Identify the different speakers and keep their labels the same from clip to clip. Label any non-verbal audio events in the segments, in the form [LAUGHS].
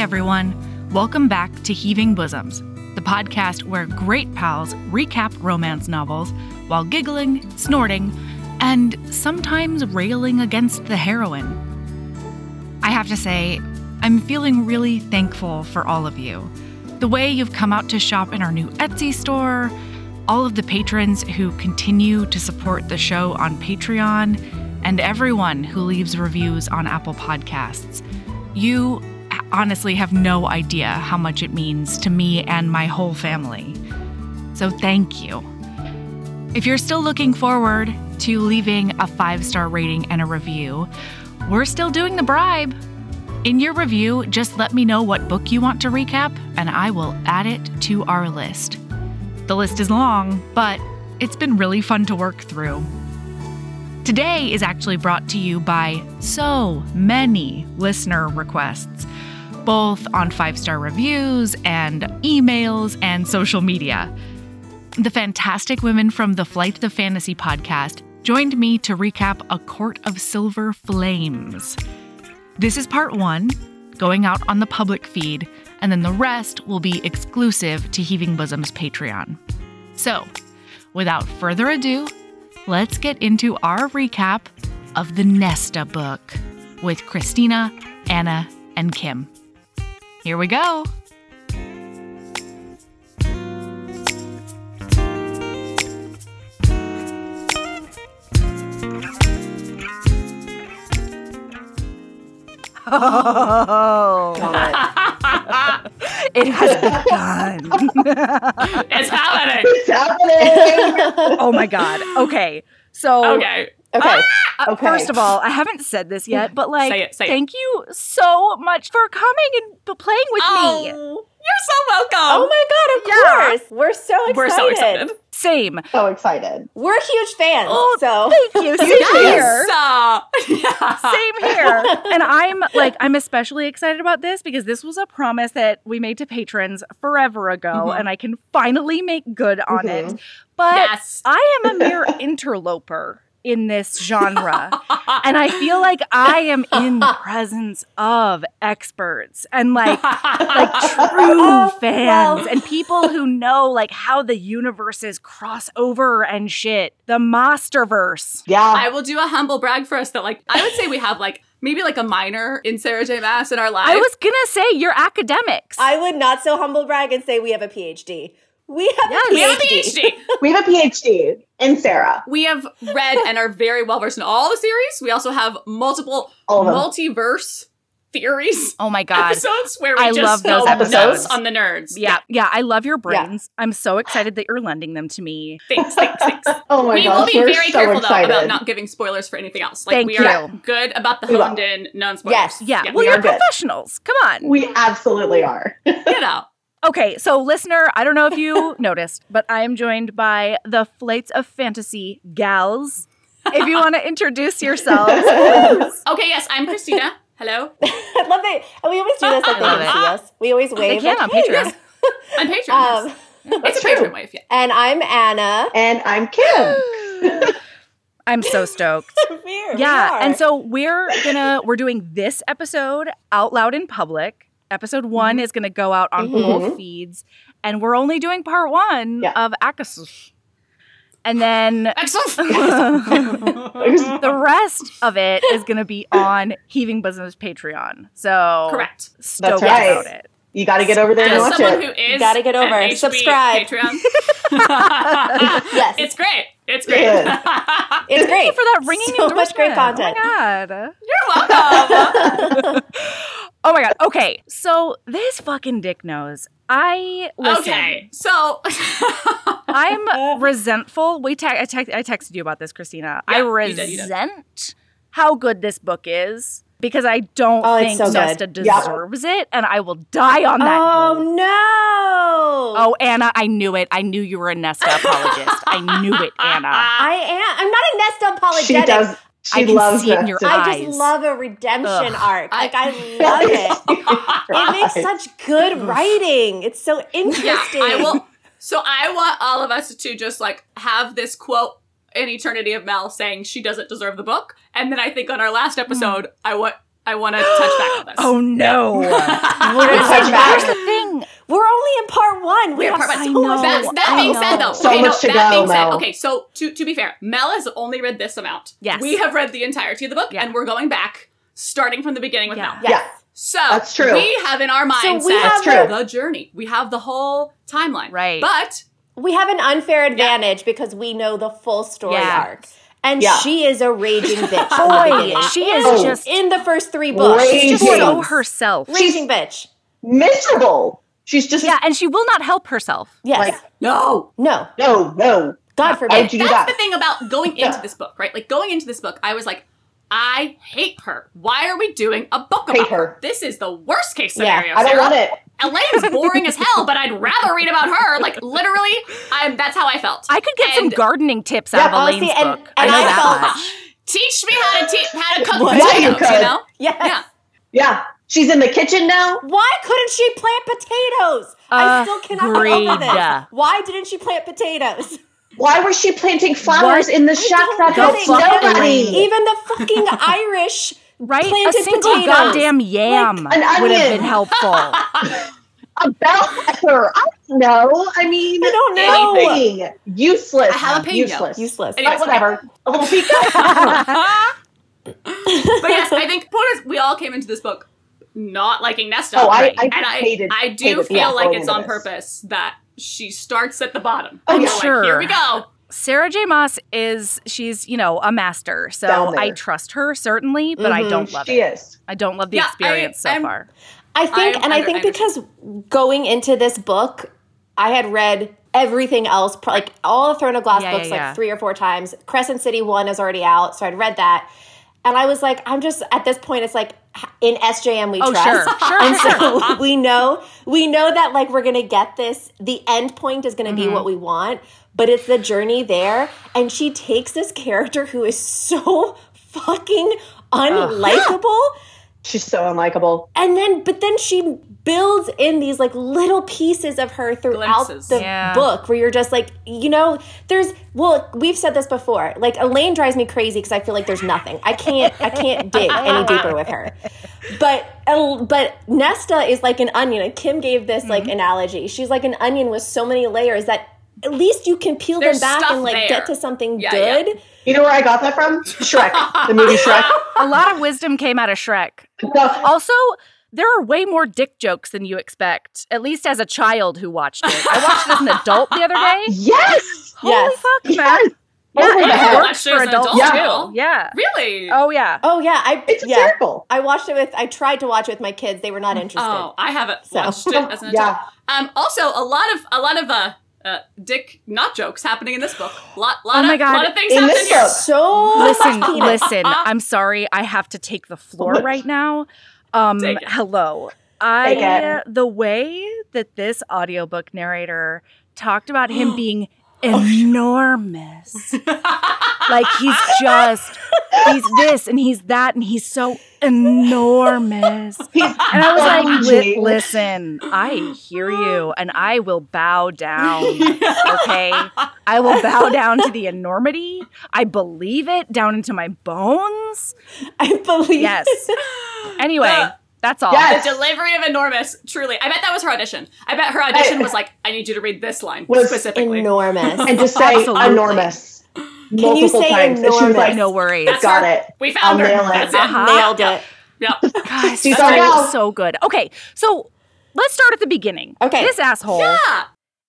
Speaker 1: everyone. Welcome back to Heaving Bosoms, the podcast where great pals recap romance novels while giggling, snorting, and sometimes railing against the heroine. I have to say, I'm feeling really thankful for all of you. The way you've come out to shop in our new Etsy store, all of the patrons who continue to support the show on Patreon, and everyone who leaves reviews on Apple Podcasts. You honestly have no idea how much it means to me and my whole family. So thank you. If you're still looking forward to leaving a five star rating and a review, we're still doing the bribe. In your review, just let me know what book you want to recap, and I will add it to our list. The list is long, but it's been really fun to work through. Today is actually brought to you by so many listener requests, both on five star reviews and emails and social media. The fantastic women from the Flight the Fantasy podcast joined me to recap A Court of Silver Flames. This is part one, going out on the public feed, and then the rest will be exclusive to Heaving Bosom's Patreon. So, without further ado, let's get into our recap of the Nesta book with Christina, Anna, and Kim. Here we go.
Speaker 2: [LAUGHS]
Speaker 3: Oh, [LAUGHS] it has begun. [LAUGHS]
Speaker 2: It's happening.
Speaker 4: It's happening.
Speaker 3: oh my god. Okay. So
Speaker 2: Okay.
Speaker 4: okay.
Speaker 3: uh,
Speaker 4: okay.
Speaker 3: first of all, I haven't said this yet, but like,
Speaker 2: Say it, say it.
Speaker 3: thank you so much for coming and p- playing with
Speaker 2: Oh, You're
Speaker 3: me.
Speaker 2: so welcome.
Speaker 4: Oh my god! Of course, we're so excited.
Speaker 2: We're so excited.
Speaker 3: Same.
Speaker 4: So excited. We're huge fans.
Speaker 3: Oh,
Speaker 4: so
Speaker 3: Thank you. Same here.
Speaker 2: [LAUGHS] Yes. Uh, yeah.
Speaker 3: [LAUGHS] Same here. And I'm like, I'm especially excited about this because this was a promise that we made to patrons forever ago,
Speaker 2: Mhm.
Speaker 3: and I can finally make good on it.
Speaker 4: Mhm.
Speaker 3: But
Speaker 2: Yes.
Speaker 3: I am a
Speaker 4: [LAUGHS]
Speaker 3: mere interloper in this genre. and I feel like I am in the presence of experts and like
Speaker 4: [LAUGHS]
Speaker 3: like
Speaker 4: Oh,
Speaker 3: true fans and people who know like how the universes cross over and shit. The Masterverse.
Speaker 4: yeah.
Speaker 2: I will do a humble brag for us that like I would say we have like maybe like a minor in Sarah J. Mass in our lives.
Speaker 3: I was gonna say you're academics.
Speaker 5: I would not so humble brag and say we have a PhD. We [LAUGHS] have
Speaker 3: Yes.
Speaker 5: a PhD.
Speaker 2: we have a PhD.
Speaker 4: we have a PhD in Sarah.
Speaker 2: We have read and are very well versed in all the series. We also have multiple
Speaker 4: All of them.
Speaker 2: multiverse theories
Speaker 3: oh my god.
Speaker 2: episodes where we
Speaker 3: I
Speaker 2: just
Speaker 3: love those
Speaker 2: go
Speaker 4: episodes.
Speaker 2: nuts on the nerds.
Speaker 3: Yeah, yeah, I love your
Speaker 4: Yeah.
Speaker 3: brains. I'm so excited that you're lending them to me.
Speaker 2: Thanks, thanks, thanks.
Speaker 4: Oh my
Speaker 2: we will
Speaker 4: gosh,
Speaker 2: be
Speaker 4: we're
Speaker 2: very
Speaker 4: so
Speaker 2: careful
Speaker 4: excited.
Speaker 2: though about not giving spoilers for anything else. Like
Speaker 3: Thank
Speaker 2: we are
Speaker 3: you.
Speaker 2: good about the
Speaker 4: We will.
Speaker 2: honed in non spoilers.
Speaker 5: Yes.
Speaker 3: Yeah,
Speaker 2: Yeah,
Speaker 3: well,
Speaker 4: we
Speaker 3: you're
Speaker 4: are good.
Speaker 3: professionals. Come on.
Speaker 4: we absolutely are.
Speaker 2: you know.
Speaker 3: Okay, so listener, I don't know if you noticed, but I am joined by the Flights of Fantasy gals. If you want to introduce yourselves, please.
Speaker 2: Okay, yes, I'm Christina. Hello.
Speaker 5: I love that. And we always do this that they
Speaker 3: Love
Speaker 5: can see us. We always
Speaker 3: They
Speaker 5: wave.
Speaker 3: can
Speaker 5: like,
Speaker 3: on
Speaker 5: "Hey,
Speaker 3: Patreon.
Speaker 2: I'm Patreon.
Speaker 5: yes." Um,
Speaker 2: [LAUGHS] it's a Patreon wave, yeah.
Speaker 5: and I'm Anna.
Speaker 4: and I'm
Speaker 2: [LAUGHS]
Speaker 4: Kim.
Speaker 3: I'm so stoked.
Speaker 5: Here we
Speaker 3: Yeah,
Speaker 5: are.
Speaker 3: and so we're gonna we're doing this episode out loud in public. Episode one is gonna go out on both feeds, and we're only doing part one
Speaker 4: Yeah.
Speaker 3: of Akasus. And then [LAUGHS]
Speaker 2: Excellent.
Speaker 3: the rest of it is going to be on Heaving Bosoms Patreon. So
Speaker 2: Correct.
Speaker 3: stoked
Speaker 4: That's right.
Speaker 3: about it.
Speaker 4: you got to get over there and
Speaker 2: As
Speaker 4: watch
Speaker 2: someone
Speaker 4: it.
Speaker 2: who is
Speaker 5: gotta get over.
Speaker 2: an HB
Speaker 5: Subscribe.
Speaker 2: Patreon.
Speaker 5: Yes.
Speaker 2: It's great. It's great.
Speaker 5: it's great.
Speaker 3: Thank you for that ringing
Speaker 5: So much
Speaker 3: endorsement.
Speaker 5: great
Speaker 3: Oh my god.
Speaker 2: You're [LAUGHS] welcome.
Speaker 3: Oh my god. Okay, so this fucking dick knows. I listen.
Speaker 2: Okay. So
Speaker 3: [LAUGHS]
Speaker 2: [LAUGHS]
Speaker 3: I'm resentful. We te- I, te- I texted you about this, Christina. I
Speaker 2: Yeah, you
Speaker 3: resent
Speaker 2: did, you did.
Speaker 3: how good this book is because I don't
Speaker 5: Oh,
Speaker 3: think
Speaker 5: it's so good.
Speaker 3: Nesta
Speaker 4: Yeah.
Speaker 3: deserves it, and I will die on that. hill.
Speaker 5: oh no!
Speaker 3: Oh, Anna, I knew it. I knew you were a Nesta apologist. I knew it,
Speaker 2: uh,
Speaker 3: Anna.
Speaker 5: I am. I'm not a Nesta apologetic.
Speaker 4: She does. She
Speaker 3: I can
Speaker 4: loves
Speaker 3: see it in your
Speaker 4: Nesta.
Speaker 5: I
Speaker 3: Eyes.
Speaker 5: just love a redemption
Speaker 3: Ugh.
Speaker 5: arc.
Speaker 2: I-
Speaker 5: Like I love it. It makes such good writing. It's so interesting.
Speaker 2: yeah, I will. So I want all of us to just like have this quote in eternity of Mel saying she doesn't deserve the book, and then I think on our last episode, I want I want to touch back on this.
Speaker 3: Oh no.
Speaker 4: touch
Speaker 3: Here's the
Speaker 4: back.
Speaker 3: thing.
Speaker 5: We're only in part one. We
Speaker 2: We're
Speaker 5: have
Speaker 2: part
Speaker 5: so
Speaker 2: one.
Speaker 5: much.
Speaker 2: That's- that
Speaker 5: I
Speaker 2: being
Speaker 5: know.
Speaker 2: said, though,
Speaker 4: So
Speaker 2: okay,
Speaker 4: much
Speaker 2: no,
Speaker 4: to
Speaker 2: that
Speaker 4: go,
Speaker 2: being said,
Speaker 4: Mel.
Speaker 2: okay. So to to be fair, Mel has only read this amount.
Speaker 3: Yes.
Speaker 2: we have read the entirety of the book,
Speaker 3: Yeah.
Speaker 2: and we're going back, starting from the beginning with
Speaker 3: Yeah.
Speaker 2: Mel.
Speaker 5: Yes.
Speaker 2: So
Speaker 4: That's true.
Speaker 2: We have in our
Speaker 5: So we
Speaker 2: mindset
Speaker 4: That's
Speaker 5: have
Speaker 4: true.
Speaker 2: the journey. We have the whole timeline,
Speaker 3: Right.
Speaker 2: But
Speaker 5: We have an unfair advantage because we know the full story
Speaker 3: Yeah.
Speaker 5: arc. And
Speaker 4: Yeah.
Speaker 5: she is a raging bitch. from the
Speaker 3: Boy,
Speaker 5: beginning.
Speaker 3: she is
Speaker 4: Oh.
Speaker 3: just
Speaker 5: in the first three books.
Speaker 4: Raging.
Speaker 5: She's
Speaker 3: just
Speaker 5: just
Speaker 3: so
Speaker 5: so
Speaker 4: Jeez.
Speaker 3: herself.
Speaker 5: raging bitch.
Speaker 4: Miserable. She's just
Speaker 3: Yeah, and she will not help herself.
Speaker 5: Yes.
Speaker 4: Like-
Speaker 2: no,
Speaker 5: no.
Speaker 4: no, no.
Speaker 5: God
Speaker 4: Why'd
Speaker 5: forbid.
Speaker 4: you do
Speaker 2: that's the
Speaker 4: that?
Speaker 2: thing about going into
Speaker 4: Yeah.
Speaker 2: this book, right? Like going into this book, I was like, I hate her. Why are we doing a book
Speaker 4: Hate
Speaker 2: about her?
Speaker 4: her.
Speaker 2: This is the worst case
Speaker 5: Yeah.
Speaker 2: scenario.
Speaker 4: I don't
Speaker 2: Sarah.
Speaker 4: want it.
Speaker 2: Elaine's boring as hell, but I'd rather read about her. Like literally, I'm that's how I felt.
Speaker 3: I could get some
Speaker 2: And-
Speaker 3: gardening tips
Speaker 4: Yeah,
Speaker 3: out of
Speaker 5: honestly,
Speaker 3: Elaine's
Speaker 5: and-
Speaker 3: book. I
Speaker 5: and
Speaker 3: know
Speaker 5: I
Speaker 3: that
Speaker 5: felt-
Speaker 3: much.
Speaker 2: Teach me how to te- how to cook
Speaker 5: What?
Speaker 4: Yeah, you
Speaker 2: potatoes. You,
Speaker 4: could.
Speaker 2: know?
Speaker 5: Yes.
Speaker 2: Yeah.
Speaker 4: Yeah. She's in the kitchen now.
Speaker 5: Why couldn't she plant potatoes?
Speaker 3: Uh,
Speaker 5: I still cannot get over
Speaker 3: Agreed.
Speaker 5: this. Why didn't she plant potatoes? [LAUGHS]
Speaker 4: Why was she planting flowers
Speaker 3: What?
Speaker 4: in the
Speaker 5: I
Speaker 4: shack
Speaker 5: don't
Speaker 4: that
Speaker 5: get
Speaker 4: helps
Speaker 5: it.
Speaker 3: Elaine.
Speaker 4: nobody?
Speaker 5: Even the fucking
Speaker 3: [LAUGHS]
Speaker 5: Irish.
Speaker 3: Right?
Speaker 5: Planted
Speaker 3: a single
Speaker 5: potatoes.
Speaker 3: goddamn yam
Speaker 4: Like an
Speaker 3: would have
Speaker 4: onion.
Speaker 3: been helpful.
Speaker 4: A bell pepper. I don't know. I mean,
Speaker 5: I don't know.
Speaker 4: anything. Useless.
Speaker 2: A jalapeno.
Speaker 4: Useless.
Speaker 5: Useless.
Speaker 2: Anyway.
Speaker 4: But [LAUGHS] whatever. Oh, A little pizza.
Speaker 2: But yes, I think point is we all came into this book not liking Nesta.
Speaker 4: Oh, I-
Speaker 2: Right.
Speaker 4: I
Speaker 2: and I
Speaker 4: hated-
Speaker 2: I do
Speaker 4: hated
Speaker 2: feel
Speaker 4: Nesta
Speaker 2: like
Speaker 4: going
Speaker 2: it's
Speaker 4: into
Speaker 2: on
Speaker 4: this.
Speaker 2: purpose that she starts at the bottom.
Speaker 4: Oh,
Speaker 2: And
Speaker 4: yeah.
Speaker 2: we're
Speaker 3: Sure.
Speaker 2: Like, Here we go.
Speaker 3: Sarah J. Moss is she's you know a master, so
Speaker 4: Down there.
Speaker 3: I
Speaker 4: Mm-hmm.
Speaker 3: trust her certainly, but I
Speaker 5: Mhm,
Speaker 3: don't love
Speaker 4: she
Speaker 3: it.
Speaker 4: is.
Speaker 3: I don't love the
Speaker 2: Yeah, I-
Speaker 3: experience so
Speaker 2: I'm-
Speaker 3: far.
Speaker 5: I think,
Speaker 2: am
Speaker 5: and I
Speaker 2: under-
Speaker 5: think
Speaker 2: I
Speaker 5: because going into this book, I had read everything else, pr- like all the Throne of Glass
Speaker 3: Yeah, yeah,
Speaker 5: books,
Speaker 3: yeah.
Speaker 5: like three or four times. Crescent City one is already out, so I'd read that, and I was like, I'm just at this point, it's like h- in SJM we
Speaker 3: Oh
Speaker 5: trust.
Speaker 3: sure, sure,
Speaker 5: And
Speaker 3: sure.
Speaker 5: so [LAUGHS] we know we know that like we're gonna get this. The end point is gonna be
Speaker 3: Mm-hmm.
Speaker 5: what we want, but it's the journey there. And she takes this character who is so [LAUGHS] fucking unlikable.
Speaker 4: She's so unlikable.
Speaker 5: and then but then she builds in these like little pieces of her throughout
Speaker 2: Glimpses.
Speaker 5: the
Speaker 3: Yeah.
Speaker 5: book where you're just like you know there's well we've said this before like elaine drives me crazy because i feel like there's nothing i can't i can't [LAUGHS] dig any deeper with her but El- but nesta is like an onion and kim gave this like
Speaker 2: Mm-hmm.
Speaker 5: analogy she's like an onion with so many layers that at least you can peel
Speaker 2: There's
Speaker 5: them back
Speaker 2: stuff
Speaker 5: and like
Speaker 2: there.
Speaker 5: get to something
Speaker 2: Yeah,
Speaker 5: good
Speaker 4: You know where I got that from? Shrek. the movie Shrek.
Speaker 3: A lot of wisdom came out of Shrek. [LAUGHS]
Speaker 4: No,
Speaker 3: Also, there are way more dick jokes than you expect. At least as a child who watched it, I watched it as an adult the other
Speaker 4: [LAUGHS]
Speaker 3: day.
Speaker 4: yes.
Speaker 3: Holy
Speaker 5: Yes.
Speaker 3: fuck, man!
Speaker 4: Yes. Oh, Over the
Speaker 2: yeah.
Speaker 3: Yeah,
Speaker 4: head.
Speaker 3: it
Speaker 2: Well,
Speaker 3: works
Speaker 2: that shows
Speaker 3: for
Speaker 2: an
Speaker 3: adults
Speaker 4: adult
Speaker 3: too.
Speaker 2: too.
Speaker 3: Yeah.
Speaker 2: Really? [LAUGHS]
Speaker 3: Oh yeah.
Speaker 5: oh yeah i
Speaker 4: It's
Speaker 5: yeah
Speaker 4: hysterical.
Speaker 5: i watched it with i tried to watch it with my kids they were not interested
Speaker 2: Oh, I haven't
Speaker 5: So.
Speaker 2: watched it as an adult.
Speaker 4: [LAUGHS] Yeah.
Speaker 2: Um, also, a lot of a lot of uh, uh, dick not jokes happening in this book. Lot, lot,
Speaker 3: Oh
Speaker 2: of,
Speaker 3: my God.
Speaker 2: lot of things
Speaker 4: In
Speaker 2: happen
Speaker 4: this
Speaker 2: here.
Speaker 4: book.
Speaker 5: so [LAUGHS]
Speaker 3: listen,
Speaker 5: much penis.
Speaker 3: listen. I'm sorry. I have to take the floor right now. Um,
Speaker 2: Take it.
Speaker 3: hello.
Speaker 4: Take
Speaker 3: I
Speaker 4: it.
Speaker 3: the way that this audiobook narrator talked about him being enormous.
Speaker 2: [LAUGHS]
Speaker 3: like he's just he's this and he's that and he's so enormous.
Speaker 4: He's
Speaker 3: And I was like, li-
Speaker 4: bulging.
Speaker 3: listen, I hear [GASPS] you and I will bow down. Okay. I will bow down to the enormity. I believe it down into my bones.
Speaker 5: I
Speaker 3: [LAUGHS]
Speaker 5: believe.
Speaker 3: Yes. Anyway,
Speaker 2: Yeah.
Speaker 3: that's all.
Speaker 4: Yes.
Speaker 2: The delivery of enormous, truly. I bet that was her audition. I bet her audition was like, "I need you to read this line
Speaker 4: Was
Speaker 2: specifically."
Speaker 3: [LAUGHS]
Speaker 5: Enormous.
Speaker 4: and just say
Speaker 3: Absolutely.
Speaker 4: enormous. Multiple
Speaker 5: say
Speaker 4: times. And she was like,
Speaker 5: enormous?
Speaker 3: No worries.
Speaker 2: That's
Speaker 4: got
Speaker 2: her.
Speaker 4: it.
Speaker 2: We found
Speaker 4: I'll
Speaker 2: her.
Speaker 4: nail it.
Speaker 2: That's
Speaker 3: Uh-huh.
Speaker 5: Nailed it.
Speaker 2: Yeah.
Speaker 5: [LAUGHS]
Speaker 3: Gosh,
Speaker 4: [LAUGHS] She's
Speaker 3: so,
Speaker 4: our gal.
Speaker 3: so good. Okay. So let's start at the beginning.
Speaker 5: Okay.
Speaker 3: This asshole
Speaker 2: Yeah.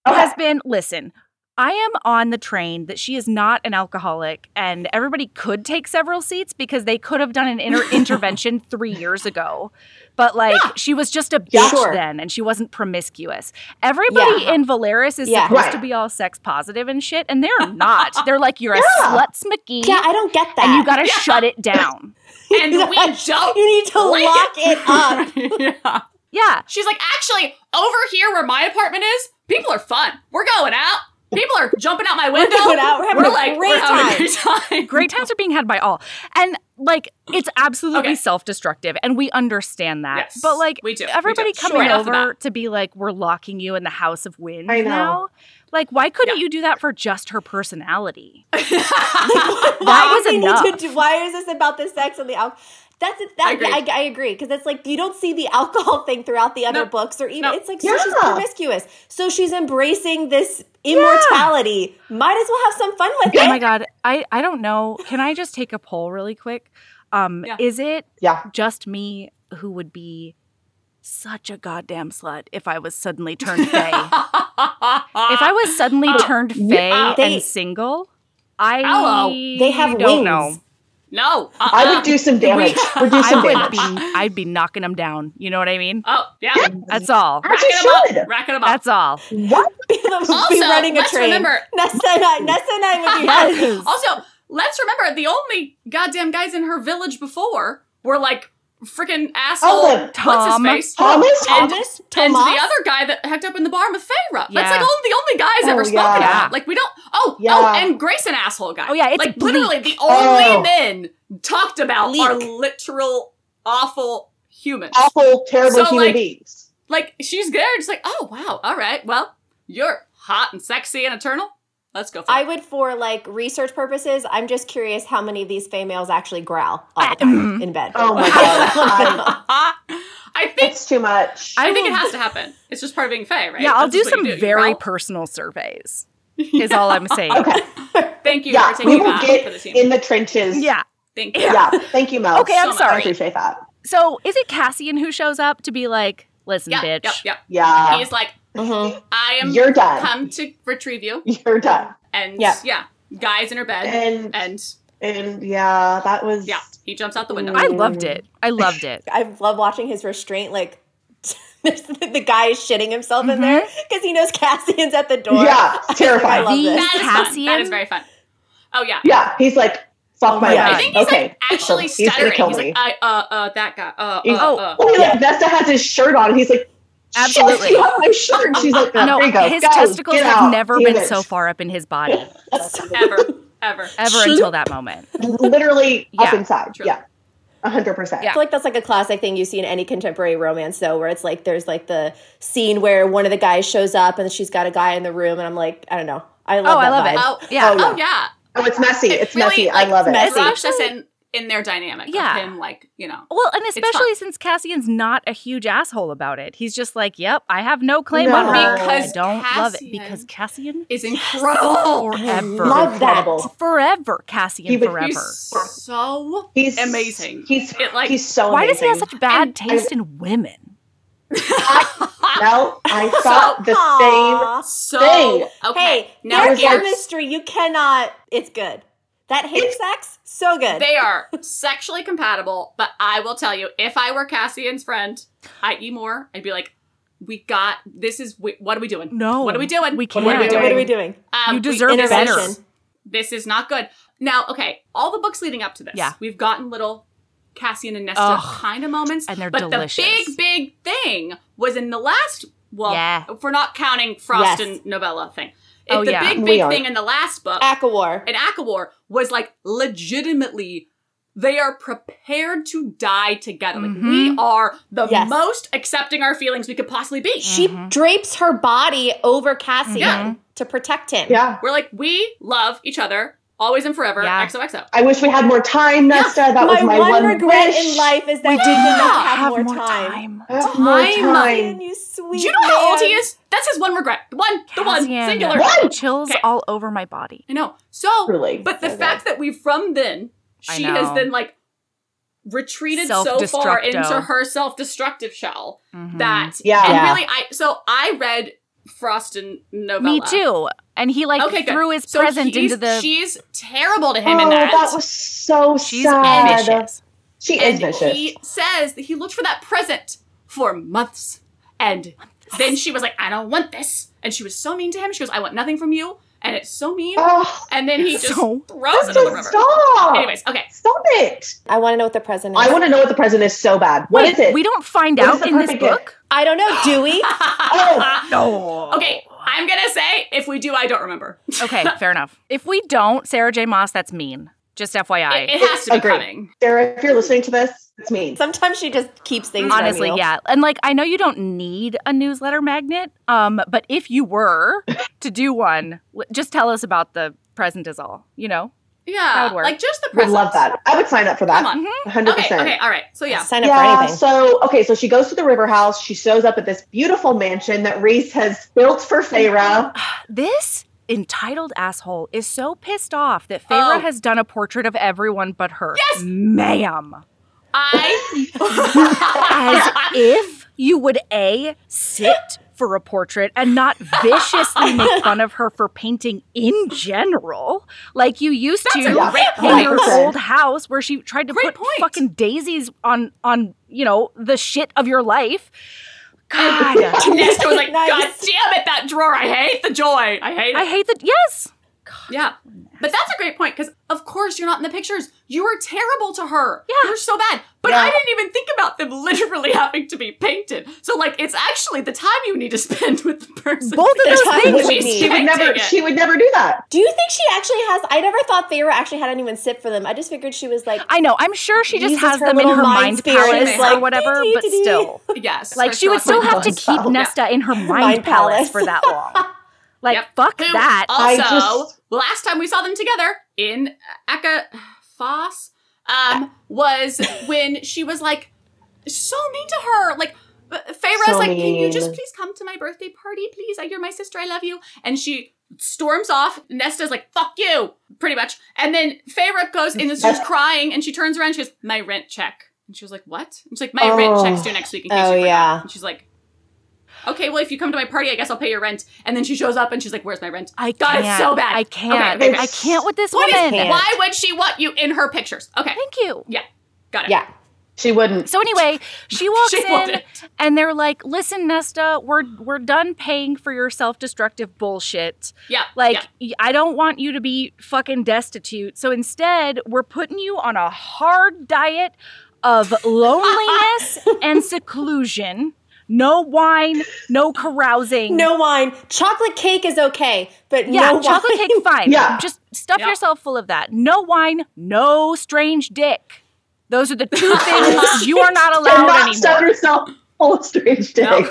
Speaker 4: Okay. [LAUGHS]
Speaker 3: has been, listen, I am on the train that she is not an alcoholic and everybody could take several seats because they could have done an
Speaker 4: [LAUGHS]
Speaker 3: inter- intervention three years ago. But like she was just a bitch
Speaker 4: Yeah. Sure.
Speaker 3: then and she wasn't promiscuous. Everybody
Speaker 5: Yeah.
Speaker 3: in Valeris is
Speaker 5: Yeah.
Speaker 3: supposed
Speaker 4: Right.
Speaker 3: to be all sex positive and shit and they're not.
Speaker 4: [LAUGHS]
Speaker 3: They're like, you're a
Speaker 4: Yeah.
Speaker 3: slut smicky
Speaker 5: Yeah, I don't get that.
Speaker 3: and you gotta shut it down.
Speaker 2: And we don't.
Speaker 5: You need to
Speaker 2: like
Speaker 5: lock
Speaker 3: [LAUGHS]
Speaker 5: it up.
Speaker 2: yeah.
Speaker 3: Yeah.
Speaker 2: She's like, actually, over here where my apartment is, people are fun. We're going out. People are jumping out my window.
Speaker 5: going out. We're having a
Speaker 2: like,
Speaker 5: great
Speaker 2: we're having a
Speaker 5: time."
Speaker 2: great time.
Speaker 3: great times are being had by all. And like it's absolutely
Speaker 2: Okay.
Speaker 3: self-destructive and we understand that.
Speaker 2: Yes,
Speaker 3: but like
Speaker 2: we do, we
Speaker 3: everybody
Speaker 2: do.
Speaker 3: coming
Speaker 2: Right off the
Speaker 3: over to be like we're locking you in the house of wind
Speaker 4: I know.
Speaker 3: now. Like why couldn't
Speaker 2: Yeah. [LAUGHS]
Speaker 3: you do that for just her personality?
Speaker 5: Why
Speaker 3: that was
Speaker 5: is we
Speaker 3: enough.
Speaker 5: need to do? Why is this about the sex and the alcohol? That's it. That,
Speaker 2: Agreed.
Speaker 5: I, I agree because that's like you don't see the alcohol thing throughout the other
Speaker 2: No.
Speaker 5: books or even
Speaker 2: No.
Speaker 5: it's like so she's
Speaker 4: Yeah.
Speaker 5: promiscuous, so she's embracing this immortality. Might as well have some fun with
Speaker 3: Oh
Speaker 5: it.
Speaker 3: my god, I I don't know. Can I just take a poll really quick? Um,
Speaker 2: Yeah.
Speaker 3: is it
Speaker 4: Yeah.
Speaker 3: just me who would be such a goddamn slut if I was suddenly
Speaker 2: [LAUGHS]
Speaker 3: turned gay? if I was suddenly
Speaker 2: Oh,
Speaker 3: turned fey
Speaker 5: They-
Speaker 3: and single, I
Speaker 2: Hello.
Speaker 5: They have
Speaker 3: don't
Speaker 5: wings.
Speaker 3: know.
Speaker 2: [LAUGHS] no, uh-uh.
Speaker 4: I would do
Speaker 2: [LAUGHS]
Speaker 4: some damage. Would do
Speaker 3: I
Speaker 4: some
Speaker 3: would
Speaker 4: damage.
Speaker 3: be I'd be knocking them down. You know what I mean?
Speaker 2: Oh yeah,
Speaker 4: Yeah.
Speaker 3: That's all.
Speaker 4: As
Speaker 2: racking
Speaker 4: you
Speaker 2: them
Speaker 4: should.
Speaker 2: up, racking them up.
Speaker 3: That's
Speaker 2: [LAUGHS]
Speaker 3: all.
Speaker 4: What?
Speaker 5: [LAUGHS] Be the-
Speaker 2: Also,
Speaker 5: be running a
Speaker 2: let's
Speaker 5: train.
Speaker 2: remember-
Speaker 5: Nessa and I, Nessa and I would be [LAUGHS] running.
Speaker 2: Also, let's remember the only goddamn guys in her village before were like freaking asshole.
Speaker 4: Oh, the
Speaker 2: what's
Speaker 3: Tom.
Speaker 2: his face?
Speaker 4: Thomas?
Speaker 2: And,
Speaker 5: Thomas?
Speaker 2: and the
Speaker 5: Tomas?
Speaker 2: other guy that hecked up in the bar, Mafera.
Speaker 3: Yeah.
Speaker 2: That's like all the only guys ever
Speaker 4: Oh,
Speaker 2: spoken
Speaker 4: yeah.
Speaker 2: about. Like we don't. Oh, oh,
Speaker 4: Yeah.
Speaker 2: and Grace, an asshole guy.
Speaker 3: Oh, yeah, it's
Speaker 2: like
Speaker 3: bleak.
Speaker 2: literally the only
Speaker 4: Oh.
Speaker 2: men talked about
Speaker 5: Bleak.
Speaker 2: are literal awful humans.
Speaker 4: Awful, terrible
Speaker 2: So,
Speaker 4: human
Speaker 2: like-
Speaker 4: beings.
Speaker 2: Like she's there, just like oh wow, all right, well you're hot and sexy and eternal. Let's go. For
Speaker 5: I
Speaker 2: it.
Speaker 5: would, for like research purposes, I'm just curious how many of these females actually growl all
Speaker 3: [CLEARS THROAT]
Speaker 5: the time in bed.
Speaker 4: Oh
Speaker 5: [LAUGHS]
Speaker 4: my god. I,
Speaker 2: I think
Speaker 4: it's too much.
Speaker 2: I,
Speaker 3: I
Speaker 2: think it
Speaker 3: will-
Speaker 2: has to happen. It's just part of being Faye, right?
Speaker 3: Yeah, I'll
Speaker 2: That's
Speaker 3: do
Speaker 2: just what
Speaker 3: some
Speaker 2: you You
Speaker 3: very
Speaker 2: growl.
Speaker 3: personal
Speaker 2: [LAUGHS]
Speaker 3: surveys. Is all I'm saying.
Speaker 4: okay.
Speaker 2: Thank you
Speaker 4: Yeah.
Speaker 2: for
Speaker 4: We
Speaker 2: taking
Speaker 4: will
Speaker 2: that
Speaker 4: get
Speaker 2: for the team.
Speaker 4: in the trenches.
Speaker 3: Yeah.
Speaker 2: Thank you. [LAUGHS]
Speaker 4: Yeah. Thank you, Mel.
Speaker 3: Okay, I'm
Speaker 2: So much.
Speaker 4: I
Speaker 3: sorry.
Speaker 4: appreciate that.
Speaker 3: So is it Cassian who shows up to be like, listen,
Speaker 2: Yeah,
Speaker 3: bitch,
Speaker 2: yep, yep.
Speaker 4: Yeah.
Speaker 2: He's like,
Speaker 4: Mm-hmm.
Speaker 5: Mhm.
Speaker 2: I am
Speaker 4: Uh, You're done.
Speaker 2: come to retrieve you,
Speaker 4: You're done.
Speaker 2: and yeah,
Speaker 5: Yeah.
Speaker 2: guys in her bed,
Speaker 4: And
Speaker 2: and
Speaker 4: and yeah, that was
Speaker 2: yeah, he jumps out the window.
Speaker 3: I loved it. I loved
Speaker 4: [LAUGHS]
Speaker 3: it.
Speaker 5: I love watching his restraint. Like [LAUGHS] the the guy is shitting himself in there
Speaker 3: Mm-hmm.
Speaker 5: because he knows Cassian's at the door.
Speaker 4: Yeah,
Speaker 2: [LAUGHS]
Speaker 4: terrifying.
Speaker 5: I love
Speaker 3: The-
Speaker 5: this.
Speaker 2: that is fun. That
Speaker 3: Cassian?
Speaker 2: is very fun. Oh yeah.
Speaker 4: Yeah, he's like, fuck
Speaker 3: Oh my
Speaker 4: my
Speaker 3: God.
Speaker 4: life.
Speaker 2: I think he's
Speaker 4: okay.
Speaker 2: like actually
Speaker 4: he's gonna
Speaker 2: stuttering.
Speaker 4: kill
Speaker 2: He's
Speaker 4: me.
Speaker 2: like, I, uh, uh, that guy. Uh,
Speaker 4: He's-
Speaker 2: uh,
Speaker 3: oh,
Speaker 2: uh.
Speaker 4: oh, like Vesta has his shirt on. and He's like,
Speaker 3: Absolutely.
Speaker 4: Shit, you have my shirt. And she's like,
Speaker 3: no,
Speaker 4: there you go.
Speaker 3: his
Speaker 4: Go,
Speaker 3: testicles
Speaker 4: get
Speaker 3: have
Speaker 4: out.
Speaker 3: never
Speaker 4: Damn
Speaker 3: been
Speaker 4: it."
Speaker 3: so far up in his body
Speaker 2: ever,
Speaker 4: [LAUGHS]
Speaker 2: ever.
Speaker 3: ever until that moment.
Speaker 4: Literally
Speaker 3: [LAUGHS]
Speaker 4: up
Speaker 3: Yeah,
Speaker 4: inside.
Speaker 2: true.
Speaker 4: Yeah, hundred percent.
Speaker 3: Yeah.
Speaker 5: I feel like that's like a classic thing you see in any contemporary romance, though, where it's like there's like the scene where one of the guys shows up and she's got a guy in the room, and I'm like, I don't know. I love
Speaker 3: Oh, I
Speaker 5: that
Speaker 3: love
Speaker 5: vibe.
Speaker 3: it.
Speaker 2: Oh
Speaker 3: Yeah.
Speaker 2: yeah. Oh yeah.
Speaker 4: Oh, it's messy. It's messy. I
Speaker 2: like,
Speaker 4: love it.
Speaker 5: messy.
Speaker 2: Drops us in in their dynamic.
Speaker 3: Yeah. Oh.
Speaker 2: Of him like you know.
Speaker 3: Well, and
Speaker 2: fun.
Speaker 3: especially since Cassian's not a huge asshole about it. He's just like, yep, I have no claim on her.
Speaker 4: No.
Speaker 3: I
Speaker 2: Because
Speaker 3: don't love it.
Speaker 2: Cassian-
Speaker 3: Because Cassian
Speaker 2: is incredible.
Speaker 3: forever.
Speaker 5: Love that.
Speaker 4: Incredible.
Speaker 3: Forever. Cassian
Speaker 4: He would-
Speaker 3: forever.
Speaker 2: He's so
Speaker 4: He's
Speaker 2: amazing.
Speaker 4: He's
Speaker 2: It, like-
Speaker 4: he's so.
Speaker 3: Why does he
Speaker 4: amazing.
Speaker 3: have such bad
Speaker 2: And-
Speaker 3: taste in women?
Speaker 4: No,
Speaker 2: [LAUGHS]
Speaker 4: I thought the same.
Speaker 5: Aw.
Speaker 2: so
Speaker 4: Thing.
Speaker 2: okay.
Speaker 5: Hey,
Speaker 2: now
Speaker 5: their
Speaker 4: it's like-
Speaker 2: here's-
Speaker 5: chemistry, you cannot. It's good. That hip sex, so good.
Speaker 2: they are sexually compatible, but I will tell you, if I were Cassian's friend, i.e. Moore, I'd be like, "We got this. Is we, what are we doing?
Speaker 3: No.
Speaker 2: what are we doing?
Speaker 3: We
Speaker 2: What are
Speaker 3: can't.
Speaker 2: we
Speaker 5: what
Speaker 2: doing?
Speaker 5: are we doing?
Speaker 3: You
Speaker 2: Um, we-
Speaker 3: deserve
Speaker 2: this
Speaker 3: better.
Speaker 2: is- This is not good. Now, okay, all the books leading up to this,
Speaker 3: Yeah.
Speaker 2: we've gotten little Cassian and Nesta
Speaker 3: Ugh.
Speaker 2: kind of moments,
Speaker 3: And they're
Speaker 2: but
Speaker 3: delicious.
Speaker 2: the big, big thing was in the last. Well,
Speaker 3: Yeah.
Speaker 2: if we're not counting Frost
Speaker 5: Yes.
Speaker 2: and Novella thing. It,
Speaker 3: Oh,
Speaker 2: the
Speaker 3: yeah.
Speaker 2: big,
Speaker 4: We
Speaker 2: big
Speaker 4: are.
Speaker 2: thing in the last book
Speaker 5: Akawar.
Speaker 2: in Akawar was like legitimately they are prepared to die together. Like
Speaker 3: Mm-hmm.
Speaker 2: we are the
Speaker 5: Yes.
Speaker 2: most accepting our feelings we could possibly be.
Speaker 3: Mm.
Speaker 5: She drapes her body over Cassian
Speaker 2: Mm-hmm. Yeah.
Speaker 5: to protect him.
Speaker 4: Yeah,
Speaker 2: We're like, we love each other, always and forever,
Speaker 3: Yeah.
Speaker 2: XOXO.
Speaker 4: I wish we had more time, Nesta. That
Speaker 5: My,
Speaker 4: was my
Speaker 5: one,
Speaker 4: one
Speaker 5: regret
Speaker 4: wish.
Speaker 5: in life is that we did not have, more, time.
Speaker 4: Have more
Speaker 2: Time.
Speaker 5: Ryan,
Speaker 4: time.
Speaker 5: you sweet
Speaker 2: Do you know how old he
Speaker 5: man.
Speaker 2: is? That's his one regret. One, the one,
Speaker 3: Cassian,
Speaker 2: singular.
Speaker 4: What?
Speaker 3: Chills
Speaker 2: Okay.
Speaker 3: all over my body.
Speaker 2: I know. So,
Speaker 4: Truly.
Speaker 2: but the
Speaker 4: So
Speaker 2: fact that we from then,
Speaker 3: I
Speaker 2: she has
Speaker 3: know.
Speaker 2: then like retreated so far
Speaker 3: Self-destructo.
Speaker 2: into her self destructive shell
Speaker 3: Mhm.
Speaker 2: that,
Speaker 4: Yeah.
Speaker 2: and
Speaker 4: Yeah.
Speaker 2: really, I, so I read Frost and Novella.
Speaker 3: Me too. And he like
Speaker 2: okay, good.
Speaker 3: threw his
Speaker 2: so
Speaker 3: present
Speaker 2: he's-
Speaker 3: into the.
Speaker 2: She's terrible to him
Speaker 4: oh,
Speaker 2: in that.
Speaker 4: was so
Speaker 3: she's
Speaker 4: sad.
Speaker 3: vicious.
Speaker 4: She
Speaker 2: and
Speaker 4: is vicious.
Speaker 2: he says that he looked for that present for months, and then she was like, "I don't want this," and she was so mean to him. She goes, "I want nothing from you," and it's so mean.
Speaker 4: oh,
Speaker 2: and then he just
Speaker 3: So-
Speaker 2: throws it in the
Speaker 4: just
Speaker 2: river.
Speaker 4: stop.
Speaker 2: Anyways, okay. [LAUGHS]
Speaker 4: Stop it.
Speaker 5: I want to know what the present is.
Speaker 4: I want to know what the present is so bad. What is it?
Speaker 3: We don't find
Speaker 4: What is
Speaker 3: out
Speaker 4: the
Speaker 3: in this
Speaker 4: perfect gift?
Speaker 3: book.
Speaker 5: I
Speaker 2: [GASPS]
Speaker 5: don't know. Do we?
Speaker 4: Oh.
Speaker 3: No.
Speaker 2: Okay, I'm gonna say if we do, I don't remember.
Speaker 3: Okay, fair enough. If we don't, Sarah J. Moss, that's mean. Just FYI.
Speaker 2: It, it has to be
Speaker 4: Agree.
Speaker 2: coming.
Speaker 4: Sarah, if you're listening to this, it's me.
Speaker 5: Sometimes she just keeps things. from
Speaker 3: Honestly,
Speaker 5: you.
Speaker 3: yeah. And like I know you don't need a newsletter magnet, um, but [LAUGHS] if you were to do one, w- just tell us about the present is all, you know?
Speaker 2: Yeah,
Speaker 3: would work.
Speaker 2: like just the
Speaker 4: Would
Speaker 2: present.
Speaker 4: love that. I would sign up for
Speaker 2: Come
Speaker 4: that.
Speaker 2: on.
Speaker 4: 100%.
Speaker 2: Okay, okay, all right. So yeah,
Speaker 5: Sign up Mm-hmm. for
Speaker 4: Yeah,
Speaker 5: anything.
Speaker 4: so okay, so she goes to the river house. She shows up at this beautiful mansion that Reese has built for Feyre.
Speaker 3: This entitled asshole is so pissed off that Feyre
Speaker 2: Oh.
Speaker 3: has done a portrait of everyone but her. Yes, ma'am.
Speaker 2: I
Speaker 3: As
Speaker 2: [LAUGHS]
Speaker 3: if you would a sit for a portrait and not viciously
Speaker 2: [LAUGHS]
Speaker 3: make fun of her for painting in general, like you used
Speaker 2: That's
Speaker 3: to
Speaker 2: a great
Speaker 3: in your
Speaker 2: point.
Speaker 3: old house where she tried to
Speaker 2: Great
Speaker 3: put
Speaker 2: point.
Speaker 3: fucking daisies on on you know the shit of your life. [LAUGHS] God,
Speaker 2: [LAUGHS] Nesta was like,
Speaker 5: Nice.
Speaker 2: God damn it, that drawer. I hate the joy. I hate it.
Speaker 3: I hate that. Yes,
Speaker 2: yeah. But that's a great point because, of course, you're not in the pictures. You were terrible to her.
Speaker 3: Yeah.
Speaker 2: You're so bad. But
Speaker 4: Yeah.
Speaker 2: I didn't even think about them literally [LAUGHS] having to be painted. So, like, it's actually the time you need to [LAUGHS] spend with the person.
Speaker 3: both of
Speaker 5: There's
Speaker 3: those
Speaker 5: times
Speaker 3: things
Speaker 5: when
Speaker 2: She's
Speaker 5: we-
Speaker 4: She would
Speaker 2: painting
Speaker 4: never
Speaker 2: it.
Speaker 4: she would never do that.
Speaker 5: Do you think she actually has? I never thought Feyre actually had anyone sit for them. I just figured she was like,
Speaker 3: I know. I'm sure she just
Speaker 5: uses
Speaker 3: has
Speaker 5: her
Speaker 3: them in
Speaker 5: little
Speaker 3: her mind,
Speaker 5: mind
Speaker 3: palace
Speaker 2: space,
Speaker 3: or
Speaker 5: like,
Speaker 3: whatever, but
Speaker 5: dee-dee-dee-dee.
Speaker 3: still.
Speaker 2: Yes.
Speaker 3: Like,
Speaker 2: for
Speaker 3: she would still
Speaker 2: sure.
Speaker 3: have to keep
Speaker 4: Yeah.
Speaker 3: Nesta in her mind,
Speaker 5: Mind
Speaker 3: palace
Speaker 5: palace.
Speaker 3: for that long. Like,
Speaker 2: Yep.
Speaker 3: fuck
Speaker 2: Who
Speaker 3: that.
Speaker 2: Also,
Speaker 4: I just-
Speaker 2: last time we saw them together in Eka Foss, um, was when she was like so mean to her. Like uh, Feyre's
Speaker 4: So
Speaker 2: like, "Can you just
Speaker 4: mean.
Speaker 2: please come to my birthday party, please? I- You're my sister. I love you." And she storms off. Nesta's like, "Fuck you," pretty much. And then Feyre goes in and
Speaker 4: [LAUGHS]
Speaker 2: starts crying, and she turns around. She goes, "My rent check." And she was like, "What?" And she's like, "My rent
Speaker 4: Oh.
Speaker 2: check's due next week." In case
Speaker 5: Oh,
Speaker 2: you forgot."
Speaker 5: yeah.
Speaker 2: And she's like. Okay, well, if you come to my party, I guess I'll pay your rent. And then she shows up and she's like, "Where's my rent?"
Speaker 3: I
Speaker 2: God,
Speaker 3: can't.
Speaker 2: it's so bad.
Speaker 3: I can't.
Speaker 2: Okay, okay,
Speaker 3: I
Speaker 2: okay.
Speaker 3: can't with this
Speaker 2: What is-
Speaker 3: woman.
Speaker 5: can't.
Speaker 2: Why would she want you in her pictures? Okay,
Speaker 3: Thank you.
Speaker 2: got it.
Speaker 5: yeah,
Speaker 4: She wouldn't.
Speaker 3: So anyway, she walks
Speaker 2: [LAUGHS] She
Speaker 3: in
Speaker 2: wouldn't.
Speaker 3: and they're like, "Listen, Nesta, we're we're done paying for your self-destructive bullshit.
Speaker 2: yeah,
Speaker 3: Like,
Speaker 2: yeah.
Speaker 3: y- I don't want you to be fucking destitute. So instead, we're putting you on a hard diet of loneliness
Speaker 2: [LAUGHS]
Speaker 3: and seclusion. No wine, no carousing.
Speaker 5: no wine. Chocolate cake is okay, but
Speaker 3: Yeah,
Speaker 5: no
Speaker 3: chocolate
Speaker 5: wine.
Speaker 3: cake,
Speaker 5: [LAUGHS]
Speaker 3: fine.
Speaker 4: Yeah.
Speaker 3: Just stuff
Speaker 2: Yeah.
Speaker 3: yourself full of that. No wine, no strange dick. Those are the two things you are not
Speaker 4: and
Speaker 3: allowed
Speaker 4: not
Speaker 3: anymore.
Speaker 4: stuff herself [LAUGHS] full of strange dick.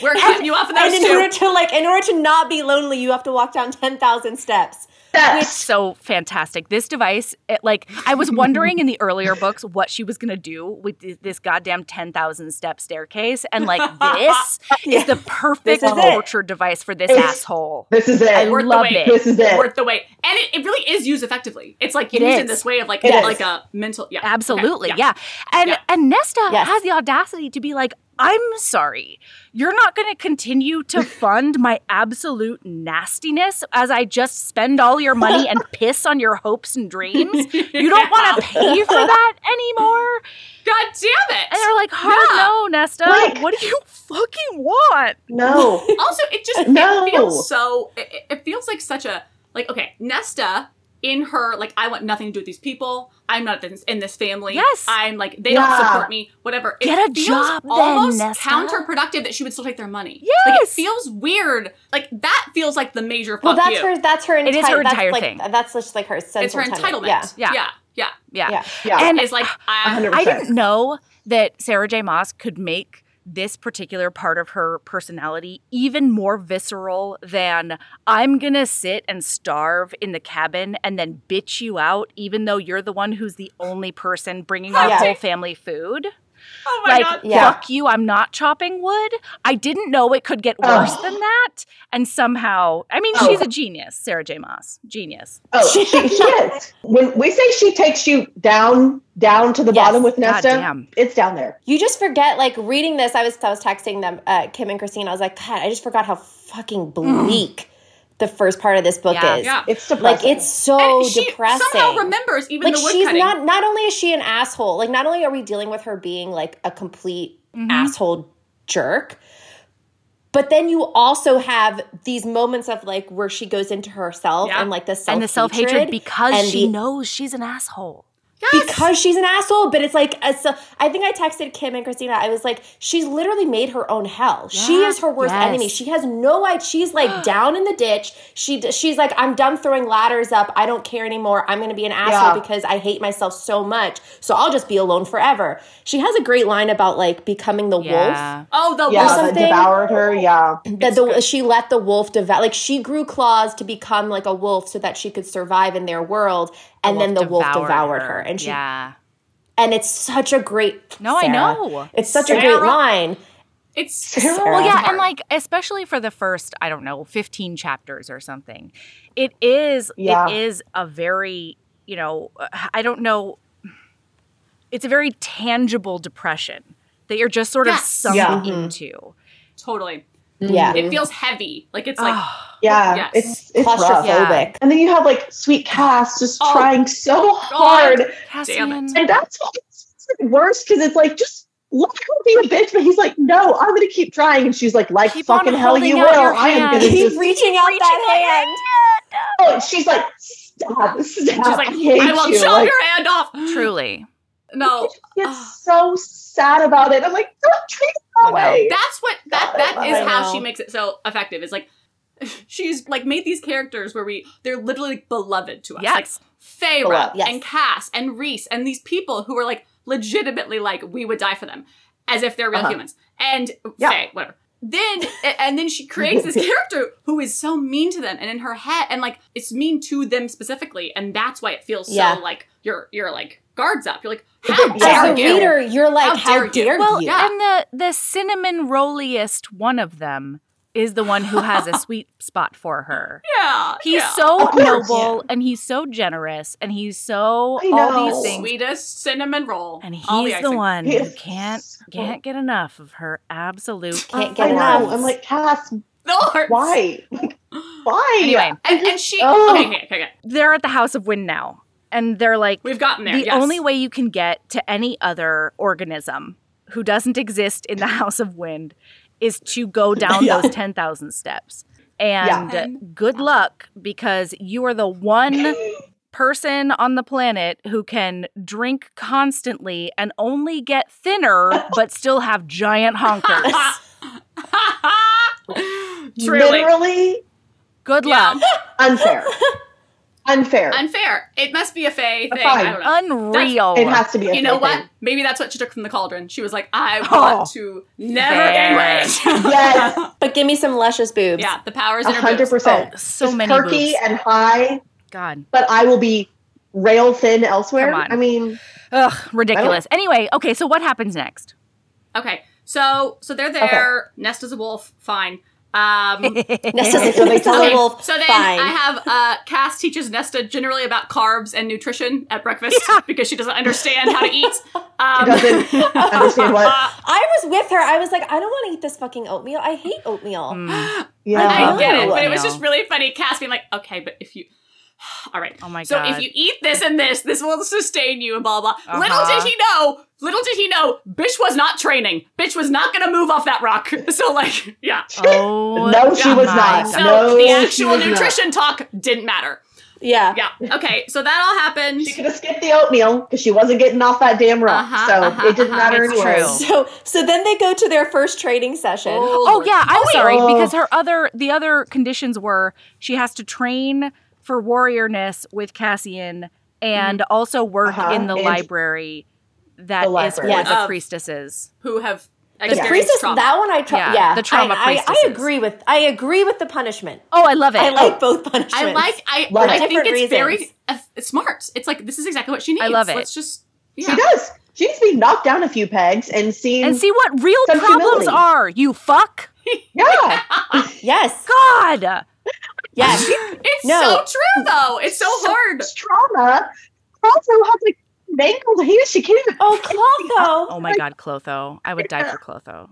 Speaker 2: We're cutting you
Speaker 3: [LAUGHS]
Speaker 2: off in
Speaker 5: And
Speaker 2: those
Speaker 5: in
Speaker 2: two.
Speaker 5: order to like, in order to not be lonely, you have to walk down ten thousand steps.
Speaker 4: Yes.
Speaker 3: so fantastic. This device, it, like I was wondering in the earlier books what she was gonna do with th- this goddamn ten thousand step staircase, and like this is the perfect
Speaker 5: This is it.
Speaker 3: torture device for this
Speaker 4: It's-
Speaker 3: asshole.
Speaker 4: This is
Speaker 3: I
Speaker 4: it.
Speaker 2: Worth the
Speaker 3: love
Speaker 2: wait.
Speaker 3: it.
Speaker 4: This is it.
Speaker 2: Worth the wait, and it, it really is used effectively. It's like
Speaker 3: It
Speaker 2: used
Speaker 3: is.
Speaker 2: in this way of like
Speaker 5: It
Speaker 2: like
Speaker 5: is.
Speaker 2: a mental. Yeah,
Speaker 3: Absolutely,
Speaker 2: Okay,
Speaker 3: yeah. And
Speaker 2: Yeah.
Speaker 3: and Nesta
Speaker 5: Yes.
Speaker 3: has the audacity to be like, "I'm sorry, you're not going to continue to fund my absolute nastiness as I just spend all your money and piss on your hopes and dreams. You don't want to pay for that anymore."
Speaker 2: God damn it!
Speaker 3: And they're like, "Hard
Speaker 2: Yeah.
Speaker 3: no, Nesta.
Speaker 4: Like-
Speaker 3: what do you fucking want?"
Speaker 4: No.
Speaker 2: also it just
Speaker 4: No.
Speaker 2: it feels so it, it- it feels like such a like okay nesta in her like i want nothing to do with these people i'm not this, in this family
Speaker 3: Yes.
Speaker 2: i'm like they
Speaker 4: Yeah.
Speaker 2: don't support me whatever it
Speaker 3: Get a
Speaker 2: feels
Speaker 3: job then,
Speaker 2: almost
Speaker 3: Nesta.
Speaker 2: counterproductive that she would still take their money like it
Speaker 3: Yes.
Speaker 2: feels weird like that feels like the major fuck
Speaker 5: Well, that's
Speaker 2: you
Speaker 5: her. That's her. Enti-
Speaker 3: It is her
Speaker 5: that's,
Speaker 3: entire
Speaker 5: like,
Speaker 3: thing.
Speaker 5: That's just like her sense.
Speaker 2: it's her
Speaker 5: of
Speaker 2: entitlement
Speaker 5: Yeah.
Speaker 3: Yeah.
Speaker 2: yeah yeah,
Speaker 3: Yeah.
Speaker 2: yeah.
Speaker 5: Yeah.
Speaker 4: Yeah.
Speaker 3: And-
Speaker 2: it's like I,
Speaker 4: 100%.
Speaker 3: I didn't know that Sarah J. Moss could make this particular part of her personality even more visceral than I'm gonna sit and starve in the cabin and then bitch you out, even though you're the one who's the only person bringing our
Speaker 5: Yeah.
Speaker 3: whole family food.
Speaker 2: oh my
Speaker 3: Like,
Speaker 2: god
Speaker 5: Yeah.
Speaker 3: fuck you, I'm not chopping wood. I didn't know it could get worse
Speaker 4: Ugh.
Speaker 3: than that. And somehow, I mean,
Speaker 4: Oh.
Speaker 3: she's a genius, Sarah J. Moss. Genius.
Speaker 4: Oh, she, she is. When we say she takes you down, down to the
Speaker 5: Yes.
Speaker 4: bottom with Nesta,
Speaker 3: Goddamn.
Speaker 4: it's down there.
Speaker 5: You just forget, like reading this. I was, I was texting them, uh, Kim and Christine. I was like, God, I just forgot how fucking bleak the first part of this book
Speaker 3: Yeah.
Speaker 5: is.
Speaker 2: Mm. yeah
Speaker 4: It's depressing.
Speaker 5: Like it's so
Speaker 2: And she
Speaker 5: depressing.
Speaker 2: somehow remembers even
Speaker 5: like
Speaker 2: the wood
Speaker 5: she's
Speaker 2: cutting.
Speaker 5: not. Not only is she an asshole. Like not only are we dealing with her being like a complete
Speaker 2: Mm-hmm.
Speaker 5: asshole jerk, but then you also have these moments of like where she goes into herself
Speaker 2: Yeah.
Speaker 5: and like the self
Speaker 3: And the self hatred because she knows she's an asshole.
Speaker 2: Yes.
Speaker 5: because she's an asshole. But it's like, a, so I think I texted Kim and Christina. I was like, she's literally made her own hell. She
Speaker 2: Yeah.
Speaker 5: is her worst
Speaker 6: Yes.
Speaker 5: enemy. She has no idea. She's like down in the ditch. She d- she's like, I'm done throwing ladders up. I don't care anymore. I'm gonna be an asshole
Speaker 4: Yeah.
Speaker 5: because I hate myself so much. So I'll just be alone forever. She has a great line about like becoming the wolf.
Speaker 3: Yeah.
Speaker 2: oh, the
Speaker 4: Yeah,
Speaker 2: wolf.
Speaker 4: that
Speaker 5: something.
Speaker 4: devoured her. Yeah.
Speaker 5: That the she let the wolf devour. Like she grew claws to become like a wolf so that she could survive in their world. And then the wolf devoured her, and she
Speaker 3: yeah.
Speaker 5: and it's such a great
Speaker 3: No, I
Speaker 5: Sarah.
Speaker 3: know.
Speaker 5: it's such a
Speaker 2: Sarah.
Speaker 5: great line
Speaker 2: It's
Speaker 5: Sarah.
Speaker 3: Well, yeah,
Speaker 2: Hard.
Speaker 3: and like especially for the first, I don't know, 15 chapters or something. It is
Speaker 4: Yeah.
Speaker 3: it is a very, you know, uh, I don't know it's a very tangible depression that you're just sort of
Speaker 2: Yes.
Speaker 3: sunk
Speaker 4: Yeah.
Speaker 3: into.
Speaker 2: totally.
Speaker 5: yeah
Speaker 2: It feels heavy. Like it's like
Speaker 4: Ah, Yeah.
Speaker 2: Yes.
Speaker 4: It's it's rough.
Speaker 5: claustrophobic
Speaker 4: And then you have like sweet Cass just
Speaker 2: Oh,
Speaker 4: trying so hard.
Speaker 3: Cassian.
Speaker 4: And that's what makes it worse because it's like just let her be a bitch, but he's like, no, I'm gonna keep trying. And she's like, like
Speaker 3: Keep on
Speaker 4: fucking hell you
Speaker 3: holding
Speaker 4: will.
Speaker 3: out your
Speaker 4: I am
Speaker 3: hand.
Speaker 4: gonna
Speaker 5: keep
Speaker 4: just
Speaker 5: reaching out that hand
Speaker 4: Oh, she's like, stop, stop. She's
Speaker 2: She's like, I will
Speaker 4: you.
Speaker 2: chop
Speaker 4: Like,
Speaker 2: your hand off.
Speaker 3: Truly.
Speaker 2: No,
Speaker 4: It's so sad about it. I'm like, don't treat it that
Speaker 3: I know.
Speaker 4: way.
Speaker 2: that's what that
Speaker 4: God,
Speaker 2: that
Speaker 4: I
Speaker 2: is how
Speaker 5: know.
Speaker 2: she makes it so effective. It's like [LAUGHS] she's like made these characters where we they're literally like, beloved to us. Like
Speaker 3: Yes.
Speaker 2: Feyre
Speaker 4: Beloved,
Speaker 5: yes.
Speaker 2: and Cass and Reese and these people who are like legitimately like we would die for them as if they're real
Speaker 4: Uh-huh.
Speaker 2: humans. And
Speaker 4: Yeah.
Speaker 2: Faye, whatever. Then a- and then
Speaker 4: [LAUGHS]
Speaker 2: she creates this character who is so mean to them and in her head and like it's mean to them specifically and that's why it feels
Speaker 5: Yeah.
Speaker 2: so like you're you're like guards up. You're like how
Speaker 4: Yeah.
Speaker 2: dare
Speaker 5: as a
Speaker 2: you?
Speaker 5: reader you're like how dare, you,
Speaker 3: Well,
Speaker 5: [LAUGHS]
Speaker 3: and the the cinnamon rolliest one of them is the one who has a sweet spot for her.
Speaker 2: Yeah.
Speaker 3: He's
Speaker 2: yeah.
Speaker 3: so
Speaker 4: Of course.
Speaker 3: noble and he's so generous and he's so
Speaker 4: I
Speaker 3: all
Speaker 4: know.
Speaker 3: these things.
Speaker 2: sweetest cinnamon roll.
Speaker 3: And he's
Speaker 2: All
Speaker 3: the,
Speaker 2: icing.
Speaker 3: one
Speaker 4: He
Speaker 3: who
Speaker 4: is
Speaker 3: can't
Speaker 4: so-
Speaker 3: can't get enough of her absolute
Speaker 5: Can't
Speaker 4: I
Speaker 5: get
Speaker 4: know.
Speaker 5: enough.
Speaker 4: I'm like, Cass,
Speaker 2: Lord.
Speaker 4: why? Like, why?
Speaker 3: Anyway,
Speaker 2: And, and she.
Speaker 4: Oh.
Speaker 2: Okay, okay, okay.
Speaker 3: They're at the House of Wind now and they're like
Speaker 2: We've gotten there.
Speaker 3: the
Speaker 2: yes.
Speaker 3: only way you can get to any other organism who doesn't exist in the [LAUGHS] House of Wind is to
Speaker 4: [LAUGHS]
Speaker 3: go down
Speaker 4: Yeah.
Speaker 3: those 10,000 steps. And good luck because you are the
Speaker 4: [LAUGHS]
Speaker 3: one person on the planet who can drink constantly and only get thinner but still have giant
Speaker 4: [LAUGHS]
Speaker 3: honkers.
Speaker 2: [LAUGHS] Truly
Speaker 4: Literally
Speaker 3: Good
Speaker 2: Yeah.
Speaker 3: luck.
Speaker 4: unfair. unfair.
Speaker 2: unfair. It must be a Faye thing.
Speaker 4: Fine.
Speaker 2: I don't know.
Speaker 3: Unreal.
Speaker 4: it has to be a
Speaker 2: You know
Speaker 4: fair
Speaker 2: what?
Speaker 4: thing.
Speaker 2: Maybe that's what she took from the cauldron. She was like, I
Speaker 4: Oh.
Speaker 2: want to never
Speaker 3: Fair. [LAUGHS]
Speaker 2: get rich.
Speaker 4: Yes,
Speaker 5: but give me some luscious boobs [LAUGHS]
Speaker 2: yeah, the powers in her
Speaker 4: hundred
Speaker 2: boobs.
Speaker 4: percent.
Speaker 3: so
Speaker 4: Just
Speaker 3: many
Speaker 4: perky
Speaker 3: boobs.
Speaker 4: and high,
Speaker 3: God.
Speaker 4: but I will be rail thin elsewhere.
Speaker 3: Come on.
Speaker 4: I mean,
Speaker 3: Ugh, ridiculous. Anyway, okay, so what happens next?
Speaker 2: Oh, Okay, so so they're there. Nesta's a wolf. Fine.
Speaker 3: [LAUGHS]
Speaker 2: Um,
Speaker 5: Nesta's
Speaker 4: So they
Speaker 5: Nesta's
Speaker 4: tell
Speaker 5: a
Speaker 4: him-
Speaker 5: wolf
Speaker 2: So then
Speaker 5: fine
Speaker 2: I have uh, Cass teaches Nesta generally about carbs and nutrition at breakfast because she doesn't understand how to
Speaker 4: [LAUGHS]
Speaker 2: eat. Um, uh,
Speaker 4: doesn't understand what.
Speaker 5: I was with her I was like I don't want to eat this fucking oatmeal I hate oatmeal
Speaker 4: Yeah,
Speaker 2: I
Speaker 4: [LAUGHS]
Speaker 2: get it,
Speaker 5: Oh,
Speaker 2: but it was
Speaker 3: no.
Speaker 2: just really funny. Cass being like, "Okay, but if you, [SIGHS] all right,
Speaker 3: Oh my
Speaker 2: so
Speaker 3: god.
Speaker 2: if you eat this and this, this will sustain you." And blah blah. blah. Little
Speaker 3: Uh-huh.
Speaker 2: did he know. Little did he know. Bitch was not training. Bitch was not gonna move off that rock. [LAUGHS] So like, yeah.
Speaker 3: oh,
Speaker 4: [LAUGHS] No, she was
Speaker 3: my
Speaker 4: not.
Speaker 3: God.
Speaker 2: So
Speaker 4: Uh, No,
Speaker 2: the
Speaker 4: she
Speaker 2: actual
Speaker 4: was not.
Speaker 2: nutrition talk didn't matter.
Speaker 5: yeah
Speaker 2: Yeah. Okay. So that all happened.
Speaker 4: she could have skipped the oatmeal because she wasn't getting off that damn rock,
Speaker 2: Uh-huh,
Speaker 4: so
Speaker 2: uh-huh,
Speaker 4: it didn't
Speaker 2: uh-huh.
Speaker 4: matter
Speaker 3: It's
Speaker 4: anyway.
Speaker 3: true.
Speaker 5: so so then they go to their first training session
Speaker 3: Oh yeah, I'm sorry
Speaker 4: Oh.
Speaker 3: because her other the other conditions were she has to train for warriorness with Cassian and also work
Speaker 4: Uh-huh.
Speaker 3: in the
Speaker 4: And-
Speaker 3: library that is
Speaker 4: The library.
Speaker 3: for
Speaker 5: Yes.
Speaker 3: the
Speaker 2: Of-
Speaker 3: priestesses.
Speaker 2: Who have
Speaker 5: the
Speaker 2: experienced
Speaker 5: priestess
Speaker 2: trauma.
Speaker 5: that one I tra-
Speaker 3: Yeah,
Speaker 5: yeah,
Speaker 3: the trauma
Speaker 5: I, I, I
Speaker 3: priestesses.
Speaker 5: agree with I agree with the punishment
Speaker 3: Oh, I love it.
Speaker 5: I like both punishments
Speaker 2: I like. I,
Speaker 4: Love
Speaker 2: I
Speaker 4: it.
Speaker 2: think
Speaker 5: Different
Speaker 2: it's very
Speaker 5: reasons.
Speaker 2: uh, smart. It's like this is exactly what she needs.
Speaker 3: I love it.
Speaker 2: Let's just.
Speaker 4: She
Speaker 2: Yeah.
Speaker 4: does. She needs to be knocked down a few pegs and seen.
Speaker 3: and see what real
Speaker 4: Some
Speaker 3: problems
Speaker 4: humility.
Speaker 3: are, you fuck.
Speaker 4: yeah,
Speaker 3: [LAUGHS]
Speaker 5: yes
Speaker 3: God.
Speaker 5: yes
Speaker 2: It's
Speaker 5: No.
Speaker 2: so true though. It's so hard.
Speaker 4: It's trauma. Also has like mangled hands. She can't even.
Speaker 5: oh
Speaker 3: [LAUGHS]
Speaker 5: Clotho
Speaker 3: Oh my god, Clotho. I would die for Clotho.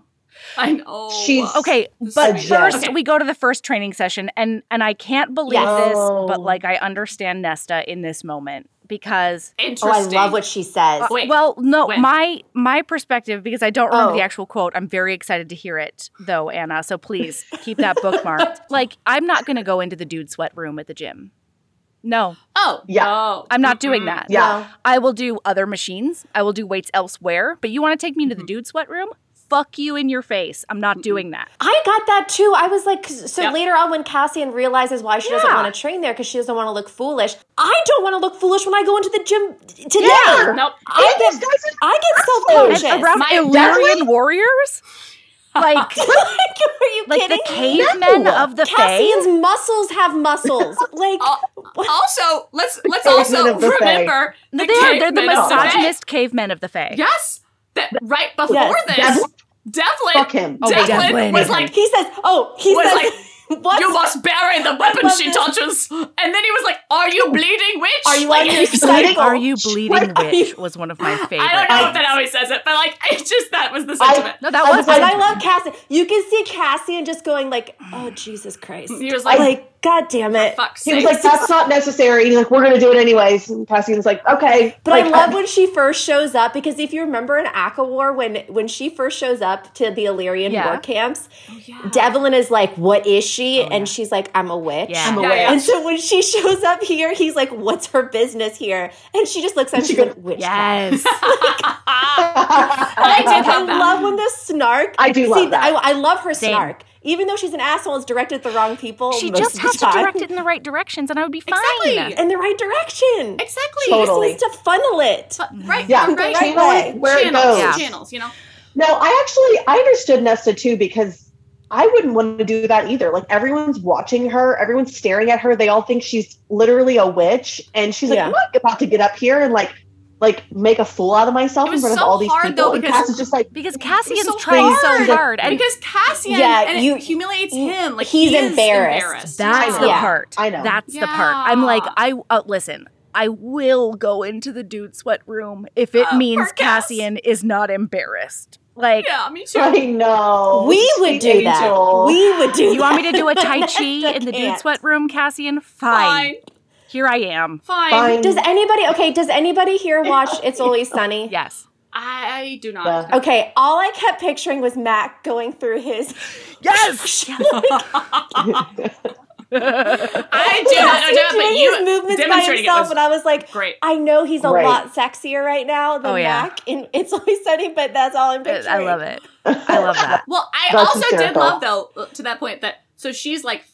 Speaker 2: I know.
Speaker 4: She's-
Speaker 3: Okay,
Speaker 2: This
Speaker 3: but
Speaker 4: is-
Speaker 3: first
Speaker 2: Okay.
Speaker 3: we go to the first training session, and and I can't believe
Speaker 5: Yes.
Speaker 3: this, but
Speaker 4: Oh.
Speaker 3: like I understand Nesta in this moment because
Speaker 2: interesting.
Speaker 5: oh I love what she says
Speaker 2: Wait.
Speaker 3: well, no,
Speaker 2: when?
Speaker 3: my my perspective because I don't remember
Speaker 5: Oh.
Speaker 3: the actual quote. I'm very excited to hear it though, Anna. So please keep that bookmarked. like I'm not going to go into the dude sweat room at the gym. No,
Speaker 2: Oh.
Speaker 4: Yeah.
Speaker 2: Oh.
Speaker 3: I'm not doing that.
Speaker 4: Yeah.
Speaker 3: I will do other machines. I will do weights elsewhere. But you want to take me to the dude sweat room? Fuck you in your face. I'm not doing that.
Speaker 5: I got that too. I was like, 'cause- so
Speaker 2: Yeah.
Speaker 5: later on when Cassian realizes why she doesn't
Speaker 3: Yeah.
Speaker 5: want to train there because she doesn't want to look foolish. I don't want to look foolish when I go into the gym t- today.
Speaker 4: Yeah.
Speaker 2: Nope.
Speaker 5: I
Speaker 4: And these
Speaker 5: get,
Speaker 4: guys are
Speaker 5: I get self
Speaker 4: assholes.
Speaker 5: conscious. [LAUGHS]
Speaker 3: And around
Speaker 2: My-
Speaker 3: Illyrian warriors? Like,
Speaker 5: Are you
Speaker 3: like
Speaker 5: kidding
Speaker 3: the
Speaker 5: me?
Speaker 3: cavemen
Speaker 4: No.
Speaker 3: of the Uh,
Speaker 5: Cassian's
Speaker 3: Fae?
Speaker 5: muscles
Speaker 3: [LAUGHS]
Speaker 5: have muscles. Like,
Speaker 2: Al- uh, Also, let's let's
Speaker 4: Cavemen
Speaker 2: also
Speaker 4: of the Fae.
Speaker 2: remember
Speaker 3: No, they are. They're the
Speaker 2: cavemen of Fae.
Speaker 3: misogynist cavemen of the Fae.
Speaker 2: Yes. That right before
Speaker 5: Yes.
Speaker 2: this,
Speaker 4: Devlin-
Speaker 2: Devlin,
Speaker 4: fuck him.
Speaker 3: Oh,
Speaker 2: Devlin,
Speaker 3: Devlin.
Speaker 2: was like,
Speaker 5: he says, oh, he
Speaker 2: Was
Speaker 5: says, [LAUGHS] what?
Speaker 2: "You must bury the weapon
Speaker 5: Love
Speaker 2: she
Speaker 5: this.
Speaker 2: touches." And then he was like, "Are you bleeding, witch?
Speaker 5: Are you
Speaker 2: like,
Speaker 5: on
Speaker 2: [LAUGHS]
Speaker 5: your
Speaker 4: bleeding-
Speaker 5: cycle?
Speaker 3: Are you bleeding
Speaker 5: What are
Speaker 3: witch? Was one of my favorite.
Speaker 2: I don't know
Speaker 4: I-
Speaker 2: if that always says it, but like, [LAUGHS] it's just that was the
Speaker 4: I-
Speaker 2: sentiment.
Speaker 3: No, that
Speaker 4: I
Speaker 3: was.
Speaker 4: was
Speaker 5: And I love Cassian. You can see Cassian just going like, "Oh Jesus Christ!"
Speaker 2: He was like,
Speaker 5: "Like God damn it!"
Speaker 2: Fuck's
Speaker 4: He was
Speaker 2: sake.
Speaker 4: like, that's not necessary. And he's like, we're going to do it anyways. And Cassian's like, okay.
Speaker 5: But I
Speaker 4: Like,
Speaker 5: love when she first shows up because if you remember in Akawar, when when she first shows up to the Illyrian
Speaker 3: Yeah.
Speaker 5: war camps, Devlin is like, "What is she?" and she's like, "I'm a witch."
Speaker 3: Oh, Yeah.
Speaker 4: I'm
Speaker 2: Yeah,
Speaker 4: aware.
Speaker 2: yeah.
Speaker 5: And so when she shows up here, he's like, "What's her business here?" And she just looks at him. She's like, "Witchcraft."
Speaker 3: Yes.
Speaker 5: I,
Speaker 2: did love that.
Speaker 5: love when the snark.
Speaker 4: I do love
Speaker 5: see,
Speaker 4: that.
Speaker 5: I, I love her
Speaker 3: Same.
Speaker 5: snark, even though she's an asshole and it's directed at the wrong people.
Speaker 3: she
Speaker 5: most
Speaker 3: just
Speaker 5: of
Speaker 3: has
Speaker 5: the
Speaker 3: to
Speaker 5: time.
Speaker 3: direct it in the right directions, and I would be fine.
Speaker 2: Exactly.
Speaker 5: in the right direction.
Speaker 2: exactly.
Speaker 5: She just
Speaker 4: Totally.
Speaker 5: needs to funnel it.
Speaker 2: Right.
Speaker 4: Yeah.
Speaker 2: Right.
Speaker 5: Right
Speaker 4: Channel
Speaker 5: way.
Speaker 4: it where it
Speaker 2: channels,
Speaker 4: goes.
Speaker 3: Yeah.
Speaker 2: channels, you know?
Speaker 4: No, I actually, I understood Nesta too because I wouldn't want to do that either. Like everyone's watching her, everyone's staring at her. They all think she's literally a witch. And she's like,
Speaker 5: Yeah.
Speaker 4: I'm not about to get up here and like, like make a fool out of myself
Speaker 2: It
Speaker 4: in
Speaker 2: was
Speaker 4: front
Speaker 2: so
Speaker 4: of all these
Speaker 2: hard,
Speaker 4: people.
Speaker 2: though,
Speaker 4: and
Speaker 2: because-
Speaker 4: Cass is just like,
Speaker 3: Because Cassian's
Speaker 2: so
Speaker 3: trying
Speaker 4: hard.
Speaker 3: so hard, and
Speaker 2: because Cassian
Speaker 5: Yeah,
Speaker 2: and
Speaker 5: you-
Speaker 2: it humiliates
Speaker 5: you-
Speaker 2: him. Like
Speaker 5: he's
Speaker 2: he is
Speaker 5: embarrassed.
Speaker 3: That's
Speaker 4: I
Speaker 3: the
Speaker 5: know.
Speaker 3: part.
Speaker 4: I know.
Speaker 3: That's the part. I'm like,
Speaker 2: Yeah.
Speaker 3: I uh, listen. I will go into the dude sweat room if it
Speaker 2: Oh,
Speaker 3: means
Speaker 2: poor Cass.
Speaker 3: Cassian is not embarrassed. Like,
Speaker 2: yeah, me too.
Speaker 4: I know.
Speaker 5: We would
Speaker 4: Sweet
Speaker 5: do that.
Speaker 4: angel.
Speaker 5: We would do.
Speaker 3: you want me to do a tai chi
Speaker 5: Nesta
Speaker 3: in the dude
Speaker 5: can't.
Speaker 3: sweat room, Cassian? Fine.
Speaker 2: Fine.
Speaker 3: Here I am.
Speaker 2: Fine.
Speaker 4: Fine. [LAUGHS]
Speaker 5: Does anybody? Okay. Does anybody here watch It's Always Sunny?
Speaker 3: Yes.
Speaker 2: I do not.
Speaker 4: Yeah.
Speaker 5: Okay. All I kept picturing was Mac going through his.
Speaker 3: [LAUGHS] Yes. [LAUGHS]
Speaker 2: I do not
Speaker 5: [LAUGHS]
Speaker 2: know that, but
Speaker 4: [LAUGHS]
Speaker 5: doing his
Speaker 2: you
Speaker 5: movements by
Speaker 2: demonstrating it
Speaker 5: himself,
Speaker 2: was
Speaker 5: and I was like,
Speaker 2: great.
Speaker 5: I know he's a
Speaker 4: Great.
Speaker 5: lot sexier right now than
Speaker 3: Oh, yeah.
Speaker 5: Mac, and it's always sunny. But that's all I'm picturing.
Speaker 3: I love it. I love
Speaker 2: [LAUGHS]
Speaker 3: that.
Speaker 2: Well, I
Speaker 4: That's
Speaker 2: also did
Speaker 4: hysterical.
Speaker 2: love though uh, to that point that so she's like,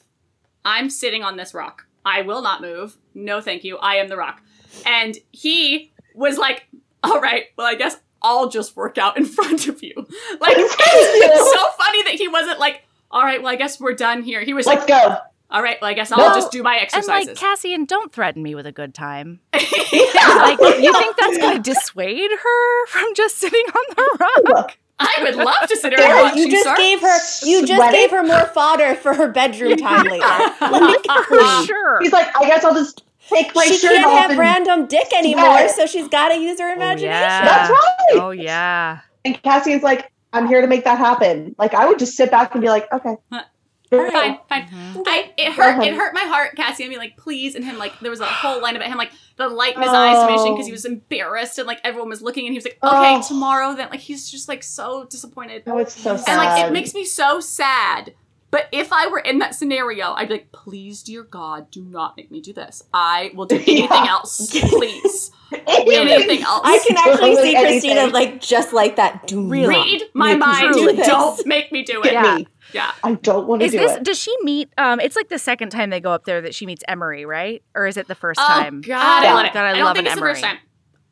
Speaker 2: I'm sitting on this rock. I will not move. No, thank you. I am the rock. And he was like, All right, well, I guess I'll just work out in [LAUGHS] front of you. Like,
Speaker 5: [LAUGHS]
Speaker 2: [LAUGHS] it's so funny that he wasn't like, All right, well, I guess we're done here. He was like,
Speaker 4: Let's go.
Speaker 2: All right, well, I guess I'll
Speaker 4: Well,
Speaker 2: just do my
Speaker 3: And like,
Speaker 2: exercises.
Speaker 3: Cassian, don't threaten me with a good time. Like, you think that's going to dissuade her from just sitting on the [LAUGHS] rock?
Speaker 2: I would love to sit here
Speaker 5: Yeah,
Speaker 2: and watch
Speaker 5: you just
Speaker 2: start.
Speaker 5: gave her. You just
Speaker 4: Sweating.
Speaker 5: gave her more fodder for her bedroom time later.
Speaker 3: For sure.
Speaker 4: He's like, I guess I'll just take my
Speaker 5: she
Speaker 4: shirt
Speaker 5: can't
Speaker 4: off.
Speaker 5: have
Speaker 4: and,
Speaker 5: random dick anymore,
Speaker 4: Yeah.
Speaker 5: so she's got to use her imagination.
Speaker 4: That's right.
Speaker 3: Oh yeah.
Speaker 4: And Cassian's like, I'm here to make that happen. Like, I would just sit back and be like, okay.
Speaker 2: Huh.
Speaker 4: Sure.
Speaker 2: fine, fine. I it hurt
Speaker 4: ahead.
Speaker 2: it hurt my heart, Cassie. I mean, like, please, and him like there was a whole line about him like the light in his eyes diminishing because he was embarrassed and like everyone was looking and he was like, okay,
Speaker 4: Oh.
Speaker 2: tomorrow then. Like he's just like so disappointed,
Speaker 4: Oh, it's so sad.
Speaker 2: and like it makes me so sad. But if I were in that scenario, I'd be like, please, dear God, do not make me do this. I will do anything
Speaker 4: [LAUGHS] Yeah.
Speaker 2: else,
Speaker 4: [LAUGHS]
Speaker 2: please.
Speaker 4: Anything.
Speaker 2: anything else.
Speaker 5: I can actually see
Speaker 4: Anything.
Speaker 5: Christina like just like that. Do
Speaker 3: Really?
Speaker 5: not.
Speaker 2: read my
Speaker 4: Make me
Speaker 2: mind.
Speaker 5: do this.
Speaker 2: Don't make me do it.
Speaker 4: Get
Speaker 3: Yeah.
Speaker 4: me.
Speaker 2: yeah.
Speaker 4: I don't want to
Speaker 3: Is
Speaker 4: do
Speaker 3: this
Speaker 4: it.
Speaker 3: does she meet um it's like the second time they go up there that she meets Emery, right? Or is it the firfirst
Speaker 2: Oh
Speaker 3: time?
Speaker 2: God, I
Speaker 4: Yeah.
Speaker 2: love it.
Speaker 3: God, I
Speaker 2: I, don't
Speaker 3: love
Speaker 2: think
Speaker 3: an
Speaker 2: it's the first
Speaker 3: Emery.
Speaker 2: time.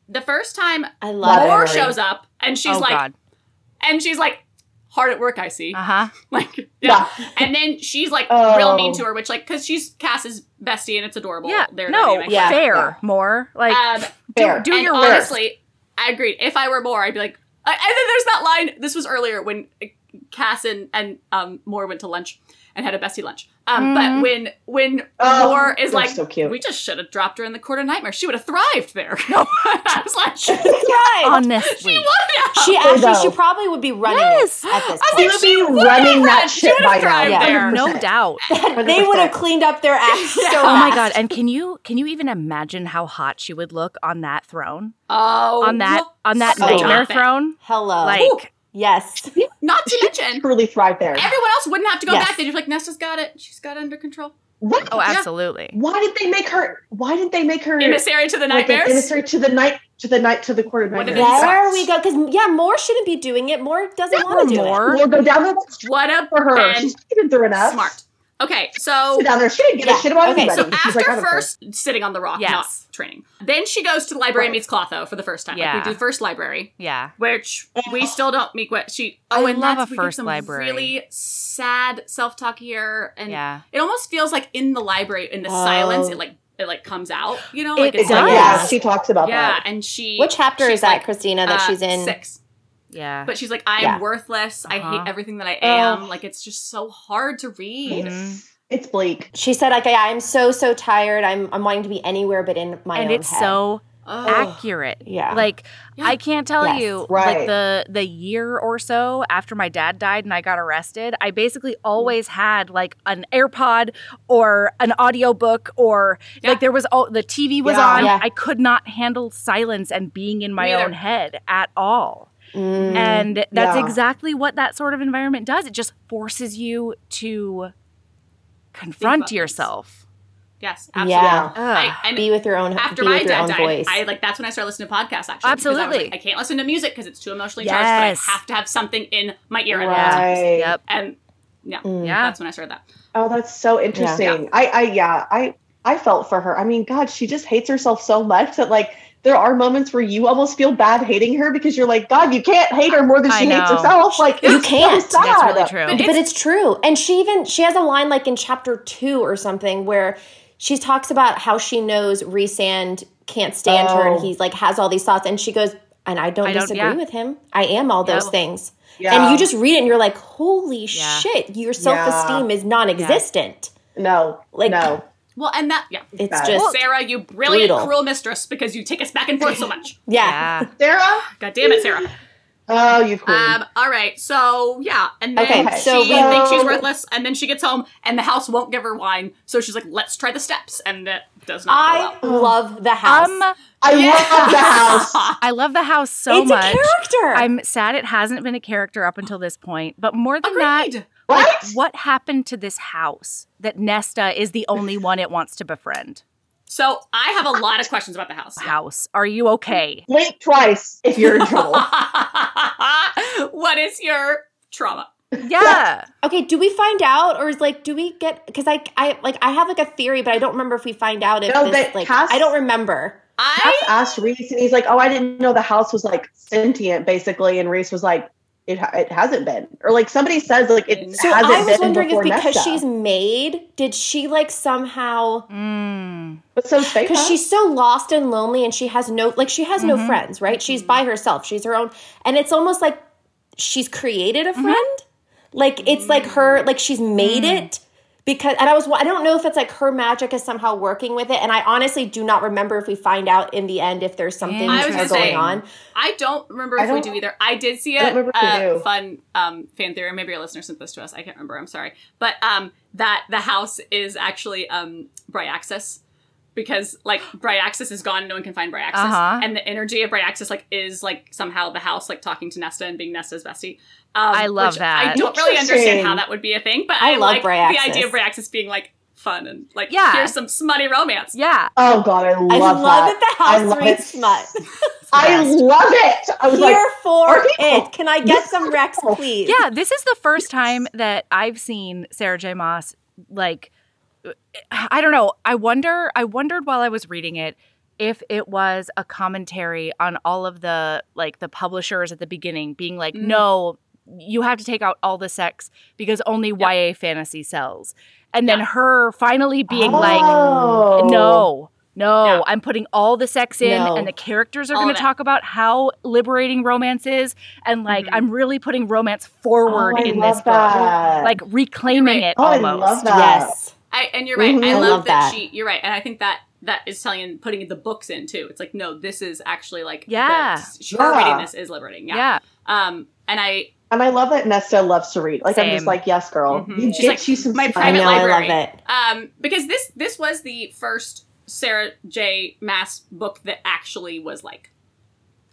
Speaker 2: The first time,
Speaker 5: I
Speaker 4: Love
Speaker 5: love
Speaker 4: it.
Speaker 5: it.
Speaker 2: Moore
Speaker 4: Emery.
Speaker 2: shows up and she's
Speaker 3: oh
Speaker 2: like,
Speaker 3: God.
Speaker 2: and she's like, hard at work, I see.
Speaker 3: Uh-huh.
Speaker 2: [LAUGHS] Like, yeah.
Speaker 4: Yeah.
Speaker 2: And then she's like
Speaker 4: Oh.
Speaker 2: real mean to her, which like, because she's Cass's bestie and it's adorable.
Speaker 3: Yeah.
Speaker 2: Their
Speaker 3: no,
Speaker 2: dynamic.
Speaker 5: Yeah.
Speaker 3: fair,
Speaker 4: Yeah.
Speaker 3: more. Like
Speaker 2: Um,
Speaker 4: Fair.
Speaker 3: do
Speaker 2: and
Speaker 3: your work.
Speaker 2: honestly, I agreed. If I were more, I'd be like, I, and then there's that line. This was earlier when uh, Cass and, and um, Moore went to lunch and had a bestie lunch. Um,
Speaker 3: Mm-hmm.
Speaker 2: But when when
Speaker 4: Oh,
Speaker 2: Moore is
Speaker 4: that's
Speaker 2: like,
Speaker 4: so cute.
Speaker 2: we just should have dropped her in the court of nightmare. She would have thrived there. [LAUGHS] I was like, she would
Speaker 5: [LAUGHS] Right.
Speaker 3: honestly.
Speaker 2: have.
Speaker 5: She actually, she
Speaker 4: though.
Speaker 5: probably would be running
Speaker 3: Yes.
Speaker 5: it at this
Speaker 2: I
Speaker 4: She
Speaker 5: point.
Speaker 2: was
Speaker 4: would be running that
Speaker 2: She
Speaker 4: shit
Speaker 2: would've
Speaker 4: by now.
Speaker 2: thrived [LAUGHS]
Speaker 5: there.
Speaker 4: [LAUGHS]
Speaker 3: No doubt.
Speaker 5: they would have cleaned up
Speaker 3: [LAUGHS]
Speaker 5: their act so
Speaker 3: Oh my
Speaker 5: fast.
Speaker 3: god. And can you can you even imagine how hot she would look on that throne?
Speaker 2: Oh,
Speaker 3: On that on that
Speaker 4: stop
Speaker 3: nightmare
Speaker 2: it.
Speaker 3: throne?
Speaker 5: Hello.
Speaker 2: Ooh.
Speaker 3: Like
Speaker 5: yes.
Speaker 2: [LAUGHS] Not to mention,
Speaker 4: [LAUGHS] truly thrive there.
Speaker 2: everyone else wouldn't have to go
Speaker 5: Yes.
Speaker 2: back. They'd be like, Nesta's got it. She's got it under control.
Speaker 4: What?
Speaker 7: Oh, absolutely.
Speaker 4: Why did they make her? Why did they make her
Speaker 2: Emissary to the
Speaker 4: like, an
Speaker 2: nightmares.
Speaker 4: emissary to the night to the night to the court of
Speaker 2: What did
Speaker 4: nightmares?
Speaker 2: they say?
Speaker 5: There we go. Because yeah, Moore shouldn't be doing it. Moore doesn't want to do it.
Speaker 4: We'll go down there
Speaker 2: What a
Speaker 4: for her.
Speaker 2: And
Speaker 4: She's been through enough.
Speaker 2: smart. Okay, so
Speaker 4: Sit down there. She didn't give
Speaker 5: Yeah.
Speaker 4: a shit about
Speaker 5: Okay,
Speaker 4: anybody.
Speaker 2: so
Speaker 4: She's
Speaker 2: after
Speaker 4: like, I don't care.
Speaker 2: first sitting on the rock,
Speaker 3: Yes.
Speaker 2: not training, then she goes to the library and
Speaker 4: Right.
Speaker 2: meets Clotho for the first time.
Speaker 3: Yeah.
Speaker 2: Like we do first library,
Speaker 3: Yeah.
Speaker 2: which we still don't meet. What she?
Speaker 3: I
Speaker 2: Oh, and
Speaker 3: love
Speaker 2: that's
Speaker 3: a
Speaker 2: we get
Speaker 3: first
Speaker 2: some
Speaker 3: library.
Speaker 2: Really sad self talk here, and
Speaker 3: yeah.
Speaker 2: it almost feels like in the library in the
Speaker 5: Oh.
Speaker 2: silence, it like it like comes out. You know, like
Speaker 7: It
Speaker 2: it's
Speaker 4: Like,
Speaker 5: does.
Speaker 2: like
Speaker 4: yeah, she talks about
Speaker 2: yeah,
Speaker 4: that.
Speaker 2: and she
Speaker 5: What chapter
Speaker 2: she's
Speaker 5: is that,
Speaker 2: like,
Speaker 5: Christina, that
Speaker 2: uh,
Speaker 5: she's in?
Speaker 2: six.
Speaker 3: Yeah.
Speaker 2: But she's like, I am
Speaker 5: Yeah.
Speaker 2: worthless. I
Speaker 3: Uh-huh.
Speaker 2: hate everything that I am.
Speaker 4: Oh.
Speaker 2: Like it's just so hard to read.
Speaker 4: It's, it's bleak.
Speaker 5: She said, like, yeah, I'm so, so tired. I'm, I'm wanting to be anywhere but in my
Speaker 3: and
Speaker 5: own
Speaker 3: it's
Speaker 5: head.
Speaker 3: so
Speaker 2: Ugh.
Speaker 3: accurate.
Speaker 5: Yeah.
Speaker 3: Like
Speaker 2: Oh. Yeah.
Speaker 3: I can't tell
Speaker 5: Yes.
Speaker 3: you like
Speaker 4: Right.
Speaker 3: the the year or so after my dad died and I got arrested, I basically always had like an AirPod or an audiobook or
Speaker 2: Yeah.
Speaker 3: like there was all the TV was
Speaker 4: Yeah.
Speaker 3: on.
Speaker 5: Yeah.
Speaker 3: I could not handle silence and being in my
Speaker 2: Me either.
Speaker 3: own head at all.
Speaker 5: Mm.
Speaker 3: And that's
Speaker 4: Yeah.
Speaker 3: exactly what that sort of environment does. It just forces you to confront
Speaker 2: about
Speaker 3: yourself.
Speaker 2: Yes,
Speaker 5: Yeah.
Speaker 2: absolutely. I, and
Speaker 5: be with your own
Speaker 2: after
Speaker 5: be with
Speaker 2: my
Speaker 5: your
Speaker 2: dad
Speaker 5: own
Speaker 2: died,
Speaker 5: voice.
Speaker 2: I like that's when I started listening to podcasts. Actually, because I was
Speaker 3: Absolutely.
Speaker 2: like, I can't listen to music because it's too emotionally charged.
Speaker 3: Yes.
Speaker 2: But I have to have something in my ear at all times.
Speaker 4: Right.
Speaker 3: Yep.
Speaker 2: And yeah,
Speaker 5: Mm.
Speaker 3: Yeah.
Speaker 2: that's when I started that.
Speaker 4: Oh, that's so interesting. I, I, yeah, I, I felt for her. I mean, God, she just hates herself so much that like there are moments where you almost feel bad hating her because you're like, God, you can't hate her more than
Speaker 3: I
Speaker 4: she hates
Speaker 3: know.
Speaker 4: herself. Like
Speaker 5: You
Speaker 4: it's so
Speaker 5: can't. That's
Speaker 4: sad.
Speaker 3: That's really true.
Speaker 2: But
Speaker 5: but it's true and she even she has a line like in chapter two or something where she talks about how she knows resand can't stand her
Speaker 4: Oh.
Speaker 5: and he's like has all these thoughts and she goes and i don't
Speaker 3: I don't-
Speaker 5: disagree
Speaker 3: yeah.
Speaker 5: with him i am all those
Speaker 3: Yeah.
Speaker 5: things
Speaker 4: Yeah.
Speaker 5: and you just read it and you're like holy
Speaker 3: Yeah.
Speaker 5: shit your self-esteem is non-existent
Speaker 4: no,
Speaker 5: Like-
Speaker 4: no.
Speaker 2: Well, and that yeah,
Speaker 5: it's
Speaker 4: Bad.
Speaker 5: just
Speaker 2: Sarah, you brilliant
Speaker 5: Brutal.
Speaker 2: cruel mistress because you take us back and forth
Speaker 5: [LAUGHS]
Speaker 2: so much.
Speaker 5: yeah,
Speaker 4: Sarah.
Speaker 2: God damn it, Sarah.
Speaker 4: Oh, you queen.
Speaker 2: Um, all right, so yeah, and then
Speaker 5: Okay, so
Speaker 2: she
Speaker 5: we-
Speaker 2: thinks she's worthless, and then she gets home, and the house won't give her wine, so she's like, "Let's try the steps," and that does not. go
Speaker 5: i
Speaker 2: well.
Speaker 5: love the house
Speaker 3: Um
Speaker 4: I
Speaker 2: Yeah.
Speaker 4: love the house.
Speaker 5: [LAUGHS]
Speaker 3: I love the house so
Speaker 5: it's
Speaker 3: much.
Speaker 5: a character
Speaker 3: I'm sad it hasn't been a character up until this point, but more than that,
Speaker 2: Agreed.
Speaker 4: Right?
Speaker 3: what happened to this house that Nesta is the only one it wants to befriend?
Speaker 2: So I have a lot of questions about the
Speaker 5: [LAUGHS]
Speaker 2: house. [LAUGHS]
Speaker 3: House, are you
Speaker 4: [LAUGHS]
Speaker 3: okay?
Speaker 4: Blink twice if you're in trouble.
Speaker 2: what is your trauma?
Speaker 3: Yeah.
Speaker 5: Okay, do we find out, or is like, do we get? Because I, I like, I have like a theory, but I don't remember if we find out if
Speaker 4: No,
Speaker 5: this,
Speaker 4: but
Speaker 5: like,
Speaker 4: Cass-
Speaker 5: I don't remember.
Speaker 2: I
Speaker 4: Cass asked Reese, and he's like, "Oh, I didn't know the house was like sentient, basically." And Reese was like, "It ha- it hasn't been," or like somebody says, "Like it
Speaker 2: So
Speaker 4: hasn't
Speaker 5: I was
Speaker 4: been
Speaker 5: wondering if
Speaker 4: before
Speaker 5: because
Speaker 4: Nesta.
Speaker 5: she's maid, did she like somehow?
Speaker 3: Mm.
Speaker 4: But so fake.
Speaker 5: Because she's so lost and lonely, and she has no, like, she has
Speaker 3: Mhm.
Speaker 4: Mm-hmm.
Speaker 5: no friends, right? She's by herself. She's her own, and it's almost like she's created a
Speaker 4: Mm-hmm.
Speaker 5: friend. Like it's like her, like she's made
Speaker 4: Mm.
Speaker 5: it. Because and I was I don't know if it's like her magic is somehow working with it, and I honestly do not remember if we find out in the end if there's something
Speaker 3: I was
Speaker 5: going
Speaker 2: gonna say,
Speaker 5: on.
Speaker 2: I don't remember
Speaker 4: I
Speaker 2: if we
Speaker 4: don't-
Speaker 2: do either. I did see
Speaker 4: I don't
Speaker 2: a,
Speaker 4: remember if we
Speaker 2: a
Speaker 4: do.
Speaker 2: fun um, fan theory. Maybe our listener sent this to us. I can't remember. I'm sorry, but um, that the house is actually um, Bryaxis because like Bryaxis is gone. No one can find Bryaxis,
Speaker 3: Uh-huh.
Speaker 2: and the energy of Bryaxis like is like somehow the house like talking to Nesta and being Nesta's bestie. Um,
Speaker 3: I love
Speaker 2: which I
Speaker 3: that.
Speaker 2: don't really
Speaker 4: Interesting.
Speaker 2: understand how that would be a thing, but I,
Speaker 5: I love
Speaker 2: like the
Speaker 5: Bryaxis.
Speaker 2: idea of Bryaxis being like fun and like
Speaker 3: Yeah.
Speaker 2: here's some smutty romance.
Speaker 3: Yeah.
Speaker 4: oh god, I love,
Speaker 5: I love
Speaker 4: that.
Speaker 5: that the
Speaker 4: I
Speaker 5: house
Speaker 4: love
Speaker 5: reads
Speaker 4: it.
Speaker 5: smut.
Speaker 4: [LAUGHS] I
Speaker 3: Best.
Speaker 4: love it. I was
Speaker 5: Here
Speaker 4: like,
Speaker 5: for
Speaker 4: are people-
Speaker 5: it. Can I get
Speaker 4: [LAUGHS]
Speaker 5: some Rex, please?
Speaker 3: Yeah, this is the first time that I've seen Sarah J. Moss like I don't know. I wonder I wondered while I was reading it if it was a commentary on all of the like the publishers at the beginning being like,
Speaker 2: Mm.
Speaker 3: no, you have to take out all the sex because only YA fantasy sells. And then
Speaker 2: Yeah.
Speaker 3: her finally being
Speaker 4: Oh.
Speaker 3: like, no. No,
Speaker 2: Yeah.
Speaker 3: I'm putting all the sex in,
Speaker 5: No.
Speaker 3: and the characters are
Speaker 2: All
Speaker 3: going
Speaker 2: of
Speaker 3: to
Speaker 2: it.
Speaker 3: talk about how liberating romance is, and like
Speaker 2: Mhm.
Speaker 5: Mm-hmm.
Speaker 3: I'm really putting romance forward
Speaker 4: oh, I
Speaker 3: in
Speaker 4: love
Speaker 3: this book,
Speaker 4: that.
Speaker 3: like reclaiming
Speaker 2: Right.
Speaker 3: it
Speaker 4: Oh, I
Speaker 3: almost.
Speaker 4: love that.
Speaker 5: Yes.
Speaker 2: I and you're right.
Speaker 4: Mhm.
Speaker 2: I,
Speaker 4: I
Speaker 2: love,
Speaker 5: love
Speaker 2: that,
Speaker 5: that.
Speaker 2: she. You're right, and I think that that is telling and putting the books in too. It's like no, this is actually like
Speaker 3: Yeah.
Speaker 2: the, her
Speaker 4: Yeah.
Speaker 2: reading this is liberating. Yeah.
Speaker 3: Yeah,
Speaker 2: Um, and I
Speaker 4: and I love that Nesta loves to read. Like I'm
Speaker 3: Same.
Speaker 4: just like, yes, girl,
Speaker 2: Mhm.
Speaker 4: you
Speaker 2: She's
Speaker 4: get
Speaker 2: like,
Speaker 4: you some
Speaker 2: my
Speaker 4: smut.
Speaker 5: I
Speaker 2: private
Speaker 5: know.
Speaker 2: library.
Speaker 5: I love it.
Speaker 2: um because this this was the first Sarah J. Mass book that actually was like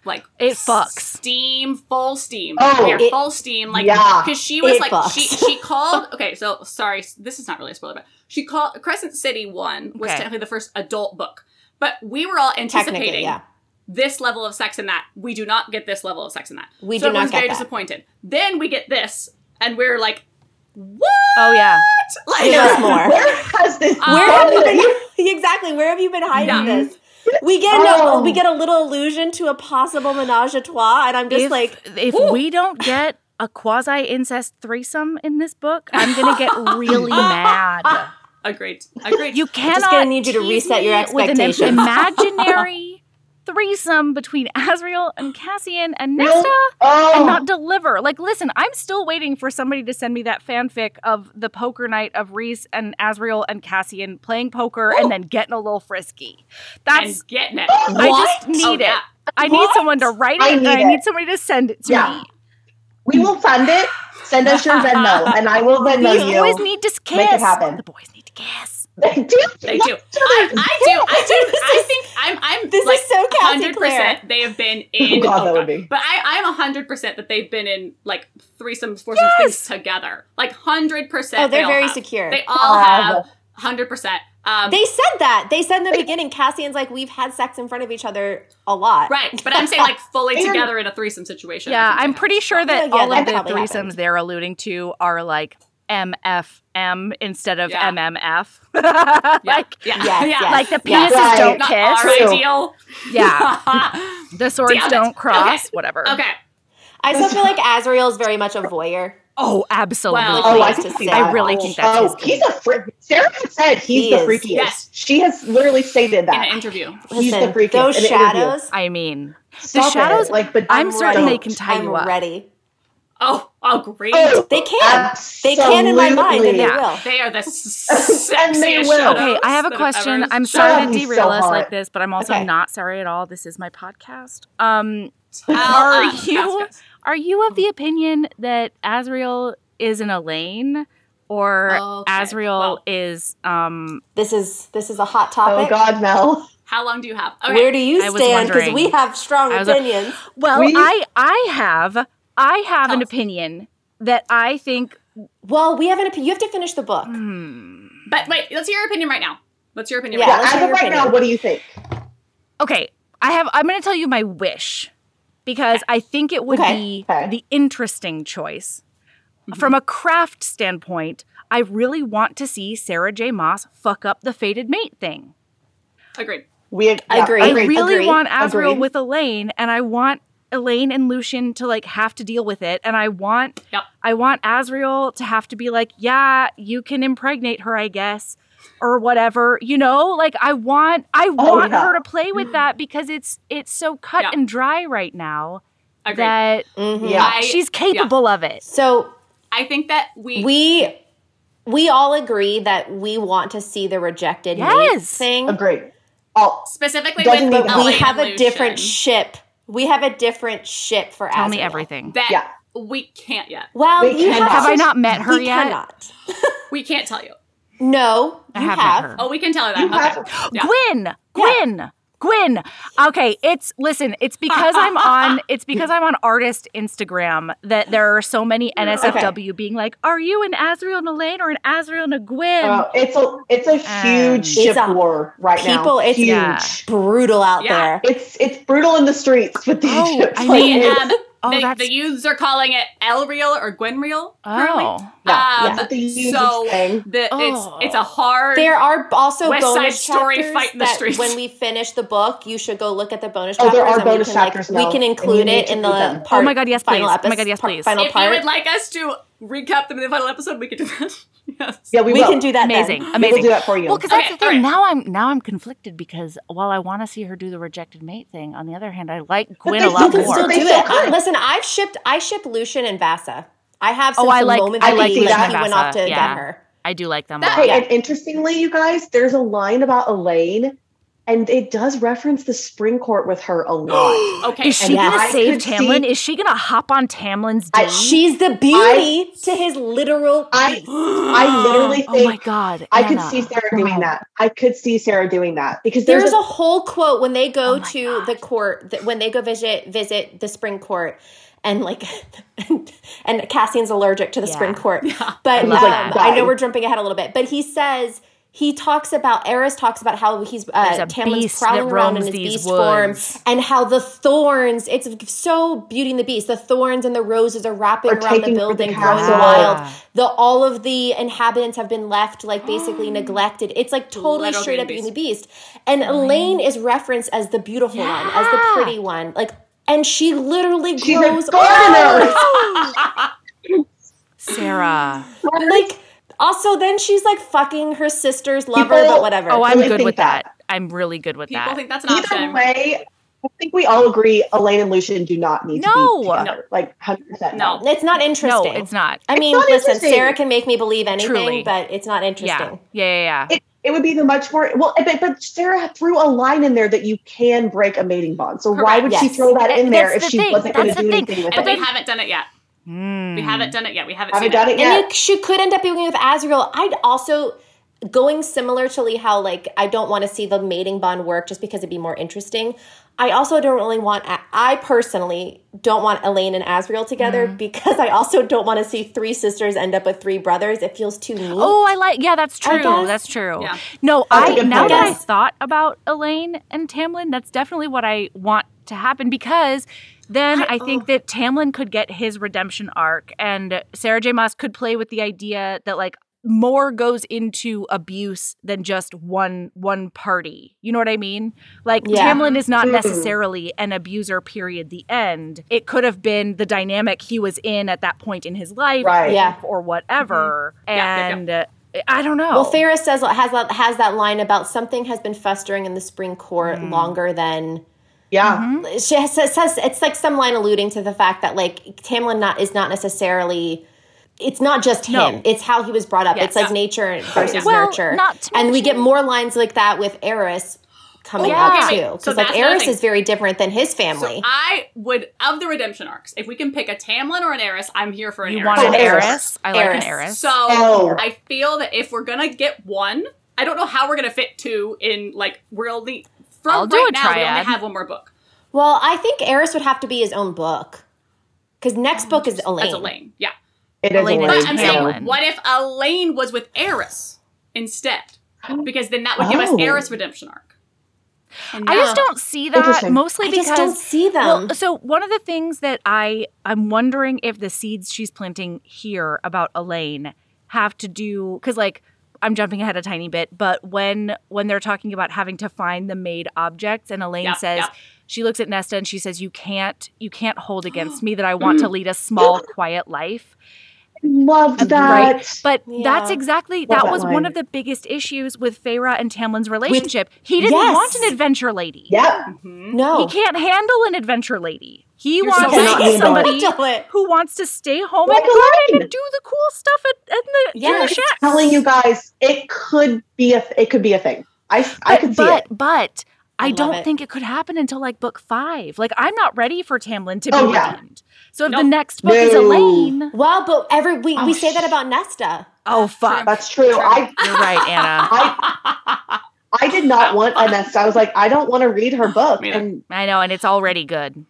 Speaker 2: like
Speaker 3: It fucks.
Speaker 2: steam full steam
Speaker 4: Oh,
Speaker 2: We are
Speaker 5: it-
Speaker 2: full steam like
Speaker 4: yeah.
Speaker 2: because she was
Speaker 5: It
Speaker 2: like she
Speaker 5: [LAUGHS] fucks.
Speaker 2: she called okay so sorry this is not really a spoiler but She called Crescent City One was
Speaker 3: Okay.
Speaker 2: technically the first adult book, but we were all
Speaker 5: Technically,
Speaker 2: anticipating
Speaker 5: yeah.
Speaker 2: this level of sex in that. We do not get this level of sex in that.
Speaker 5: We
Speaker 2: so
Speaker 5: do not
Speaker 2: everyone's
Speaker 5: get
Speaker 2: very
Speaker 5: that.
Speaker 2: disappointed. Then we get this, and we're like, what?
Speaker 3: Oh yeah.
Speaker 2: Like,
Speaker 5: Give us more.
Speaker 4: Where [LAUGHS] has this
Speaker 5: Where
Speaker 2: Um,
Speaker 5: have you been? [LAUGHS] exactly. Where have you been hiding
Speaker 2: Yeah.
Speaker 5: this? We get a,
Speaker 4: Oh.
Speaker 5: we get a little allusion to a possible menage a trois, and I'm just
Speaker 3: if,
Speaker 5: like,
Speaker 3: if
Speaker 2: Ooh.
Speaker 3: we don't get a quasi incest threesome in this book, I'm gonna get really
Speaker 5: [LAUGHS]
Speaker 3: mad.
Speaker 2: [LAUGHS] agreed, agreed.
Speaker 3: You cannot.
Speaker 5: gonna need you to
Speaker 3: tease
Speaker 5: reset your
Speaker 3: me with an
Speaker 5: expectations.
Speaker 3: imaginary [LAUGHS] threesome between Azriel and Cassian and Nesta.
Speaker 4: [LAUGHS] Oh,
Speaker 3: and not deliver. Like, listen, I'm still waiting for somebody to send me that fanfic of the poker night of Reese and Azriel and Cassian playing poker and then getting a little frisky. That's
Speaker 2: and getting it.
Speaker 3: I just need
Speaker 2: Oh,
Speaker 3: it.
Speaker 2: yeah.
Speaker 3: I need
Speaker 4: What?
Speaker 3: someone to write it.
Speaker 4: I
Speaker 3: I need,
Speaker 4: need
Speaker 3: and I
Speaker 4: it.
Speaker 3: need somebody to send it to
Speaker 4: Yeah.
Speaker 3: me.
Speaker 4: we will fund it. Send us your
Speaker 3: [LAUGHS]
Speaker 4: Venmo, and I will Venmo
Speaker 3: These
Speaker 4: you.
Speaker 3: boys need to kiss.
Speaker 4: Make it happen.
Speaker 3: The boys need to kiss.
Speaker 4: They [LAUGHS] do.
Speaker 2: They do. I, I do. I do. I think I'm. I'm.
Speaker 5: this
Speaker 2: like,
Speaker 5: is so Cassie
Speaker 2: hundred
Speaker 5: Clare. Oh,
Speaker 2: percent. They have been in.
Speaker 4: God, that
Speaker 2: oh,
Speaker 4: would be-
Speaker 2: But I, I'm hundred percent that they've been in like threesomes, foursomes, things together. Like hundred percent.
Speaker 5: Oh, they're very secure.
Speaker 2: They all
Speaker 4: Wow.
Speaker 2: have hundred percent. Um,
Speaker 5: They said that. They said in the beginning, Cassian's like, we've had sex in front of each other a lot.
Speaker 2: right, but I'm saying like fully
Speaker 4: And-
Speaker 2: together in a threesome situation.
Speaker 3: Yeah,
Speaker 2: I think
Speaker 3: I'm
Speaker 2: they
Speaker 3: pretty sure that
Speaker 5: Yeah, yeah,
Speaker 3: all
Speaker 5: that
Speaker 3: of the
Speaker 5: probably
Speaker 3: threesomes
Speaker 5: happened.
Speaker 3: they're alluding to are like MFM instead of [LAUGHS]
Speaker 2: Yeah.
Speaker 3: MMF.
Speaker 2: have.
Speaker 3: like,
Speaker 2: Yeah, yeah,
Speaker 5: Yes,
Speaker 2: yeah.
Speaker 5: yes.
Speaker 3: like the
Speaker 5: Yeah.
Speaker 3: penises
Speaker 4: Right.
Speaker 3: don't
Speaker 2: not
Speaker 3: kiss.
Speaker 2: our
Speaker 4: True.
Speaker 2: ideal. [LAUGHS]
Speaker 3: Yeah.
Speaker 2: okay.
Speaker 3: The swords
Speaker 2: Damn it.
Speaker 3: don't cross, whatever.
Speaker 5: I still feel like Azriel's very much a voyeur.
Speaker 3: Oh, absolutely.
Speaker 2: Wow.
Speaker 4: Oh, I
Speaker 5: Nice
Speaker 4: can
Speaker 5: to
Speaker 4: see
Speaker 5: see.
Speaker 4: that.
Speaker 5: I
Speaker 3: really think that's
Speaker 4: Oh,
Speaker 3: his
Speaker 4: he's a freak. Sarah has said he's
Speaker 5: He
Speaker 4: the
Speaker 5: is.
Speaker 4: freakiest.
Speaker 2: Yes.
Speaker 4: She has literally stated
Speaker 2: In an
Speaker 4: that.
Speaker 2: interview.
Speaker 4: He's the
Speaker 5: Listen,
Speaker 4: freakiest.
Speaker 5: those
Speaker 4: in an interview.
Speaker 5: shadows.
Speaker 3: I mean,
Speaker 4: Stop it.
Speaker 3: shadows-
Speaker 4: Like, but
Speaker 3: I'm,
Speaker 5: I'm
Speaker 3: certain they
Speaker 5: ready.
Speaker 3: can tie
Speaker 5: I'm
Speaker 3: you up.
Speaker 5: ready.
Speaker 2: Oh, oh, great.
Speaker 4: Oh,
Speaker 5: They can. They can in my mind, and they
Speaker 4: absolutely.
Speaker 5: will.
Speaker 2: They are the s-
Speaker 4: And they
Speaker 2: sexiest
Speaker 4: will.
Speaker 2: shadows
Speaker 3: Okay, I have a
Speaker 2: Oh, that
Speaker 3: question.
Speaker 2: ever-
Speaker 3: I'm sorry
Speaker 4: That'd
Speaker 3: to
Speaker 4: be
Speaker 3: derail
Speaker 4: so
Speaker 3: us like
Speaker 4: hot.
Speaker 3: this, but I'm also
Speaker 5: Okay.
Speaker 3: not sorry at all. This is my podcast. Um,
Speaker 2: Tell
Speaker 3: Are
Speaker 2: us,
Speaker 3: you-
Speaker 2: ask us.
Speaker 3: are you of the opinion that Azriel is an Elaine, or
Speaker 2: Okay,
Speaker 3: Azriel
Speaker 2: well.
Speaker 3: is? Um,
Speaker 5: This is this is a hot
Speaker 4: Oh
Speaker 5: topic.
Speaker 4: God, Mel.
Speaker 2: How long do you have? Okay.
Speaker 5: Where do you
Speaker 3: I was
Speaker 5: stand? Because
Speaker 3: wondering.
Speaker 5: we have strong
Speaker 3: I was-
Speaker 5: opinions.
Speaker 3: well,
Speaker 4: We-
Speaker 3: I I have I have
Speaker 2: Tell
Speaker 3: an
Speaker 2: us.
Speaker 3: opinion that I think.
Speaker 5: Well, we have an opinion. You have to finish the book.
Speaker 3: hmm,
Speaker 2: But wait, let's hear your opinion right now. What's your opinion?
Speaker 5: Yeah,
Speaker 2: right
Speaker 4: Yeah,
Speaker 5: let's
Speaker 4: as
Speaker 5: hear
Speaker 4: of
Speaker 5: your
Speaker 4: right now,
Speaker 5: opinion.
Speaker 4: what do you think?
Speaker 3: okay i have i'm going to tell you my wish because i think it would
Speaker 5: Okay.
Speaker 3: be
Speaker 4: Okay.
Speaker 3: the interesting choice from a craft standpoint i really want to see sarah j moss fuck up the faded mate thing
Speaker 2: now? Agreed.
Speaker 4: We yeah,
Speaker 5: Agree.
Speaker 3: i
Speaker 5: Agreed,
Speaker 3: really
Speaker 5: agreed,
Speaker 3: want azrael
Speaker 4: agreed.
Speaker 3: with elaine and i want elaine and lucian to like have to deal with it and i want
Speaker 2: Yep.
Speaker 3: i want azrael to have to be like yeah you can impregnate her i guess or whatever you know like i want i want
Speaker 4: yeah.
Speaker 3: her to play with that because it's it's so cut
Speaker 2: Yeah.
Speaker 3: and dry right now
Speaker 2: Agreed.
Speaker 3: that
Speaker 5: Mhm.
Speaker 4: Yeah.
Speaker 2: I-
Speaker 3: she's capable of it
Speaker 5: So
Speaker 2: I think that we,
Speaker 5: we we all agree that we want to see the rejected mate
Speaker 3: Yes.
Speaker 5: thing.
Speaker 4: Agree. Oh,
Speaker 2: specifically
Speaker 4: Doesn't
Speaker 2: with
Speaker 4: need
Speaker 5: But
Speaker 4: Elaine
Speaker 5: we
Speaker 2: Ellie
Speaker 5: have
Speaker 2: and
Speaker 5: a different
Speaker 2: Lucian,
Speaker 5: ship. We have a different ship for
Speaker 3: tell me
Speaker 5: Azriel.
Speaker 3: everything
Speaker 2: that
Speaker 4: Yeah.
Speaker 2: we can't yet.
Speaker 5: Well,
Speaker 4: We
Speaker 5: you
Speaker 4: cannot.
Speaker 5: have,
Speaker 3: have i not met her
Speaker 5: we
Speaker 3: yet
Speaker 5: Cannot.
Speaker 2: We can't tell you.
Speaker 5: No,
Speaker 3: I
Speaker 5: you
Speaker 3: have
Speaker 5: have.
Speaker 3: met her.
Speaker 2: Oh, we can tell her
Speaker 4: you
Speaker 2: that. Okay.
Speaker 4: have.
Speaker 2: Yeah.
Speaker 3: Gwyn, Gwyn, Gwyn. Okay, it's listen. It's because I'm [LAUGHS] on. It's because I'm on artist Instagram that there are so many NSFW being like, "Are you an Azriel and Elaine or an Azriel and a Gwyn?"
Speaker 4: Well, it's a it's a
Speaker 3: Um,
Speaker 4: huge ship
Speaker 5: It's a-
Speaker 4: war right
Speaker 5: people,
Speaker 4: now.
Speaker 5: it's-
Speaker 4: huge.
Speaker 3: Yeah.
Speaker 5: Brutal out
Speaker 2: Yeah.
Speaker 5: there.
Speaker 4: It's it's brutal in the streets with these
Speaker 3: Oh,
Speaker 4: ships.
Speaker 3: I
Speaker 4: Like,
Speaker 3: mean,
Speaker 4: it's-
Speaker 2: Um,
Speaker 3: oh,
Speaker 2: the,
Speaker 3: that's
Speaker 2: the youths are calling it El Real or Gwen Real. currently.
Speaker 3: oh.
Speaker 4: yeah,
Speaker 2: um,
Speaker 4: yeah. the huge
Speaker 2: so-
Speaker 4: thing.
Speaker 2: The,
Speaker 3: Oh.
Speaker 2: It's it's a hard.
Speaker 5: There are also
Speaker 2: West Side
Speaker 5: bonus
Speaker 2: Story
Speaker 5: chapters
Speaker 2: fight in the
Speaker 5: that
Speaker 2: streets.
Speaker 5: when we finish the book, you should go look at the bonus
Speaker 4: Oh,
Speaker 5: chapters.
Speaker 4: there are
Speaker 5: and we
Speaker 4: bonus
Speaker 5: can, like,
Speaker 4: chapters,
Speaker 5: we
Speaker 4: Mel,
Speaker 5: can
Speaker 4: and you
Speaker 5: include
Speaker 4: need
Speaker 5: it
Speaker 4: to
Speaker 5: in
Speaker 4: read them.
Speaker 5: the
Speaker 4: Oh
Speaker 5: part.
Speaker 3: my God, yes,
Speaker 5: final
Speaker 3: please. Oh my
Speaker 5: epis-
Speaker 3: God, yes,
Speaker 5: par-
Speaker 3: please.
Speaker 5: Final
Speaker 2: if you
Speaker 5: part.
Speaker 2: would like us to recap them in the final episode, we could do that. [LAUGHS] yes.
Speaker 4: Yeah, we,
Speaker 5: we
Speaker 4: will.
Speaker 5: can do that. then.
Speaker 3: Amazing,
Speaker 4: We will
Speaker 3: amazing.
Speaker 4: do that for you.
Speaker 3: Well, because that's
Speaker 2: Okay,
Speaker 3: the thing.
Speaker 2: alright.
Speaker 3: Now I'm now I'm conflicted because while I want to see her do the rejected mate thing, on the other hand, I like Gwyn
Speaker 4: they-
Speaker 3: a
Speaker 4: you
Speaker 3: lot
Speaker 4: can
Speaker 3: more.
Speaker 4: still
Speaker 5: do
Speaker 4: They
Speaker 5: it.
Speaker 4: could.
Speaker 5: I- listen, I've shipped. I ship Lucian and Vasa. I have since
Speaker 3: Oh, I
Speaker 5: the
Speaker 3: like-
Speaker 5: moment
Speaker 3: I
Speaker 5: that
Speaker 4: like
Speaker 5: he,
Speaker 4: Lucian
Speaker 5: that
Speaker 3: and
Speaker 5: he went
Speaker 3: Vasa,
Speaker 5: off to
Speaker 3: yeah.
Speaker 5: get her.
Speaker 3: I do like them a
Speaker 2: That-
Speaker 3: lot.
Speaker 4: Hey,
Speaker 5: Yeah.
Speaker 4: and interestingly, you guys, there's a line about Elaine, and it does reference the spring court with her
Speaker 2: [GASPS]
Speaker 4: a lot.
Speaker 2: Okay.
Speaker 3: Is she
Speaker 5: yeah,
Speaker 3: gonna
Speaker 4: I
Speaker 3: save
Speaker 4: could see-
Speaker 3: Tamlin? Is she gonna hop on Tamlin's
Speaker 4: I-
Speaker 3: date?
Speaker 5: She's the beauty to his literal.
Speaker 4: I I
Speaker 2: I
Speaker 4: literally
Speaker 3: oh my
Speaker 4: think
Speaker 3: god!
Speaker 4: I could
Speaker 3: Anna.
Speaker 4: see Sarah doing that. I could see Sarah doing that because
Speaker 5: There's,
Speaker 4: there's,
Speaker 5: a, whole quote when they go
Speaker 3: Oh my
Speaker 5: to
Speaker 3: God.
Speaker 5: the court that when they go visit visit the spring court, and like [LAUGHS] and Cassian's allergic to the
Speaker 3: Yeah.
Speaker 5: spring court. But
Speaker 4: And he's,
Speaker 5: um,
Speaker 4: like,
Speaker 5: I know
Speaker 4: dying.
Speaker 5: we're jumping ahead a little bit, but he says he talks about Eris talks about how he's
Speaker 3: There's
Speaker 5: uh,
Speaker 3: a
Speaker 5: Tamlin's
Speaker 3: beast
Speaker 5: prowling
Speaker 3: that
Speaker 5: around in
Speaker 3: roams
Speaker 5: his
Speaker 3: these
Speaker 5: beast form,
Speaker 3: woods.
Speaker 5: and how the thorns. It's so Beauty and the Beast. The thorns and the roses are wrapping
Speaker 4: Are
Speaker 5: around the
Speaker 4: taking over the
Speaker 5: building, growing
Speaker 4: castle.
Speaker 5: wild. The all of the inhabitants have been left like basically neglected. It's like totally
Speaker 2: Little
Speaker 5: straight
Speaker 2: Beauty
Speaker 5: up
Speaker 2: and
Speaker 5: Beauty and the Beast. And Elaine is referenced as the beautiful one, as the pretty one, like. And she literally
Speaker 4: She's a
Speaker 5: grows
Speaker 4: gardener.
Speaker 5: old.
Speaker 3: Sarah.
Speaker 5: Like, also, then she's like fucking her sister's lover,
Speaker 4: People-
Speaker 5: but whatever.
Speaker 3: Oh, I'm
Speaker 4: Really
Speaker 3: good
Speaker 4: think
Speaker 3: with that.
Speaker 4: that.
Speaker 3: I'm really good with
Speaker 2: People
Speaker 3: that.
Speaker 2: think that's an
Speaker 4: Either
Speaker 2: option.
Speaker 4: way, I think we all agree Elaine and Lucian do not need
Speaker 3: No.
Speaker 4: to be together. Like 100%.
Speaker 2: No.
Speaker 5: it's not
Speaker 3: no,
Speaker 5: interesting.
Speaker 3: it's not.
Speaker 5: I
Speaker 4: It's
Speaker 5: mean,
Speaker 4: not
Speaker 5: listen,
Speaker 4: interesting.
Speaker 5: Sarah can make me believe anything,
Speaker 3: Truly.
Speaker 5: but it's not
Speaker 3: Yeah.
Speaker 5: interesting.
Speaker 3: Yeah, yeah, yeah.
Speaker 4: It, it would be the much more well, but, but Sarah threw a line in there that you can break a mating bond. So why
Speaker 2: Correct.
Speaker 4: would she
Speaker 5: Yes.
Speaker 4: throw that in there
Speaker 3: That's
Speaker 4: if
Speaker 3: the
Speaker 4: she
Speaker 3: thing.
Speaker 4: wasn't going
Speaker 3: That's
Speaker 4: to
Speaker 3: the
Speaker 4: do
Speaker 3: thing.
Speaker 4: anything with
Speaker 2: And
Speaker 4: it?
Speaker 2: we haven't done it yet.
Speaker 1: Hmm.
Speaker 2: We haven't done it yet. We haven't,
Speaker 4: Haven't
Speaker 2: seen
Speaker 4: done it
Speaker 5: And
Speaker 4: yet.
Speaker 5: you, she could end up being with Azriel. I'd also going similar to Lee how like I don't want to see the mating bond work just because it'd be more interesting. I also don't really want. I personally don't want Elaine and Azriel together because I also don't want to see three sisters end up with three brothers. It feels too mean.
Speaker 3: Oh, I like. Yeah, that's
Speaker 5: I
Speaker 3: true.
Speaker 5: guess.
Speaker 3: That's true.
Speaker 2: Yeah.
Speaker 3: No,
Speaker 4: That's a
Speaker 3: I
Speaker 4: good
Speaker 3: now
Speaker 4: point.
Speaker 3: that I
Speaker 5: Yes.
Speaker 3: thought about Elaine and Tamlin, that's definitely what I want to happen because then I,
Speaker 2: I-
Speaker 3: think
Speaker 2: oh.
Speaker 3: that Tamlin could get his redemption arc, and Sarah J. Moss could play with the idea that like more goes into abuse than just one one party. You know what I mean? Like
Speaker 5: Yeah.
Speaker 3: Tamlin is not
Speaker 4: Mm.
Speaker 3: necessarily an abuser. Period. The end. It could have been the dynamic he was in at that point in his life,
Speaker 4: Right.
Speaker 5: Yeah.
Speaker 3: or whatever.
Speaker 2: Yeah, yeah, yeah.
Speaker 3: And uh, I don't know.
Speaker 5: Well, Ferris says has that has that line about something has been festering in the spring court longer than Uh,
Speaker 4: Yeah.
Speaker 3: Mhm.
Speaker 5: she has, says. says- It's like some line alluding to the fact that like Tamlin not is not necessarily. It's not just him.
Speaker 3: No.
Speaker 5: It's how he was brought up.
Speaker 3: Yes.
Speaker 5: It's like nature versus
Speaker 3: Well,
Speaker 5: nurture,
Speaker 3: not to
Speaker 5: and we
Speaker 3: mention-
Speaker 5: get more lines like that with Eris coming
Speaker 3: Oh,
Speaker 5: up
Speaker 3: okay,
Speaker 5: too,
Speaker 2: wait.
Speaker 5: because
Speaker 2: So
Speaker 5: like
Speaker 2: that's another
Speaker 5: Eris
Speaker 2: thing.
Speaker 5: is very different than his
Speaker 2: So
Speaker 5: family.
Speaker 2: I would of the redemption arcs. If we can pick a Tamlin or an Eris, I'm here for an
Speaker 3: You
Speaker 2: Eris.
Speaker 3: want
Speaker 4: Oh,
Speaker 3: an
Speaker 4: heiress.
Speaker 3: heiress? I like an
Speaker 5: Heiress.
Speaker 3: heiress.
Speaker 2: So
Speaker 4: Oh.
Speaker 2: I feel that if we're gonna get one, I don't know how we're gonna fit two in like we're only from
Speaker 3: I'll
Speaker 2: right
Speaker 3: do a
Speaker 2: now we
Speaker 3: triad.
Speaker 2: only have one more book.
Speaker 5: well, I think Eris would have to be his own book, because next book is Elaine.
Speaker 2: That's Elaine. Yeah.
Speaker 4: It is
Speaker 3: Elaine
Speaker 4: Elaine.
Speaker 3: is
Speaker 2: But I'm
Speaker 3: Ellen.
Speaker 2: saying what if Elaine was with Eris instead? Because then that would give us
Speaker 4: Oh.
Speaker 2: Eris redemption arc. And
Speaker 3: I just
Speaker 2: now-
Speaker 3: don't see that
Speaker 4: Interesting.
Speaker 3: mostly
Speaker 5: I
Speaker 3: because
Speaker 5: just don't see them.
Speaker 3: Well, so one of the things that I I'm wondering if the seeds she's planting here about Elaine have to do cuz like I'm jumping ahead a tiny bit, but when when they're talking about having to find the made objects and Elaine
Speaker 2: Yeah,
Speaker 3: says
Speaker 2: yeah.
Speaker 3: she looks at Nesta and she says you can't you can't
Speaker 2: [GASPS]
Speaker 3: hold against me that I want to lead a small quiet life.
Speaker 4: Loved that.
Speaker 3: Right. But that's
Speaker 5: Yeah.
Speaker 3: exactly
Speaker 4: Love
Speaker 3: that
Speaker 4: that
Speaker 3: was one
Speaker 4: line.
Speaker 3: of the biggest issues with Feyre and Tamlin's relationship. he didn't
Speaker 5: Yes.
Speaker 3: want an adventure lady.
Speaker 4: Yep.
Speaker 2: Mhm.
Speaker 3: He
Speaker 5: no,
Speaker 3: can't handle an adventure lady. He
Speaker 2: You're
Speaker 3: wants
Speaker 2: so right.
Speaker 3: to be
Speaker 4: Cannot
Speaker 3: somebody [LAUGHS]
Speaker 5: handle it.
Speaker 3: who wants to stay home
Speaker 4: Like
Speaker 3: and go in
Speaker 4: Elaine.
Speaker 3: and do the cool stuff at, at the, in the
Speaker 5: Yes.
Speaker 3: shack.
Speaker 4: Telling you guys, it could be a it could be a thing. I I
Speaker 3: But-
Speaker 4: could see
Speaker 3: but,
Speaker 4: it.
Speaker 3: But I,
Speaker 5: I love
Speaker 3: don't
Speaker 5: it.
Speaker 3: think it could happen until like book five. Like I'm not ready for Tamlin to be
Speaker 4: Oh, yeah.
Speaker 3: redeemed. So if the
Speaker 2: Nope.
Speaker 3: next book is
Speaker 4: No.
Speaker 3: Elaine,
Speaker 5: Well, but every we, we
Speaker 4: Oh,
Speaker 5: say that
Speaker 4: sh-
Speaker 5: about Nesta.
Speaker 3: oh fuck,
Speaker 4: That's true. I
Speaker 3: you're right, Anna.
Speaker 4: I I did not want Anesta. I was like, I don't want to read her book.
Speaker 2: Me neither.
Speaker 4: And
Speaker 3: I know, and it's already good.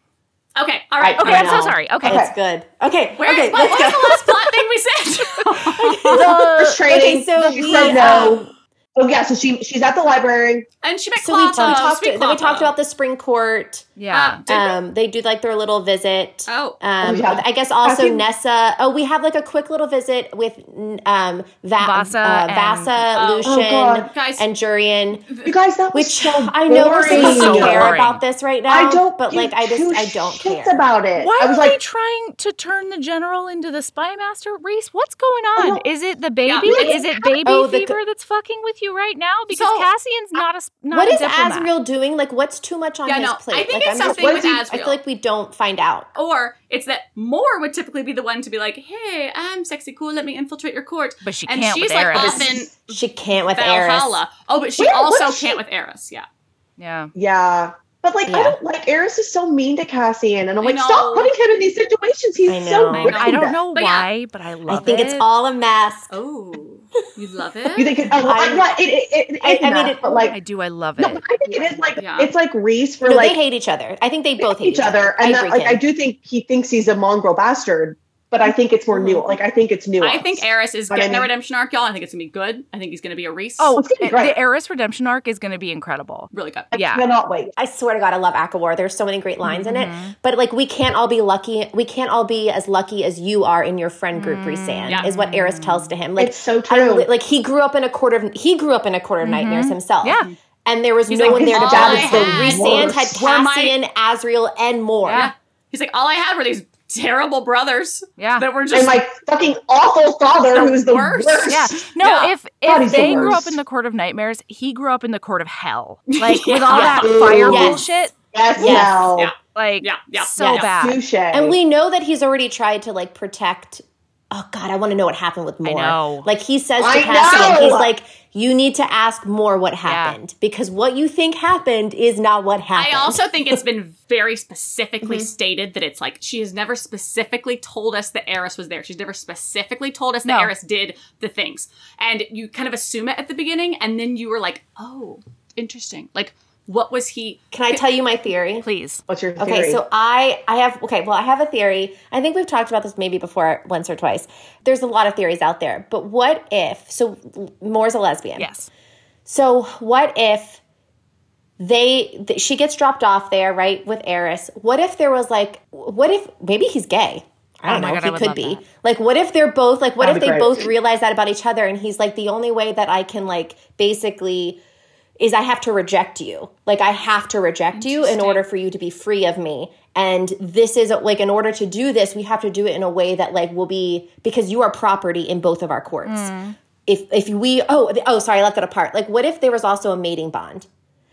Speaker 2: Okay, all right.
Speaker 4: I-
Speaker 3: Okay,
Speaker 5: I
Speaker 3: I'm so
Speaker 5: know.
Speaker 3: sorry. Okay,
Speaker 5: It's good. Okay.
Speaker 2: Where,
Speaker 5: okay.
Speaker 2: what,
Speaker 5: let's
Speaker 2: what
Speaker 5: go.
Speaker 2: was the last plot thing we said? [LAUGHS]
Speaker 4: the training.
Speaker 5: okay, so
Speaker 4: she
Speaker 5: we,
Speaker 4: said no.
Speaker 5: um,
Speaker 4: oh yeah, so she she's at the library.
Speaker 2: and she met
Speaker 5: So we, we
Speaker 2: Clotho.
Speaker 5: talked.
Speaker 2: Sweet
Speaker 5: Then we talked
Speaker 2: Clotho.
Speaker 5: about the spring court.
Speaker 3: yeah.
Speaker 2: Uh, did we?
Speaker 5: Um, they do like their little visit.
Speaker 2: Oh.
Speaker 5: Um,
Speaker 4: Oh, yeah.
Speaker 5: I guess also
Speaker 4: Have you-
Speaker 5: Nessa. Oh, we have like a quick little visit with um, Va-
Speaker 3: Vasa
Speaker 5: uh,
Speaker 3: and-
Speaker 5: Vasa,
Speaker 2: Oh.
Speaker 5: Lucian,
Speaker 4: Oh, God.
Speaker 2: Guys.
Speaker 5: and Jurian.
Speaker 4: You guys, that was
Speaker 5: Which
Speaker 4: so
Speaker 5: I know we're supposed to
Speaker 3: So
Speaker 4: boring.
Speaker 5: care
Speaker 3: boring.
Speaker 5: about this right now.
Speaker 4: I don't.
Speaker 5: But
Speaker 4: give
Speaker 5: like, I just
Speaker 4: two
Speaker 5: I don't care
Speaker 4: shits about it.
Speaker 3: Why
Speaker 4: I was
Speaker 3: are they
Speaker 4: like,
Speaker 3: trying to turn the general into the spy master, Reese? What's going on?
Speaker 4: don't-
Speaker 3: Is it the baby?
Speaker 2: it's-
Speaker 3: is it baby
Speaker 5: Oh, the
Speaker 3: fever that's fucking with you right now? Because
Speaker 2: So,
Speaker 3: Cassian's not a s- not
Speaker 5: What
Speaker 3: a
Speaker 5: is
Speaker 3: diplomat.
Speaker 5: Asriel doing? Like, what's too much on
Speaker 2: Yeah,
Speaker 5: his
Speaker 2: no, I
Speaker 5: plate?
Speaker 2: think
Speaker 5: like,
Speaker 2: it's
Speaker 5: just-
Speaker 2: something with
Speaker 5: I
Speaker 2: Asriel.
Speaker 5: feel like we don't find out.
Speaker 2: Or it's that Moore would typically be the one to be like, "Hey, I'm sexy, cool. Let me infiltrate your court."
Speaker 3: But she
Speaker 2: and
Speaker 3: can't
Speaker 2: she's
Speaker 3: with
Speaker 2: like
Speaker 3: Eris.
Speaker 2: often
Speaker 5: She can't with Eris.
Speaker 2: Valhalla. Oh, but she
Speaker 4: Where- what
Speaker 2: also
Speaker 4: is she-
Speaker 2: can't with Eris. Yeah.
Speaker 3: yeah.
Speaker 4: yeah, But like, I
Speaker 5: Yeah.
Speaker 4: don't like Eris is so mean to Cassian, and I'm
Speaker 2: I
Speaker 4: like,
Speaker 2: know.
Speaker 4: stop putting him in these situations. He's
Speaker 5: I know.
Speaker 4: so
Speaker 5: I know.
Speaker 4: rude.
Speaker 3: I don't know
Speaker 2: But yeah.
Speaker 3: why, but I
Speaker 5: I
Speaker 3: love
Speaker 5: think
Speaker 3: it.
Speaker 5: it's all a mask. [LAUGHS]
Speaker 2: Oh, you love
Speaker 4: You
Speaker 2: it?
Speaker 4: think? It, oh,
Speaker 5: I-
Speaker 4: I'm not. It, it, it,
Speaker 5: I-
Speaker 4: it's
Speaker 5: I mean,
Speaker 4: not,
Speaker 5: it-
Speaker 4: but
Speaker 3: I
Speaker 4: like,
Speaker 3: do. I love it.
Speaker 4: no, but I think it is like
Speaker 2: Yeah.
Speaker 4: it's like Reese. We're
Speaker 5: No,
Speaker 4: like
Speaker 5: they hate each other. I think they both hate
Speaker 4: each other, and
Speaker 5: I
Speaker 4: that,
Speaker 5: agree,
Speaker 4: like I
Speaker 5: Ken.
Speaker 4: do think he thinks he's a mongrel bastard, but I think it's more new. Like I think it's new.
Speaker 2: I think Eris is
Speaker 4: But I
Speaker 2: getting a
Speaker 4: mean-
Speaker 2: redemption arc, y'all. I think it's gonna be good. I think he's gonna be a Reese.
Speaker 3: oh,
Speaker 4: It's gonna be
Speaker 3: it-
Speaker 4: great.
Speaker 3: the Eris redemption arc is going to be incredible.
Speaker 2: really good.
Speaker 4: I
Speaker 3: yeah.
Speaker 4: cannot wait.
Speaker 5: I swear to God, I love Akawar. There's so many great lines in
Speaker 2: Mm-hmm.
Speaker 3: Mm-hmm.
Speaker 5: it. But like, we can't all be lucky. We can't all be as lucky as you are in your friend group, Reese Sand,
Speaker 2: Mm, Yeah.
Speaker 5: is what Eris tells to him. Like,
Speaker 4: it's so
Speaker 5: I
Speaker 4: true.
Speaker 5: li- like he grew up in a quarter of he grew up in a quarter of nightmares himself.
Speaker 3: Yeah.
Speaker 5: And there was
Speaker 2: Mm-hmm. He's
Speaker 5: no
Speaker 2: like,
Speaker 5: one there to
Speaker 2: "All
Speaker 5: battle.
Speaker 2: I
Speaker 5: So
Speaker 2: had
Speaker 5: Resand had
Speaker 2: were my-
Speaker 5: Cassian, Azriel, and more.
Speaker 2: Yeah. He's like, all I had were these terrible brothers
Speaker 5: Ah.
Speaker 3: Yeah.
Speaker 2: that were just
Speaker 4: and my fucking awful father,
Speaker 2: The
Speaker 4: who's the
Speaker 2: worst.
Speaker 4: worst.
Speaker 5: [LAUGHS]
Speaker 3: Yeah. No,
Speaker 2: Yeah.
Speaker 3: if
Speaker 4: God, he's
Speaker 3: if
Speaker 4: the
Speaker 3: they grew up
Speaker 4: worst.
Speaker 3: in the court of nightmares, he grew up in the court of
Speaker 5: [LAUGHS]
Speaker 3: hell. Like with all
Speaker 5: Yeah.
Speaker 3: that fire
Speaker 4: Yes.
Speaker 3: bullshit.
Speaker 4: Yes,
Speaker 5: Yes.
Speaker 4: now.
Speaker 2: Yeah.
Speaker 3: Like
Speaker 2: Yeah, yeah,
Speaker 3: so
Speaker 2: yeah.
Speaker 3: bad.
Speaker 4: Touche.
Speaker 5: And we know that he's already tried to like protect. Oh God, I want to know what happened with Moore.
Speaker 3: know.
Speaker 5: Like he says to
Speaker 4: I
Speaker 5: Cassian,
Speaker 4: know.
Speaker 5: he's like, "You need to ask more what happened because what you think happened is not what
Speaker 2: I
Speaker 5: happened."
Speaker 2: also think it's been very specifically
Speaker 5: Mm-hmm.
Speaker 2: stated that it's like she has never specifically told us that Eris was there. She's never specifically told us that
Speaker 3: No.
Speaker 2: Eris did the things. And you kind of assume it at the beginning, and then you were like, oh, interesting. Like, what was he?
Speaker 5: Can I tell you my theory?
Speaker 3: Please.
Speaker 4: What's your theory?
Speaker 5: Okay, so I I have okay, well I have a theory. I think we've talked about this maybe before once or twice. There's a lot of theories out there. But what if so Moore's a lesbian.
Speaker 3: Yes.
Speaker 5: So what if they th- she gets dropped off there, right, with Eris. What if there was like what if maybe he's gay? I
Speaker 3: Oh
Speaker 5: don't
Speaker 3: my
Speaker 5: know.
Speaker 3: God, I
Speaker 5: he
Speaker 3: would
Speaker 5: could
Speaker 3: love
Speaker 5: be.
Speaker 3: that.
Speaker 5: Like what if they're both like what
Speaker 4: That'd
Speaker 5: if
Speaker 4: be
Speaker 5: they
Speaker 4: great.
Speaker 5: both realize that about each other and he's like the only way that I can like basically is I have to reject you. Like I have to reject you in order for you to be free of me. And this is like in order to do this, we have to do it in a way that like will be because you are property in both of our courts.
Speaker 3: Mm.
Speaker 5: If if we oh the- oh sorry, I left that apart. Like what if there was also a mating bond?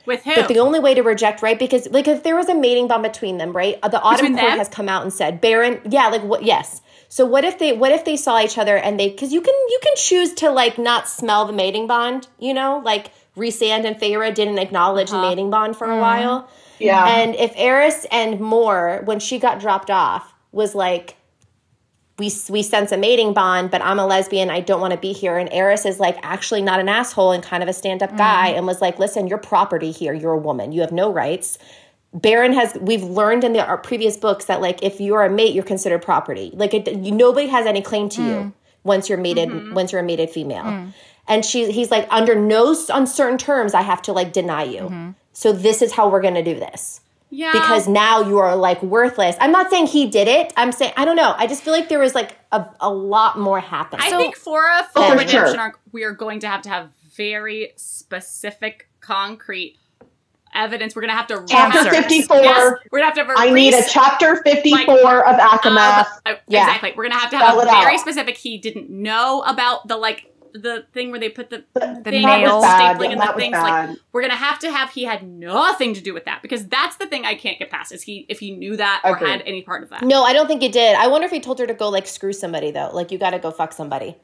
Speaker 2: With who?
Speaker 5: But the only way to reject, right? Because like if there was a mating bond between them, right? Uh, The autumn
Speaker 2: Between
Speaker 5: court
Speaker 2: them?
Speaker 5: has come out and said, Baron, yeah, like what? Yes. So what if they what if they saw each other and they because you can you can choose to like not smell the mating bond, you know, like Resand and Feyre didn't acknowledge
Speaker 2: Uh-huh.
Speaker 5: the mating bond for
Speaker 2: Mm-hmm.
Speaker 5: a while.
Speaker 4: yeah.
Speaker 5: And if Eris and Moore, when she got dropped off, was like, we, we sense a mating bond, but I'm a lesbian. I don't want to be here. And Eris is like, actually, not an asshole and kind of a stand up guy and was like, listen, you're property here. You're a woman. You have no rights. Baron has, we've learned in the, our previous books that, like, if you're a mate, you're considered property. Like, it, you, nobody has any claim to you once you're mated, once you're a mated female. And she, he's like, under no s- uncertain terms, I have to, like, deny you.
Speaker 3: Mm-hmm.
Speaker 5: So this is how we're going to do this
Speaker 2: yeah.
Speaker 5: because now you are like worthless. I'm not saying he did it. I'm saying I don't know. I just feel like there was like a, a lot more happening.
Speaker 2: I think for a full
Speaker 4: Oh, for
Speaker 2: redemption
Speaker 4: sure.
Speaker 2: arc, we are going to have to have very specific, concrete evidence. We're going to have to
Speaker 4: Chapter
Speaker 2: have-
Speaker 4: 54.
Speaker 2: Yes, we're going to have to. Have
Speaker 4: I need a
Speaker 2: Reese-
Speaker 4: chapter 54 of Akamath.
Speaker 2: Um,
Speaker 5: Yeah.
Speaker 2: Exactly. We're gonna have to have
Speaker 4: Spell
Speaker 2: a
Speaker 4: it out.
Speaker 2: very specific. He didn't know about the like the thing where they put the
Speaker 3: The
Speaker 2: thing
Speaker 4: that
Speaker 3: nail
Speaker 4: was bad.
Speaker 2: stapling and
Speaker 4: that
Speaker 2: the
Speaker 4: was
Speaker 2: things like
Speaker 4: bad.
Speaker 2: we're gonna have to have. He had nothing to do with that because that's the thing I can't get past. Is he if he knew that or
Speaker 4: Agreed.
Speaker 2: had any part of that?
Speaker 5: no, I don't think it did. I wonder if he told her to go like screw somebody though. Like you got to go fuck somebody.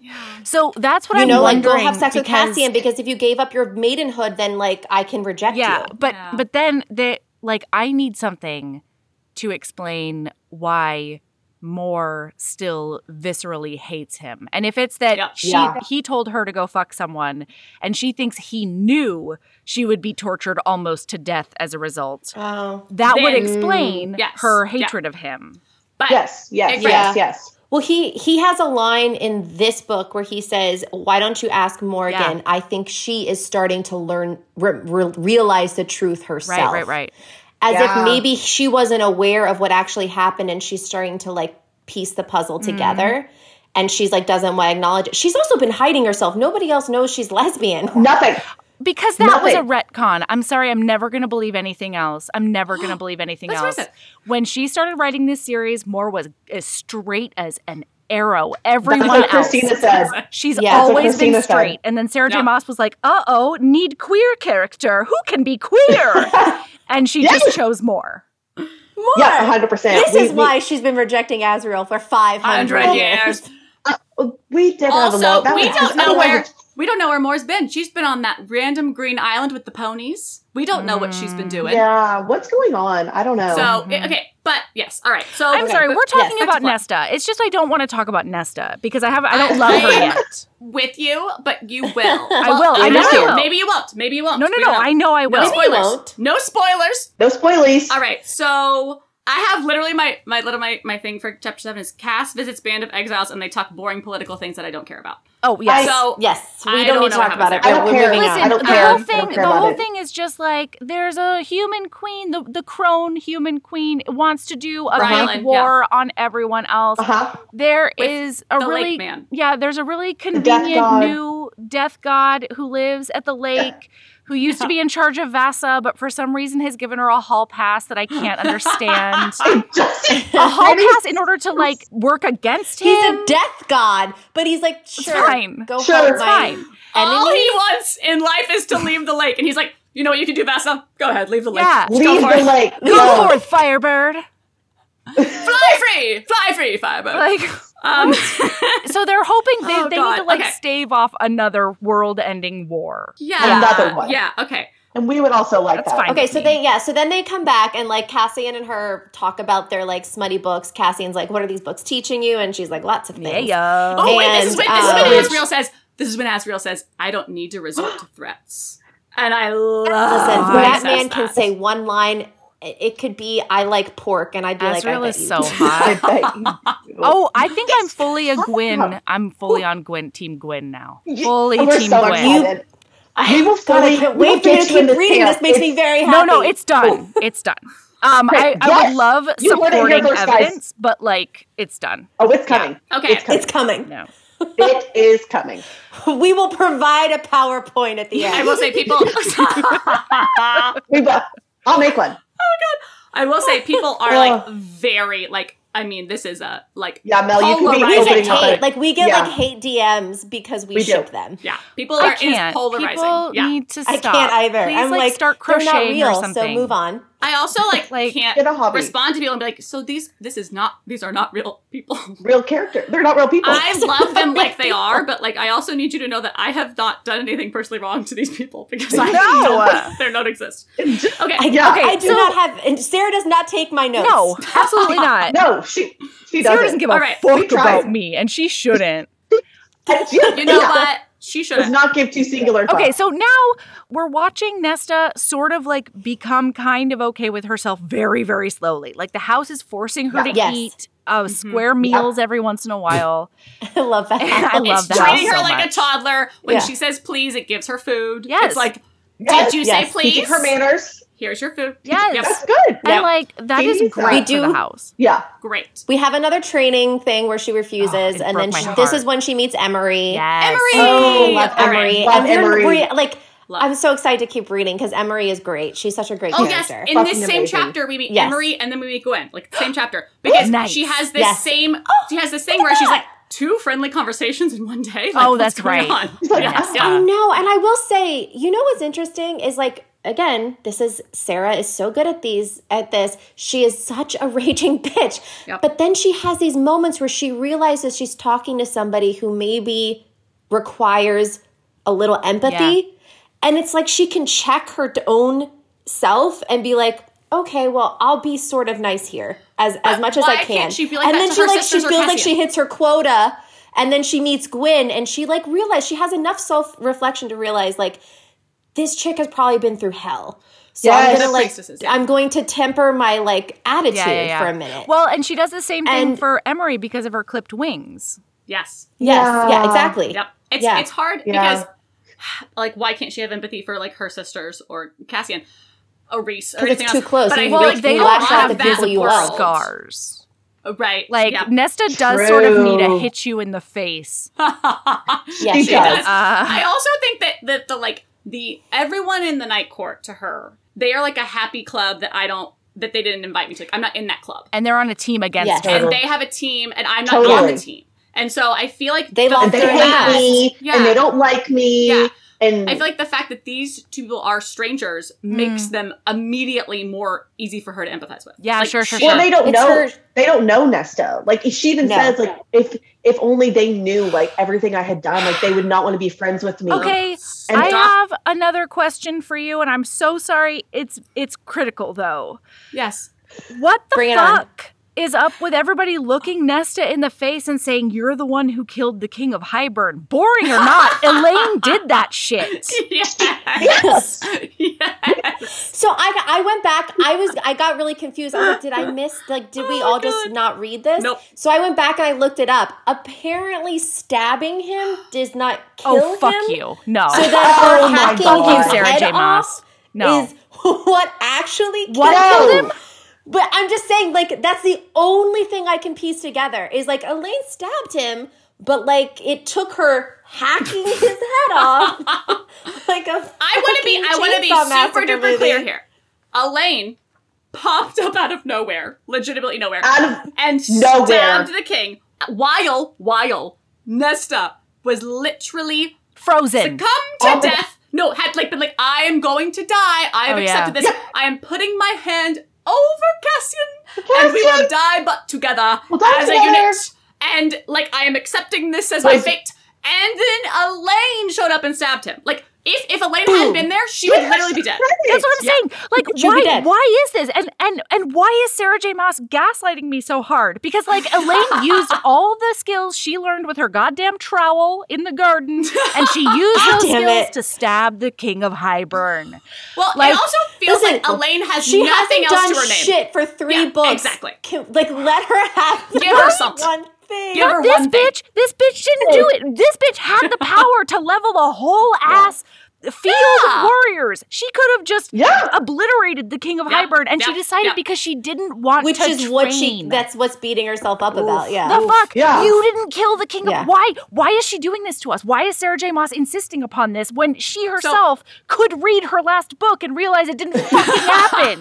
Speaker 3: So that's what
Speaker 5: you
Speaker 3: I'm
Speaker 5: know, like
Speaker 3: wondering.
Speaker 5: go have sex with
Speaker 3: because-
Speaker 5: Cassian because if you gave up your maidenhood, then like I can reject
Speaker 3: yeah,
Speaker 5: you.
Speaker 3: but
Speaker 2: Yeah.
Speaker 3: but then the like I need something to explain why Moore still viscerally hates him. And if it's that
Speaker 2: Yeah.
Speaker 3: she
Speaker 4: Yeah.
Speaker 3: he told her to go fuck someone and she thinks he knew she would be tortured almost to death as a result.
Speaker 5: Oh.
Speaker 3: That would
Speaker 2: Then-
Speaker 3: explain
Speaker 2: Yes.
Speaker 3: her
Speaker 2: Yeah.
Speaker 3: hatred of him.
Speaker 2: But
Speaker 4: Yes, yes,
Speaker 2: Yeah.
Speaker 4: yes, yes.
Speaker 5: Well, he he has a line in this book where he says, "Why don't you ask more
Speaker 3: Yeah.
Speaker 5: again? I think she is starting to learn re- re- realize the truth herself."
Speaker 3: Right, right, right.
Speaker 5: as
Speaker 4: Yeah.
Speaker 5: if maybe she wasn't aware of what actually happened and she's starting to like piece the puzzle
Speaker 2: Mm-hmm.
Speaker 5: together and she's like doesn't want to acknowledge it. she's also been hiding herself nobody else knows she's [LAUGHS] lesbian
Speaker 4: Nothing.
Speaker 3: Because that
Speaker 4: No,
Speaker 3: was
Speaker 4: wait.
Speaker 3: a retcon. I'm sorry, I'm never going to believe anything else. I'm never going to believe anything
Speaker 2: Let's
Speaker 3: else.
Speaker 2: raise it.
Speaker 3: When she started writing this series, Moore was as straight as an arrow. Everyone
Speaker 4: what
Speaker 3: else.
Speaker 4: Christina said.
Speaker 3: She's
Speaker 5: Yeah. That's what
Speaker 3: always been
Speaker 4: Christina said.
Speaker 3: straight. And then Sarah J.
Speaker 2: Yeah.
Speaker 3: Moss was like, uh oh, need queer character. Who can be queer? and she just chose Moore.
Speaker 4: Yeah, 100%.
Speaker 5: [LAUGHS] this
Speaker 4: We-
Speaker 5: is
Speaker 4: we-
Speaker 5: why she's been rejecting Azrael for 500
Speaker 2: hundred
Speaker 5: years
Speaker 2: years.
Speaker 4: We did have a
Speaker 2: Also,
Speaker 4: lot. That
Speaker 2: we
Speaker 4: was-
Speaker 2: don't know
Speaker 4: otherwise
Speaker 2: where-
Speaker 4: it's
Speaker 2: We don't know where Moore's been. She's been on that random green island with the ponies. We don't know what she's been doing.
Speaker 4: Yeah, what's going on? I don't know.
Speaker 2: So i- okay, but yes, all right. So
Speaker 3: I'm sorry,
Speaker 2: but-
Speaker 3: we're talking
Speaker 2: yes,
Speaker 3: about
Speaker 2: back
Speaker 3: Nesta. It's just I don't want to talk about Nesta because I have I
Speaker 2: I- [LAUGHS]
Speaker 3: don't love [LAUGHS] her
Speaker 2: I-
Speaker 3: yet.
Speaker 2: to Flo- with you,
Speaker 3: [LAUGHS]
Speaker 2: but you will.
Speaker 3: I will. I
Speaker 2: you
Speaker 3: know you will.
Speaker 2: Maybe you won't. Maybe you won't.
Speaker 3: No, no,
Speaker 2: We
Speaker 3: no.
Speaker 2: don't know.
Speaker 3: I know I will.
Speaker 2: no
Speaker 5: Maybe you
Speaker 2: spoilers.
Speaker 5: won't.
Speaker 2: No spoilers.
Speaker 4: no spoilies.
Speaker 2: All right, so I have literally my my little my, my thing for chapter seven is Cass visits band of exiles and they talk boring political things that I don't care about.
Speaker 3: Oh yes.
Speaker 2: So
Speaker 5: Yes, we
Speaker 2: I
Speaker 5: don't,
Speaker 2: don't
Speaker 5: need to
Speaker 2: know
Speaker 5: talk
Speaker 2: how
Speaker 5: about
Speaker 2: it's
Speaker 5: it.
Speaker 4: I
Speaker 5: but
Speaker 4: don't
Speaker 5: we're
Speaker 4: care.
Speaker 5: moving
Speaker 4: Listen,
Speaker 5: on.
Speaker 4: I don't
Speaker 3: the
Speaker 4: care.
Speaker 3: whole
Speaker 4: I
Speaker 3: thing
Speaker 4: don't care
Speaker 3: the
Speaker 4: about
Speaker 3: whole
Speaker 4: it.
Speaker 3: thing is just like there's a human queen, the the crone human queen wants to do a
Speaker 2: Rylan,
Speaker 3: big war on everyone else.
Speaker 4: Uh huh.
Speaker 3: There
Speaker 2: With
Speaker 3: is a
Speaker 2: the
Speaker 3: Oh, really
Speaker 2: lake man.
Speaker 3: yeah, there's a really
Speaker 4: death
Speaker 3: convenient
Speaker 4: god.
Speaker 3: new death god who lives at the lake, who used
Speaker 2: [LAUGHS]
Speaker 3: to be in charge of Vasa, but for some reason has given her a hall pass that I can't
Speaker 2: [LAUGHS]
Speaker 3: understand.
Speaker 4: [LAUGHS] It doesn't.
Speaker 3: a hall pass in
Speaker 4: [LAUGHS]
Speaker 3: order to like work against him.
Speaker 5: He's a death god, but he's like, sure,
Speaker 3: fine. Oh,
Speaker 5: go
Speaker 4: Sure,
Speaker 5: find
Speaker 4: it's
Speaker 5: my
Speaker 3: fine.
Speaker 2: All
Speaker 5: enemy.
Speaker 2: he wants in life is to leave the lake, and he's like, you know what you can do, Vasa? Go ahead, leave the lake.
Speaker 3: Yeah.
Speaker 2: Just
Speaker 4: Leave
Speaker 2: go for
Speaker 4: the
Speaker 2: it.
Speaker 4: lake.
Speaker 3: Go
Speaker 4: Yeah.
Speaker 3: forth, Firebird. [LAUGHS]
Speaker 2: Fly free, fly free, Firebird.
Speaker 3: Like
Speaker 2: um,
Speaker 3: so they're hoping they,
Speaker 2: Oh,
Speaker 3: they need
Speaker 2: God.
Speaker 3: to like
Speaker 2: Okay.
Speaker 3: stave off another world ending war.
Speaker 2: yeah,
Speaker 4: Another one.
Speaker 2: Yeah, okay.
Speaker 4: And we would also like
Speaker 3: That's
Speaker 4: that.
Speaker 3: fine.
Speaker 5: Okay, so they yeah, so then they come back and like Cassian and her talk about their like smutty books. Cassian's like, "What are these books teaching you?" And she's like, "Lots of
Speaker 3: Yeah,
Speaker 5: things."
Speaker 3: yeah.
Speaker 2: Oh wait, this is
Speaker 5: And,
Speaker 2: when this is
Speaker 5: uh,
Speaker 2: when Asriel says this is when Asriel says I don't need to resort to threats, and I love
Speaker 5: Listen,
Speaker 3: when he
Speaker 5: that
Speaker 2: says
Speaker 5: man can
Speaker 2: that. [LAUGHS]
Speaker 5: say one line. It it could be, "I like pork," and I'd be like, "I
Speaker 3: Azrael
Speaker 5: bet
Speaker 3: is
Speaker 5: you [LAUGHS]
Speaker 3: so [LAUGHS]
Speaker 5: do."
Speaker 4: I
Speaker 3: hot.
Speaker 4: bet you do.
Speaker 3: Oh, I think I'm fully a Gwyn.
Speaker 4: about?
Speaker 3: I'm fully on Gwyn team Gwyn now.
Speaker 4: You-
Speaker 3: Fully
Speaker 4: Oh, we're
Speaker 3: team
Speaker 4: so
Speaker 3: Gwyn.
Speaker 4: excited. we will
Speaker 5: God, I
Speaker 4: fully-
Speaker 5: can't
Speaker 4: we'll
Speaker 5: wait for you
Speaker 4: get
Speaker 5: to
Speaker 4: you in
Speaker 5: keep reading.
Speaker 4: camp.
Speaker 5: This makes
Speaker 4: It's-
Speaker 5: me very happy.
Speaker 3: No, no, it's done. It's done. Um, I, I
Speaker 4: Yes.
Speaker 3: would love
Speaker 4: You heard it here
Speaker 3: supporting
Speaker 4: first, guys.
Speaker 3: evidence, but like it's done.
Speaker 4: Oh, it's coming.
Speaker 2: Okay.
Speaker 4: It's coming.
Speaker 5: it's coming.
Speaker 3: No.
Speaker 4: it is coming.
Speaker 5: [LAUGHS] We will provide a PowerPoint at the
Speaker 2: I
Speaker 5: end.
Speaker 2: will say people. [LAUGHS]
Speaker 4: We will. I'll make one.
Speaker 2: I will say people are like very like. I mean, this is a like.
Speaker 4: Yeah, Mel, you could be
Speaker 5: We
Speaker 2: Polarizing
Speaker 5: get
Speaker 4: opening up.
Speaker 5: hate.
Speaker 4: a-
Speaker 5: Like we get
Speaker 4: Yeah.
Speaker 5: like hate DMs because we,
Speaker 4: We do.
Speaker 5: ship them.
Speaker 2: Yeah, people
Speaker 3: I
Speaker 2: are
Speaker 3: can't.
Speaker 2: is polarizing.
Speaker 3: People
Speaker 2: yeah,
Speaker 3: need to
Speaker 5: I
Speaker 3: stop.
Speaker 5: can't either.
Speaker 3: Please,
Speaker 5: I'm
Speaker 3: like,
Speaker 5: like,
Speaker 3: start
Speaker 5: they're not
Speaker 3: crocheting
Speaker 5: real,
Speaker 3: or something.
Speaker 5: So move on.
Speaker 2: I also like,
Speaker 3: [LAUGHS] Like-
Speaker 2: can't
Speaker 4: Get a hobby.
Speaker 2: respond to people and be like, so these this is not these are not real
Speaker 3: [LAUGHS]
Speaker 2: people.
Speaker 4: real character. They're not real people.
Speaker 2: I love them like they are, but like I also need you to know that I have not done anything personally wrong to these people because I
Speaker 3: No.
Speaker 2: know they [LAUGHS] don't exist. Okay,
Speaker 5: I,
Speaker 4: Yeah.
Speaker 5: okay, I do
Speaker 3: so-
Speaker 5: not have. And Sarah does not take my notes. [LAUGHS]
Speaker 3: No, absolutely not.
Speaker 4: no, she she
Speaker 3: Sarah
Speaker 4: doesn't.
Speaker 3: doesn't give a
Speaker 2: All right,
Speaker 4: we
Speaker 3: fuck
Speaker 4: tried. [LAUGHS]
Speaker 3: about me, and she shouldn't.
Speaker 4: Yeah,
Speaker 2: you know
Speaker 4: yeah.
Speaker 2: what? She should
Speaker 4: [LAUGHS] Does
Speaker 2: have.
Speaker 4: not give two singular.
Speaker 3: Okay,
Speaker 4: thoughts.
Speaker 3: so now we're watching Nesta sort of like become kind of okay with herself very, very slowly. Like the house is forcing her to
Speaker 5: Yes.
Speaker 3: eat uh,
Speaker 2: Mm-hmm.
Speaker 3: square meals every once in a while.
Speaker 5: I love that.
Speaker 3: [LAUGHS] I love
Speaker 2: It's
Speaker 3: the house
Speaker 2: treating her
Speaker 3: so
Speaker 2: like
Speaker 3: much.
Speaker 2: a toddler. When
Speaker 5: Yeah.
Speaker 2: she says please, it gives her food.
Speaker 3: Yes.
Speaker 2: It's like,
Speaker 4: Yes,
Speaker 2: did you
Speaker 5: yes.
Speaker 2: say
Speaker 4: teaching
Speaker 2: please?
Speaker 4: her manners.
Speaker 2: Here's your food.
Speaker 3: Yes.
Speaker 4: That's good.
Speaker 3: And like that
Speaker 4: She
Speaker 3: is
Speaker 4: needs that.
Speaker 3: great
Speaker 5: We
Speaker 3: for the
Speaker 5: do-
Speaker 3: house.
Speaker 4: Yeah,
Speaker 2: Great.
Speaker 5: We have another training thing where she refuses,
Speaker 3: Oh, it
Speaker 5: and then
Speaker 3: broke my
Speaker 5: she, this
Speaker 3: heart.
Speaker 5: is when she meets Emery.
Speaker 3: Yes.
Speaker 2: Emery!
Speaker 5: Oh, love
Speaker 2: All right.
Speaker 5: Emery.
Speaker 4: Love
Speaker 5: and then
Speaker 4: Emery.
Speaker 5: we- like,
Speaker 2: Love.
Speaker 5: I'm so excited to keep reading because Emery is great. She's such a great
Speaker 2: Oh yes,
Speaker 5: character.
Speaker 2: in this
Speaker 4: Fucking
Speaker 2: same
Speaker 4: amazing.
Speaker 2: chapter we meet
Speaker 5: Yes.
Speaker 2: Emery and then we meet Gwen, like
Speaker 5: [GASPS]
Speaker 2: same chapter because
Speaker 3: Nice.
Speaker 2: she has this
Speaker 5: Yes. [GASPS]
Speaker 2: same she has this thing where she's like two friendly conversations in one day. Like,
Speaker 3: Oh,
Speaker 2: what's
Speaker 3: that's
Speaker 2: going
Speaker 3: right.
Speaker 2: on?
Speaker 4: She's like, "Ah."
Speaker 3: Yes.
Speaker 5: I know, and I will say, you know what's interesting is like again, this is Sarah is so good at these at this. She is such a [LAUGHS] raging bitch.
Speaker 2: Yep.
Speaker 5: But then she has these moments where she realizes she's talking to somebody who maybe requires a little empathy. And it's like she can check her own self and be like, okay, well, I'll be sort of nice here as as much as
Speaker 2: why
Speaker 5: I can.
Speaker 2: can't she be like
Speaker 5: and
Speaker 2: that
Speaker 5: then
Speaker 2: to
Speaker 5: she
Speaker 2: her
Speaker 5: like she
Speaker 2: sisters or
Speaker 5: feels like she
Speaker 2: Cassian?
Speaker 5: hits her quota and then she meets Gwen and she like realized she has enough self-reflection to realize like this chick has probably been through hell. So
Speaker 4: Yes.
Speaker 5: I'm gonna
Speaker 4: The
Speaker 5: like
Speaker 2: priestesses, yeah.
Speaker 5: I'm going to temper my like attitude for a minute.
Speaker 3: Well, and she does the same thing
Speaker 5: And-
Speaker 3: for Emery because of her clipped wings.
Speaker 2: Yes.
Speaker 5: yes, yeah,
Speaker 4: Yeah.
Speaker 5: exactly.
Speaker 2: Yep. It's
Speaker 5: Yeah.
Speaker 2: it's hard
Speaker 4: Yeah.
Speaker 2: because [SIGHS] like why can't she have empathy for like her sisters or Cassian or Reese or
Speaker 5: 'Cause it's
Speaker 2: anything
Speaker 5: too
Speaker 2: else?
Speaker 5: close.
Speaker 2: But
Speaker 5: You
Speaker 2: I
Speaker 5: Well,
Speaker 2: feel
Speaker 5: like,
Speaker 2: like
Speaker 5: they
Speaker 2: a
Speaker 5: lash
Speaker 2: lot
Speaker 5: out
Speaker 2: of
Speaker 5: the
Speaker 2: that
Speaker 5: people you
Speaker 2: world-
Speaker 5: love.
Speaker 3: Scars.
Speaker 2: Right.
Speaker 3: Like
Speaker 2: yeah.
Speaker 3: Nesta does sort of need to
Speaker 4: True.
Speaker 3: hit you in the face.
Speaker 5: Yes,
Speaker 4: she
Speaker 5: she
Speaker 4: does.
Speaker 3: Uh,
Speaker 5: does.
Speaker 2: [LAUGHS] I also think that that the like the everyone in the night court to her, they are like a happy club that I don't that they didn't invite me to. Like, I'm not in that club.
Speaker 3: and they're on a team against
Speaker 5: Yes.
Speaker 3: her.
Speaker 2: and they have a team, and I'm not on the
Speaker 4: Totally.
Speaker 2: team. And so I feel like
Speaker 5: They
Speaker 2: the
Speaker 5: lost
Speaker 4: and they
Speaker 5: They're
Speaker 4: hate
Speaker 5: not.
Speaker 4: me,
Speaker 2: Yeah.
Speaker 4: and they don't like me,
Speaker 2: Yeah.
Speaker 4: and
Speaker 2: I feel like the fact that these two people are strangers
Speaker 3: Mm.
Speaker 2: makes them immediately more easy for her to empathize with.
Speaker 3: Yeah,
Speaker 2: Like,
Speaker 3: sure, sure,
Speaker 2: she-
Speaker 3: sure.
Speaker 5: [LAUGHS]
Speaker 4: well, they don't
Speaker 5: It's
Speaker 4: know.
Speaker 5: her-
Speaker 4: They don't know Nesta. Like she even
Speaker 5: No.
Speaker 4: says, like if if only they knew like everything I had done, like they would not want to be friends with me.
Speaker 3: Okay,
Speaker 4: And
Speaker 3: I
Speaker 4: Doc-
Speaker 3: have another question for you, and I'm so sorry. It's it's critical though.
Speaker 2: [LAUGHS] Yes.
Speaker 3: What the
Speaker 5: Bring it on.
Speaker 3: fuck is up with everybody looking Nesta in the face and saying you're the one who killed the king of Highburn? Boring or
Speaker 5: [LAUGHS]
Speaker 3: not, Elaine did that shit.
Speaker 2: [LAUGHS] yes.
Speaker 4: Yes.
Speaker 3: [LAUGHS]
Speaker 2: yes.
Speaker 5: So I, I went back. I was I got really confused. I was like, did I miss? Like, did we all just not read this?
Speaker 2: Nope.
Speaker 5: So I went back and I looked it up. Apparently, stabbing him does not kill
Speaker 3: Oh fuck
Speaker 5: him.
Speaker 3: you! No, [LAUGHS]
Speaker 5: So that her
Speaker 4: Oh my
Speaker 5: hacking
Speaker 4: God.
Speaker 5: his
Speaker 4: Thank
Speaker 3: you, Sarah
Speaker 5: head
Speaker 3: J. Maas.
Speaker 5: off
Speaker 3: No.
Speaker 5: is [LAUGHS] what actually killed
Speaker 3: What
Speaker 4: No.
Speaker 5: him. But I'm just saying, like, that's the only thing I can piece together is like Elaine stabbed him, but like it took her hacking his head off [LAUGHS] like a.
Speaker 2: I want to be. I want to be super duper clear here. Elaine popped up out of nowhere, legitimately nowhere,
Speaker 4: Out of
Speaker 2: and
Speaker 4: nowhere.
Speaker 2: stabbed the king. While while Nesta was literally
Speaker 3: frozen.
Speaker 2: succumbed to
Speaker 4: All the-
Speaker 2: death. No, had like been like, I am going to die. I have
Speaker 3: Oh, yeah.
Speaker 2: accepted this. I am putting my hand over Cassian, and we will
Speaker 4: Cassian!
Speaker 2: die, but together
Speaker 4: We'll die
Speaker 2: as
Speaker 4: together.
Speaker 2: a unit. And like, I am accepting this as my
Speaker 4: Wait.
Speaker 2: fate. And then Elaine showed up and stabbed him. Like, if if Elaine hadn't been there, she would literally be dead.
Speaker 3: That's what I'm saying. Like,
Speaker 5: She'll be
Speaker 3: why?
Speaker 5: dead.
Speaker 3: Why is this? And and and why is Sarah J. Moss gaslighting me so hard? Because like
Speaker 5: [LAUGHS]
Speaker 3: Elaine used all the skills she learned with her goddamn trowel in the garden, and
Speaker 5: [LAUGHS]
Speaker 3: she used those
Speaker 5: Damn
Speaker 3: skills
Speaker 5: it.
Speaker 3: to stab the king of Highburn.
Speaker 2: Well,
Speaker 3: Like,
Speaker 2: it also feels
Speaker 5: listen,
Speaker 2: like Elaine has
Speaker 5: She
Speaker 2: nothing
Speaker 5: hasn't
Speaker 2: else
Speaker 5: done
Speaker 2: to her name.
Speaker 5: shit for three
Speaker 2: Yeah,
Speaker 5: books.
Speaker 2: exactly.
Speaker 5: Can- like, let her have
Speaker 2: Give her something.
Speaker 5: [LAUGHS] one thing.
Speaker 2: Give her
Speaker 3: This
Speaker 2: one thing.
Speaker 3: bitch, this bitch didn't do it. This bitch had
Speaker 5: [LAUGHS]
Speaker 3: the power to level a whole ass field
Speaker 2: Yeah.
Speaker 3: of warriors. She could have just
Speaker 4: Yeah.
Speaker 3: obliterated the king of
Speaker 2: Yeah.
Speaker 3: Highburn, and she
Speaker 2: Yeah.
Speaker 3: decided
Speaker 2: Yeah.
Speaker 3: because she didn't want
Speaker 5: which
Speaker 3: to
Speaker 5: is what she
Speaker 3: train.
Speaker 5: that's what's beating herself up about yeah
Speaker 3: The fuck?
Speaker 4: Yeah.
Speaker 3: You didn't kill the king
Speaker 5: Yeah.
Speaker 3: of why why is she doing this to us? Why is Sarah J. Moss insisting upon this when she herself could read her last book and realize it didn't
Speaker 5: [LAUGHS]
Speaker 3: fucking happen?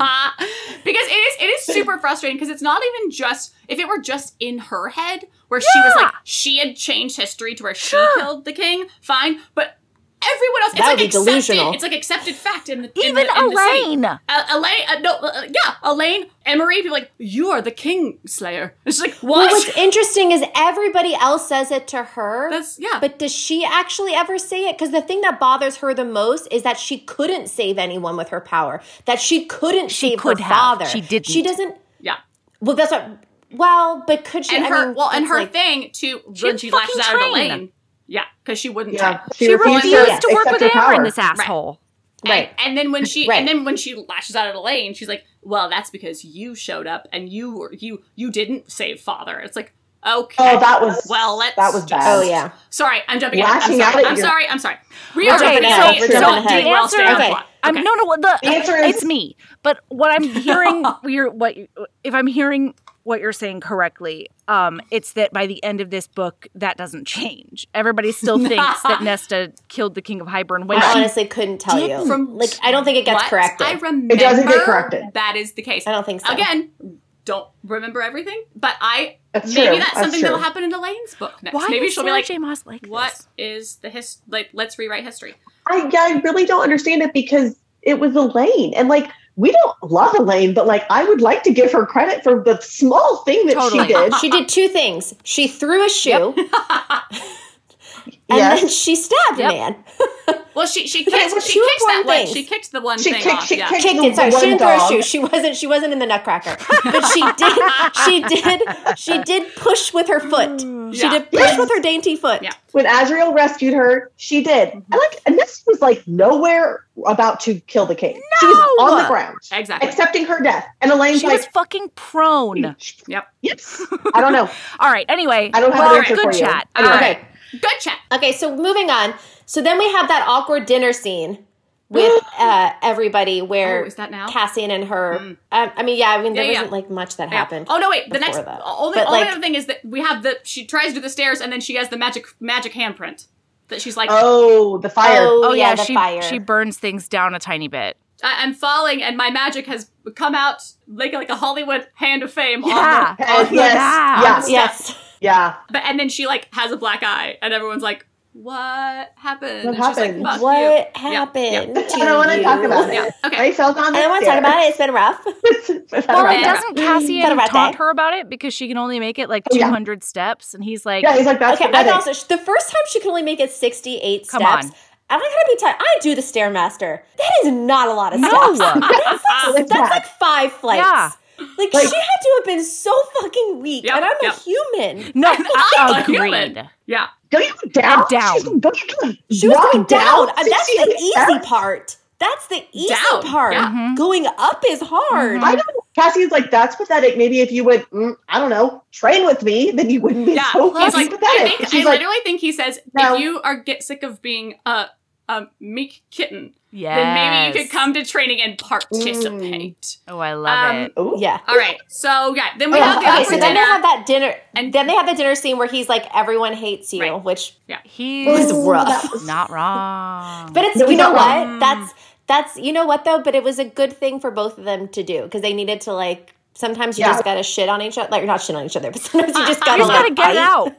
Speaker 2: [LAUGHS] because it is it is super frustrating because it's not even just if it were just in her head where she was like she had changed history to where she killed the king, fine, but everyone else
Speaker 5: That
Speaker 2: it's
Speaker 5: would be
Speaker 2: like accepted,
Speaker 5: delusional.
Speaker 2: it's like accepted fact in the in
Speaker 3: Even
Speaker 2: the, in the city.
Speaker 3: Elaine.
Speaker 2: Uh, Elaine, uh, no, uh, yeah, Elaine, Emery, people are like you are the king slayer. [LAUGHS] And she's like, what?
Speaker 5: Well, what's interesting is everybody else says it to her
Speaker 2: That's- yeah.
Speaker 5: but does she actually ever say it because the thing that bothers her the most is that she couldn't save anyone with her power that she couldn't save
Speaker 3: could
Speaker 5: her
Speaker 3: have.
Speaker 5: father
Speaker 3: She
Speaker 5: she
Speaker 3: didn't.
Speaker 5: doesn't
Speaker 2: yeah,
Speaker 5: well that's what well but could she
Speaker 2: and
Speaker 5: I
Speaker 2: her
Speaker 5: mean,
Speaker 2: well, and
Speaker 5: that's
Speaker 2: her
Speaker 5: like-
Speaker 2: thing too when
Speaker 3: didn't
Speaker 2: she lashes
Speaker 3: fucking
Speaker 2: out at
Speaker 3: train.
Speaker 2: Elaine, yeah, because she wouldn't.
Speaker 4: Yeah.
Speaker 2: train.
Speaker 4: She,
Speaker 3: She
Speaker 4: refused,
Speaker 3: refused to work
Speaker 4: accept
Speaker 3: with
Speaker 4: her power.
Speaker 3: Aaron, this asshole.
Speaker 5: Right.
Speaker 2: And, and then when she
Speaker 5: Right.
Speaker 2: and then when she lashes out at Elaine, she's like, "Well, that's because you showed up and you were you you didn't save father." It's like, okay,
Speaker 4: Oh, that was-
Speaker 2: well, let's
Speaker 4: that was
Speaker 2: just-
Speaker 4: bad.
Speaker 5: oh yeah
Speaker 2: Sorry, I'm jumping. ahead.
Speaker 4: Lashing
Speaker 2: I'm
Speaker 4: out
Speaker 2: sorry.
Speaker 4: at
Speaker 2: I'm
Speaker 4: your-
Speaker 2: sorry. I'm sorry. We are
Speaker 5: jumping
Speaker 2: jumping
Speaker 5: ahead.
Speaker 2: ahead.
Speaker 5: We're
Speaker 2: So
Speaker 5: jumping ahead.
Speaker 2: do well, stay on
Speaker 5: Okay.
Speaker 2: plot.
Speaker 3: I'm
Speaker 2: Okay.
Speaker 3: no no the,
Speaker 4: The answer
Speaker 3: it's
Speaker 4: is-
Speaker 3: me. But what
Speaker 4: [LAUGHS]
Speaker 3: I'm hearing you're what you- if I'm hearing what you're saying correctly, um, it's that by the end of this book that doesn't change. Everybody
Speaker 5: [LAUGHS]
Speaker 3: still thinks that Nesta killed the king of Highburn when
Speaker 5: I
Speaker 3: she
Speaker 5: honestly couldn't tell you.
Speaker 2: From
Speaker 5: like, I don't think it gets
Speaker 2: what
Speaker 5: corrected.
Speaker 2: I
Speaker 5: I,
Speaker 2: remember.
Speaker 4: doesn't get corrected.
Speaker 2: That is the case.
Speaker 5: don't think so.
Speaker 2: Again, don't remember everything, but I
Speaker 4: That's
Speaker 2: maybe
Speaker 4: true.
Speaker 2: that's,
Speaker 4: That's
Speaker 2: something
Speaker 4: true.
Speaker 2: that'll happen in Elaine's book next.
Speaker 3: Why
Speaker 2: maybe
Speaker 3: is
Speaker 2: she'll
Speaker 3: Sarah
Speaker 2: be like,
Speaker 3: J. Moss like
Speaker 2: "What
Speaker 3: this?
Speaker 2: is the his like? Let's rewrite history."
Speaker 4: I, yeah, I really don't understand it because it was Elaine. And like, we don't love Elaine, but like, I would like to give her credit for the small thing that
Speaker 3: Totally.
Speaker 4: she did.
Speaker 5: she did two things. She threw a shoe, [LAUGHS] and
Speaker 4: Yes.
Speaker 5: then she stabbed
Speaker 3: Yep.
Speaker 5: a man.
Speaker 2: Well, she she
Speaker 5: But it
Speaker 2: kicked,
Speaker 5: was
Speaker 2: she
Speaker 5: two
Speaker 2: kicked that
Speaker 5: important
Speaker 2: one.
Speaker 5: things.
Speaker 2: She kicked the one
Speaker 4: She
Speaker 2: thing
Speaker 4: kicked-
Speaker 2: off.
Speaker 4: she
Speaker 2: yeah.
Speaker 4: kicked-
Speaker 5: Kicked it. Sorry,
Speaker 4: One
Speaker 5: she didn't throw a
Speaker 4: dog.
Speaker 5: shoe. She wasn't. She wasn't in the Nutcracker, but she did. She did. She did push with her foot.
Speaker 4: Mm.
Speaker 5: She
Speaker 2: Yeah.
Speaker 5: did push
Speaker 4: Yes.
Speaker 5: with her dainty foot.
Speaker 2: Yeah.
Speaker 4: when Azrael rescued her, she did.
Speaker 2: Mm-hmm.
Speaker 4: And like, and this was like nowhere about to kill the king. She was on the ground,
Speaker 2: Exactly.
Speaker 4: accepting her death. And Elaine's
Speaker 3: She
Speaker 4: like,
Speaker 3: was fucking prone.
Speaker 2: Yep.
Speaker 5: [LAUGHS]
Speaker 4: yes, I don't know.
Speaker 3: All right. Anyway,
Speaker 4: I don't have
Speaker 3: well,
Speaker 4: an answer
Speaker 3: good
Speaker 4: for you.
Speaker 3: chat.
Speaker 4: Anyway.
Speaker 3: All right.
Speaker 5: Okay.
Speaker 2: Good chat.
Speaker 5: Okay. So moving on. So then we have that awkward dinner scene
Speaker 4: [GASPS]
Speaker 5: with uh, everybody where
Speaker 2: Oh, is that now? Hmm.
Speaker 5: Cassian and her. Um, I mean, yeah. I mean, there
Speaker 2: Yeah, yeah.
Speaker 5: wasn't like much that
Speaker 2: Yeah.
Speaker 5: happened.
Speaker 2: Oh no! Wait. The next
Speaker 5: before that.
Speaker 2: only,
Speaker 5: But,
Speaker 2: only
Speaker 5: like-
Speaker 2: other thing is that we have the she tries to do the stairs and then she has the magic magic handprint that she's like
Speaker 4: Oh, the fire.
Speaker 5: Oh,
Speaker 3: Oh
Speaker 5: yeah,
Speaker 3: yeah,
Speaker 5: the
Speaker 3: she
Speaker 5: fire.
Speaker 3: she burns things down a tiny bit.
Speaker 2: I- I'm falling and my magic has come out like like a Hollywood hand of fame. on
Speaker 3: Yeah.
Speaker 2: the-
Speaker 4: Yes,
Speaker 3: yeah.
Speaker 4: yes,
Speaker 5: yes.
Speaker 4: yeah,
Speaker 2: but and then she like has a black eye and everyone's like what happened? And
Speaker 4: What
Speaker 2: she's like,
Speaker 4: happened?
Speaker 2: "Fuck you."
Speaker 5: What happened?
Speaker 4: I don't want to talk about it.
Speaker 2: Yeah. Okay.
Speaker 4: I fell down.
Speaker 5: I don't want to talk about it. It's
Speaker 4: [LAUGHS]
Speaker 5: been rough.
Speaker 4: it. Mm.
Speaker 3: Well,
Speaker 2: Right.
Speaker 3: and doesn't
Speaker 5: Thought
Speaker 3: Cassian
Speaker 5: about
Speaker 3: taunt
Speaker 5: that.
Speaker 3: her about it because she can only make it like
Speaker 4: Oh, yeah.
Speaker 3: 200 steps, and he's like,
Speaker 4: yeah, he's like that's
Speaker 5: Okay, I
Speaker 4: pathetic.
Speaker 5: also the first time she could only make it sixty-eight
Speaker 3: Come
Speaker 5: steps.
Speaker 3: on.
Speaker 5: I'm not gonna be tired. I do the stairmaster. That is not a lot of
Speaker 3: No. [LAUGHS]
Speaker 4: [LAUGHS]
Speaker 5: steps. That's like, that's like five flights.
Speaker 3: Yeah.
Speaker 5: Like,
Speaker 4: Like-
Speaker 5: she had to have been so fucking weak,
Speaker 2: Yep,
Speaker 5: and I'm
Speaker 2: yep.
Speaker 5: a human.
Speaker 3: "No,
Speaker 2: I'm a
Speaker 3: agreed."
Speaker 2: human. Yeah.
Speaker 4: don't you go down?
Speaker 3: I'm down.
Speaker 4: She's- Don't you go
Speaker 5: She was going down. Uh, That's
Speaker 4: 68
Speaker 5: the easy
Speaker 4: steps?
Speaker 5: part. That's the easy
Speaker 2: Down,
Speaker 5: part.
Speaker 2: yeah.
Speaker 3: Mhm.
Speaker 5: Going up is hard.
Speaker 4: I don't. Cassie's like that's pathetic. Maybe if you would, mm, I don't know, train with me, then you [LAUGHS] wouldn't be
Speaker 2: Yeah.
Speaker 4: so
Speaker 2: He's
Speaker 4: fucking
Speaker 2: like,
Speaker 4: pathetic.
Speaker 2: I
Speaker 4: And
Speaker 2: think, I
Speaker 4: she's like,
Speaker 2: literally think he says,
Speaker 4: No.
Speaker 2: if you are get sick of being a, a meek kitten,
Speaker 3: Yeah.
Speaker 2: then maybe you could come to training and participate.
Speaker 3: Oh, I love
Speaker 2: Um,
Speaker 3: it.
Speaker 4: Ooh.
Speaker 5: Yeah.
Speaker 2: All right. So, yeah. Then we
Speaker 4: Mm. Oh,
Speaker 2: have the
Speaker 4: okay,
Speaker 5: Okay,
Speaker 2: awkward
Speaker 5: so then they
Speaker 2: dinner.
Speaker 5: have that dinner,
Speaker 2: And-
Speaker 5: and then they have that dinner scene where he's like, "Everyone hates you,"
Speaker 2: Right.
Speaker 5: which,
Speaker 3: He's
Speaker 5: Ooh, rough.
Speaker 4: that [LAUGHS] was-
Speaker 3: not wrong.
Speaker 5: but it's
Speaker 4: No,
Speaker 5: you know
Speaker 4: no.
Speaker 5: what?
Speaker 2: Mm.
Speaker 5: That's that's you know what though. But it was a good thing for both of them to do because they needed to like. Sometimes you
Speaker 4: Yeah.
Speaker 5: just gotta shit on each other. Like you're not shit on each other, [LAUGHS] but
Speaker 2: [LAUGHS]
Speaker 5: sometimes you just gotta,
Speaker 3: you just gotta
Speaker 5: like,
Speaker 3: get it
Speaker 5: fight.
Speaker 3: out.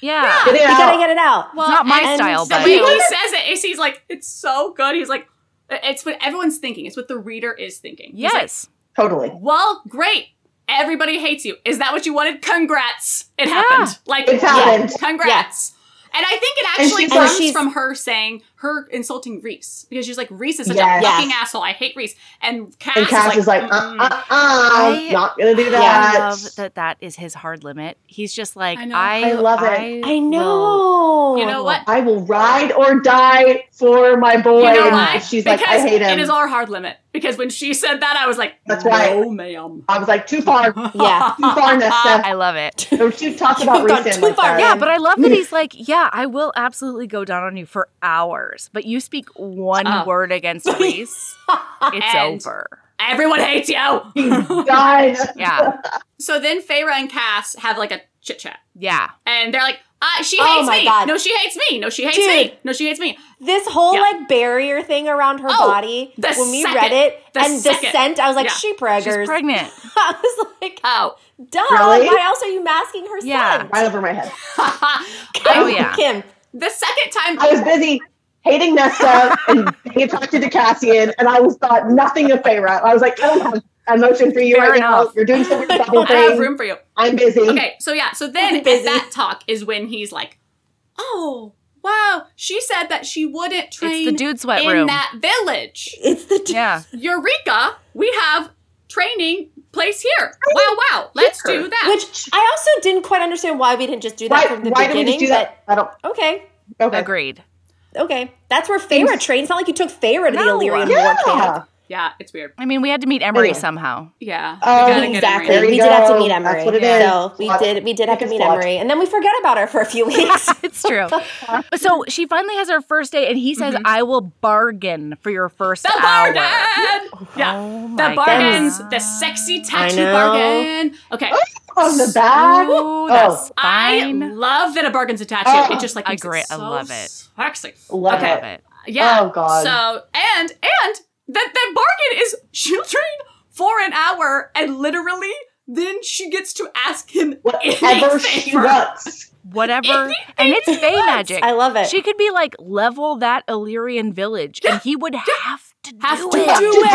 Speaker 3: Yeah.
Speaker 4: Get it
Speaker 5: You gotta
Speaker 4: out.
Speaker 5: get it out.
Speaker 2: Well,
Speaker 3: It's not my
Speaker 2: and-
Speaker 3: style,
Speaker 2: The
Speaker 3: but
Speaker 2: way he says it is he's like, it's so good. He's like, it's what everyone's thinking. It's what the reader is thinking. He's like,
Speaker 3: yes.
Speaker 4: totally.
Speaker 2: well, great. Everybody hates you. Is that what you wanted? Congrats. It happened. Like,
Speaker 4: It's happened.
Speaker 2: Congrats. And I think it
Speaker 4: And
Speaker 2: actually
Speaker 4: she's
Speaker 5: like-
Speaker 2: comes
Speaker 5: she's-
Speaker 2: from her saying her insulting Reese because she's like Reese is such
Speaker 4: Yes.
Speaker 2: a fucking asshole. I hate Reese. And Cass,
Speaker 4: And Cass
Speaker 2: is like,
Speaker 4: uh,
Speaker 2: "Mm,
Speaker 4: uh, uh,
Speaker 3: I-
Speaker 4: not gonna do
Speaker 3: I
Speaker 4: that.
Speaker 3: love that that is his hard limit. He's just like,
Speaker 2: I
Speaker 3: I,
Speaker 2: know.
Speaker 4: I love it.
Speaker 5: I
Speaker 3: will-
Speaker 5: know.
Speaker 2: you know what?
Speaker 4: I will ride or die for my boy.
Speaker 2: You know
Speaker 4: And
Speaker 2: why?
Speaker 4: She's
Speaker 2: because
Speaker 4: like, I hate him.
Speaker 2: It is our hard limit. Because when she said that, I was like,
Speaker 4: That's
Speaker 2: no,
Speaker 4: right.
Speaker 2: ma'am.
Speaker 4: I was like, too far, too
Speaker 5: [LAUGHS] Yeah.
Speaker 3: [LAUGHS]
Speaker 4: far, Nesta.
Speaker 3: I love
Speaker 4: [LAUGHS]
Speaker 3: it.
Speaker 4: Or too talk about
Speaker 5: You've gone
Speaker 4: Reese.
Speaker 5: too
Speaker 4: like uh,
Speaker 5: far.
Speaker 4: that. [LAUGHS]
Speaker 3: Yeah, but I love that he's like, yeah, I will absolutely go down on you for hours, but you speak one
Speaker 2: Oh.
Speaker 3: word
Speaker 2: [LAUGHS]
Speaker 3: against Reese, it's
Speaker 2: And-
Speaker 3: over.
Speaker 2: [LAUGHS] Everyone hates you.
Speaker 4: God.
Speaker 3: Yeah,
Speaker 2: so then Feyre and Cass have like a chit chat.
Speaker 3: yeah.
Speaker 2: And they're like, uh, she
Speaker 5: Oh
Speaker 2: hates
Speaker 5: my
Speaker 2: me.
Speaker 5: God.
Speaker 2: No, she hates me. No, she hates me.
Speaker 5: Dude.
Speaker 2: No, she hates me.
Speaker 5: This whole
Speaker 2: Yeah.
Speaker 5: like barrier thing around her
Speaker 2: Oh,
Speaker 5: body.
Speaker 2: the
Speaker 5: when we
Speaker 2: second-
Speaker 5: read it
Speaker 2: the
Speaker 5: and the
Speaker 2: second.
Speaker 5: scent, I was like,
Speaker 2: Yeah.
Speaker 5: she
Speaker 3: She's
Speaker 5: preggers. [LAUGHS]
Speaker 3: pregnant.
Speaker 5: I was like,
Speaker 2: Oh. [LAUGHS]
Speaker 5: duh.
Speaker 4: Really?
Speaker 5: Why else are you masking her
Speaker 3: Yeah.
Speaker 5: son?
Speaker 4: Right over my head.
Speaker 3: Oh, yeah.
Speaker 5: Kim.
Speaker 2: the second time
Speaker 4: I was busy hating Nesta and being attracted to Cassian, and I was thought nothing of Feyre. I was like, I don't have emotion for you
Speaker 3: Fair
Speaker 4: right now.
Speaker 3: enough.
Speaker 4: You're doing some weird double
Speaker 2: I have
Speaker 4: thing.
Speaker 2: room for you.
Speaker 4: I'm busy.
Speaker 2: Okay, so yeah, so then at
Speaker 5: Busy.
Speaker 2: that talk is when he's like, "Oh, wow, she said that she wouldn't train
Speaker 3: It's the dude sweat
Speaker 2: in
Speaker 3: room.
Speaker 2: that village.
Speaker 5: It's the
Speaker 2: [LAUGHS]
Speaker 3: yeah, [LAUGHS]
Speaker 2: Eureka, we have training place here. Wow, wow, let's do that."
Speaker 5: Which I also didn't quite understand why we didn't just do that
Speaker 4: Why,
Speaker 5: from the
Speaker 4: why did we
Speaker 5: beginning.
Speaker 4: just do that? I don't.
Speaker 5: But okay.
Speaker 4: Okay.
Speaker 3: agreed.
Speaker 5: Okay. That's where Feyre trained. It's not like you took Feyre to the
Speaker 3: No.
Speaker 5: Illyrian War camp.
Speaker 4: Yeah.
Speaker 2: yeah, it's weird.
Speaker 3: I mean, we had to meet Emery
Speaker 4: Anyway.
Speaker 3: somehow. [LAUGHS]
Speaker 2: Yeah,
Speaker 4: Oh,
Speaker 2: we gotta get him
Speaker 5: Exactly.
Speaker 4: There
Speaker 2: right.
Speaker 4: you
Speaker 5: We did have to
Speaker 4: go.
Speaker 5: meet Emery.
Speaker 4: That's what it is.
Speaker 5: So we
Speaker 4: Flawed.
Speaker 5: did we did have to
Speaker 4: It's
Speaker 5: meet
Speaker 4: flawed.
Speaker 5: Emery. And then we forgot about her for
Speaker 4: [LAUGHS]
Speaker 5: a few weeks.
Speaker 3: it's true. So she finally has her first date, and he says, "I will bargain for your first
Speaker 2: Mm-hmm. The
Speaker 3: hour."
Speaker 2: bargain. Yeah.
Speaker 3: Oh my
Speaker 2: The bargains,
Speaker 3: God.
Speaker 2: the sexy tattoo
Speaker 5: know.
Speaker 2: bargain. Okay,
Speaker 4: On the back.
Speaker 3: Ooh,
Speaker 4: Oh.
Speaker 3: that's
Speaker 2: I
Speaker 3: fine.
Speaker 2: love that a bargain's a tattoo.
Speaker 4: Oh.
Speaker 2: it just like
Speaker 3: I
Speaker 2: makes
Speaker 3: agree.
Speaker 2: It
Speaker 3: I
Speaker 2: so
Speaker 3: love it.
Speaker 2: Sexy.
Speaker 4: Love
Speaker 2: Okay.
Speaker 3: Love
Speaker 4: it.
Speaker 3: it.
Speaker 2: Yeah.
Speaker 4: Oh, God.
Speaker 2: So and and that that bargain is she'll train for an hour and literally then she gets to ask him
Speaker 4: Whatever
Speaker 2: anything
Speaker 4: she
Speaker 2: for-
Speaker 4: wants.
Speaker 3: Whatever, and it's Fey magic.
Speaker 5: I love it.
Speaker 3: She could be like level that Illyrian village, and he would have to
Speaker 2: Have
Speaker 3: do
Speaker 2: to
Speaker 3: it.
Speaker 2: do
Speaker 4: To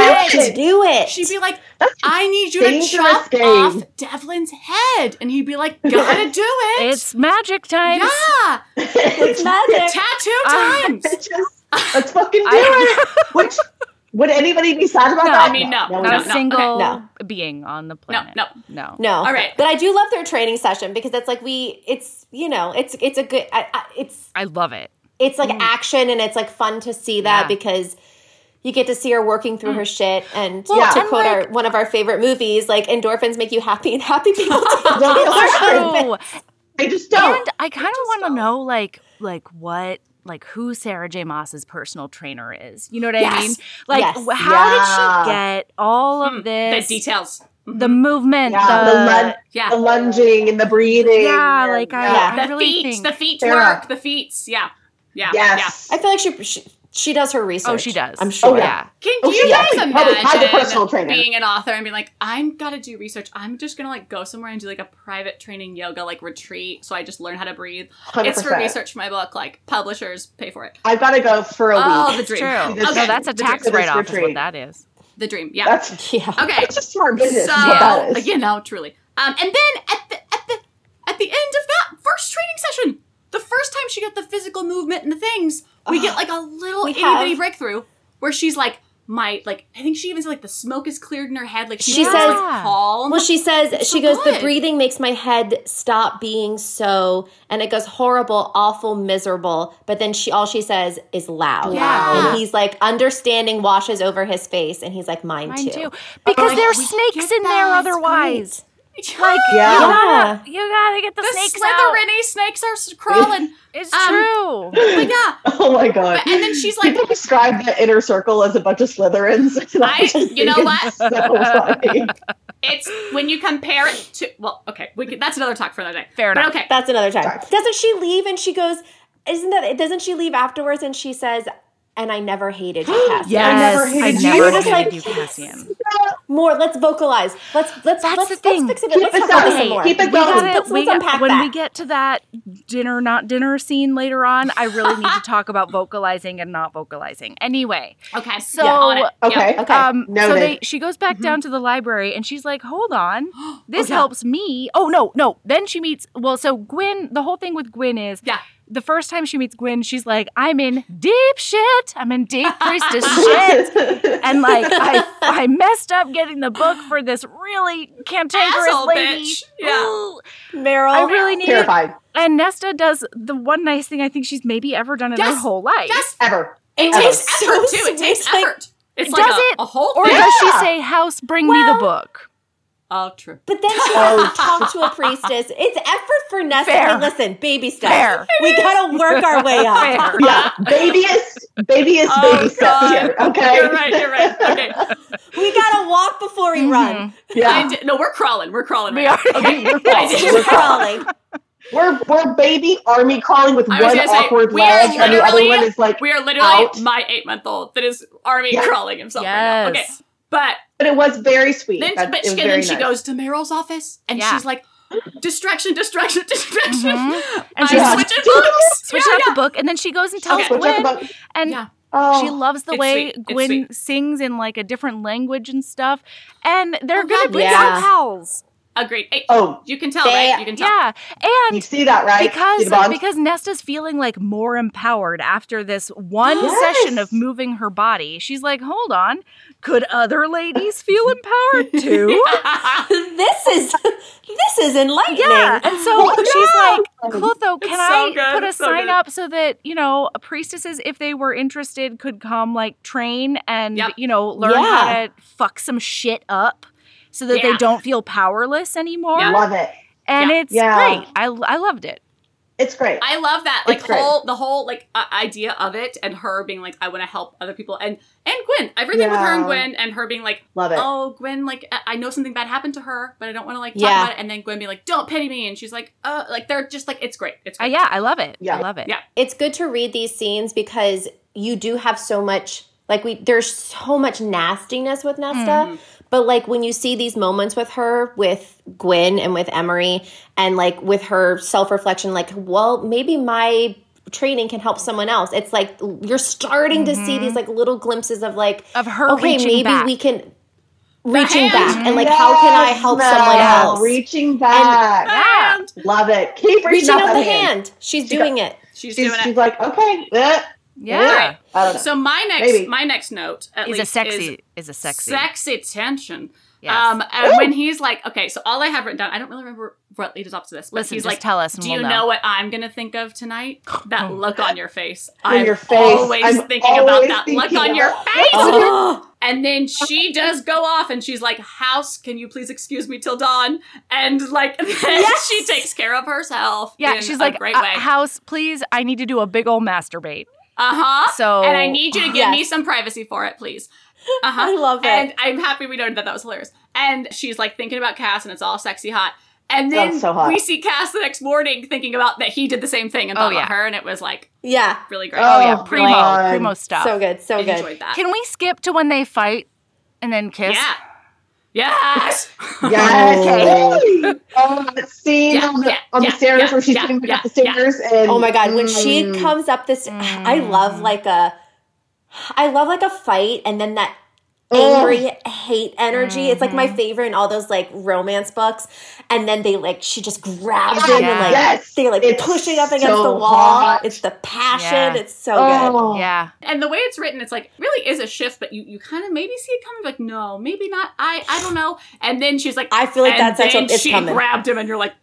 Speaker 2: it.
Speaker 5: to do it.
Speaker 2: She'd be like,
Speaker 4: That's
Speaker 2: "I need you to
Speaker 4: dangerous
Speaker 2: chop
Speaker 4: game.
Speaker 2: off Devlin's head," and he'd be like,
Speaker 4: [LAUGHS]
Speaker 2: "Gotta do it."
Speaker 3: It's magic time.
Speaker 2: yeah,
Speaker 4: it's [LAUGHS]
Speaker 5: magic.
Speaker 2: tattoo
Speaker 3: Uh,
Speaker 2: times.
Speaker 4: Just, let's fucking do
Speaker 3: I-
Speaker 4: it. Which would anybody be sad about
Speaker 3: No,
Speaker 4: that?
Speaker 3: I
Speaker 2: mean, no,
Speaker 4: no,
Speaker 2: no,
Speaker 3: Not a
Speaker 4: no.
Speaker 3: single
Speaker 5: No.
Speaker 3: being on the
Speaker 2: no,
Speaker 3: planet.
Speaker 2: no.
Speaker 3: no.
Speaker 5: No.
Speaker 2: All right.
Speaker 5: But I do love their training session because it's like we it's you know, it's it's a good I, I, it's
Speaker 3: I love it.
Speaker 5: it's like action and it's like fun to see that
Speaker 3: Yeah.
Speaker 5: because you get to see her working through her shit and
Speaker 4: Well,
Speaker 5: to
Speaker 3: and
Speaker 5: quote our,
Speaker 3: like-
Speaker 5: one of our favorite movies like endorphins make you happy and happy people do.
Speaker 3: True.
Speaker 4: I just don't.
Speaker 3: And I kind of want to know, like, like what, like who Sarah J. Moss's personal trainer is. You know what I
Speaker 5: Yes.
Speaker 3: mean? Like,
Speaker 5: Yes.
Speaker 3: wh- how
Speaker 4: Yeah.
Speaker 3: did she get all of
Speaker 2: The
Speaker 3: this?
Speaker 2: details.
Speaker 3: the movement, the,
Speaker 4: yeah, the, lun-
Speaker 2: Yeah,
Speaker 4: the lunging and the breathing.
Speaker 3: yeah,
Speaker 4: and-
Speaker 3: like I,
Speaker 4: yeah.
Speaker 3: I
Speaker 2: the
Speaker 3: really
Speaker 2: feet,
Speaker 3: think
Speaker 2: the feet
Speaker 4: Sarah.
Speaker 2: work, the feet. Yeah, yeah,
Speaker 4: Yes.
Speaker 5: I feel like she, she She does her research.
Speaker 3: Oh, she does.
Speaker 5: I'm sure. [LAUGHS]
Speaker 4: Oh, yeah.
Speaker 3: Yeah.
Speaker 2: Can
Speaker 4: Oh,
Speaker 2: you
Speaker 4: yeah,
Speaker 2: guys
Speaker 4: she probably hired a personal
Speaker 2: imagine
Speaker 4: trainer.
Speaker 2: being an author and being like, I'm gotta do research. I'm just gonna like go somewhere and do like a private training yoga like retreat, so I just learn how to breathe.
Speaker 4: 100%.
Speaker 2: It's for research for my book. Like publishers pay for it.
Speaker 4: I've got to go for a
Speaker 2: Oh,
Speaker 4: week.
Speaker 2: the
Speaker 3: True.
Speaker 2: dream.
Speaker 3: No,
Speaker 2: Okay.
Speaker 3: that's a
Speaker 2: The
Speaker 3: tax
Speaker 4: dream.
Speaker 3: write off, is what
Speaker 4: Retreat.
Speaker 3: that is.
Speaker 2: The dream. Yeah.
Speaker 4: [LAUGHS] That's
Speaker 5: Yeah.
Speaker 2: okay.
Speaker 4: it's just smart business.
Speaker 2: So
Speaker 4: is what that [LAUGHS] is.
Speaker 2: you know, truly. Um, and then at the at the at the end of that first training session, the first time she got the physical movement and the things, we get like a little
Speaker 5: We
Speaker 2: itty bitty
Speaker 5: have-
Speaker 2: breakthrough where she's like, my like I think she even said like the smoke is cleared in her head. Like
Speaker 5: She
Speaker 2: she says,
Speaker 5: says-
Speaker 2: like, calm.
Speaker 5: Well, she says,
Speaker 2: so
Speaker 5: she goes, the
Speaker 2: good.
Speaker 5: breathing makes my head stop being so, and it goes horrible, awful, miserable. But then she, all she says is loud.
Speaker 2: Yeah.
Speaker 5: And he's like, understanding washes over his face. And he's like, mine,
Speaker 3: Mine
Speaker 5: too.
Speaker 3: too. Because there's snakes in there otherwise.
Speaker 2: like
Speaker 5: Yeah.
Speaker 4: yeah.
Speaker 3: You gotta get the,
Speaker 2: the
Speaker 3: snakes out.
Speaker 2: Slytherin snakes are s- crawling.
Speaker 3: It's
Speaker 2: Um,
Speaker 3: true.
Speaker 2: but yeah,
Speaker 4: Oh my god.
Speaker 2: but- and then she's like,
Speaker 4: People describe that inner circle as a bunch of Slytherins. [LAUGHS] And
Speaker 2: I-
Speaker 4: just
Speaker 2: you know
Speaker 4: think
Speaker 2: what?
Speaker 4: it's so funny.
Speaker 2: it's when you compare it to well, okay, we could, that's another talk for another day.
Speaker 3: Fair
Speaker 2: but
Speaker 3: enough.
Speaker 2: okay,
Speaker 5: That's another time.
Speaker 4: Sorry.
Speaker 5: Doesn't she leave and she goes, isn't that, doesn't she leave afterwards and she says, and I never
Speaker 3: [GASPS]
Speaker 5: hated you, Cassian.
Speaker 4: never
Speaker 3: yes,
Speaker 4: hated
Speaker 3: I
Speaker 4: you.
Speaker 3: never
Speaker 5: You're just
Speaker 3: hated
Speaker 5: like,
Speaker 3: you, Cassian.
Speaker 5: More, let's vocalize. Let's, let's,
Speaker 3: That's
Speaker 5: let's,
Speaker 3: the thing.
Speaker 5: let's fix it.
Speaker 4: Keep
Speaker 5: let's
Speaker 4: it
Speaker 5: talk about this
Speaker 4: going.
Speaker 5: some more.
Speaker 4: Keep it
Speaker 5: We
Speaker 4: going.
Speaker 5: gotta-
Speaker 3: [LAUGHS] But
Speaker 5: Let's,
Speaker 3: we
Speaker 5: let's
Speaker 3: got-
Speaker 5: unpack
Speaker 3: when
Speaker 5: that.
Speaker 3: we get to that dinner not dinner scene later on, I really need to talk about vocalizing and not vocalizing. Anyway,
Speaker 2: okay,
Speaker 3: So-
Speaker 2: yeah, on it. Yeah.
Speaker 4: Okay.
Speaker 5: Okay.
Speaker 3: um, so
Speaker 4: noted.
Speaker 3: they, she goes back
Speaker 2: Mm-hmm.
Speaker 3: down to the library and she's like, "Hold
Speaker 2: [GASPS]
Speaker 3: on, this helps me." Oh no, no. Then she meets. Well, so Gwen. The whole thing with Gwen is
Speaker 2: Yeah.
Speaker 3: The first time she meets Gwen, she's like, "I'm in deep shit. I'm in
Speaker 2: [LAUGHS]
Speaker 3: deep priestess shit." and like I, I messed up getting the book for this really cantankerous
Speaker 2: Asshole
Speaker 3: lady.
Speaker 2: bitch. Yeah. Oh,
Speaker 3: Ooh,
Speaker 5: Meryl.
Speaker 3: I really needed.
Speaker 4: [LAUGHS] Terrified.
Speaker 3: And Nesta does the one nice thing I think she's maybe ever done in her
Speaker 2: Yes.
Speaker 3: whole life.
Speaker 2: Yes,
Speaker 4: Ever.
Speaker 2: It
Speaker 5: It
Speaker 2: takes
Speaker 5: was so
Speaker 2: effort too. It
Speaker 5: sweet.
Speaker 2: takes
Speaker 5: It's like-
Speaker 2: effort. It's
Speaker 3: Does
Speaker 2: like a,
Speaker 3: it?
Speaker 2: a whole
Speaker 3: Or
Speaker 2: thing.
Speaker 3: does she say, "House, bring me the
Speaker 5: Well-
Speaker 3: book"?
Speaker 2: Oh, true.
Speaker 5: But then she has to talk to a priestess. It's effort for Nesta.
Speaker 3: Oh. Fair.
Speaker 5: Hey, listen, baby steps.
Speaker 3: Fair.
Speaker 5: We gotta work our way up.
Speaker 3: Fair.
Speaker 4: Yeah. Babyest, babyest
Speaker 2: Oh,
Speaker 4: baby steps
Speaker 2: God.
Speaker 4: here. Okay.
Speaker 2: You're right. You're right.
Speaker 4: [LAUGHS]
Speaker 2: Okay.
Speaker 5: We gotta walk before
Speaker 3: Mm-hmm.
Speaker 5: we run. [LAUGHS]
Speaker 2: I
Speaker 4: Yeah.
Speaker 2: did, no, we're crawling. We're crawling.
Speaker 3: We
Speaker 2: right
Speaker 3: are.
Speaker 2: now. Okay. [LAUGHS] I did-
Speaker 5: We're crawling.
Speaker 4: We're we're baby army calling with
Speaker 2: I was
Speaker 4: one
Speaker 2: gonna say,
Speaker 4: awkward
Speaker 2: we are
Speaker 4: leg and the other
Speaker 2: literally-
Speaker 4: one is like
Speaker 2: We are literally
Speaker 4: Out.
Speaker 2: my eight month old that is army
Speaker 4: Yeah.
Speaker 2: crawling himself right now. Okay.
Speaker 3: Yes.
Speaker 2: But
Speaker 4: but it was very sweet.
Speaker 2: then,
Speaker 4: That-
Speaker 2: but
Speaker 4: it
Speaker 2: she,
Speaker 4: was
Speaker 2: and
Speaker 4: very
Speaker 2: then she
Speaker 4: nice.
Speaker 2: goes to Meryl's office and
Speaker 3: Yeah.
Speaker 2: she's like, distraction, distraction, [LAUGHS] distraction.
Speaker 3: And
Speaker 4: Mm-hmm.
Speaker 2: I'm
Speaker 3: she's
Speaker 4: like-
Speaker 2: switching books.
Speaker 3: switches
Speaker 2: Yeah,
Speaker 3: out
Speaker 2: yeah.
Speaker 3: the book, and then she goes and tells
Speaker 2: Okay.
Speaker 4: Which I
Speaker 3: Gwen,
Speaker 4: thought-
Speaker 3: and
Speaker 2: Yeah.
Speaker 4: oh,
Speaker 3: she loves the
Speaker 2: It's
Speaker 3: way
Speaker 2: sweet. It's
Speaker 3: Gwen
Speaker 2: sweet.
Speaker 3: sings in like a different language and stuff. And they're
Speaker 2: Oh,
Speaker 3: gonna
Speaker 2: God,
Speaker 3: be
Speaker 5: yeah.
Speaker 3: pen pals.
Speaker 2: Agreed. Hey,
Speaker 4: oh,
Speaker 2: You can tell,
Speaker 5: They-
Speaker 2: right? You can tell.
Speaker 3: Yeah,
Speaker 4: you
Speaker 3: and
Speaker 4: see that right? See
Speaker 3: because
Speaker 4: the bond?
Speaker 3: because Nesta's feeling like more empowered after this one
Speaker 4: Yes.
Speaker 3: session of moving her body. She's like, hold on, could other ladies feel empowered too?
Speaker 5: This is this is enlightening.
Speaker 3: Yeah, and so she's like, Clotho,
Speaker 2: It's
Speaker 3: can
Speaker 2: so
Speaker 3: I
Speaker 2: good,
Speaker 3: put a
Speaker 2: it's so
Speaker 3: sign
Speaker 2: good.
Speaker 3: up so that you know priestesses, if they were interested, could come like train and
Speaker 2: Yep.
Speaker 3: you know learn
Speaker 5: Yeah.
Speaker 3: how to fuck some shit up, so that they
Speaker 2: Yeah.
Speaker 3: don't feel powerless anymore.
Speaker 2: Yeah.
Speaker 4: love it.
Speaker 3: And
Speaker 2: Yeah.
Speaker 3: it's
Speaker 4: Yeah.
Speaker 3: great. I I loved it.
Speaker 4: It's great.
Speaker 2: [LAUGHS] I love that, like
Speaker 4: It's great.
Speaker 2: whole the whole like uh, idea of it, and her being like, "I want to help other people," and and Gwen, everything with her and
Speaker 4: Yeah.
Speaker 2: Gwen, and her being like,
Speaker 4: love it.
Speaker 2: "Oh, Gwen, like I I know something bad happened to her, but I don't want to like talk
Speaker 5: Yeah.
Speaker 2: about it," and then Gwen being like, "Don't pity me," and she's like, "Uh," like they're just like, "It's great, it's
Speaker 3: Uh,
Speaker 2: great."
Speaker 3: yeah, I love it.
Speaker 4: Yeah.
Speaker 3: I love it.
Speaker 2: Yeah.
Speaker 5: it's good to read these scenes because you do have so much like we there's so much nastiness with Nesta,
Speaker 4: Mm-hmm.
Speaker 5: but like when you see these moments with her with Gwen and with Emery and like with her self-reflection like well maybe my training can help someone else. It's like you're starting to see
Speaker 4: Mm-hmm.
Speaker 5: these like little glimpses of like
Speaker 3: Of her
Speaker 5: okay
Speaker 3: reaching
Speaker 5: maybe
Speaker 3: back.
Speaker 5: we can reaching
Speaker 2: hand.
Speaker 5: back and like how can I
Speaker 4: Yes,
Speaker 5: help
Speaker 4: Mel,
Speaker 5: someone else?
Speaker 4: Reaching back.
Speaker 3: Yeah.
Speaker 2: And
Speaker 4: love it. Keep reaching,
Speaker 5: reaching
Speaker 4: out
Speaker 5: out
Speaker 4: that
Speaker 5: the hand. She's
Speaker 4: She got-
Speaker 5: doing it.
Speaker 2: she's,
Speaker 4: She's,
Speaker 2: doing
Speaker 4: she's
Speaker 2: it.
Speaker 4: like, okay, eh,
Speaker 3: Yeah.
Speaker 4: eh. I don't know.
Speaker 2: So my next
Speaker 4: Maybe.
Speaker 2: my next note at
Speaker 3: Is
Speaker 2: least
Speaker 3: a sexy is, a
Speaker 2: is
Speaker 3: sexy.
Speaker 2: sexy, tension.
Speaker 3: Yes.
Speaker 2: Um, and
Speaker 4: Ooh.
Speaker 2: when he's like, "Okay," so all I have written down, I don't really remember what leads up to this, but
Speaker 3: Listen,
Speaker 2: he's
Speaker 3: just
Speaker 2: like,
Speaker 3: tell us. And
Speaker 2: Do
Speaker 3: we'll
Speaker 2: you know. what I'm gonna think of tonight?
Speaker 3: [GASPS]
Speaker 2: That look on your face.
Speaker 4: On
Speaker 2: I'm
Speaker 4: your face.
Speaker 2: always
Speaker 4: I'm
Speaker 2: thinking
Speaker 4: always
Speaker 2: about that look
Speaker 4: thinking
Speaker 2: on your
Speaker 4: about-
Speaker 2: face.
Speaker 5: [LAUGHS] Oh.
Speaker 2: And then she does go off and she's like, House, can you please excuse me till dawn? And like [LAUGHS] then she takes care of herself.
Speaker 3: Yeah,
Speaker 2: in
Speaker 3: she's
Speaker 2: a
Speaker 3: like,
Speaker 2: great
Speaker 3: "Uh,
Speaker 2: way.
Speaker 3: house, please. I need to do a big old
Speaker 2: [GASPS]
Speaker 3: masturbate.
Speaker 2: uh-huh.
Speaker 3: So
Speaker 2: and I need you to give me
Speaker 5: Yes.
Speaker 2: some privacy for it, please. Uh-huh.
Speaker 5: I love it.
Speaker 2: And I'm happy we noted that. That was hilarious. And she's like thinking about Cass and it's all sexy hot. And
Speaker 4: Sounds
Speaker 2: then
Speaker 4: so hot.
Speaker 2: we see Cass the next morning thinking about that he did the same thing and
Speaker 3: Oh,
Speaker 2: thought
Speaker 3: yeah.
Speaker 2: about her, and it was like
Speaker 5: Yeah.
Speaker 2: really great.
Speaker 4: Oh,
Speaker 3: Oh, yeah, primo,
Speaker 4: God.
Speaker 3: primo stuff.
Speaker 5: So good. So
Speaker 2: I
Speaker 5: good.
Speaker 2: enjoyed that.
Speaker 3: Can we skip to when they fight and then kiss?
Speaker 2: Yeah. Yes.
Speaker 4: Yes. Oh, that scene
Speaker 2: Yeah,
Speaker 4: on the,
Speaker 2: yeah,
Speaker 4: on the
Speaker 2: yeah,
Speaker 4: stairs
Speaker 2: yeah,
Speaker 4: where she's
Speaker 2: yeah,
Speaker 4: coming up the
Speaker 2: yeah, yeah.
Speaker 4: stairs. And,
Speaker 5: Oh my god, when she
Speaker 4: Mm.
Speaker 5: comes up this I love like a I love like a fight and then that
Speaker 4: Oh.
Speaker 5: angry hate energy. It's like
Speaker 4: Mm-hmm.
Speaker 5: my favorite in all those like romance books. And then they like she just grabs him and like
Speaker 4: Yes.
Speaker 5: they like
Speaker 4: It's
Speaker 5: push it up against
Speaker 4: so
Speaker 5: the wall.
Speaker 4: hot.
Speaker 5: It's the passion.
Speaker 3: Yeah.
Speaker 5: It's so good.
Speaker 4: oh.
Speaker 3: Yeah.
Speaker 2: And the way it's written, it's like really is a shift, but you, you kind of maybe see it coming. Like no, maybe not. I I don't know. And then she's like,
Speaker 5: I feel like
Speaker 2: and
Speaker 5: that's such a-
Speaker 2: then
Speaker 5: it's
Speaker 2: she
Speaker 5: coming. [LAUGHS]
Speaker 2: grabbed him, and you're like,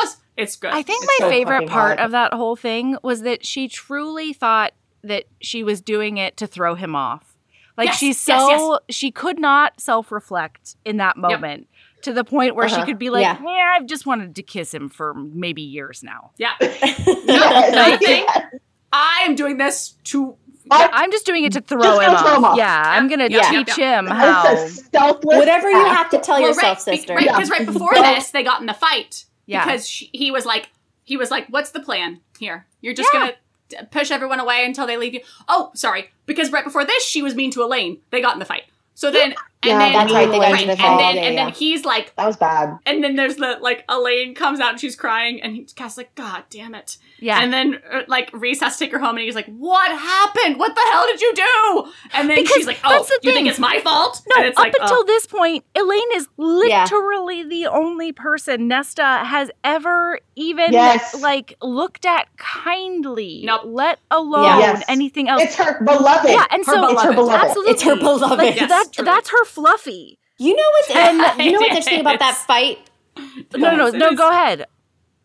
Speaker 2: yes, it's good.
Speaker 3: I think
Speaker 4: It's
Speaker 3: my
Speaker 4: so
Speaker 3: favorite
Speaker 4: fucking
Speaker 3: part
Speaker 4: hot.
Speaker 3: of that whole thing was that she truly thought that she was doing it to throw him off. Like
Speaker 2: Yes,
Speaker 3: she's
Speaker 2: yes,
Speaker 3: so she could not self-reflect in that moment to the point where
Speaker 5: Uh-huh,
Speaker 3: she could be like,
Speaker 5: yeah.
Speaker 3: "Yeah, I've just wanted to kiss him for maybe years now. [LAUGHS]
Speaker 4: Yes.
Speaker 5: [LAUGHS]
Speaker 2: Nothing. I am doing this to.
Speaker 4: I-
Speaker 3: I'm just doing it to throw,
Speaker 4: gonna
Speaker 3: him,
Speaker 4: throw
Speaker 3: off.
Speaker 4: him off.
Speaker 3: Yeah, I'm gonna
Speaker 2: Yeah.
Speaker 3: teach
Speaker 4: [LAUGHS]
Speaker 3: him how.
Speaker 4: It's a selfless
Speaker 5: Whatever you
Speaker 4: act.
Speaker 5: have to tell
Speaker 2: Well,
Speaker 5: yourself,
Speaker 2: right, be-
Speaker 5: sister.
Speaker 2: Right,
Speaker 4: Yeah.
Speaker 2: because
Speaker 5: [LAUGHS]
Speaker 2: right before this, they got in the fight.
Speaker 3: Yeah.
Speaker 2: Because she, he was like, he was like, what's the plan here? You're just gonna d- push everyone away until they leave you. Oh, sorry. Because right before this, she was mean to Elaine. They got in the fight. So then, and
Speaker 4: Yeah,
Speaker 2: then,
Speaker 4: that's right, they got into the
Speaker 2: and
Speaker 4: fight.
Speaker 2: then,
Speaker 5: Yeah,
Speaker 2: and then
Speaker 5: yeah.
Speaker 2: he's like,
Speaker 4: That was bad.
Speaker 2: and then there's the like Elaine comes out and she's crying, and he, Cass like, God damn it.
Speaker 3: Yeah.
Speaker 2: And then uh, like Reese has to take her home, and he's like, What happened? What the hell did you do? And then
Speaker 3: Because
Speaker 2: she's like, Oh,
Speaker 3: that's the
Speaker 2: you think
Speaker 3: thing.
Speaker 2: it's my fault?
Speaker 3: No,
Speaker 2: and it's
Speaker 3: up
Speaker 2: like,
Speaker 3: until
Speaker 2: oh,
Speaker 3: this point, Elaine is
Speaker 5: Yeah.
Speaker 3: literally the only person Nesta has ever even
Speaker 4: Yes.
Speaker 3: like looked at kindly.
Speaker 2: Nope.
Speaker 3: Let alone
Speaker 4: Yes.
Speaker 3: anything else.
Speaker 4: It's her beloved.
Speaker 3: yeah, and
Speaker 2: her
Speaker 3: so
Speaker 4: It's her
Speaker 2: beloved.
Speaker 4: beloved.
Speaker 3: absolutely,
Speaker 5: It's her beloved.
Speaker 3: Like,
Speaker 2: Yes,
Speaker 3: that-
Speaker 2: truly.
Speaker 3: that's her fluffy.
Speaker 5: You know what's and you know what's interesting
Speaker 2: [LAUGHS]
Speaker 5: about that
Speaker 2: Yes.
Speaker 5: fight?
Speaker 3: No, no,
Speaker 2: Yes, it
Speaker 3: no.
Speaker 2: is.
Speaker 3: Go ahead.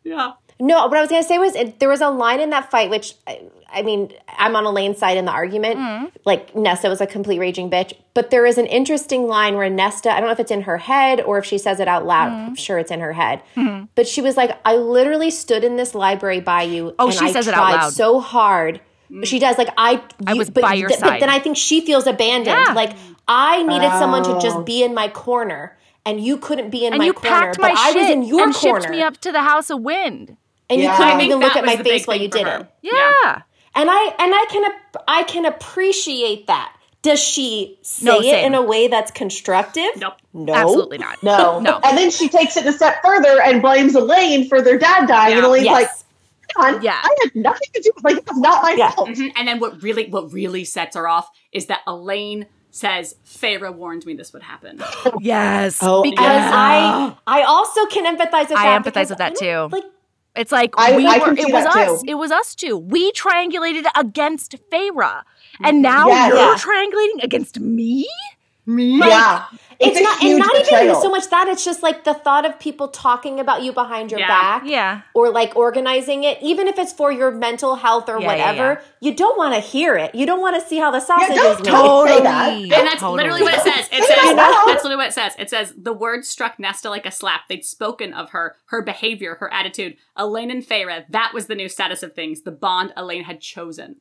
Speaker 2: Yeah.
Speaker 5: No, what I was gonna say was it, there was a line in that fight, which I, I mean, I'm on Elaine's side in the argument.
Speaker 3: Mm-hmm.
Speaker 5: Like Nesta was a complete raging bitch, but there is an interesting line where Nesta, I don't know if it's in her head or if she says it out loud.
Speaker 3: Mm-hmm.
Speaker 5: I'm sure it's in her head, but she was like, "I literally stood in this library by you.
Speaker 3: Oh,
Speaker 5: and
Speaker 3: she
Speaker 5: I
Speaker 3: says it out
Speaker 5: tried
Speaker 3: loud. Mm.
Speaker 5: So hard." She does like I.
Speaker 3: I
Speaker 5: you-
Speaker 3: was by your
Speaker 5: th-
Speaker 3: side.
Speaker 5: But then I think she feels abandoned.
Speaker 3: Yeah.
Speaker 5: Like I needed someone to
Speaker 4: Oh.
Speaker 5: just be in my corner, and you couldn't be in
Speaker 3: And
Speaker 5: my
Speaker 3: you
Speaker 5: corner.
Speaker 3: packed my
Speaker 5: but I
Speaker 3: shit
Speaker 5: was in your
Speaker 3: and
Speaker 5: corner.
Speaker 3: shipped me up to the House of Wind.
Speaker 5: And
Speaker 4: Yeah.
Speaker 5: you
Speaker 4: I
Speaker 5: couldn't
Speaker 4: think
Speaker 5: even look
Speaker 2: that
Speaker 5: at
Speaker 2: was
Speaker 5: my
Speaker 2: the big
Speaker 5: face while
Speaker 2: thing
Speaker 5: you
Speaker 2: for
Speaker 5: did
Speaker 2: her.
Speaker 5: it.
Speaker 3: Yeah.
Speaker 5: And I and I can ap- I can appreciate that. Does she say
Speaker 3: No,
Speaker 5: it
Speaker 3: same.
Speaker 5: in a way that's constructive?
Speaker 2: Nope.
Speaker 5: No.
Speaker 3: Absolutely not.
Speaker 4: No.
Speaker 3: No.
Speaker 4: [LAUGHS] And then she takes it a step further and blames Elaine for their dad dying. And
Speaker 2: Yeah.
Speaker 4: Elaine's like,
Speaker 5: Yes.
Speaker 4: "Come on,
Speaker 3: Yeah.
Speaker 4: I had nothing to do with like that's not my
Speaker 5: Yeah.
Speaker 4: fault.
Speaker 2: Mhm. And then what really what really sets her off is that Elaine says, Feyre warned me this would happen.
Speaker 3: Yes.
Speaker 5: Oh,
Speaker 3: because
Speaker 5: and I I also can empathize with that.
Speaker 3: I empathize
Speaker 5: because
Speaker 3: with that
Speaker 5: I don't-
Speaker 3: too.
Speaker 5: Like
Speaker 3: It's like
Speaker 4: I-
Speaker 3: we
Speaker 4: I
Speaker 3: were,
Speaker 4: can see
Speaker 3: it was
Speaker 4: that, too.
Speaker 3: us. It was us two. We triangulated against Feyre. And now
Speaker 4: Yes.
Speaker 3: you're
Speaker 4: Yeah.
Speaker 3: triangulating against me?
Speaker 2: Me?
Speaker 4: yeah.
Speaker 5: it's,
Speaker 4: a
Speaker 5: not
Speaker 4: huge
Speaker 5: and not
Speaker 4: betrayal.
Speaker 5: even so much that it's just like the thought of people talking about you behind your
Speaker 2: Yeah.
Speaker 5: back
Speaker 3: Yeah.
Speaker 5: or like organizing it even if it's for your mental health
Speaker 3: Yeah,
Speaker 5: or
Speaker 3: yeah,
Speaker 5: whatever you don't want to hear it you don't want to see how the sausage
Speaker 4: don't
Speaker 5: is made
Speaker 4: tell- Say that.
Speaker 2: And that's literally what it says. It says
Speaker 4: You know?
Speaker 2: that's literally what it says. It says the word struck Nesta like a slap. They'd spoken of her, her behavior, her attitude. Elaine and Feyre, that was the new status of things. The bond Elaine had chosen.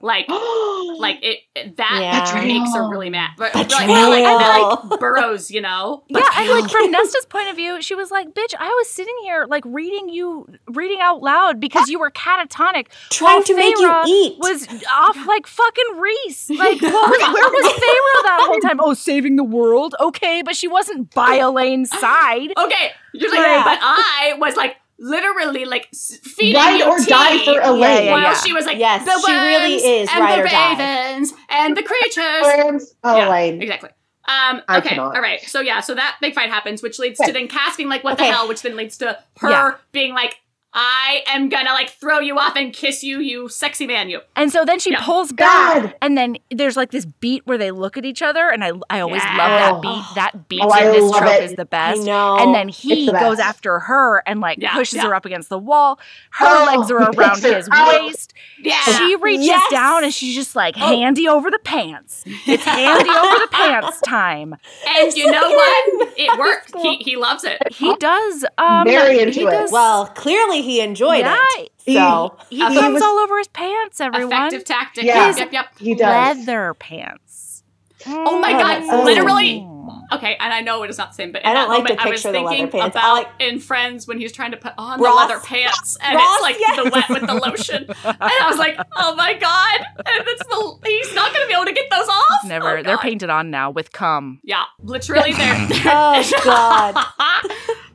Speaker 2: like
Speaker 4: [GASPS]
Speaker 2: like it, it- that
Speaker 5: Yeah.
Speaker 4: Betrayal.
Speaker 2: makes her really mad. But like, well, like, that, like burrows, you know. But
Speaker 3: yeah, and like from Nesta's point of view, she was like, "Bitch, I was sitting here like reading you, reading out loud because you were catatonic,
Speaker 5: Trying
Speaker 3: while
Speaker 5: to make you
Speaker 3: Feyre
Speaker 5: eat."
Speaker 3: Was off like fucking Reese. [LAUGHS]
Speaker 2: [LAUGHS]
Speaker 3: Like, where, where was Feyre that whole time? Oh, saving the world, okay, but she wasn't by Elaine's side.
Speaker 2: okay, you're like,
Speaker 5: Yeah.
Speaker 2: but I was like literally like s- feeding
Speaker 4: Ride
Speaker 2: you
Speaker 4: or
Speaker 2: tea
Speaker 4: die for Elaine.
Speaker 3: Yeah,
Speaker 2: While
Speaker 3: yeah.
Speaker 2: she was like,
Speaker 5: Yes,
Speaker 2: the
Speaker 5: she really
Speaker 2: worms
Speaker 5: is
Speaker 2: and
Speaker 5: ride
Speaker 2: the
Speaker 5: or die.
Speaker 2: ravens and the creatures.
Speaker 4: Friends, Oh, Elaine.
Speaker 2: Yeah, exactly. Um,
Speaker 4: I
Speaker 2: okay,
Speaker 4: cannot.
Speaker 2: all right. So yeah, so that big fight happens, which leads to
Speaker 4: Okay.
Speaker 2: then Cass being like, "What
Speaker 5: Okay.
Speaker 2: the hell?" Which then leads to her
Speaker 3: Yeah.
Speaker 2: being like, "I am gonna like throw you off and kiss you, you sexy man, you."
Speaker 3: And so then she
Speaker 2: Yeah.
Speaker 3: pulls back,
Speaker 4: God.
Speaker 3: and then there's like this beat where they look at each other, and I I always
Speaker 2: Yeah.
Speaker 3: love that
Speaker 4: Oh.
Speaker 3: beat. That beat
Speaker 4: Oh, I
Speaker 3: in this
Speaker 4: love
Speaker 3: trope
Speaker 4: it.
Speaker 3: is the
Speaker 5: I
Speaker 3: best.
Speaker 5: know.
Speaker 3: And then
Speaker 4: It's
Speaker 3: he
Speaker 4: the
Speaker 3: goes
Speaker 4: best.
Speaker 3: after her and like
Speaker 2: Yeah,
Speaker 3: pushes
Speaker 2: yeah.
Speaker 3: her up against the wall. Her
Speaker 4: Oh,
Speaker 3: legs
Speaker 4: [LAUGHS]
Speaker 3: are
Speaker 4: he
Speaker 3: around
Speaker 4: picks her
Speaker 3: his
Speaker 4: up.
Speaker 3: waist.
Speaker 2: Yeah,
Speaker 3: She reaches
Speaker 5: Yes.
Speaker 3: down and she's just like
Speaker 4: Oh.
Speaker 3: handy over the pants.
Speaker 4: [LAUGHS]
Speaker 3: It's handy over the pants time.
Speaker 2: and you know what? It worked. He, he loves it.
Speaker 3: He does. Um,
Speaker 4: Very into
Speaker 3: he
Speaker 4: it.
Speaker 3: Does,
Speaker 5: Well, clearly he enjoyed
Speaker 3: yeah,
Speaker 5: it. So
Speaker 3: he,
Speaker 4: Uh,
Speaker 3: he
Speaker 4: he
Speaker 3: comes
Speaker 4: was-
Speaker 3: all over his pants. Everyone
Speaker 2: Effective tactic.
Speaker 4: Yeah.
Speaker 2: Yep, yep.
Speaker 4: He does.
Speaker 3: leather pants. Mm.
Speaker 2: Oh my god!
Speaker 4: Oh.
Speaker 2: Literally, Okay, and I know it is not the same, but in
Speaker 5: I
Speaker 2: that
Speaker 5: don't like to
Speaker 2: moment, I was
Speaker 5: picture the leather
Speaker 2: thinking
Speaker 5: pants. I
Speaker 2: about
Speaker 5: like-
Speaker 2: in Friends when he's trying to put on
Speaker 5: Ross?
Speaker 2: the leather pants, and
Speaker 5: Ross,
Speaker 2: it's like
Speaker 5: yes.
Speaker 2: the wet with the lotion, and I was like, oh my god, and it's the he's not going to be able to get those off.
Speaker 3: Never.
Speaker 2: Oh,
Speaker 3: They're
Speaker 2: God.
Speaker 3: painted on now with cum.
Speaker 2: Yeah, literally there.
Speaker 5: Oh, God.
Speaker 2: [LAUGHS]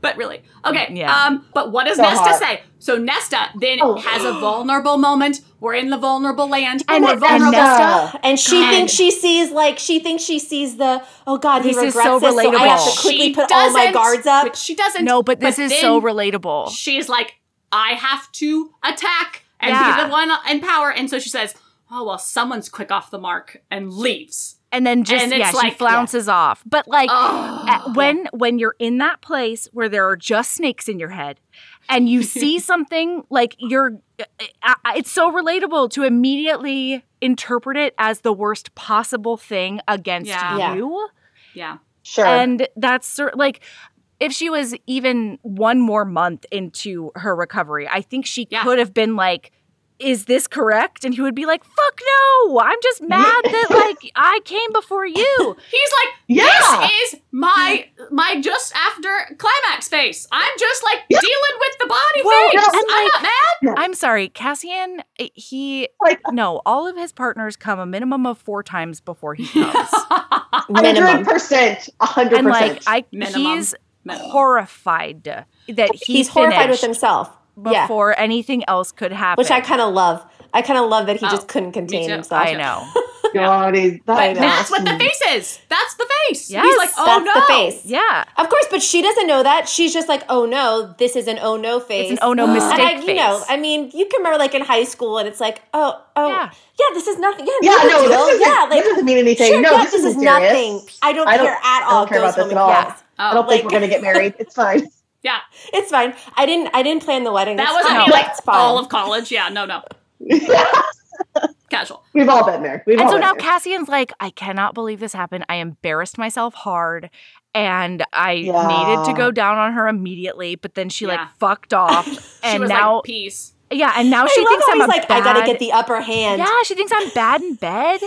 Speaker 2: but really, okay.
Speaker 3: Yeah.
Speaker 2: Um. But what does
Speaker 4: So
Speaker 2: Nesta
Speaker 4: hard.
Speaker 2: say? So Nesta then
Speaker 4: Oh.
Speaker 2: has a vulnerable moment. We're in the vulnerable land,
Speaker 8: And-
Speaker 2: we're
Speaker 8: and
Speaker 2: vulnerable.
Speaker 4: Nesta-
Speaker 5: And she
Speaker 2: God.
Speaker 5: thinks she sees like she thinks she sees the oh god he
Speaker 3: This is
Speaker 5: regrets
Speaker 3: so
Speaker 5: this so I have
Speaker 3: relatable.
Speaker 5: to quickly
Speaker 2: She
Speaker 5: put all my
Speaker 2: doesn't,
Speaker 5: guards up.
Speaker 2: But she doesn't.
Speaker 3: No, but this is
Speaker 2: then
Speaker 3: so relatable.
Speaker 2: She's like, I have to attack and
Speaker 3: Yeah.
Speaker 2: be the one in power. And so she says, Oh, well, someone's quick off the mark and leaves.
Speaker 3: and then just
Speaker 2: And
Speaker 3: yeah,
Speaker 2: it's
Speaker 3: she
Speaker 2: like-
Speaker 3: flounces off. But like
Speaker 2: Oh.
Speaker 3: at- when when you're in that place where there are just snakes in your head, and
Speaker 2: [LAUGHS]
Speaker 3: you see something like you're, I- I- it's so relatable to immediately interpret it as the worst possible thing against
Speaker 2: Yeah.
Speaker 5: Yeah.
Speaker 3: you,
Speaker 2: Yeah.
Speaker 4: Sure.
Speaker 3: and that's cer- like. If she was even one more month into her recovery, I think she
Speaker 2: Yeah.
Speaker 3: could have been like, Is this correct? And he would be like, Fuck no. I'm just mad that like I came before you.
Speaker 2: He's like,
Speaker 4: yeah.
Speaker 2: This is my my just after climax face. I'm just like
Speaker 4: Yeah.
Speaker 2: dealing with the body
Speaker 3: Well,
Speaker 2: face.
Speaker 3: and,
Speaker 2: I'm
Speaker 3: like-
Speaker 2: not mad.
Speaker 3: I'm sorry, Cassian. eh, He
Speaker 4: Like-
Speaker 3: no, all of his partners come a minimum of four times before he comes,
Speaker 4: Hundred
Speaker 5: Minimum.
Speaker 4: percent. hundred
Speaker 3: and like
Speaker 4: percent.
Speaker 3: I,
Speaker 2: Minimum.
Speaker 3: he's
Speaker 2: Minimum.
Speaker 3: horrified that he
Speaker 5: He's horrified
Speaker 3: finished
Speaker 5: with himself. Yeah.
Speaker 3: before anything else could happen.
Speaker 5: Which I kind of love. I kind of love that he
Speaker 2: Oh,
Speaker 5: just couldn't
Speaker 2: me
Speaker 5: contain
Speaker 2: too.
Speaker 5: himself.
Speaker 3: I know.
Speaker 4: God, is
Speaker 5: But
Speaker 4: that,
Speaker 2: That's what the face is. That's the face.
Speaker 3: Yes.
Speaker 2: He's like, oh
Speaker 5: That's
Speaker 2: no.
Speaker 5: the face.
Speaker 3: Yeah,
Speaker 5: Of course, but she doesn't know that. She's just like, oh no, this is an oh no face.
Speaker 3: it's an oh no
Speaker 5: And I,
Speaker 3: mistake
Speaker 5: you
Speaker 3: face.
Speaker 5: know, I mean, you can remember like in high school, and it's like, oh, oh,
Speaker 3: Yeah.
Speaker 5: yeah, this is nothing. Yeah,
Speaker 4: Yeah, no,
Speaker 5: big deal.
Speaker 4: this, isn't,
Speaker 5: yeah, like,
Speaker 4: this doesn't mean anything.
Speaker 5: sure,
Speaker 4: no,
Speaker 5: yeah,
Speaker 4: this, isn't serious.
Speaker 5: nothing. I don't,
Speaker 4: I don't-
Speaker 5: care at
Speaker 4: I
Speaker 5: all.
Speaker 4: don't care
Speaker 5: if
Speaker 4: about
Speaker 5: those
Speaker 4: this at
Speaker 5: women
Speaker 4: all.
Speaker 5: pass.
Speaker 2: Oh.
Speaker 4: I don't think
Speaker 5: like-
Speaker 4: we're gonna get married. It's fine. [LAUGHS]
Speaker 2: Yeah.
Speaker 5: It's fine. I didn't. I didn't plan the wedding.
Speaker 2: That
Speaker 5: That's
Speaker 2: was
Speaker 5: fine.
Speaker 2: me like
Speaker 5: That's fine.
Speaker 2: all of college. Yeah, no, no. Casual.
Speaker 4: We've all been there. We've
Speaker 3: and
Speaker 4: all
Speaker 3: so
Speaker 4: been
Speaker 3: now
Speaker 4: there.
Speaker 3: Cassian's like, I cannot believe this happened. I embarrassed myself hard. And I
Speaker 4: Yeah.
Speaker 3: needed to go down on her immediately, but then she
Speaker 2: Yeah.
Speaker 3: like fucked off.
Speaker 2: [LAUGHS] She
Speaker 3: and
Speaker 2: was
Speaker 3: now,
Speaker 2: like, peace.
Speaker 3: yeah, and now
Speaker 5: I
Speaker 3: she
Speaker 5: love
Speaker 3: thinks
Speaker 5: how
Speaker 3: I'm
Speaker 5: he's
Speaker 3: a
Speaker 5: like,
Speaker 3: bad,
Speaker 5: I gotta get the upper hand.
Speaker 3: Yeah, she thinks I'm bad in
Speaker 2: [LAUGHS]
Speaker 3: bed,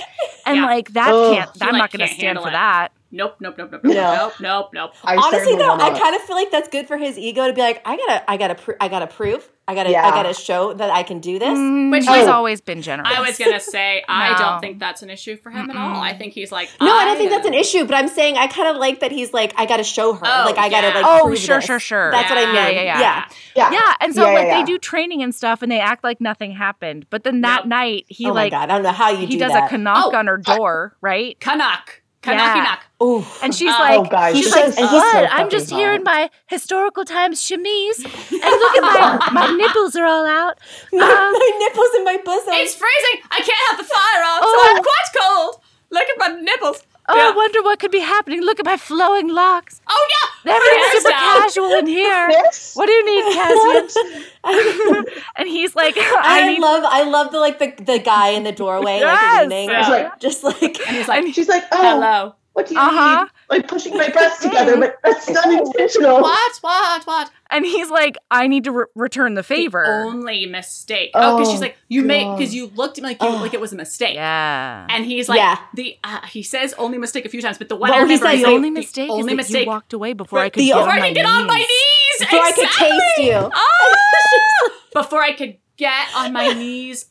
Speaker 3: and
Speaker 2: Yeah.
Speaker 3: like that
Speaker 4: Ugh.
Speaker 3: can't.
Speaker 2: She,
Speaker 3: I'm
Speaker 2: like,
Speaker 3: not going to
Speaker 2: can't
Speaker 3: stand
Speaker 2: handle
Speaker 3: for
Speaker 2: it.
Speaker 3: that.
Speaker 2: Nope, nope, nope, nope, nope,
Speaker 4: No.
Speaker 2: nope, nope, nope.
Speaker 4: I
Speaker 5: Honestly,
Speaker 4: certainly
Speaker 5: though,
Speaker 4: will
Speaker 5: I
Speaker 4: not.
Speaker 5: kind of feel like that's good for his ego to be like, I gotta, I gotta, pr- I gotta prove, I gotta,
Speaker 4: Yeah.
Speaker 5: I gotta show that I can do this.
Speaker 3: Which
Speaker 2: Which
Speaker 3: Mm. she's
Speaker 4: Oh.
Speaker 3: always been generous.
Speaker 2: I was
Speaker 5: [LAUGHS]
Speaker 2: gonna say I
Speaker 3: No.
Speaker 2: don't think that's an issue for him at all. I think he's like
Speaker 5: No, I don't think that's an issue, but I'm saying I kind of like that he's like, I gotta show her,
Speaker 2: Oh,
Speaker 5: like I
Speaker 2: yeah.
Speaker 5: gotta, like,
Speaker 3: oh,
Speaker 5: prove
Speaker 3: sure,
Speaker 5: this.
Speaker 3: sure, sure.
Speaker 5: That's what I mean.
Speaker 3: Yeah,
Speaker 5: Yeah,
Speaker 3: yeah, yeah.
Speaker 4: yeah.
Speaker 3: yeah, and so
Speaker 4: Yeah,
Speaker 3: like
Speaker 4: yeah,
Speaker 3: they do training and stuff, and they act like nothing happened. But then that
Speaker 2: Yep.
Speaker 3: night, he
Speaker 5: oh
Speaker 3: like
Speaker 5: my god, I don't know how you
Speaker 3: he
Speaker 5: do
Speaker 3: does
Speaker 5: that.
Speaker 3: a knock
Speaker 2: Oh,
Speaker 3: on her door, right?
Speaker 2: Canuck.
Speaker 3: Yeah.
Speaker 2: Canucky knock.
Speaker 5: Ooh.
Speaker 3: [LAUGHS]
Speaker 5: [LAUGHS]
Speaker 3: And she's
Speaker 2: Oh,
Speaker 3: like,
Speaker 4: oh guys,
Speaker 3: she's
Speaker 4: this
Speaker 3: like,
Speaker 4: is so
Speaker 3: what? I'm
Speaker 4: fucking
Speaker 3: just here in my
Speaker 4: hard.
Speaker 3: historical times chemise, and look at my my nipples are all out.
Speaker 5: my,
Speaker 3: Um,
Speaker 5: my nipples in my bosom.
Speaker 2: It's freezing. I can't have the fire on,
Speaker 3: Oh.
Speaker 2: so I'm quite cold. Look at my nipples.
Speaker 3: Oh, I
Speaker 2: Yeah.
Speaker 3: wonder what could be happening. Look at my flowing locks.
Speaker 2: Oh yeah.
Speaker 3: Everything's
Speaker 2: Hair's
Speaker 3: super
Speaker 2: down.
Speaker 3: casual in here.
Speaker 4: [LAUGHS] This?
Speaker 3: What do you need, Cassian? [LAUGHS] and he's like, I,
Speaker 5: I,
Speaker 3: need.
Speaker 5: love, I love the like the, the guy in the doorway
Speaker 3: Yes.
Speaker 5: like leaning,
Speaker 2: Yeah.
Speaker 4: Like-
Speaker 5: just like
Speaker 2: And he's like,
Speaker 4: She's like, oh,
Speaker 2: hello.
Speaker 4: what do you
Speaker 3: Uh-huh.
Speaker 4: need? Like pushing my
Speaker 3: [LAUGHS]
Speaker 4: breasts together, but that's not intentional.
Speaker 2: What? What? What?
Speaker 3: and he's like, I need to re- return the favor.
Speaker 2: Only mistake. Oh, because
Speaker 4: Oh,
Speaker 2: she's like, you made
Speaker 4: God.
Speaker 2: because you looked at me like you,
Speaker 5: Oh.
Speaker 2: like it was a mistake.
Speaker 3: Yeah.
Speaker 2: And he's like
Speaker 5: Yeah.
Speaker 2: the uh, he says only mistake a few times, but the one
Speaker 5: Well,
Speaker 2: I
Speaker 5: he
Speaker 2: remember
Speaker 5: said
Speaker 2: is
Speaker 3: the
Speaker 2: like,
Speaker 3: only mistake
Speaker 2: the
Speaker 3: is
Speaker 2: only
Speaker 3: that
Speaker 2: mistake
Speaker 3: you walked away before I could
Speaker 5: the-
Speaker 3: get,
Speaker 5: before
Speaker 3: on,
Speaker 2: before I
Speaker 3: my
Speaker 2: could get on my knees.
Speaker 5: before I could
Speaker 2: Exactly.
Speaker 5: taste you.
Speaker 2: Ah! before I could get on my knees.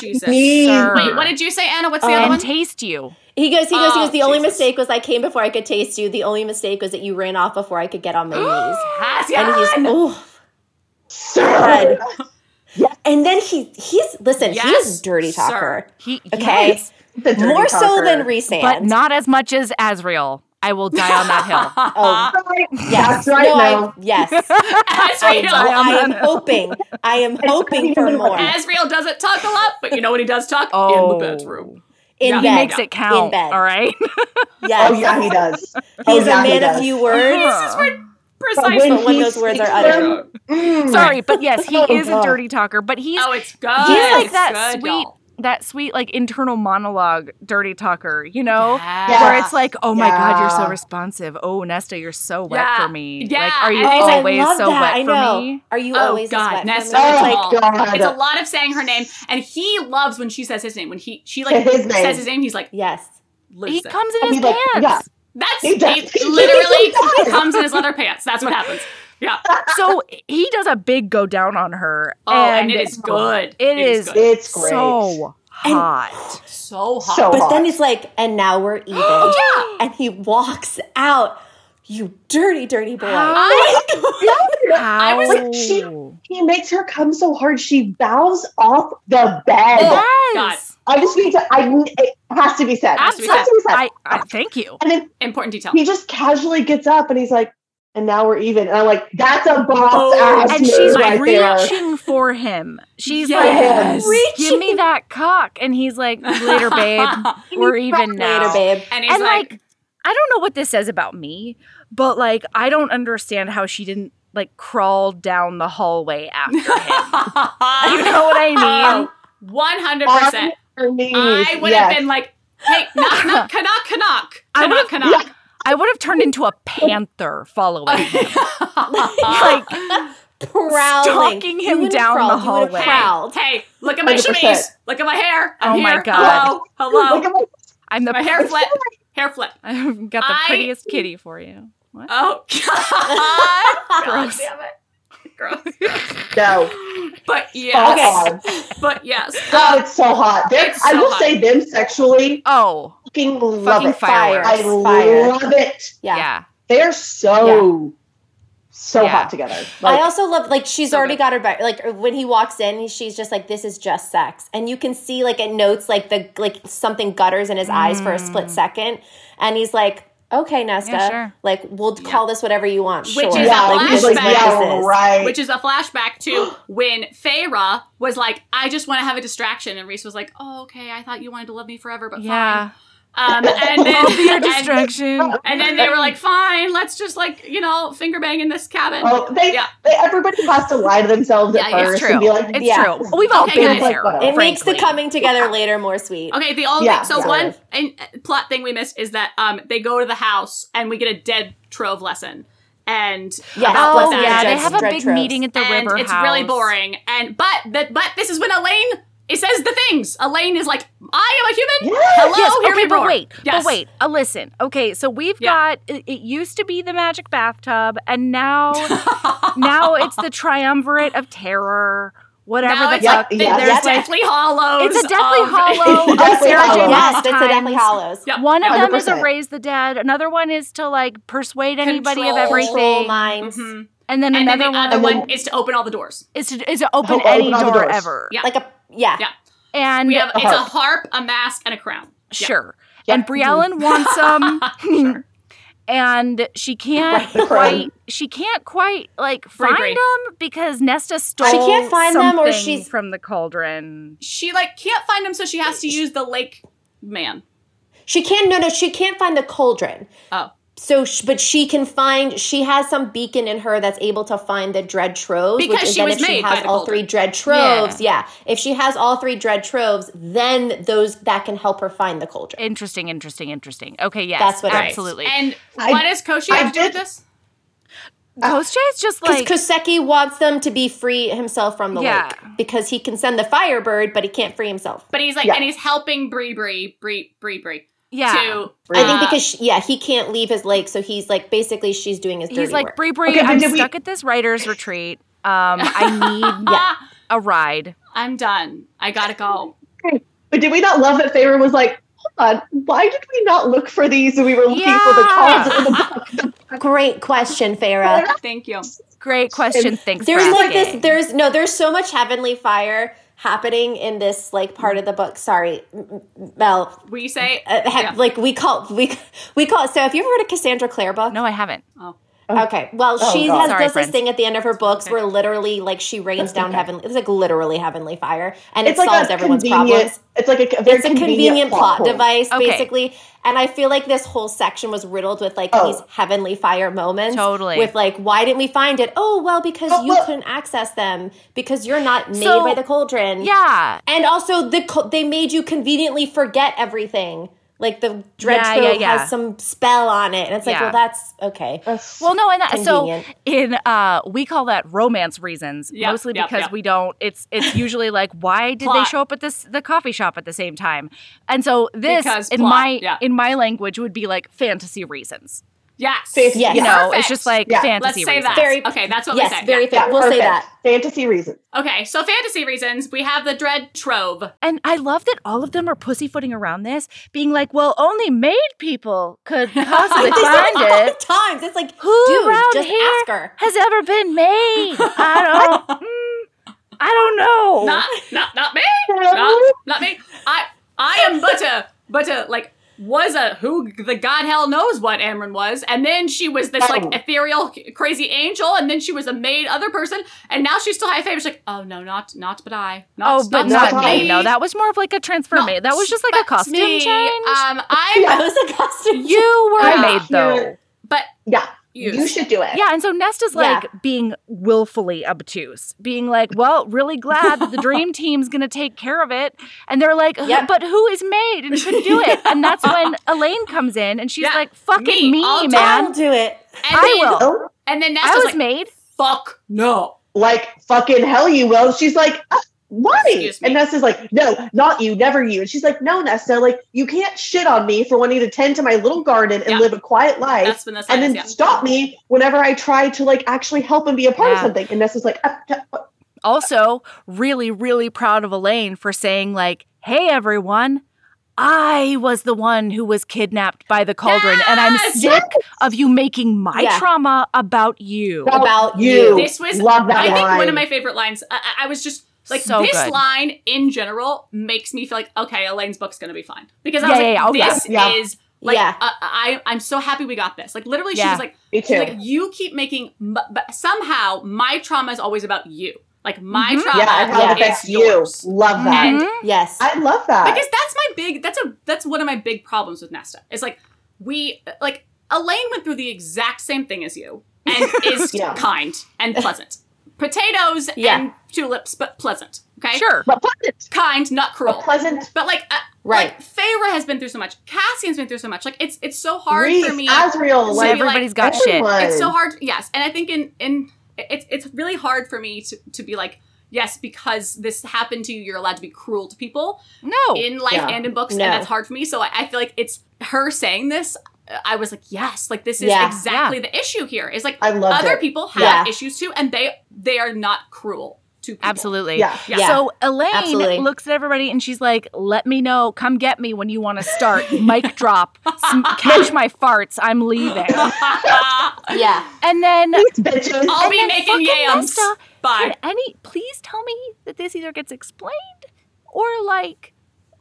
Speaker 2: Jesus.
Speaker 4: Me.
Speaker 3: Sir.
Speaker 2: Wait, what did you say, Anna? What's the
Speaker 5: Um,
Speaker 2: other one?
Speaker 3: And taste you.
Speaker 5: He goes, he goes, he
Speaker 2: Oh,
Speaker 5: goes. The only
Speaker 2: Jesus.
Speaker 5: mistake was I came before I could taste you. The only mistake was that you ran off before I could get on my
Speaker 2: [GASPS]
Speaker 5: knees. And he's [LAUGHS]
Speaker 2: Cassian.
Speaker 5: oh,
Speaker 4: [LAUGHS] Sir.
Speaker 5: and then he he's listen, he's
Speaker 2: Yes,
Speaker 5: a dirty
Speaker 2: sir.
Speaker 5: talker.
Speaker 3: He,
Speaker 5: Okay.
Speaker 3: yes,
Speaker 4: The dirty
Speaker 5: More so
Speaker 4: talker.
Speaker 5: than Resand.
Speaker 3: but not as much as Azrael. I will die on that hill.
Speaker 2: [LAUGHS]
Speaker 5: oh,
Speaker 4: Right.
Speaker 5: yes.
Speaker 4: That's right
Speaker 5: no, I-
Speaker 4: now.
Speaker 5: yes. I,
Speaker 2: Asriel.
Speaker 5: I am hoping. I am hoping for
Speaker 2: [LAUGHS]
Speaker 5: more.
Speaker 2: Asriel doesn't talk a lot, but you know what he does talk
Speaker 3: Oh.
Speaker 2: in the bedroom.
Speaker 5: In
Speaker 2: Yeah.
Speaker 5: bed.
Speaker 2: He
Speaker 3: Makes it count.
Speaker 5: In bed.
Speaker 3: All right.
Speaker 5: Yes.
Speaker 4: Oh yeah, he does.
Speaker 5: [LAUGHS] He's
Speaker 4: oh, yeah,
Speaker 5: a
Speaker 4: he
Speaker 5: man of
Speaker 4: does.
Speaker 5: few [LAUGHS]
Speaker 3: Uh-huh.
Speaker 5: words.
Speaker 2: Precise.
Speaker 4: when
Speaker 5: But when
Speaker 4: he
Speaker 5: those words are
Speaker 4: speaks
Speaker 5: uttered.
Speaker 4: them, mm,
Speaker 3: Sorry, but yes, he
Speaker 4: Oh,
Speaker 3: is a
Speaker 4: God.
Speaker 3: dirty talker, but he's
Speaker 2: oh, it's good.
Speaker 3: he's like
Speaker 2: It's
Speaker 3: that
Speaker 2: good,
Speaker 3: sweet
Speaker 2: y'all.
Speaker 3: that sweet like internal monologue dirty talker you know
Speaker 2: Yeah.
Speaker 3: where it's like oh my god you're so
Speaker 4: Yeah.
Speaker 3: responsive oh nesta you're so wet
Speaker 2: Yeah.
Speaker 3: for me
Speaker 2: Yeah.
Speaker 3: like are you
Speaker 2: And it's
Speaker 5: Oh, I
Speaker 3: always
Speaker 5: love
Speaker 3: so
Speaker 5: that. I
Speaker 3: wet
Speaker 5: know.
Speaker 3: for me
Speaker 5: Are you
Speaker 2: Oh,
Speaker 5: always
Speaker 2: God,
Speaker 5: this wet
Speaker 2: Nessa,
Speaker 5: for me?
Speaker 4: Oh
Speaker 5: It's
Speaker 4: my
Speaker 5: like,
Speaker 4: god.
Speaker 2: It's a lot of saying her name, and he loves when she says his name. When he she like
Speaker 4: His name.
Speaker 2: says his name, he's like
Speaker 5: yes.
Speaker 2: loses
Speaker 3: he
Speaker 2: it.
Speaker 3: comes in
Speaker 4: And
Speaker 3: his
Speaker 4: he, like,
Speaker 3: pants
Speaker 4: yeah.
Speaker 2: That's
Speaker 4: He
Speaker 2: he,
Speaker 4: does.
Speaker 3: [LAUGHS]
Speaker 2: [LAUGHS] literally comes in his leather pants. That's what happens. Yeah.
Speaker 3: so he does a big go down on her.
Speaker 2: Oh, and, it is good.
Speaker 3: It
Speaker 2: is,
Speaker 3: is-
Speaker 2: good.
Speaker 4: It's great.
Speaker 3: So hot.
Speaker 2: so hot.
Speaker 4: So-
Speaker 5: But then he's like, and
Speaker 3: [GASPS]
Speaker 5: now we're even.
Speaker 2: yeah.
Speaker 5: And he walks out. You dirty, dirty boy. [LAUGHS]
Speaker 2: I,
Speaker 3: I
Speaker 2: was-
Speaker 4: Like, she- he makes her come so hard she bows off the bed.
Speaker 2: Oh. God.
Speaker 4: I just need to. I it has to be said.
Speaker 2: Has to be
Speaker 4: Has to be said.
Speaker 3: I, I thank you.
Speaker 4: and then
Speaker 2: Important detail.
Speaker 4: he just casually gets up and he's like, "And now we're even." And I'm like, "That's a boss
Speaker 2: Oh,
Speaker 4: ass
Speaker 3: Oh, And
Speaker 4: move
Speaker 3: she's
Speaker 4: right there."
Speaker 3: reaching for him. She's
Speaker 4: Yes.
Speaker 3: like, give me that cock. And he's like, later,
Speaker 2: [LAUGHS]
Speaker 3: babe. [LAUGHS] We're even now.
Speaker 5: Later, babe.
Speaker 2: and he's
Speaker 3: and
Speaker 2: like,
Speaker 3: like, I don't know what this says about me, but like I don't understand how she didn't like crawl down the hallway
Speaker 2: [LAUGHS]
Speaker 3: after him. you know what I mean?
Speaker 2: "Oh, One hundred
Speaker 4: On
Speaker 2: percent.
Speaker 4: her knees.
Speaker 2: I would have
Speaker 4: yes.
Speaker 2: been like, "Hey, knock, knock, knock, knock,
Speaker 3: I
Speaker 2: knock, knock."
Speaker 3: I would have turned into a panther following
Speaker 2: [LAUGHS]
Speaker 3: him. [LAUGHS] like
Speaker 5: [LAUGHS] Prowling.
Speaker 3: Stalking
Speaker 5: You
Speaker 3: him
Speaker 5: would've
Speaker 3: down the
Speaker 5: crawled. You would've
Speaker 3: hallway.
Speaker 5: prowled.
Speaker 2: Hey, look at my
Speaker 4: 100%.
Speaker 2: chemise. Look at my hair. I'm
Speaker 3: Oh my
Speaker 2: here.
Speaker 3: God.
Speaker 2: Hello, hello.
Speaker 4: Look at my-
Speaker 3: I'm the
Speaker 2: my hair flip. Hair flip.
Speaker 3: [LAUGHS] I've got the
Speaker 2: I-
Speaker 3: prettiest kitty for you. What?
Speaker 2: Oh [LAUGHS] God.
Speaker 3: Gross.
Speaker 2: God damn it.
Speaker 4: no.
Speaker 2: Gross. But yes.
Speaker 4: Okay.
Speaker 2: But yes.
Speaker 4: God, it's so hot. They're-
Speaker 2: It's
Speaker 4: I
Speaker 2: so
Speaker 4: will
Speaker 2: hot.
Speaker 4: say them sexually
Speaker 3: oh,
Speaker 4: fucking love
Speaker 3: fucking
Speaker 4: it.
Speaker 3: fireworks.
Speaker 4: I
Speaker 5: Fire.
Speaker 4: love it.
Speaker 5: Yeah.
Speaker 3: yeah.
Speaker 4: They're so so
Speaker 3: Yeah.
Speaker 4: hot together.
Speaker 5: I
Speaker 4: Like,
Speaker 5: also love like she's
Speaker 2: So
Speaker 5: already
Speaker 2: good.
Speaker 5: got her back. Like when he walks in, she's just like, "This is just sex," and you can see like it notes like the like something gutters in his eyes for a
Speaker 2: Mm.
Speaker 5: split second, and he's like, "Okay, Nesta,
Speaker 3: sure.
Speaker 5: like we'll call this whatever you want."
Speaker 2: Which
Speaker 5: sure.
Speaker 2: is a
Speaker 4: yeah, like,
Speaker 5: like,
Speaker 4: he's
Speaker 5: this is
Speaker 4: like,
Speaker 5: what
Speaker 2: flashback.
Speaker 5: this
Speaker 4: yeah,
Speaker 5: is.
Speaker 4: right.
Speaker 2: Which is a flashback to when Feyre was like, I just want to have a distraction. And Reese was like, Oh, okay, I thought you wanted to love me forever, but
Speaker 3: Yeah.
Speaker 2: fine. Um, and then,
Speaker 3: I'll be your [LAUGHS]
Speaker 2: and-
Speaker 3: distraction.
Speaker 2: and then they were like, Fine, let's just like, you know, finger bang in this cabin.
Speaker 4: Oh, they,
Speaker 2: Yeah.
Speaker 4: they, everybody has to lie to themselves at
Speaker 2: Yeah, it's
Speaker 4: first
Speaker 3: true.
Speaker 4: and be like,
Speaker 3: It's
Speaker 5: Yeah.
Speaker 3: true. We've all
Speaker 2: Okay,
Speaker 3: been
Speaker 2: guys.
Speaker 3: there.
Speaker 5: It makes the
Speaker 3: frankly.
Speaker 5: coming together later more sweet.
Speaker 2: Okay, the only
Speaker 4: Yeah,
Speaker 2: so
Speaker 4: yeah.
Speaker 2: one and uh, plot thing we missed is that um they go to the house and we get a dead trove lesson. And
Speaker 5: Yeah,
Speaker 2: about
Speaker 5: that
Speaker 3: Oh
Speaker 2: what's
Speaker 5: lesson
Speaker 3: yeah,
Speaker 5: in
Speaker 2: happening.
Speaker 3: they
Speaker 5: Judge
Speaker 3: have a
Speaker 5: Dredd
Speaker 3: big
Speaker 5: Tropes.
Speaker 3: meeting at the
Speaker 2: and
Speaker 3: river
Speaker 2: it's
Speaker 3: house.
Speaker 2: really boring. And but but but this is when Elaine it says the things. Elaine is like, I am a human. Hello,
Speaker 3: yes,
Speaker 2: here
Speaker 3: okay,
Speaker 2: we
Speaker 3: but
Speaker 2: roar.
Speaker 3: wait,
Speaker 2: Yes.
Speaker 3: but wait, uh, listen. Okay, so we've
Speaker 2: Yeah.
Speaker 3: got it, it used to be the magic bathtub, and
Speaker 2: [LAUGHS]
Speaker 3: now now it's the triumvirate of terror, whatever
Speaker 2: Now
Speaker 3: the
Speaker 2: it's
Speaker 3: fuck.
Speaker 2: like, um,
Speaker 4: Yeah,
Speaker 2: th-
Speaker 4: yeah,
Speaker 2: there's
Speaker 5: yeah.
Speaker 2: Deathly Hollows.
Speaker 3: it's a Deathly
Speaker 2: of- [LAUGHS]
Speaker 3: Hollow.
Speaker 4: It's a
Speaker 3: of
Speaker 4: Deathly
Speaker 3: Sarah J.
Speaker 4: Hollow.
Speaker 3: Maas
Speaker 5: Yes, it's a Deathly
Speaker 3: times.
Speaker 5: Hollows.
Speaker 2: Yep,
Speaker 3: One of them is
Speaker 4: 100%.
Speaker 3: to raise the dead. Another one is to like persuade anybody
Speaker 2: Control.
Speaker 3: of everything,
Speaker 5: Control minds.
Speaker 2: Mhm.
Speaker 3: and then
Speaker 2: And then
Speaker 3: another
Speaker 2: the
Speaker 3: one
Speaker 2: other
Speaker 4: And then-
Speaker 2: one is to open all the doors.
Speaker 3: is to, is to
Speaker 5: Oh,
Speaker 3: open
Speaker 4: Open all
Speaker 3: any
Speaker 4: the
Speaker 3: door
Speaker 4: doors.
Speaker 3: ever.
Speaker 2: Yeah.
Speaker 5: Like a yeah.
Speaker 2: Yeah.
Speaker 3: And
Speaker 2: We have
Speaker 4: A
Speaker 2: it's a
Speaker 4: harp.
Speaker 2: harp, a mask, and a crown. Yeah.
Speaker 3: Sure.
Speaker 4: Yeah.
Speaker 3: And
Speaker 5: Mm-hmm.
Speaker 3: Briellen wants
Speaker 2: [LAUGHS]
Speaker 3: them. And she can't
Speaker 4: The crown.
Speaker 3: quite she can't quite like
Speaker 2: Free,
Speaker 3: find
Speaker 2: free.
Speaker 3: them because Nesta stole
Speaker 5: She can't find them or
Speaker 3: something
Speaker 5: she's-
Speaker 3: from the cauldron.
Speaker 2: She like can't find him, so she has to use the lake man.
Speaker 5: She can't. No, no, she can't find the cauldron.
Speaker 2: Oh.
Speaker 5: So, sh- but she can find. She has some beacon in her that's able to find the dread troves.
Speaker 2: Because
Speaker 5: which,
Speaker 2: she
Speaker 5: then
Speaker 2: was
Speaker 5: if she
Speaker 2: made by
Speaker 5: has
Speaker 2: the
Speaker 5: all
Speaker 2: cauldron.
Speaker 5: three dread troves, yeah. If she has all three dread troves, then those that can help her find the cauldron.
Speaker 3: Interesting, interesting, interesting. Okay, yes.
Speaker 5: That's what it is.
Speaker 3: absolutely.
Speaker 2: And
Speaker 4: I-
Speaker 2: what does Koshi
Speaker 4: I
Speaker 2: have to do with
Speaker 4: did-
Speaker 2: this?
Speaker 3: Ghost Jay's just
Speaker 5: Because
Speaker 3: like
Speaker 5: Koseki wants them to be free himself from the
Speaker 3: Yeah.
Speaker 5: lake because he can send the Firebird, but he can't free himself.
Speaker 2: But he's like,
Speaker 4: Yeah.
Speaker 2: and he's helping Bree Bree Bree Bree Bree
Speaker 3: yeah.
Speaker 2: to.
Speaker 5: I think
Speaker 2: uh,
Speaker 5: because she, yeah, he can't leave his lake, so he's like basically she's doing his dirty
Speaker 3: He's like,
Speaker 5: work.
Speaker 3: Bree Bree,
Speaker 4: Okay, but
Speaker 3: I'm
Speaker 4: did we-
Speaker 3: stuck at this
Speaker 2: [LAUGHS]
Speaker 3: writer's retreat. Um, I need
Speaker 2: ah,
Speaker 3: a ride.
Speaker 2: I'm done. I gotta go.
Speaker 4: But did we not love that Feyre was like, hold on, why did we not look for these? And we were looking for the
Speaker 3: Yeah.
Speaker 4: cards. and the-
Speaker 5: Great question, Farah.
Speaker 2: Thank you.
Speaker 5: [LAUGHS]
Speaker 3: Great question. Thanks. for
Speaker 5: there's like
Speaker 3: asking.
Speaker 5: this there's no there's so much heavenly fire happening in this like part of the book sorry M- M- mel
Speaker 2: We say
Speaker 5: uh, he-
Speaker 2: Yeah.
Speaker 5: like we call we we call it so if you ever read a cassandra clare book
Speaker 3: No, I haven't.
Speaker 5: okay well
Speaker 4: Oh,
Speaker 5: she
Speaker 4: God.
Speaker 5: has
Speaker 3: Sorry,
Speaker 5: does
Speaker 3: friends.
Speaker 5: this thing at the end of her books where literally like she rains down heavenly it's like literally heavenly fire and
Speaker 4: It's
Speaker 5: it
Speaker 4: like
Speaker 5: solves
Speaker 4: a
Speaker 5: everyone's
Speaker 4: convenient.
Speaker 5: problems
Speaker 4: It's like a, a very
Speaker 5: it's a convenient plot
Speaker 4: point.
Speaker 5: device
Speaker 3: Okay.
Speaker 5: basically and i feel like this whole section was riddled with like
Speaker 4: Oh.
Speaker 5: these heavenly fire moments
Speaker 3: Totally.
Speaker 5: with like why didn't we find it oh well because
Speaker 4: Oh,
Speaker 5: you
Speaker 4: well-
Speaker 5: couldn't access them because you're not made
Speaker 3: So-
Speaker 5: by the cauldron
Speaker 3: Yeah.
Speaker 5: and also the co- they made you conveniently forget everything Like the dredge
Speaker 3: Yeah,
Speaker 5: robe
Speaker 3: yeah, yeah.
Speaker 5: has some spell on it, and it's like,
Speaker 3: Yeah.
Speaker 5: well, that's okay.
Speaker 3: Well, no, and that, so
Speaker 5: Convenient.
Speaker 3: in uh, we call that romance reasons,
Speaker 2: Yep,
Speaker 3: mostly
Speaker 2: yep,
Speaker 3: because
Speaker 2: yep.
Speaker 3: we don't. It's
Speaker 2: [LAUGHS]
Speaker 3: it's usually like why did they
Speaker 2: Plot.
Speaker 3: show up at this the coffee shop at the same time? And so this
Speaker 2: Because
Speaker 3: in
Speaker 2: plot,
Speaker 3: my
Speaker 2: yeah.
Speaker 3: in my language would be like fantasy reasons.
Speaker 2: Yes.
Speaker 4: Fantasy-
Speaker 5: Yes.
Speaker 3: You know,
Speaker 2: Perfect.
Speaker 3: it's just like
Speaker 4: Yeah.
Speaker 3: fantasy
Speaker 2: Let's say
Speaker 3: reasons.
Speaker 2: that.
Speaker 5: Very-
Speaker 2: okay, that's what
Speaker 5: yes,
Speaker 2: we say.
Speaker 5: very
Speaker 2: Yeah.
Speaker 5: fair. We'll say
Speaker 4: perfect.
Speaker 5: that.
Speaker 4: Fantasy reasons.
Speaker 2: Okay, so fantasy reasons, we have the dread trove.
Speaker 3: And I love that all of them are pussyfooting around this, being like, "Well, only maid people
Speaker 2: [LAUGHS]
Speaker 3: could possibly
Speaker 5: They say
Speaker 3: find
Speaker 5: it all
Speaker 3: it.
Speaker 5: the times. It's like,
Speaker 3: Who
Speaker 5: dude,
Speaker 3: around
Speaker 5: just
Speaker 3: here
Speaker 5: ask her.
Speaker 3: has ever been made? I
Speaker 2: [LAUGHS]
Speaker 3: don't. mm, I don't know.
Speaker 5: Oh.
Speaker 2: Not, not, not me.
Speaker 3: [LAUGHS]
Speaker 2: Not, not me. I, I am but a, but a like was a who the god hell knows what Amryn was, and then she was this like
Speaker 4: Oh.
Speaker 2: ethereal crazy angel, and then she was a maid other person, and now she's still high fame. She's like, oh no, not, not, but I. Not,
Speaker 3: Oh, but
Speaker 4: not
Speaker 3: not,
Speaker 4: me.
Speaker 3: me. No, that was more of like a transformation. That was just like a
Speaker 2: but
Speaker 3: costume
Speaker 2: me.
Speaker 3: change.
Speaker 2: Um,
Speaker 5: That
Speaker 2: I'm,
Speaker 5: [LAUGHS] was a costume.
Speaker 3: you were
Speaker 2: Yeah.
Speaker 3: a maid though.
Speaker 4: Here-
Speaker 2: but
Speaker 4: Yeah,
Speaker 2: you.
Speaker 4: you should do it.
Speaker 3: Yeah, and so Nesta's like being willfully obtuse, being like, "Well, really glad that the dream team's going to take care of it," and they're like, "Who-
Speaker 5: Yeah.
Speaker 3: "But who is made and could do it?" And that's when Elaine comes in, and she's
Speaker 2: Yeah,
Speaker 3: like, "Fucking
Speaker 2: me.
Speaker 3: me,
Speaker 2: I'll do
Speaker 5: I'll
Speaker 3: man!
Speaker 5: do it.
Speaker 2: and
Speaker 3: I
Speaker 2: then-
Speaker 3: will.
Speaker 4: Oh,
Speaker 2: And then
Speaker 3: I
Speaker 2: Nesta's
Speaker 3: was
Speaker 2: like,
Speaker 3: made."
Speaker 2: fuck no.
Speaker 4: like fucking hell, you will. She's like, uh, why?
Speaker 2: Excuse me.
Speaker 4: And Nesta's like, no, not you, never you. And she's like, no, Nesta, like you can't shit on me for wanting to tend to my little garden and
Speaker 2: Yeah.
Speaker 4: live a quiet life.
Speaker 2: That's Vanessa.
Speaker 4: and then
Speaker 2: yeah.
Speaker 4: stop me whenever I try to like actually help and be a part of
Speaker 3: Yeah.
Speaker 4: something. And Nesta's like, uh, uh,
Speaker 3: Also, really, really proud of Elaine for saying like, "Hey, everyone." I was the one who was kidnapped by the cauldron, and I'm
Speaker 2: Yes!
Speaker 3: sick of you making my
Speaker 5: Yeah.
Speaker 3: trauma about you.
Speaker 4: About
Speaker 5: About
Speaker 4: you.
Speaker 5: you.
Speaker 2: This was
Speaker 4: love that
Speaker 2: I think one
Speaker 4: line.
Speaker 2: of my favorite lines. I, I- I was just like
Speaker 3: So
Speaker 2: this
Speaker 3: good.
Speaker 2: line in general makes me feel like okay, Elaine's book's gonna be fine because I
Speaker 3: Yeah,
Speaker 2: was
Speaker 3: yeah, yeah. Oh,
Speaker 2: like,
Speaker 3: yeah.
Speaker 2: this
Speaker 4: Yeah.
Speaker 2: is like
Speaker 5: Yeah.
Speaker 2: uh, I I'm so happy we got this. Like literally, she
Speaker 3: Yeah.
Speaker 2: was like,
Speaker 4: me
Speaker 2: she's
Speaker 4: too.
Speaker 2: like you keep making, but, but somehow my trauma is always about you. Like my
Speaker 3: Mhm.
Speaker 2: trauma
Speaker 4: Mm-hmm. yeah, and how
Speaker 5: yeah,
Speaker 4: it affects
Speaker 2: is
Speaker 4: you.
Speaker 2: yours.
Speaker 4: Love that.
Speaker 2: And
Speaker 5: Yes.
Speaker 4: I love that.
Speaker 2: because that's my big that's a that's one of my big problems with Nesta. It's like we like Elaine went through the exact same thing as you and is
Speaker 4: Yeah.
Speaker 2: kind and pleasant. Potatoes
Speaker 5: Yeah.
Speaker 2: and tulips, but pleasant. Okay,
Speaker 3: Sure.
Speaker 4: but pleasant,
Speaker 2: kind, not cruel.
Speaker 4: but pleasant.
Speaker 2: But like, uh,
Speaker 5: Right.
Speaker 2: like Feyre has been through so much. Cassian's been through so much. Like it's it's so hard
Speaker 4: Reese,
Speaker 2: for me.
Speaker 4: Asriel,
Speaker 2: So
Speaker 4: like,
Speaker 2: you're
Speaker 3: everybody's got shit.
Speaker 4: everyone.
Speaker 2: It's so hard. Yes, and I think in in it's it's really hard for me to to be like yes because this happened to you. You're allowed to be cruel to people
Speaker 3: No.
Speaker 2: in life
Speaker 4: Yeah.
Speaker 2: and in books,
Speaker 5: Oh, No.
Speaker 2: and that's hard for me. So I, I feel like it's her saying this. I was like, yes, like this is
Speaker 5: Yeah.
Speaker 2: exactly the issue here. Is like
Speaker 4: I loved
Speaker 2: other
Speaker 4: it.
Speaker 2: people have
Speaker 5: Yeah.
Speaker 2: issues too, and they they are not cruel to people. [LAUGHS]
Speaker 3: Absolutely.
Speaker 4: Yeah.
Speaker 2: Yeah.
Speaker 3: [LAUGHS]
Speaker 5: Yeah.
Speaker 3: So Elaine
Speaker 5: Absolutely.
Speaker 3: looks at everybody and she's like, "Let me know. Come get me when you want to start. Mic drop. Sm- catch my farts. I'm leaving."
Speaker 5: yeah.
Speaker 3: And then
Speaker 4: Thanks, bitches.
Speaker 2: I'll
Speaker 3: and
Speaker 2: be
Speaker 3: then
Speaker 2: making
Speaker 3: fucking
Speaker 2: yams.
Speaker 3: Nesta,
Speaker 2: Bye.
Speaker 3: Can any please tell me that this either gets explained or like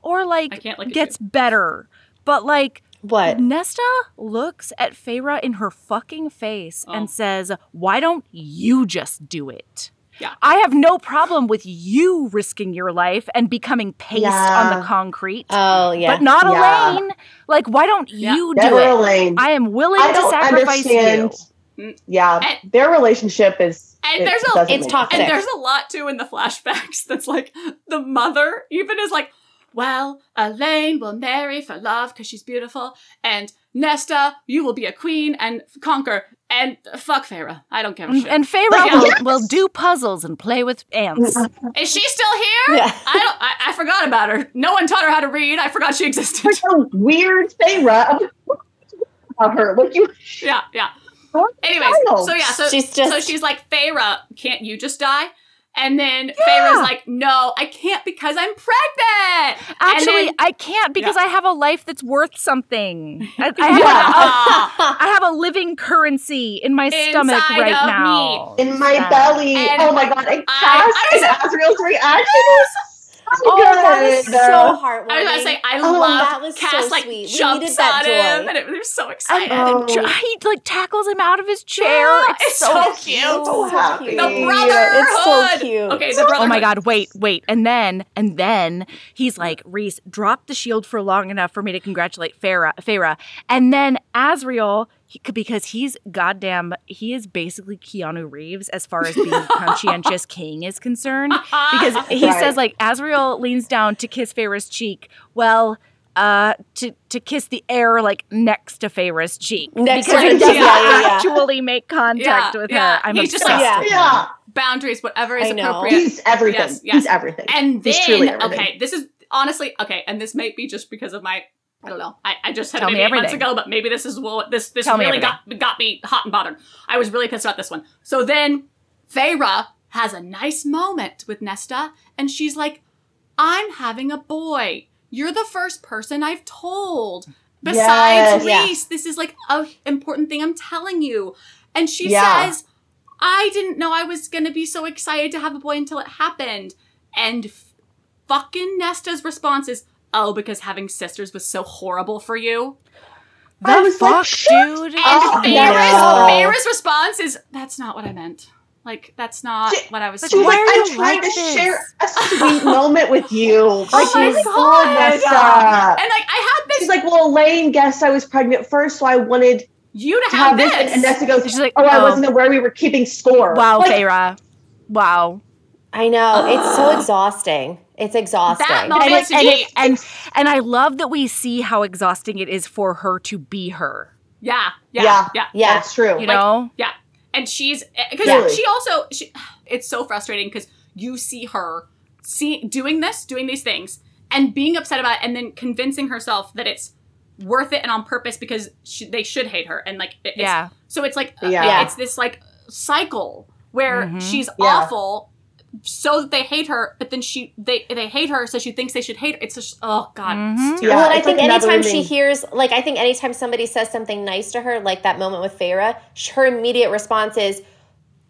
Speaker 3: or
Speaker 2: I
Speaker 3: like
Speaker 2: can't look at
Speaker 3: gets better. But like
Speaker 5: What?
Speaker 3: Nesta looks at Feyre in her fucking face
Speaker 2: Oh.
Speaker 3: and says, Why don't you just do it?
Speaker 2: Yeah.
Speaker 3: I have no problem with you risking your life and becoming paste on
Speaker 4: Yeah.
Speaker 3: the concrete,
Speaker 5: Oh yeah.
Speaker 3: but not
Speaker 4: Yeah.
Speaker 3: Elaine. Like, why don't
Speaker 2: Yeah.
Speaker 3: you do
Speaker 4: Never
Speaker 3: it?
Speaker 4: Elaine.
Speaker 3: I am willing
Speaker 4: I
Speaker 3: to
Speaker 4: don't
Speaker 3: sacrifice
Speaker 4: understand.
Speaker 2: you. Mm.
Speaker 4: Yeah,
Speaker 2: And-
Speaker 4: their relationship is.
Speaker 2: and
Speaker 4: it
Speaker 2: there's a-
Speaker 4: doesn't
Speaker 5: it's
Speaker 4: make
Speaker 5: toxic.
Speaker 2: And there's a lot too in the flashbacks [LAUGHS] that's like the mother even is like, well, Elaine will marry for love because she's beautiful, and Nesta, you will be a queen and conquer. And fuck Farah, I don't give a
Speaker 3: you.
Speaker 2: shit.
Speaker 3: Mm, And Feyre
Speaker 2: Like,
Speaker 3: will,
Speaker 4: yes.
Speaker 3: will do puzzles and play with ants.
Speaker 2: is she still here?
Speaker 5: Yeah.
Speaker 2: I don't. I, I forgot about her. No one taught her how to read. I forgot she existed.
Speaker 4: It's a weird thing, right? [LAUGHS] About her, like you.
Speaker 2: [LAUGHS] yeah, yeah.
Speaker 4: What
Speaker 2: Anyways,
Speaker 4: child?
Speaker 2: so yeah, so
Speaker 5: She's just-
Speaker 2: so she's like, Feyre, can't you just die? And then Feyre's like, no, I can't because I'm pregnant. And
Speaker 3: Actually,
Speaker 2: then-
Speaker 3: I can't because I have a life that's worth something. I, I have
Speaker 4: Yeah.
Speaker 3: a-
Speaker 2: uh,
Speaker 5: [LAUGHS]
Speaker 3: I have a living currency in my stomach
Speaker 2: Inside
Speaker 3: right
Speaker 2: of
Speaker 3: now.
Speaker 4: in my belly.
Speaker 2: And
Speaker 4: oh my god! And
Speaker 2: I-
Speaker 4: Cass
Speaker 2: I was-
Speaker 4: and Asriel's reaction is so
Speaker 5: Oh,
Speaker 4: good.
Speaker 5: that was so heartwarming.
Speaker 2: I was about to say I
Speaker 4: Oh,
Speaker 2: love
Speaker 5: that was so
Speaker 2: Cass like
Speaker 5: sweet. We needed
Speaker 2: jumps
Speaker 5: that
Speaker 2: on
Speaker 5: joy.
Speaker 2: him and it, they're so excited.
Speaker 3: And, and
Speaker 4: Oh.
Speaker 3: tr- he like tackles him out of his chair.
Speaker 2: [GASPS] Yeah,
Speaker 3: it's,
Speaker 2: it's
Speaker 3: so,
Speaker 2: so
Speaker 3: cute.
Speaker 2: cute.
Speaker 5: so
Speaker 4: happy.
Speaker 5: cute.
Speaker 2: the
Speaker 4: Yeah,
Speaker 2: brotherhood.
Speaker 5: it's so cute.
Speaker 2: Okay, the brotherhood.
Speaker 3: Oh my god, wait, wait. And then and then he's like, Reese, drop the shield for long enough for me to congratulate Farah Farah. And then Azriel, he, because he's goddamn he is basically Keanu Reeves as far
Speaker 5: [LAUGHS]
Speaker 3: as being a conscientious king is concerned. Because he
Speaker 4: Right.
Speaker 3: says like Azriel leans down to kiss Farah's cheek. Well, uh, to to kiss the air like next to Feyre's cheek
Speaker 5: Next
Speaker 3: because
Speaker 5: to
Speaker 3: he
Speaker 5: her
Speaker 3: doesn't
Speaker 5: cheek, yeah, yeah, yeah.
Speaker 3: actually make contact
Speaker 2: Yeah,
Speaker 3: with
Speaker 2: yeah.
Speaker 3: her. I'm
Speaker 2: He's just
Speaker 3: obsessed
Speaker 5: like-
Speaker 3: with him.
Speaker 4: Yeah,
Speaker 2: boundaries, whatever is
Speaker 5: I know.
Speaker 2: appropriate.
Speaker 4: he's everything.
Speaker 2: Yes, yes.
Speaker 4: He's everything.
Speaker 2: And
Speaker 4: He's truly
Speaker 2: then,
Speaker 4: everything.
Speaker 2: okay, this is honestly okay, and this might be just because of my. I don't know. I, I just had
Speaker 3: Tell me
Speaker 2: maybe eight months
Speaker 3: everything.
Speaker 2: ago, but maybe this is what this this
Speaker 3: Tell me
Speaker 2: really got got me hot and bothered. I was really pissed about this one. So then, Feyre has a nice moment with Nesta, and she's like, "I'm having a boy. You're the first person I've told. Besides
Speaker 4: Yes.
Speaker 2: Reese, this is like a important thing I'm telling you." And she
Speaker 4: Yeah.
Speaker 2: says, I didn't know I was going to be so excited to have a boy until it happened. And f- fucking Nesta's response is, Oh, because having sisters was so horrible for you.
Speaker 3: The
Speaker 4: I was
Speaker 3: fuck,
Speaker 4: like, shit.
Speaker 3: dude.
Speaker 2: And
Speaker 4: Oh,
Speaker 2: Feyre's,
Speaker 4: no.
Speaker 2: Feyre's response is, That's not what I meant. Like, that's not
Speaker 4: She-
Speaker 2: what I was
Speaker 4: She
Speaker 2: saying.
Speaker 4: was like,
Speaker 3: Why are
Speaker 4: I'm
Speaker 3: you like
Speaker 4: trying to
Speaker 3: this?
Speaker 4: share a sweet moment with you. Like,
Speaker 2: my
Speaker 4: she's
Speaker 2: God.
Speaker 4: Nessa.
Speaker 2: And like, I had this,
Speaker 4: She's like, well, Elaine guessed I was pregnant first, so I wanted
Speaker 2: you to
Speaker 4: to
Speaker 2: have
Speaker 4: have this. And
Speaker 2: this.
Speaker 4: Nessa goes,
Speaker 3: She's like,
Speaker 4: oh, I
Speaker 3: oh.
Speaker 4: wasn't aware we were keeping score.
Speaker 3: Wow,
Speaker 4: like,
Speaker 3: Feyre. Wow.
Speaker 5: I know. It's so exhausting. It's exhausting.
Speaker 2: That moment
Speaker 3: And, it-
Speaker 2: to
Speaker 3: and,
Speaker 2: me.
Speaker 3: it- and and I love that we see how exhausting it is for her to be her.
Speaker 2: Yeah, yeah, yeah.
Speaker 4: Yeah.
Speaker 2: yeah.
Speaker 5: Yeah.
Speaker 4: That's true.
Speaker 3: You
Speaker 2: Like,
Speaker 3: know,
Speaker 2: Yeah. And she's because
Speaker 4: Really?
Speaker 2: she also she, [SIGHS] it's so frustrating because you see her see doing this, doing these things, and being upset about it, and then convincing herself that it's worth it and on purpose because she, they should hate her, and like it- it's,
Speaker 3: Yeah.
Speaker 2: So it's like uh,
Speaker 4: Yeah.
Speaker 2: it's this like cycle where
Speaker 3: Mhm.
Speaker 2: she's
Speaker 4: Yeah.
Speaker 2: awful. So that they hate her, but then she they they hate her, so she thinks they should hate her. It's just oh god,
Speaker 3: Mhm.
Speaker 4: Yeah,
Speaker 5: well, and I
Speaker 4: it's
Speaker 5: think
Speaker 4: like never
Speaker 5: anytime she
Speaker 4: ending.
Speaker 5: hears, like, I think anytime somebody says something nice to her, like that moment with Farah, sh- her immediate response is,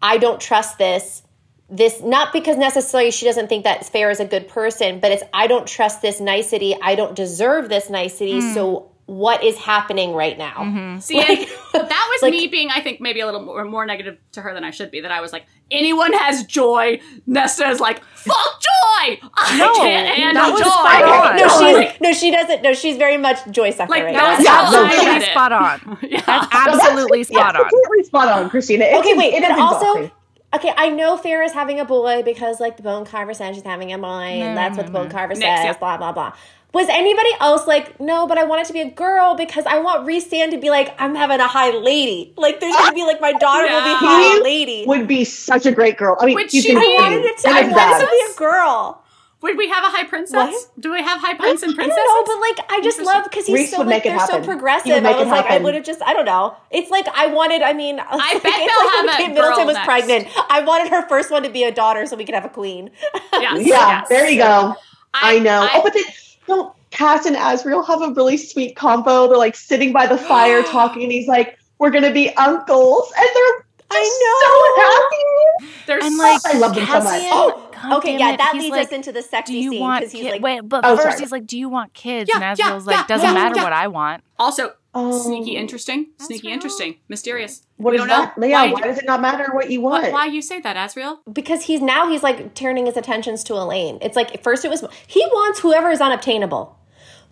Speaker 5: I don't trust this. This, not because necessarily she doesn't think that Farah is a good person, but it's, I don't trust this nicety. I don't deserve this nicety.
Speaker 2: Hmm.
Speaker 5: So, what is happening right now?
Speaker 2: See, and that was
Speaker 5: [LAUGHS] like-
Speaker 2: me being, I think, maybe a little more, more negative to her than I should be. That I was like, anyone has joy. Nesta is like, fuck joy. I
Speaker 3: No,
Speaker 2: can't handle
Speaker 3: that was
Speaker 2: joy.
Speaker 3: spot on.
Speaker 5: No,
Speaker 3: Oh,
Speaker 5: she's, no, she doesn't. No, she's very much joy sucker
Speaker 2: Like,
Speaker 5: right
Speaker 2: that
Speaker 5: now.
Speaker 2: was
Speaker 3: that's
Speaker 2: Yeah, no, I get
Speaker 3: absolutely
Speaker 2: it.
Speaker 3: spot on.
Speaker 2: yeah.
Speaker 3: That's
Speaker 4: No, that's-
Speaker 3: absolutely spot
Speaker 4: [LAUGHS] yeah,
Speaker 3: on.
Speaker 4: Completely spot on, Christina. It's-
Speaker 5: okay, wait,
Speaker 4: it
Speaker 5: but
Speaker 4: is
Speaker 5: also,
Speaker 4: exhausting.
Speaker 5: okay, I know Farrah's having a boy because like the bone carver said she's having a boy, and that's what the bone carver
Speaker 2: Mm, Next,
Speaker 5: says.
Speaker 2: yeah.
Speaker 5: Blah blah blah. Was anybody else like, no, but I want it to be a girl because I want Restan to be like, I'm having a high lady. Like, there's gonna be like, my daughter will
Speaker 2: Yeah.
Speaker 5: be high lady.
Speaker 4: would be such a great girl. I mean,
Speaker 2: Would
Speaker 4: you
Speaker 2: she
Speaker 4: can
Speaker 2: be?
Speaker 5: I wanted it to,
Speaker 4: That
Speaker 5: I
Speaker 4: is
Speaker 5: wanted it to
Speaker 4: bad.
Speaker 5: be a girl.
Speaker 2: Would we have a high princess?
Speaker 5: What?
Speaker 2: Do we have high prince and princess?
Speaker 5: I don't know, but like I just love because he's
Speaker 4: Reese
Speaker 5: so
Speaker 4: would
Speaker 5: like
Speaker 4: make it
Speaker 5: they're so
Speaker 4: happen. He would
Speaker 5: progressive.
Speaker 4: make
Speaker 5: I
Speaker 4: it
Speaker 5: was like, I
Speaker 4: happen.
Speaker 5: would have just I don't know. It's like I wanted. I mean, [LAUGHS] I like,
Speaker 2: bet
Speaker 5: it's
Speaker 2: they'll
Speaker 5: like when
Speaker 2: have a
Speaker 5: Kate Middleton
Speaker 2: girl
Speaker 5: was
Speaker 2: next.
Speaker 5: pregnant. I wanted her first one to be a daughter so we could have a queen.
Speaker 2: Yes,
Speaker 4: Yeah,
Speaker 2: yes.
Speaker 4: there you go.
Speaker 2: I-
Speaker 4: I, know.
Speaker 2: I-
Speaker 4: oh, but then don't Cass and Asriel have a really sweet combo. They're like sitting by the fire talking, and he's like, "We're gonna be uncles," and they're
Speaker 5: I
Speaker 2: There's
Speaker 3: And
Speaker 2: so-
Speaker 3: like,
Speaker 4: so happy. I love them so much.
Speaker 5: Cassian-
Speaker 4: Oh,
Speaker 5: know.
Speaker 3: God
Speaker 5: okay,
Speaker 3: damn
Speaker 5: yeah,
Speaker 3: it,
Speaker 5: that
Speaker 3: he's
Speaker 5: leads
Speaker 3: like,
Speaker 5: us into the
Speaker 3: do
Speaker 5: sexy
Speaker 3: you
Speaker 5: scene
Speaker 3: want
Speaker 5: because he's
Speaker 3: ki-
Speaker 5: like,
Speaker 3: wait, but
Speaker 4: Oh,
Speaker 3: first
Speaker 4: sorry.
Speaker 3: he's like, do you want kids?
Speaker 2: Yeah,
Speaker 3: and
Speaker 2: yeah,
Speaker 3: Asriel's
Speaker 2: yeah,
Speaker 3: like, doesn't
Speaker 2: yeah,
Speaker 3: matter
Speaker 2: yeah.
Speaker 3: what I want.
Speaker 2: also
Speaker 4: oh.
Speaker 2: sneaky interesting, sneaky
Speaker 3: right.
Speaker 2: interesting, mysterious.
Speaker 4: What
Speaker 2: we
Speaker 4: is
Speaker 2: don't
Speaker 4: that?
Speaker 2: know.
Speaker 4: Yeah, why,
Speaker 2: why,
Speaker 4: does it not matter what you want?
Speaker 2: why, why you say that, Asriel?
Speaker 5: because he's now he's like turning his attentions to Elaine. It's like first it was he wants whoever is unobtainable.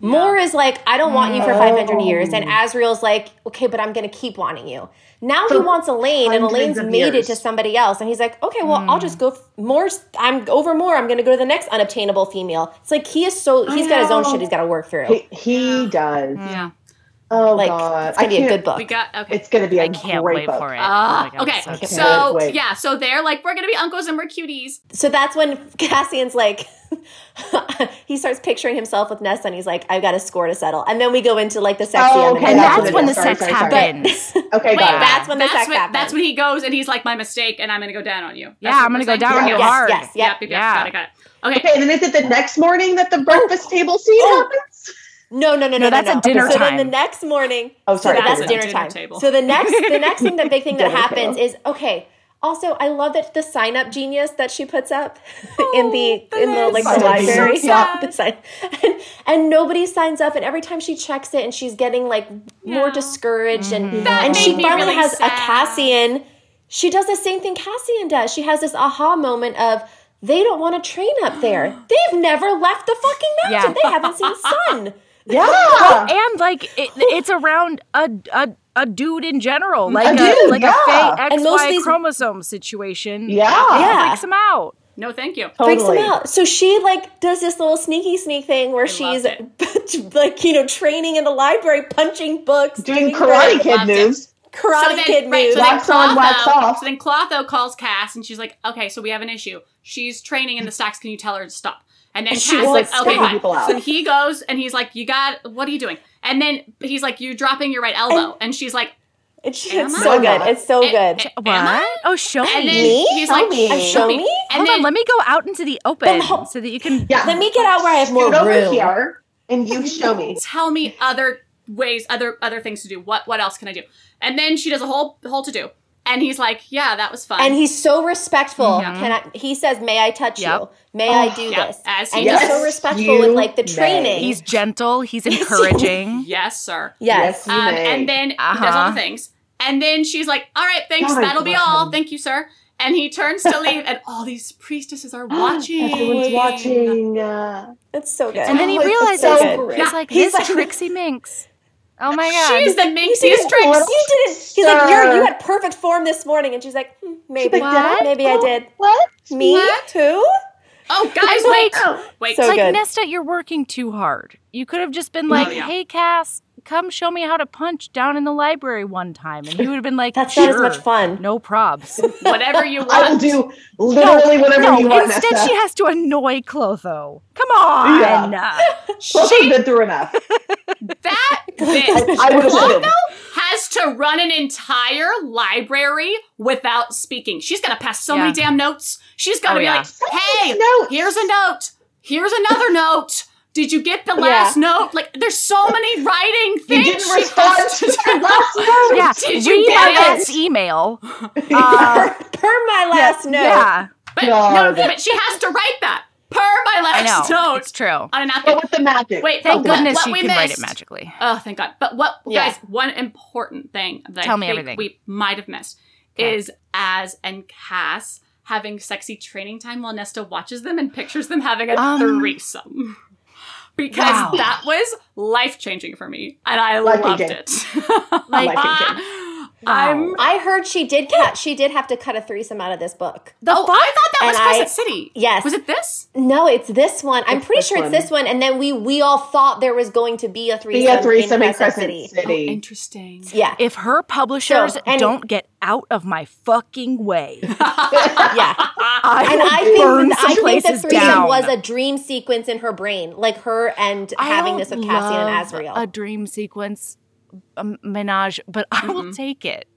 Speaker 5: Moore is like, I don't want you for 500 years. And Azriel's like, okay, but I'm going to keep wanting you. Now he
Speaker 4: Oh. For
Speaker 5: wants Elaine, and
Speaker 4: hundreds
Speaker 5: Elaine's
Speaker 4: of
Speaker 5: made it
Speaker 4: years. Mm.
Speaker 5: to somebody else. And he's like, okay, well, I'll just go f- more. I'm over more. I'm going to go to the next unobtainable female. It's like he is so, he's got his own
Speaker 4: know.
Speaker 5: shit he's got to work through.
Speaker 4: He, he does.
Speaker 2: Yeah,
Speaker 4: Oh
Speaker 5: like,
Speaker 4: god,
Speaker 5: it's going to be a
Speaker 4: I
Speaker 5: good
Speaker 4: can't-
Speaker 5: book.
Speaker 2: we got okay.
Speaker 4: It's gonna be a
Speaker 3: I can't
Speaker 4: great
Speaker 3: wait
Speaker 4: book.
Speaker 3: for it.
Speaker 2: Ah,
Speaker 3: Oh my God,
Speaker 2: okay,
Speaker 3: I'm
Speaker 4: so excited.
Speaker 2: so
Speaker 4: Wait, wait.
Speaker 2: yeah, so they're like we're gonna be uncles and we're cuties.
Speaker 5: So that's when [LAUGHS] Cassian's like, [LAUGHS] he starts picturing himself with Nessa, and he's like, I've got a score to settle. And then we go into like the sexy.
Speaker 4: Oh,
Speaker 5: element
Speaker 4: okay,
Speaker 5: of
Speaker 3: and
Speaker 5: it.
Speaker 4: that's
Speaker 3: that's,
Speaker 4: what it
Speaker 3: when
Speaker 4: is.
Speaker 3: the
Speaker 4: Sorry,
Speaker 3: sex
Speaker 4: sorry, sorry.
Speaker 3: happens.
Speaker 4: Okay,
Speaker 2: Wait,
Speaker 4: guys.
Speaker 5: that's when the sex
Speaker 2: when,
Speaker 5: happened.
Speaker 2: that's when he goes and he's like, "My mistake," and I'm gonna go down on you. That's
Speaker 3: Yeah,
Speaker 2: what
Speaker 3: I'm
Speaker 2: we're
Speaker 3: gonna go down
Speaker 2: saying?
Speaker 3: on
Speaker 5: Yeah,
Speaker 3: you
Speaker 5: yes,
Speaker 3: hard.
Speaker 5: yes,
Speaker 2: Yeah, yeah,
Speaker 5: yeah.
Speaker 3: Yeah.
Speaker 2: got it, got it. Okay,
Speaker 4: Okay, and then is it the next morning that the breakfast table scene happens?
Speaker 5: No, no, no,
Speaker 3: No,
Speaker 5: no.
Speaker 3: that's
Speaker 5: no,
Speaker 3: at dinner
Speaker 5: So
Speaker 3: time.
Speaker 5: then the next morning.
Speaker 4: Oh, sorry,
Speaker 5: So
Speaker 4: that's
Speaker 5: that's
Speaker 4: at
Speaker 5: dinner,
Speaker 2: dinner
Speaker 5: time.
Speaker 2: table.
Speaker 5: So the next, the next thing, the big thing that
Speaker 4: Dinner
Speaker 5: happens
Speaker 4: table.
Speaker 5: is okay. Also, I love that the sign up genius that she puts up [LAUGHS] in the, in the like the
Speaker 4: Sign-up
Speaker 5: library.
Speaker 4: genius, yeah.
Speaker 5: The sign- and, and nobody signs up, and every time she checks it, and she's getting like more discouraged, and
Speaker 2: That
Speaker 5: and she
Speaker 2: made me
Speaker 5: finally
Speaker 2: really
Speaker 5: has
Speaker 2: sad.
Speaker 5: a Cassian. She does the same thing Cassian does. She has this aha moment of. They don't want to train up there. They've never left the fucking mountain. They haven't seen sun.
Speaker 4: Yeah.
Speaker 3: and like it, it's around a, a a dude in general, like a,
Speaker 4: dude,
Speaker 3: like
Speaker 4: yeah.
Speaker 3: a fake
Speaker 5: And most of
Speaker 3: XY
Speaker 5: these-
Speaker 3: chromosome situation.
Speaker 4: Yeah.
Speaker 5: Yeah.
Speaker 3: freaks him out.
Speaker 2: no, thank you.
Speaker 5: freaks
Speaker 4: Totally.
Speaker 5: him out. So she like does this little sneaky sneak thing where
Speaker 2: loved
Speaker 5: she's [LAUGHS] like you know training in the library, punching books,
Speaker 4: doing karate
Speaker 5: karate,
Speaker 4: kid
Speaker 2: Loved it.
Speaker 4: moves.
Speaker 5: karate
Speaker 2: then,
Speaker 5: kid
Speaker 2: right,
Speaker 5: moves.
Speaker 2: so then
Speaker 4: Wax on, wax
Speaker 2: Clotho-
Speaker 4: off.
Speaker 2: So then Clotho calls Cass and she's like, okay, so we have an issue. She's training in the stacks. Can you tell her to stop? And then
Speaker 5: And
Speaker 2: Cass
Speaker 5: she
Speaker 2: is
Speaker 5: won't
Speaker 2: like, okay,
Speaker 5: stop.
Speaker 2: fine.
Speaker 4: People out.
Speaker 2: So he goes and he's like, you got, what are you doing? And then he's like, you're dropping your right elbow. And, she's like,
Speaker 5: it's,
Speaker 2: Am
Speaker 5: it's
Speaker 2: I?
Speaker 5: so good. It's so
Speaker 2: "Eh,
Speaker 5: good.
Speaker 2: eh, am
Speaker 3: What?
Speaker 2: I?"
Speaker 3: Oh, show
Speaker 2: And
Speaker 3: me.
Speaker 2: then
Speaker 5: Me?
Speaker 2: he's
Speaker 5: Show
Speaker 2: like,
Speaker 5: me. Show me?
Speaker 2: And
Speaker 3: Hold on,
Speaker 2: then
Speaker 3: let me go out into the open
Speaker 5: Then hold-
Speaker 3: so that you
Speaker 4: [LAUGHS]
Speaker 3: can.
Speaker 4: Yeah.
Speaker 5: Let me get out where I have more
Speaker 4: Scoot over
Speaker 5: room.
Speaker 4: here and you show me.
Speaker 2: tell me other ways, other other things to do. What what else can I do? And then she does a whole whole to do. And he's like, yeah, that was fun.
Speaker 5: And he's so respectful. Can I, he says, "May I touch
Speaker 3: Yep.
Speaker 5: you? May I do
Speaker 2: Yep,
Speaker 5: this?"
Speaker 2: Oh, as he
Speaker 5: and
Speaker 2: does.
Speaker 5: he's so respectful
Speaker 4: You
Speaker 5: with like the
Speaker 4: may.
Speaker 5: training.
Speaker 3: He's gentle. He's
Speaker 2: [LAUGHS]
Speaker 3: encouraging.
Speaker 2: yes, sir.
Speaker 5: yes.
Speaker 4: Yes. You
Speaker 2: Um,
Speaker 4: may.
Speaker 2: and then he does all
Speaker 3: Uh-huh.
Speaker 2: the things. And then she's like, all right, thanks.
Speaker 4: God, I
Speaker 2: That'll be
Speaker 4: love
Speaker 2: all.
Speaker 4: him.
Speaker 2: Thank you, sir. And he turns to leave, and all these priestesses are watching.
Speaker 4: [GASPS] Everyone's
Speaker 3: Oh
Speaker 4: watching. Uh,
Speaker 5: It's so good.
Speaker 3: and then he
Speaker 4: Oh, it's
Speaker 3: realizes
Speaker 4: so great.
Speaker 3: he's like,
Speaker 5: He's
Speaker 3: "This
Speaker 5: like-
Speaker 3: Trixie Minx." Oh my god!
Speaker 2: She's the minxiest tricks.
Speaker 5: you did it. He's like,
Speaker 4: Sir.
Speaker 5: "You're you had perfect form this morning," and she's like, hmm, "Maybe,
Speaker 4: She's like, "Did I?
Speaker 5: maybe I
Speaker 4: Oh,
Speaker 5: did."
Speaker 4: What?
Speaker 5: Me
Speaker 2: What?
Speaker 5: too.
Speaker 2: Oh, guys, wait.
Speaker 4: Oh.
Speaker 2: Wait.
Speaker 5: So
Speaker 3: like
Speaker 5: good.
Speaker 3: Nesta, you're working too hard. You could have just been
Speaker 2: No,
Speaker 3: like,
Speaker 2: yeah.
Speaker 3: "Hey, Cass, come show me how to punch down in the library one time," and he would have been like,
Speaker 5: That's
Speaker 3: sure,
Speaker 5: not as much fun.
Speaker 3: No probs.
Speaker 2: whatever you
Speaker 4: I will
Speaker 2: want.
Speaker 4: do literally whatever
Speaker 3: no,
Speaker 4: you want.
Speaker 3: instead
Speaker 4: Nesta.
Speaker 3: she has to annoy Clotho. Come on.
Speaker 4: Plus, I've been through enough. [LAUGHS]
Speaker 2: That bitch.
Speaker 4: I would have
Speaker 2: Clotho
Speaker 4: been.
Speaker 2: has to run an entire library without speaking. She's gonna pass so many
Speaker 3: Yeah.
Speaker 2: damn notes. She's gotta
Speaker 3: Oh,
Speaker 2: be
Speaker 3: yeah.
Speaker 2: like, hey,
Speaker 4: notes.
Speaker 2: here's a note. Here's another [LAUGHS] note. Did you get the last note? Like, there's so many writing
Speaker 4: You
Speaker 2: things.
Speaker 4: didn't
Speaker 2: she
Speaker 4: respond
Speaker 2: has
Speaker 4: to
Speaker 2: [LAUGHS]
Speaker 4: your last note.
Speaker 3: Yeah.
Speaker 2: Did you
Speaker 3: Read my
Speaker 2: get it?
Speaker 3: last email.
Speaker 5: per, per my last note.
Speaker 3: Yeah.
Speaker 2: But no,
Speaker 4: God.
Speaker 2: but she has to write that per my
Speaker 3: I
Speaker 2: last
Speaker 5: [LAUGHS]
Speaker 3: know. It's
Speaker 2: note
Speaker 3: true.
Speaker 2: on an apple.
Speaker 4: But with the magic.
Speaker 2: Wait,
Speaker 4: Thank
Speaker 3: Thank
Speaker 2: what-
Speaker 3: goodness
Speaker 2: what
Speaker 3: you
Speaker 2: we
Speaker 3: can write it
Speaker 2: missed.
Speaker 3: magically.
Speaker 2: Oh, thank God. But what,
Speaker 5: Yeah.
Speaker 2: guys, one important thing that
Speaker 3: Tell
Speaker 2: I
Speaker 3: me
Speaker 2: think
Speaker 3: everything.
Speaker 2: we might have missed is Az and Cass having sexy training time while Nesta watches them and pictures them having a
Speaker 3: Um,
Speaker 2: threesome. Because
Speaker 3: wow.
Speaker 2: that was life changing for me, and I loved
Speaker 4: Life-changing.
Speaker 2: it. [LAUGHS]
Speaker 4: Like,
Speaker 2: I'm.
Speaker 5: I heard she did cut. She did have to cut a threesome out of this book.
Speaker 2: The oh, I thought that was
Speaker 5: And I-
Speaker 2: Crescent City.
Speaker 5: Yes.
Speaker 2: Was it this?
Speaker 5: No, it's this one. I'm
Speaker 4: It's
Speaker 5: pretty
Speaker 4: this
Speaker 5: sure it's
Speaker 4: one.
Speaker 5: this one. And then we we all thought there was going to be a threesome,
Speaker 4: be a threesome in Crescent
Speaker 5: Oh,
Speaker 4: City.
Speaker 2: Oh, Interesting.
Speaker 3: [LAUGHS]
Speaker 5: Yeah,
Speaker 3: If her publishers
Speaker 5: So, and-
Speaker 3: don't get out of my fucking
Speaker 5: [LAUGHS]
Speaker 3: way,
Speaker 5: yeah.
Speaker 3: I
Speaker 5: And
Speaker 3: will
Speaker 5: I think
Speaker 3: burn
Speaker 5: I
Speaker 3: some
Speaker 5: think the
Speaker 3: places
Speaker 5: threesome
Speaker 3: down.
Speaker 5: was a dream sequence in her brain, like her and having
Speaker 3: I
Speaker 5: this with Cassian and
Speaker 3: love
Speaker 5: Azrael.
Speaker 3: A dream sequence um, menage, but I
Speaker 5: Mm-hmm.
Speaker 3: will take it.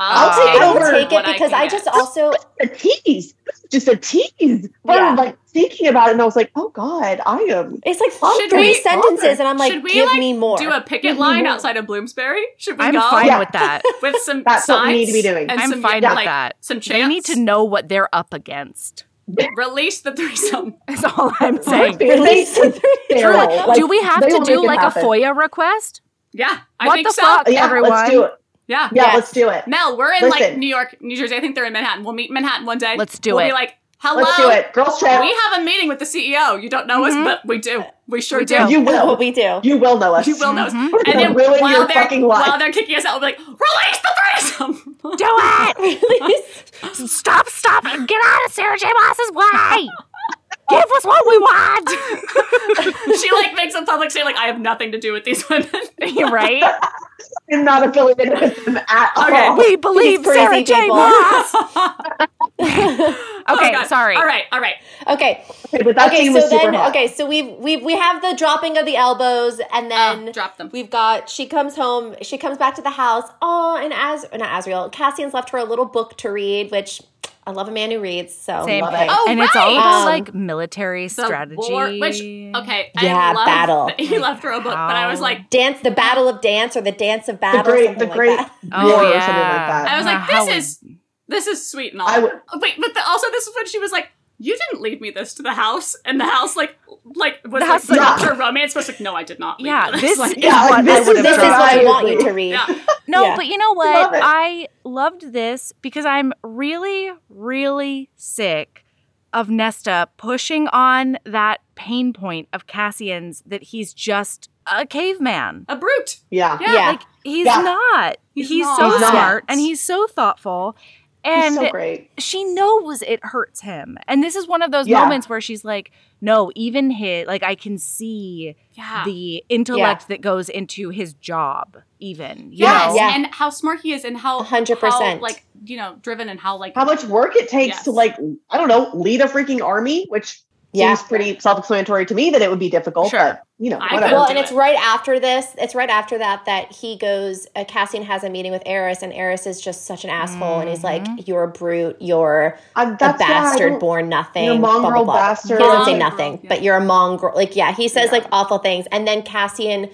Speaker 4: I'll take it
Speaker 5: I will
Speaker 4: over
Speaker 5: take it
Speaker 2: what I
Speaker 5: because
Speaker 2: can
Speaker 5: I
Speaker 2: get.
Speaker 5: just also
Speaker 4: a tease. This is Just a tease. But
Speaker 5: Yeah.
Speaker 4: I'm like thinking about it and I was like, oh God, I am.
Speaker 5: it's like fuck
Speaker 2: Should
Speaker 5: three
Speaker 2: we-
Speaker 5: sentences, and I'm like,
Speaker 2: Should we
Speaker 5: give
Speaker 2: like
Speaker 5: me more.
Speaker 2: do a picket line outside of Bloomsbury? Should we
Speaker 3: I'm
Speaker 2: go
Speaker 3: fine
Speaker 4: Yeah.
Speaker 3: with
Speaker 5: [LAUGHS]
Speaker 3: that.
Speaker 2: with some
Speaker 4: That's
Speaker 2: signs
Speaker 4: what we need to be doing.
Speaker 2: and
Speaker 3: I'm
Speaker 2: some,
Speaker 3: fine
Speaker 2: yeah,
Speaker 3: with
Speaker 2: like,
Speaker 3: that.
Speaker 2: Some chance.
Speaker 3: They need to know what they're up against. [LAUGHS]
Speaker 2: [LAUGHS] release the threesome. [LAUGHS]
Speaker 3: Is all I'm saying.
Speaker 4: They- they-
Speaker 5: Release the three-
Speaker 3: Or, like,
Speaker 4: Feral. Like,
Speaker 3: do we have
Speaker 4: they
Speaker 3: to
Speaker 4: will
Speaker 3: do
Speaker 4: make it
Speaker 3: like a
Speaker 4: happen.
Speaker 3: FOIA request?
Speaker 2: Yeah, I
Speaker 3: What
Speaker 2: think
Speaker 3: the
Speaker 2: so.
Speaker 3: fuck?
Speaker 4: Yeah,
Speaker 3: everyone.
Speaker 4: let's do it.
Speaker 2: Yeah.
Speaker 4: Yeah,
Speaker 5: Yes.
Speaker 4: let's do it.
Speaker 2: Mel, we're in like
Speaker 4: Listen.
Speaker 2: New York, New Jersey. I think they're in Manhattan. We'll meet in Manhattan one day.
Speaker 3: Let's do
Speaker 2: we'll
Speaker 3: it.
Speaker 2: Be like, hello.
Speaker 4: Let's do it. Girls trip.
Speaker 2: We have a meeting with the CEO. You don't know us, but we do. We sure
Speaker 3: Mm-hmm. We
Speaker 2: do.
Speaker 3: do.
Speaker 4: you
Speaker 5: Oh,
Speaker 4: will.
Speaker 5: [LAUGHS] we do.
Speaker 4: You will know us.
Speaker 2: You will know us.
Speaker 3: Mhm.
Speaker 4: We're
Speaker 2: And
Speaker 4: gonna
Speaker 2: then
Speaker 4: ruin
Speaker 2: while
Speaker 4: your
Speaker 2: they're
Speaker 4: fucking life.
Speaker 2: while they're kicking us out, we'll be like, release the threesome.
Speaker 3: [LAUGHS] Do
Speaker 2: [LAUGHS]
Speaker 3: it!
Speaker 5: Release-
Speaker 3: Stop, stop! Get out of Sarah J. Moss's
Speaker 5: [LAUGHS]
Speaker 3: way! Give us what we want! [LAUGHS]
Speaker 2: she like makes a public statement like, I have nothing to do with these women. [LAUGHS] Oh
Speaker 3: You're right?
Speaker 4: [LAUGHS] I'm not affiliated with them at all.
Speaker 2: Okay.
Speaker 3: We believe
Speaker 5: crazy
Speaker 3: Sarah J.
Speaker 2: [LAUGHS]
Speaker 5: people.
Speaker 3: Moss!
Speaker 2: Oh,
Speaker 3: Okay,
Speaker 2: God.
Speaker 3: sorry.
Speaker 2: All right, all right.
Speaker 5: okay.
Speaker 4: Okay, but that
Speaker 5: Okay,
Speaker 4: scene
Speaker 5: so
Speaker 4: was super
Speaker 5: then
Speaker 4: hot.
Speaker 5: okay, so we we we have the dropping of the elbows, and then
Speaker 2: Uh, drop them.
Speaker 5: We've got she comes home, she comes back to the house. Oh, and as not Azrael, Cassian's left her a little book to read, which I love a man who reads. So
Speaker 3: Same.
Speaker 5: love
Speaker 4: it.
Speaker 2: Oh,
Speaker 3: and it's all
Speaker 2: right.
Speaker 3: about
Speaker 5: Um,
Speaker 3: like military
Speaker 2: The
Speaker 3: strategy.
Speaker 2: war- which okay, I
Speaker 5: Yeah,
Speaker 2: love
Speaker 5: battle.
Speaker 2: That [LAUGHS]
Speaker 3: Oh
Speaker 2: he left her a book, but I was like,
Speaker 5: dance, the battle of dance, or the dance of
Speaker 4: The
Speaker 5: battle,
Speaker 4: great,
Speaker 5: something
Speaker 4: the
Speaker 5: like
Speaker 4: great
Speaker 5: that.
Speaker 3: Oh,
Speaker 4: war or something like
Speaker 3: yeah.
Speaker 4: that.
Speaker 2: I was like,
Speaker 3: How
Speaker 2: this is this is sweet and all.
Speaker 4: I would-
Speaker 2: Wait, but the, also this is when she was like, you didn't leave me this to the house, and the house like like was
Speaker 3: The
Speaker 2: like,
Speaker 3: house, like-
Speaker 2: dropped her romance was like, no, I did not. Leave
Speaker 3: Yeah,
Speaker 2: [LAUGHS] you this,
Speaker 3: Oh, this
Speaker 2: Like,
Speaker 3: is
Speaker 4: yeah,
Speaker 3: what
Speaker 4: [LAUGHS] this
Speaker 3: I would
Speaker 4: is-
Speaker 3: have
Speaker 5: This is
Speaker 3: drawn.
Speaker 5: what I
Speaker 4: Right.
Speaker 5: want you to read.
Speaker 2: yeah.
Speaker 3: No,
Speaker 5: Yeah.
Speaker 3: but you know what?
Speaker 4: Love it.
Speaker 3: I loved this because I'm really, really sick of Nesta pushing on that pain point of Cassian's that he's just a caveman.
Speaker 2: a brute.
Speaker 4: Yeah.
Speaker 2: Yeah,
Speaker 5: Yeah.
Speaker 3: Like he's
Speaker 4: Yeah.
Speaker 3: not. He's,
Speaker 2: He's not.
Speaker 3: so
Speaker 2: He's
Speaker 4: not.
Speaker 3: smart and he's so thoughtful.
Speaker 4: He's
Speaker 3: And
Speaker 4: so great.
Speaker 3: she knows it hurts him. And this is one of those
Speaker 4: Yeah.
Speaker 3: moments where she's like, no, even his, like, I can see
Speaker 2: Yeah.
Speaker 3: the intellect that goes into his job, even. you
Speaker 2: yes,
Speaker 3: know?
Speaker 5: Yeah.
Speaker 2: and how smart he is, and how
Speaker 5: 100%.
Speaker 2: how, like you know driven, and how like
Speaker 4: How much work it takes
Speaker 2: Yes.
Speaker 4: to like I don't know lead a freaking army, which
Speaker 5: Yeah.
Speaker 4: seems pretty self-explanatory to me that it would be difficult.
Speaker 3: Sure.
Speaker 4: But you know,
Speaker 2: I
Speaker 4: whatever.
Speaker 2: couldn't
Speaker 5: Well,
Speaker 2: do
Speaker 5: and it's
Speaker 2: it.
Speaker 5: right after this. It's right after that that he goes. Uh, Cassian has a meeting with Eris, and Eris is just such an asshole, and he's
Speaker 2: Mm-hmm.
Speaker 5: like, "You're a brute. You're
Speaker 4: I'm-
Speaker 5: a
Speaker 4: why I
Speaker 5: bastard,
Speaker 4: don't-
Speaker 5: born nothing.
Speaker 4: You're a mongrel bastard.
Speaker 5: He doesn't say
Speaker 2: Mongrel,
Speaker 5: nothing,
Speaker 2: yeah.
Speaker 5: but you're a mongrel. Like, yeah, he says like awful things. And then Cassian,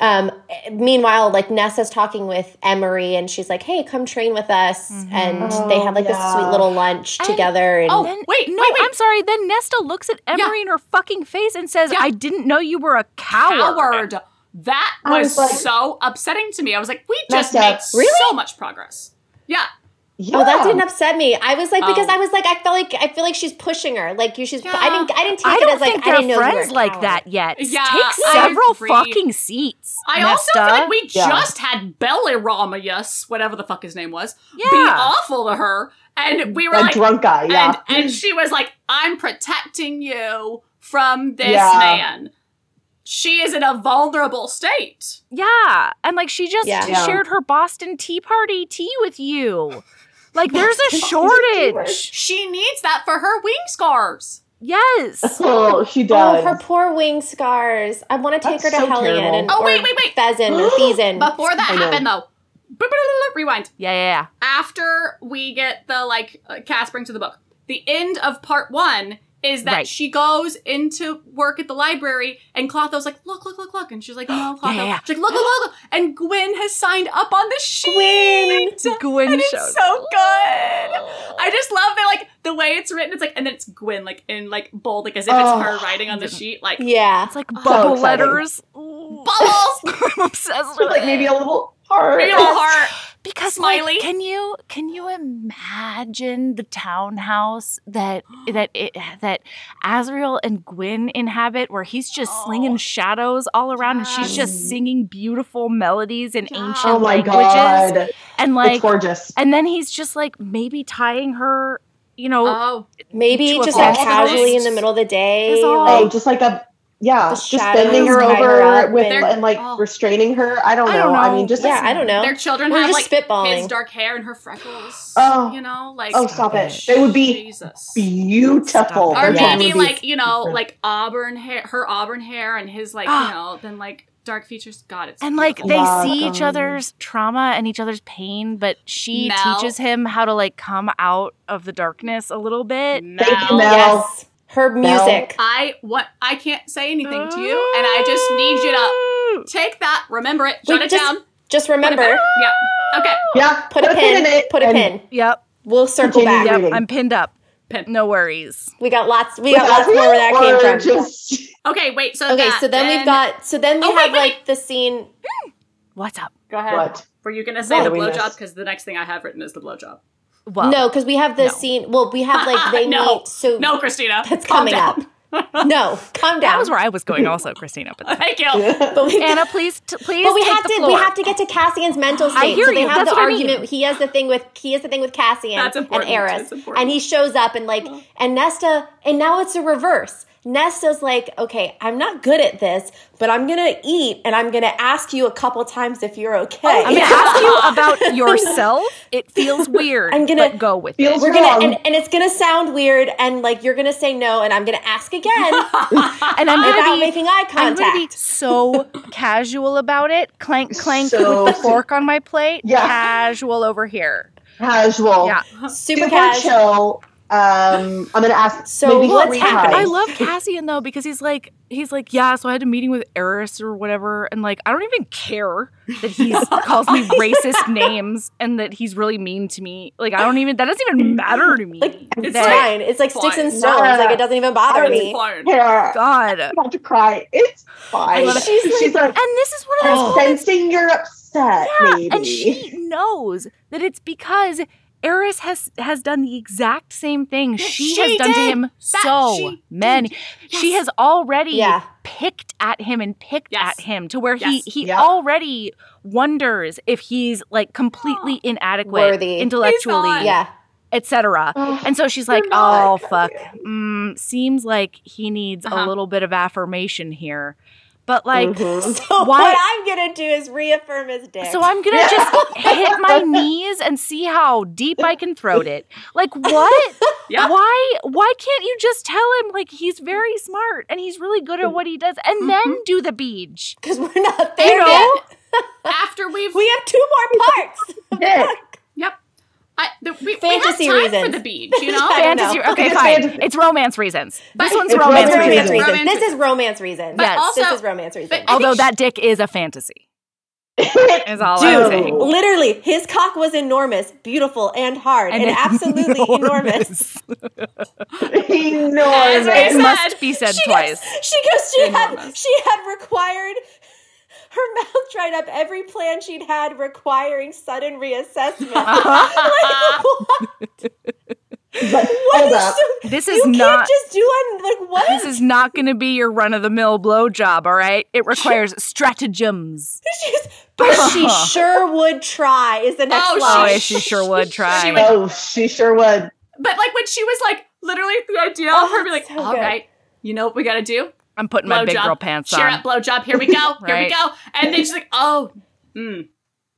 Speaker 5: um, meanwhile, like Nessa's talking with Emery and she's like, hey, come train with us. And they have like this
Speaker 4: Oh,
Speaker 5: sweet
Speaker 4: yeah.
Speaker 5: little lunch together. And
Speaker 2: oh
Speaker 3: Then-
Speaker 2: wait,
Speaker 3: no,
Speaker 2: wait, wait,
Speaker 3: I'm sorry. Then Nesta looks at Emery in her fucking face and says,
Speaker 2: Yeah.
Speaker 3: I didn't know you were a coward.
Speaker 2: Howard. That
Speaker 4: I
Speaker 2: was
Speaker 4: was like-
Speaker 2: so upsetting to me. I was like, we just
Speaker 4: Messed
Speaker 2: made
Speaker 4: up.
Speaker 2: so much progress. Yeah,
Speaker 4: Yeah.
Speaker 5: Oh, that didn't upset me. I was like, because
Speaker 2: Oh.
Speaker 5: I was like, I felt like I feel like she's pushing her. Like you, she's. I
Speaker 2: Yeah.
Speaker 5: didn't. I didn't take
Speaker 3: I
Speaker 5: it
Speaker 3: don't
Speaker 5: as like
Speaker 3: think
Speaker 5: I
Speaker 3: they're
Speaker 5: didn't know you were a
Speaker 3: friends like
Speaker 5: coward.
Speaker 3: that yet.
Speaker 2: Yeah,
Speaker 3: Take
Speaker 2: I
Speaker 3: several
Speaker 2: agree.
Speaker 3: fucking seats.
Speaker 2: I also
Speaker 3: Nesta.
Speaker 2: feel like we
Speaker 4: Yeah.
Speaker 2: just had Bellaramius, whatever the fuck his name was, be
Speaker 3: Yeah.
Speaker 2: awful to her, and we were
Speaker 4: a
Speaker 2: like,
Speaker 4: drunk guy. Yeah.
Speaker 2: and, and she was like, "I'm protecting you from this
Speaker 4: Yeah.
Speaker 2: man." She is in a vulnerable state.
Speaker 3: Yeah. And like she just
Speaker 5: Yeah.
Speaker 4: Yeah.
Speaker 3: shared her Boston Tea Party tea with you. Like there's a shortage.
Speaker 2: She needs that for her wing scars.
Speaker 4: [LAUGHS]
Speaker 3: Yes.
Speaker 4: [LAUGHS] oh, she does.
Speaker 5: Oh, her poor wing scars. I want to take
Speaker 4: That's
Speaker 5: her to
Speaker 4: so
Speaker 5: Hellion
Speaker 4: terrible.
Speaker 5: and
Speaker 2: Oh,
Speaker 5: or
Speaker 2: wait, wait, wait.
Speaker 5: Pheasant or Thesan.
Speaker 2: Before that
Speaker 4: I know.
Speaker 2: happened, though, rewind.
Speaker 3: Yeah, yeah,
Speaker 2: After we get the like uh, Cass brings to the book, the end of part one is that
Speaker 3: Right.
Speaker 2: she goes into work at the library, and Clotho's like, "Look, look, look, look," and she's like, "No,
Speaker 3: [GASPS]
Speaker 2: Clotho."
Speaker 3: yeah, yeah.
Speaker 2: She's like, "Look, look, look," and Gwen has signed up on the sheet.
Speaker 5: Gwyn.
Speaker 3: yeah. Gwen
Speaker 2: and it's
Speaker 3: showed.
Speaker 2: so good. I just love that, like the way it's written. It's like, and then it's Gwen, like in like bold, like as if
Speaker 4: Oh.
Speaker 2: it's her writing on the sheet, like
Speaker 5: Yeah.
Speaker 3: it's like bubble
Speaker 4: exciting.
Speaker 3: letters. Ooh,
Speaker 2: bubbles,
Speaker 3: I'm [LAUGHS] obsessed with
Speaker 4: like
Speaker 3: it.
Speaker 4: maybe a little hard.
Speaker 2: real heart.
Speaker 3: because
Speaker 2: smiley.
Speaker 3: like can you can you imagine the townhouse
Speaker 4: [GASPS]
Speaker 3: that that it, that Azrael and Gwyn inhabit where he's just slinging shadows all around and she's
Speaker 4: Oh. Yes.
Speaker 3: just singing beautiful melodies in
Speaker 2: Yeah.
Speaker 3: ancient
Speaker 4: [LAUGHS] Oh my
Speaker 3: languages
Speaker 4: god.
Speaker 3: and
Speaker 4: it's
Speaker 3: like
Speaker 4: gorgeous.
Speaker 3: and then he's just like maybe tying her you know
Speaker 2: Oh,
Speaker 5: Maybe
Speaker 3: to
Speaker 5: just
Speaker 3: evolve
Speaker 5: like
Speaker 3: those.
Speaker 5: casually in the middle of the day.
Speaker 3: It's all-
Speaker 4: Oh,
Speaker 5: Like,
Speaker 4: just like a yeah,
Speaker 5: The
Speaker 4: just
Speaker 5: shadows
Speaker 4: bending her
Speaker 5: tie her
Speaker 4: over
Speaker 5: up
Speaker 4: with
Speaker 2: and-
Speaker 4: and, like
Speaker 2: Oh.
Speaker 4: restraining her. I don't know.
Speaker 3: I
Speaker 4: I,
Speaker 3: don't know.
Speaker 4: mean, just
Speaker 5: yeah, I don't know.
Speaker 2: their children
Speaker 5: We're
Speaker 2: have like
Speaker 5: just spitballing.
Speaker 2: his dark hair and her freckles.
Speaker 4: Oh.
Speaker 2: you know, like
Speaker 4: oh, stop it.
Speaker 3: Stop
Speaker 4: They would be
Speaker 2: Jesus.
Speaker 4: beautiful.
Speaker 2: Or
Speaker 4: Their
Speaker 5: Yeah.
Speaker 4: children
Speaker 2: maybe
Speaker 4: would be
Speaker 2: like you know,
Speaker 4: super-
Speaker 2: like auburn hair, her auburn hair, and his like you
Speaker 5: Ah.
Speaker 2: know, then like dark features. God, it's
Speaker 3: and like
Speaker 2: beautiful.
Speaker 3: they
Speaker 4: Yeah,
Speaker 3: see each
Speaker 4: um,
Speaker 3: other's trauma and each other's pain but she
Speaker 2: Mel.
Speaker 3: teaches him how to like come out of the darkness a little bit
Speaker 4: Thank
Speaker 2: Mel.
Speaker 4: you, Mel.
Speaker 5: yes. Her
Speaker 4: Mel.
Speaker 5: music.
Speaker 2: I what I can't say anything to you, and I just need you to
Speaker 5: Mm.
Speaker 2: Take that. Remember it. Shut
Speaker 5: Wait,
Speaker 2: it
Speaker 5: just
Speaker 2: down.
Speaker 5: Just remember,
Speaker 2: Yeah. Okay.
Speaker 4: yeah,
Speaker 5: put a
Speaker 4: in
Speaker 5: pin.
Speaker 4: it.
Speaker 5: Put a
Speaker 4: and
Speaker 5: pin.
Speaker 3: Yep.
Speaker 5: We'll circle
Speaker 4: Continue
Speaker 5: back.
Speaker 4: to-
Speaker 3: Yep.
Speaker 4: Reading.
Speaker 3: I'm pinned up.
Speaker 2: Pinned.
Speaker 3: No worries.
Speaker 5: We got lots. We
Speaker 4: with
Speaker 5: got lots more where that
Speaker 4: or
Speaker 5: came from.
Speaker 4: Just,
Speaker 5: [LAUGHS]
Speaker 2: Okay. Wait. So
Speaker 5: okay,
Speaker 2: that,
Speaker 5: so then, we've got. So then we
Speaker 2: Oh, wait,
Speaker 5: have
Speaker 2: wait,
Speaker 5: like the scene.
Speaker 3: What's up?
Speaker 2: Go ahead.
Speaker 4: what? [LAUGHS]
Speaker 2: Were you gonna say
Speaker 4: What
Speaker 2: the
Speaker 4: do we
Speaker 2: blowjob?
Speaker 4: miss?
Speaker 2: Because the next thing I have written is the blowjob.
Speaker 3: Well,
Speaker 5: no, because we have the
Speaker 3: no.
Speaker 5: scene. Well, we have like they
Speaker 2: No.
Speaker 5: meet. So
Speaker 2: No, Christina.
Speaker 5: that's
Speaker 2: calm
Speaker 5: coming
Speaker 2: down.
Speaker 5: up. no, calm down.
Speaker 3: that was where I was
Speaker 5: [LAUGHS]
Speaker 3: going, also, Christina. But
Speaker 2: [LAUGHS] Thank you.
Speaker 5: But we
Speaker 3: Anna, please, t- please.
Speaker 5: But we
Speaker 3: take
Speaker 5: have
Speaker 3: the
Speaker 5: to we
Speaker 3: floor.
Speaker 5: have to get to Cassian's mental state.
Speaker 3: hear
Speaker 5: so they
Speaker 3: you.
Speaker 5: have
Speaker 3: That's
Speaker 5: the
Speaker 3: what I
Speaker 5: argument.
Speaker 3: mean.
Speaker 5: He has the thing with he has the thing with Cassian
Speaker 2: That's
Speaker 5: and
Speaker 2: important.
Speaker 5: Eris.
Speaker 2: It's important.
Speaker 5: And he shows up and like and Nesta and now it's a reverse. Nesta's like, okay, I'm not good at this, but I'm gonna eat and I'm gonna ask you a couple times if you're okay.
Speaker 3: I'm
Speaker 5: [LAUGHS]
Speaker 3: gonna ask you about yourself. It feels weird.
Speaker 5: I'm gonna-
Speaker 3: but go with it.
Speaker 4: Feels
Speaker 5: We're gonna
Speaker 4: wrong.
Speaker 5: and, and it's gonna sound weird and like you're gonna say no and I'm gonna
Speaker 3: [LAUGHS]
Speaker 5: ask again
Speaker 3: And I'm
Speaker 5: without
Speaker 3: gonna be.
Speaker 5: making eye
Speaker 3: I'm gonna be [LAUGHS]
Speaker 5: contact.
Speaker 3: so casual about it. Clank, clank
Speaker 4: So- [LAUGHS]
Speaker 3: with the fork on my plate.
Speaker 4: Yeah.
Speaker 3: Casual over here.
Speaker 4: casual.
Speaker 3: Yeah.
Speaker 5: super
Speaker 4: Super
Speaker 5: casual.
Speaker 4: chill. Um, I'm gonna ask.
Speaker 5: So
Speaker 4: maybe
Speaker 5: what's
Speaker 4: three
Speaker 5: happening?
Speaker 3: I
Speaker 4: times.
Speaker 3: love Cassian though because he's like he's like yeah. So I had a meeting with Eris or whatever, and like I don't even care that
Speaker 4: [LAUGHS]
Speaker 3: he calls me racist names and that he's really mean to me. Like I don't even that doesn't even matter to me.
Speaker 5: It's
Speaker 3: That-
Speaker 5: fine. It's like sticks and
Speaker 2: fine.
Speaker 5: stones.
Speaker 4: Nah.
Speaker 5: Like it doesn't even bother me.
Speaker 2: It's
Speaker 3: [LAUGHS]
Speaker 2: fine.
Speaker 4: Here,
Speaker 3: God.
Speaker 4: I'm about to cry. It's fine.
Speaker 5: love it. "Oh,
Speaker 4: she's, like,
Speaker 3: And this is one of those
Speaker 4: I'm sensing you're upset. maybe.
Speaker 3: and
Speaker 4: [SIGHS]
Speaker 3: she knows that it's because Eris has has done the exact same thing she,
Speaker 2: she
Speaker 3: has done to
Speaker 2: did.
Speaker 3: him
Speaker 2: That
Speaker 3: so
Speaker 2: she
Speaker 3: many. She has already
Speaker 5: Yeah.
Speaker 3: picked at him and picked
Speaker 2: Yes.
Speaker 3: at him to where
Speaker 2: Yes.
Speaker 3: he he
Speaker 4: Yeah.
Speaker 3: already wonders if he's like completely inadequate
Speaker 2: [GASPS]
Speaker 5: Worthy.
Speaker 3: intellectually.
Speaker 2: He's not.
Speaker 5: Yeah.
Speaker 3: etc. And so she's like,
Speaker 4: you're
Speaker 3: "Oh
Speaker 4: not.
Speaker 3: fuck, mm, seems like he needs
Speaker 2: Uh-huh. Mm-hmm.
Speaker 3: a little bit of affirmation here." But like,
Speaker 5: [LAUGHS] So
Speaker 3: Why-
Speaker 5: Mm-hmm. what I'm gonna do is reaffirm his dick.
Speaker 3: so I'm gonna just [LAUGHS] hit my knees and see how deep I can throat it. Like what?
Speaker 2: Yeah.
Speaker 3: Why? Why can't you just tell him like he's very smart and he's really good at what he does, and then do the beach?
Speaker 5: because we're not there
Speaker 3: You know?
Speaker 5: yet.
Speaker 2: [LAUGHS] After we've
Speaker 5: We have two more parts.
Speaker 4: [LAUGHS]
Speaker 2: Yep. I, the, we, we
Speaker 5: Fantasy
Speaker 2: have time
Speaker 5: reasons.
Speaker 2: for the beach, you
Speaker 5: [LAUGHS]
Speaker 2: know?
Speaker 5: I don't know.
Speaker 3: Fantasy. Okay,
Speaker 4: It's
Speaker 3: fine.
Speaker 4: fantasy.
Speaker 3: It's romance reasons. This
Speaker 2: But-
Speaker 3: one's
Speaker 4: It's
Speaker 3: romance,
Speaker 5: It's romance
Speaker 3: reasons.
Speaker 5: reasons.
Speaker 2: Romance
Speaker 5: This is romance reasons.
Speaker 2: But
Speaker 3: Yes.
Speaker 2: also,
Speaker 5: this is romance reasons.
Speaker 2: I think
Speaker 3: Although
Speaker 2: she-
Speaker 3: that dick is a fantasy. Is all I'm
Speaker 5: Dude,
Speaker 3: saying.
Speaker 5: literally, his cock was enormous, beautiful, and hard, and, absolutely enormous.
Speaker 4: Enormous.
Speaker 3: It
Speaker 2: Said.
Speaker 3: must be said
Speaker 5: She
Speaker 3: twice.
Speaker 5: Goes, [LAUGHS] she goes. She had.
Speaker 2: Enormous.
Speaker 5: She had required. Her mouth dried up. Every plan she'd had requiring sudden reassessment. [LAUGHS] like,
Speaker 4: But
Speaker 5: what
Speaker 4: hold
Speaker 5: is
Speaker 4: up.
Speaker 5: so-
Speaker 3: This
Speaker 5: you
Speaker 3: is
Speaker 5: can't
Speaker 3: not.
Speaker 5: just do on like what?
Speaker 3: This is not going to be your run of the mill blowjob. All right, it requires stratagems.
Speaker 5: She's-
Speaker 2: [LAUGHS]
Speaker 5: but she sure would try. Is the next
Speaker 2: Oh, she-
Speaker 3: Oh,
Speaker 5: line.
Speaker 3: yeah, she sure would try.
Speaker 2: She would-
Speaker 4: Oh, she sure would.
Speaker 2: But like when she was like literally the idea
Speaker 5: Oh,
Speaker 2: of her be like,
Speaker 5: so
Speaker 2: all
Speaker 5: good.
Speaker 2: right, you know what we gotta do?
Speaker 3: I'm putting my big
Speaker 2: Blowjob.
Speaker 3: girl pants
Speaker 2: Share up,
Speaker 3: on.
Speaker 2: blowjob, here we go, here we
Speaker 3: um, Right.
Speaker 2: go. And then she's like, oh, mm,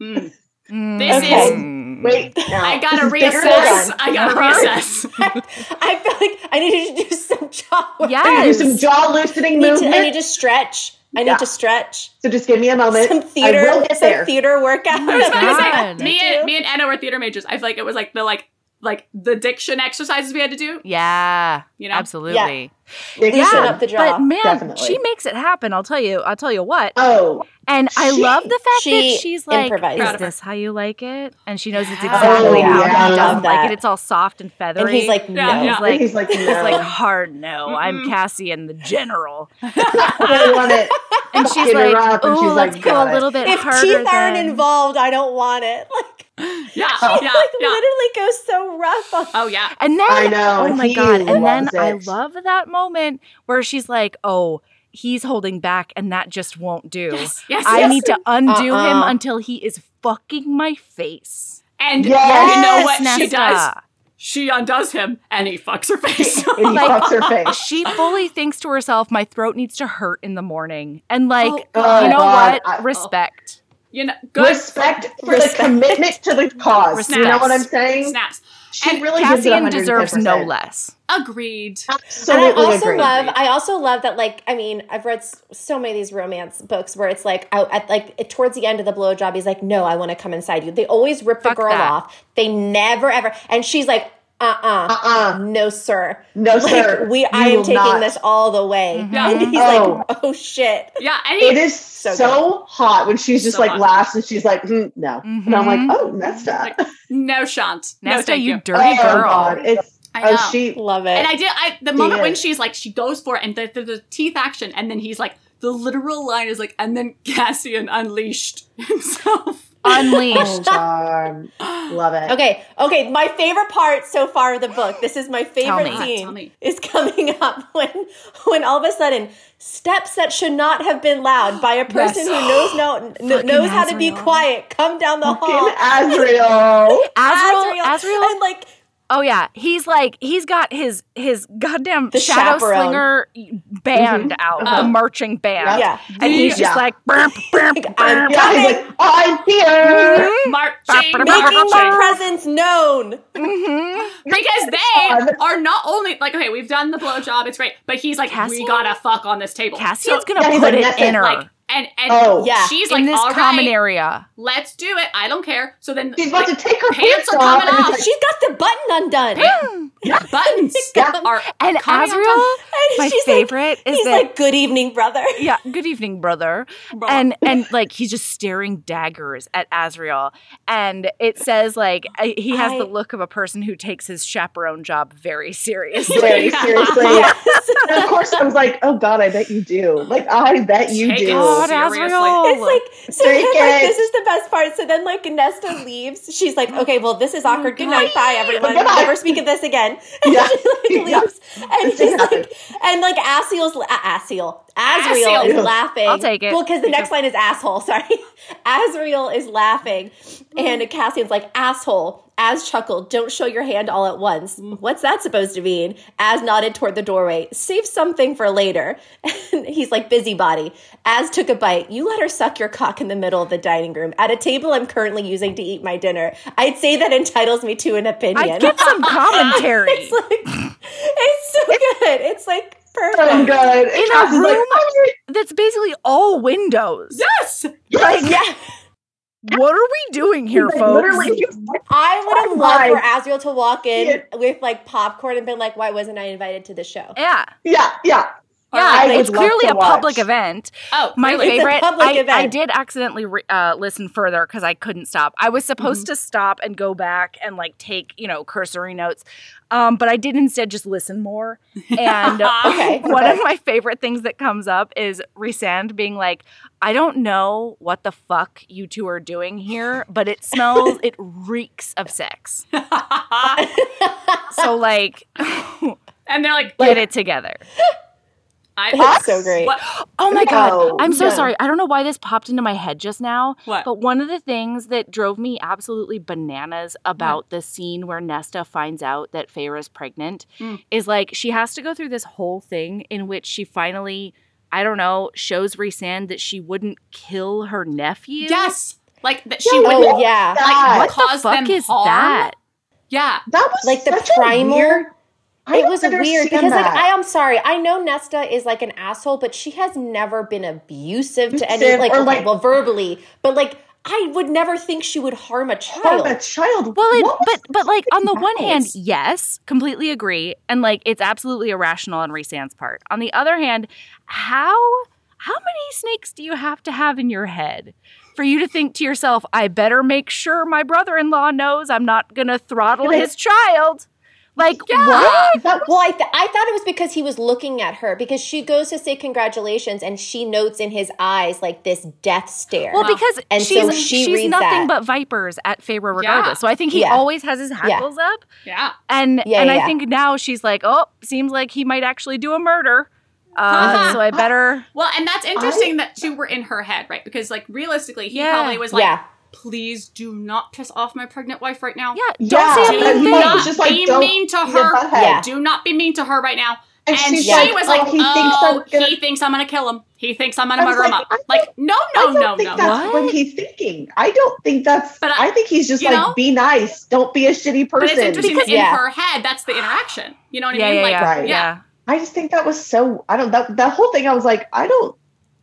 Speaker 2: mm.
Speaker 3: Mm.
Speaker 2: This
Speaker 4: Okay.
Speaker 2: is
Speaker 4: Wait,
Speaker 5: Mm.
Speaker 4: now.
Speaker 2: I gotta
Speaker 4: This is bigger
Speaker 2: reassess.
Speaker 4: than-
Speaker 2: I gotta
Speaker 3: Uh-huh.
Speaker 2: reassess.
Speaker 5: [LAUGHS] I feel like I need to do some jaw work.
Speaker 4: I need
Speaker 3: Yes.
Speaker 4: to do some jaw loosening
Speaker 5: I need, to, I need
Speaker 4: movement.
Speaker 5: to stretch. I need
Speaker 4: Yeah.
Speaker 5: to stretch.
Speaker 4: So just give me a moment.
Speaker 5: Some
Speaker 4: I will
Speaker 5: theater,
Speaker 4: get
Speaker 5: some
Speaker 4: there.
Speaker 5: theater workout.
Speaker 2: I was about to say,
Speaker 3: God.
Speaker 2: Oh me
Speaker 5: Do.
Speaker 2: and me and Anna were theater majors. I feel like it was like the like like the diction exercises we had to do.
Speaker 3: Yeah,
Speaker 2: You know?
Speaker 3: absolutely.
Speaker 4: Diction.
Speaker 5: Loosen up the jaw.
Speaker 3: But man,
Speaker 4: Definitely.
Speaker 3: she makes it happen. I'll tell you. I'll tell you what.
Speaker 4: Oh,
Speaker 3: And I
Speaker 4: She-
Speaker 3: love the fact
Speaker 5: she
Speaker 3: that she's like,
Speaker 5: improvised.
Speaker 2: Proud
Speaker 3: "Is
Speaker 2: of her.
Speaker 3: this how you like it?" And she knows it's
Speaker 5: Yeah.
Speaker 3: exactly
Speaker 4: Oh,
Speaker 3: how
Speaker 4: yeah.
Speaker 3: he
Speaker 5: Love
Speaker 3: doesn't like
Speaker 5: that.
Speaker 3: it. It's all soft and feathery.
Speaker 5: and he's like, no.
Speaker 2: Yeah, yeah.
Speaker 3: he's like,
Speaker 4: he's like, no,
Speaker 3: he's like hard no. I'm
Speaker 2: Mm-mm.
Speaker 3: Cassian the general,
Speaker 4: I don't want it.
Speaker 5: [LAUGHS]
Speaker 3: and
Speaker 4: Fucking
Speaker 3: she's like,
Speaker 4: her up, and she's
Speaker 3: "Oh, let's
Speaker 4: like,
Speaker 3: go
Speaker 4: got
Speaker 3: a
Speaker 4: it."
Speaker 3: little bit
Speaker 5: If
Speaker 3: harder."
Speaker 5: teeth aren't
Speaker 3: than-
Speaker 5: involved, I don't want it. [LAUGHS] Like, [LAUGHS]
Speaker 2: Yeah, Oh. yeah,
Speaker 5: like
Speaker 2: yeah.
Speaker 5: literally goes so rough on
Speaker 2: Oh yeah.
Speaker 3: And then,
Speaker 4: I know,
Speaker 3: oh my
Speaker 4: he
Speaker 3: god! And then
Speaker 4: loves
Speaker 3: I
Speaker 4: it.
Speaker 3: love that moment where she's like, "Oh, he's holding back, and that just won't do.
Speaker 2: Yes, yes,
Speaker 3: I
Speaker 2: yes.
Speaker 3: need to undo
Speaker 5: Uh-uh.
Speaker 3: him until he is fucking my face."
Speaker 2: and
Speaker 4: Yes,
Speaker 2: you know what she
Speaker 3: Nesta.
Speaker 2: does? She undoes him and he fucks her
Speaker 4: [LAUGHS]
Speaker 2: face.
Speaker 4: And he
Speaker 3: Like-
Speaker 4: fucks her face.
Speaker 3: She fully thinks to herself, "My throat needs to hurt in the morning," and
Speaker 2: Oh,
Speaker 3: like,
Speaker 4: God.
Speaker 3: you know
Speaker 4: God,
Speaker 3: what?
Speaker 4: I- oh.
Speaker 3: Respect.
Speaker 2: you know, good
Speaker 4: Respect for
Speaker 5: Respect.
Speaker 4: the commitment to the cause. You know
Speaker 3: Snaps.
Speaker 4: what I'm saying?
Speaker 2: snaps.
Speaker 4: She
Speaker 2: And
Speaker 4: really gives it
Speaker 3: Cassian deserves no
Speaker 4: 110%.
Speaker 3: less.
Speaker 2: Agreed.
Speaker 4: [LAUGHS] Absolutely
Speaker 5: and I also
Speaker 4: agree.
Speaker 5: love. I also love that. Like, I mean, I've read s- so many of these romance books where it's like, I, at like it- towards the end of the blowjob, he's like, "No, I want to come inside you." They always rip
Speaker 3: Fuck
Speaker 5: the girl
Speaker 3: that.
Speaker 5: off. They never ever. And she's like, "Uh, uh
Speaker 4: Uh-uh.
Speaker 5: no, sir,
Speaker 4: No,
Speaker 5: [LAUGHS] Like,
Speaker 4: sir.
Speaker 5: We,
Speaker 4: You
Speaker 5: I am
Speaker 4: will
Speaker 5: taking
Speaker 4: not.
Speaker 5: this all the way."
Speaker 2: Yeah.
Speaker 5: And he's
Speaker 4: Oh.
Speaker 5: like, "Oh shit."
Speaker 2: Yeah, and he,
Speaker 4: It is so,
Speaker 5: So
Speaker 4: hot when she's just
Speaker 2: So
Speaker 4: like
Speaker 2: hot.
Speaker 4: laughs and she's like, mm, no. And I'm
Speaker 3: Mhm.
Speaker 5: Mm-hmm.
Speaker 4: like, oh, Nesta.
Speaker 2: Like, no shant. No,
Speaker 3: Nesta,
Speaker 2: thank
Speaker 3: you,
Speaker 2: you.
Speaker 3: dirty
Speaker 4: oh,
Speaker 3: girl.
Speaker 4: God. It's,
Speaker 2: I know.
Speaker 4: oh, she,
Speaker 5: [LAUGHS] Love it.
Speaker 2: and I did. I the moment when
Speaker 4: is.
Speaker 2: she's like, she goes for it, and the, the, the teeth action, and then he's like, the literal line is like, and then Cassian unleashed [LAUGHS] himself.
Speaker 4: [LAUGHS]
Speaker 3: Unleashed.
Speaker 4: oh, God. Love it.
Speaker 5: Okay, okay. My favorite part so far of the book. This is my favorite
Speaker 3: me.
Speaker 5: scene.
Speaker 2: Tell me.
Speaker 5: Is coming up when when all of a sudden steps that should not have been loud by a person
Speaker 2: Yes.
Speaker 5: who knows no,
Speaker 3: [GASPS]
Speaker 5: kn- knows how to be
Speaker 3: Azrael.
Speaker 5: quiet come down the hall.
Speaker 4: Fucking
Speaker 5: [LAUGHS]
Speaker 4: Azrael.
Speaker 3: Azrael, Azrael
Speaker 5: and like
Speaker 3: Oh yeah, he's like he's got his his goddamn
Speaker 5: The
Speaker 3: shadow
Speaker 5: chaperone.
Speaker 3: slinger band out, the marching band.
Speaker 5: Yeah.
Speaker 3: and he's
Speaker 4: Yeah.
Speaker 3: just like, burp, burp, burp.
Speaker 4: Uh,
Speaker 5: I'm
Speaker 4: Yeah, he's
Speaker 5: coming,
Speaker 4: like, I'm here.
Speaker 2: Marching,
Speaker 5: making
Speaker 2: marching.
Speaker 5: your presence known.
Speaker 3: Mm-hmm.
Speaker 2: because they are not only like okay, we've done the blowjob, it's great, but he's like, we
Speaker 3: Cassian?
Speaker 2: gotta fuck on this table.
Speaker 3: Cassian's
Speaker 2: So,
Speaker 3: gonna
Speaker 4: Yeah, he's
Speaker 3: put
Speaker 4: like,
Speaker 3: it
Speaker 4: "That's it,"
Speaker 3: in her
Speaker 2: like, and and
Speaker 4: Oh.
Speaker 5: Yeah.
Speaker 2: she's
Speaker 3: in
Speaker 2: like,
Speaker 3: this
Speaker 2: all right,
Speaker 3: common area.
Speaker 2: let's do it. I don't care. So then
Speaker 4: She's about to take her
Speaker 2: Pants
Speaker 4: pants,
Speaker 2: are
Speaker 4: off.
Speaker 2: coming
Speaker 4: and it's
Speaker 2: off.
Speaker 4: like,
Speaker 5: She's got the button undone,
Speaker 4: [LAUGHS]
Speaker 2: buttons
Speaker 4: Yeah.
Speaker 2: are
Speaker 3: And
Speaker 2: coming
Speaker 3: Azrael,
Speaker 5: [LAUGHS]
Speaker 2: undone.
Speaker 5: And
Speaker 3: my
Speaker 5: she's like-
Speaker 3: favorite is
Speaker 5: he's
Speaker 3: that.
Speaker 5: like, "Good evening, brother."
Speaker 3: yeah, good evening, brother. And and like he's just staring daggers at Azrael, and it says like I- he has
Speaker 5: I-
Speaker 3: the look of a person who takes his chaperone job very [LAUGHS] seriously.
Speaker 4: very [LAUGHS] seriously.
Speaker 5: Yes.
Speaker 4: And of course, I was like, oh God, I bet you do. Like, I bet you
Speaker 2: Take it.
Speaker 4: do.
Speaker 2: Oh,
Speaker 3: God,
Speaker 2: Seriously.
Speaker 3: Azrael,
Speaker 5: It's like so.
Speaker 4: Drink
Speaker 5: Then, like
Speaker 4: it.
Speaker 5: this is the best part. So then, like Nesta leaves. She's like, "Okay, well, this
Speaker 4: Oh
Speaker 5: is awkward. Good night, bye, everyone.
Speaker 4: Goodbye.
Speaker 5: Never speak of this again." [LAUGHS]
Speaker 4: [LAUGHS]
Speaker 5: And
Speaker 4: Yeah.
Speaker 5: she like
Speaker 4: Yeah.
Speaker 5: leaves, and
Speaker 4: did
Speaker 5: he's like,
Speaker 4: happen.
Speaker 5: And like Asiel's uh, Asiel. Asriel
Speaker 2: Asiel.
Speaker 5: is laughing.
Speaker 3: I'll take it.
Speaker 5: Well, because the next line is asshole. [LAUGHS] Sorry. Asriel is laughing.
Speaker 3: Mm-hmm.
Speaker 5: And Cassian's like, asshole. As chuckled, don't show your hand all at once.
Speaker 3: Mm-hmm.
Speaker 5: What's that supposed to mean? As nodded toward the doorway, save something for later. [LAUGHS] And he's like, busybody. As took a bite, you let her suck your cock in the middle of the dining room at a table I'm currently using to eat my dinner. I'd say that entitles me to an opinion.
Speaker 3: I
Speaker 5: [LAUGHS]
Speaker 3: get some commentary.
Speaker 5: It's like [LAUGHS] it's so good. It's like
Speaker 4: I'm
Speaker 5: perfect.
Speaker 4: good.
Speaker 3: a
Speaker 4: In
Speaker 3: room That's basically all windows.
Speaker 2: Yes.
Speaker 4: yes,
Speaker 5: Yeah,
Speaker 3: What are we doing here,
Speaker 4: Like,
Speaker 3: folks?
Speaker 4: literally, you-
Speaker 5: I would have
Speaker 4: Oh
Speaker 5: loved for
Speaker 4: my.
Speaker 5: Azriel to walk in
Speaker 4: Yeah.
Speaker 5: with like popcorn and been like, "Why wasn't I invited to the show?"
Speaker 3: Yeah,
Speaker 4: yeah, yeah.
Speaker 3: yeah.
Speaker 4: I would
Speaker 3: it's
Speaker 4: love
Speaker 3: clearly
Speaker 4: to
Speaker 3: a public
Speaker 4: watch.
Speaker 3: event.
Speaker 2: Oh,
Speaker 3: My
Speaker 2: really?
Speaker 5: It's a
Speaker 3: favorite.
Speaker 5: public
Speaker 3: I,
Speaker 5: event.
Speaker 3: I did accidentally re- uh, listen further because I couldn't stop. I was supposed to stop and go back and like take you know cursory notes, um, but I did instead just listen more. And
Speaker 4: Oh,
Speaker 3: [LAUGHS]
Speaker 5: Okay.
Speaker 3: one of my favorite things that comes up is Resand being like, "I don't know what the fuck you two are doing here, but it [LAUGHS] smells. it reeks of sex. [LAUGHS] So like,
Speaker 2: and they're like,
Speaker 3: get it together."
Speaker 2: I,
Speaker 5: [LAUGHS] That's so great.
Speaker 2: What?
Speaker 3: Oh my
Speaker 4: No,
Speaker 3: god. I'm so
Speaker 4: no.
Speaker 3: sorry. I don't know why this popped into my head just now.
Speaker 2: What?
Speaker 3: But one of the things that drove me absolutely bananas about the scene where Nesta finds out that Feyre's pregnant
Speaker 2: Mm.
Speaker 3: is like she has to go through this whole thing in which she finally, I don't know, shows Resand that she wouldn't kill her nephew.
Speaker 2: Yes. Like that she
Speaker 4: Yeah,
Speaker 2: would
Speaker 5: Oh
Speaker 4: What?
Speaker 5: yeah,
Speaker 4: God.
Speaker 2: like
Speaker 3: What the
Speaker 2: cause
Speaker 3: fuck
Speaker 2: them
Speaker 3: is
Speaker 2: harm.
Speaker 3: that?
Speaker 2: Yeah.
Speaker 4: That was
Speaker 5: Like the
Speaker 4: such a
Speaker 5: primal-
Speaker 4: weird- I
Speaker 5: it
Speaker 4: don't
Speaker 5: was weird
Speaker 4: understand
Speaker 5: because like
Speaker 4: that.
Speaker 5: I am sorry. I know Nesta is like an asshole, but she has never been abusive to any
Speaker 4: Abusive
Speaker 5: like,
Speaker 4: or,
Speaker 5: okay,
Speaker 4: like-
Speaker 5: well verbally, but like I would never think she would harm a child.
Speaker 4: From a child.
Speaker 3: Well, it,
Speaker 4: What was-
Speaker 3: but but like on the one hand,
Speaker 5: Nice.
Speaker 3: yes, completely agree, and like it's absolutely irrational on Resand's part. On the other hand, how how many snakes do you have to have in your head for you to think to yourself, I better make sure my brother-in-law knows I'm not gonna throttle
Speaker 4: Like-
Speaker 3: his child? Like what?
Speaker 4: that was
Speaker 5: Well, I, th- I thought it was because he was looking at her because she goes to say congratulations and she notes in his eyes like this death stare.
Speaker 3: Well, because
Speaker 5: And
Speaker 3: she's
Speaker 5: so she
Speaker 3: she's
Speaker 5: reads
Speaker 3: nothing
Speaker 5: that.
Speaker 3: but vipers at Feyre
Speaker 2: Yeah.
Speaker 3: regardless. So I think he
Speaker 5: Yeah.
Speaker 3: always has his hackles up,
Speaker 2: Yeah.
Speaker 3: and
Speaker 5: Yeah,
Speaker 3: and
Speaker 5: yeah,
Speaker 3: I
Speaker 5: yeah.
Speaker 3: think now she's like, oh, seems like he might actually do a murder. Uh,
Speaker 2: Uh-huh.
Speaker 4: [LAUGHS]
Speaker 3: so I better
Speaker 2: Well, and that's interesting that two were in her head, right? Because like realistically, he
Speaker 3: Yeah.
Speaker 2: probably was like,
Speaker 5: Yeah.
Speaker 2: "Please do not piss off my pregnant wife right now.
Speaker 3: Yeah,
Speaker 4: Yeah,
Speaker 3: don't say a
Speaker 2: Do
Speaker 3: mean
Speaker 4: and he
Speaker 3: thing.
Speaker 4: was
Speaker 2: not
Speaker 4: just like,
Speaker 2: be
Speaker 4: don't
Speaker 2: mean to
Speaker 4: be a
Speaker 2: her.
Speaker 4: butthead.
Speaker 5: Yeah.
Speaker 2: Do not be mean to her right now." And,
Speaker 4: And she's
Speaker 2: she
Speaker 4: like,
Speaker 2: was like, "Oh,
Speaker 4: "Oh, he thinks I'm gonna-
Speaker 2: he thinks I'm gonna kill him. He thinks I'm gonna
Speaker 4: I was
Speaker 2: murder him
Speaker 4: like,
Speaker 2: up."
Speaker 4: I
Speaker 2: Like, no,
Speaker 4: I
Speaker 2: no,
Speaker 4: don't
Speaker 2: Oh, no,
Speaker 4: think
Speaker 2: no.
Speaker 4: that's what?
Speaker 3: What?
Speaker 4: he's thinking. I don't think that's.
Speaker 2: But I-
Speaker 4: I, think he's just
Speaker 2: you
Speaker 4: like,
Speaker 2: know?
Speaker 4: be nice. Don't be a shitty
Speaker 2: But it's
Speaker 4: person.
Speaker 2: interesting that in
Speaker 5: Yeah.
Speaker 2: her head, that's the interaction. You know what I
Speaker 3: Yeah,
Speaker 2: mean?
Speaker 3: yeah,
Speaker 2: like,
Speaker 3: yeah.
Speaker 4: Right.
Speaker 2: yeah.
Speaker 3: yeah.
Speaker 4: I just think that was so. I don't. That that whole thing. I was like, I don't.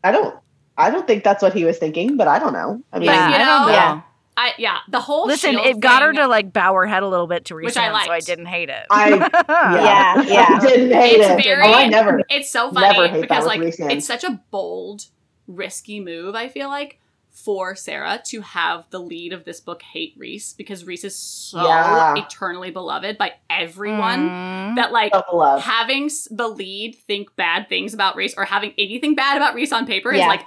Speaker 4: I don't. I don't think that's what he was thinking. But I don't know. I mean,
Speaker 2: But, you
Speaker 3: I don't
Speaker 2: know,
Speaker 3: know.
Speaker 5: yeah.
Speaker 2: I yeah, the whole
Speaker 3: Listen,
Speaker 2: shield
Speaker 3: it got her
Speaker 2: thing-
Speaker 3: to like bow her head a little bit to
Speaker 2: Which
Speaker 3: reach
Speaker 2: I
Speaker 3: him, so I
Speaker 2: liked.
Speaker 3: didn't hate it. [LAUGHS]
Speaker 4: I- yeah,
Speaker 5: Yeah, yeah.
Speaker 4: [LAUGHS] I didn't hate
Speaker 2: It's
Speaker 4: it.
Speaker 2: very-
Speaker 4: oh, I never.
Speaker 2: It's so funny
Speaker 4: Never hate that
Speaker 2: because
Speaker 4: with
Speaker 2: like
Speaker 4: Reese Ann.
Speaker 2: it's such a bold, risky move. I feel like for Sarah to have the lead of this book hate Reese because Reese is so
Speaker 4: Yeah.
Speaker 2: eternally beloved by everyone
Speaker 3: Mm-hmm. Mm.
Speaker 2: that like.
Speaker 4: Self love.
Speaker 2: Having s- the lead think bad things about Reese or having anything bad about Reese on paper is
Speaker 5: Yeah.
Speaker 2: like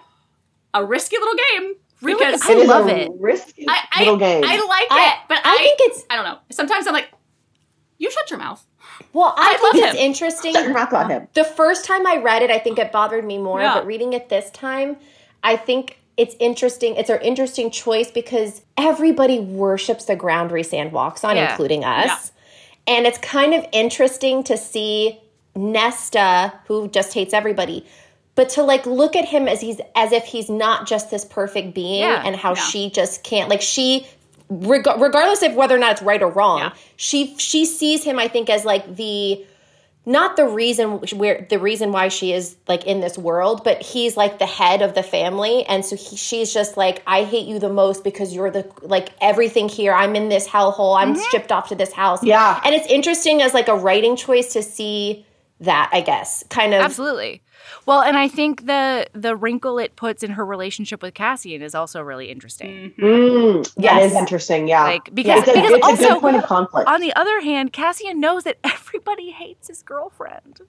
Speaker 2: a risky little game.
Speaker 3: Really?
Speaker 2: Because
Speaker 3: I
Speaker 4: It is
Speaker 3: love
Speaker 4: a
Speaker 3: it.
Speaker 4: Risky
Speaker 2: I-
Speaker 4: little game.
Speaker 2: I like
Speaker 5: I-
Speaker 2: it, but
Speaker 5: I think it's
Speaker 2: I don't know. Sometimes I'm like, you shut your mouth.
Speaker 5: well, I,
Speaker 2: I
Speaker 5: think
Speaker 2: love
Speaker 5: it's
Speaker 2: him.
Speaker 5: interesting.
Speaker 4: [LAUGHS] Shut your mouth on him.
Speaker 5: The first time I read it, I think it bothered me more,
Speaker 2: Yeah.
Speaker 5: but reading it this time, I think it's interesting. It's an interesting choice because everybody worships the ground Resand walks on,
Speaker 3: Yeah.
Speaker 5: including us. And it's kind of interesting to see Nesta, who just hates everybody, but to like look at him as he's as if he's not just this perfect being
Speaker 3: Yeah.
Speaker 5: and how she just can't like she reg- regardless of whether or not it's right or wrong,
Speaker 2: Yeah.
Speaker 5: she she sees him I think as like the not the reason where the reason why she is like in this world, but he's like the head of the family, and so he, she's just like, I hate you the most because you're the like everything here. I'm in this hellhole. I'm stripped off to this house.
Speaker 4: Yeah.
Speaker 5: and it's interesting as like a writing choice to see that. I guess kind of
Speaker 3: Absolutely. Well, and I think the the wrinkle it puts in her relationship with Cassian is also really interesting.
Speaker 4: Mm, That
Speaker 5: Yes.
Speaker 4: is interesting. Yeah.
Speaker 3: Like because
Speaker 4: it's a,
Speaker 3: because
Speaker 4: it's a good
Speaker 3: also
Speaker 4: point of conflict.
Speaker 3: on the other hand, Cassian knows that [LAUGHS] everybody hates his girlfriend.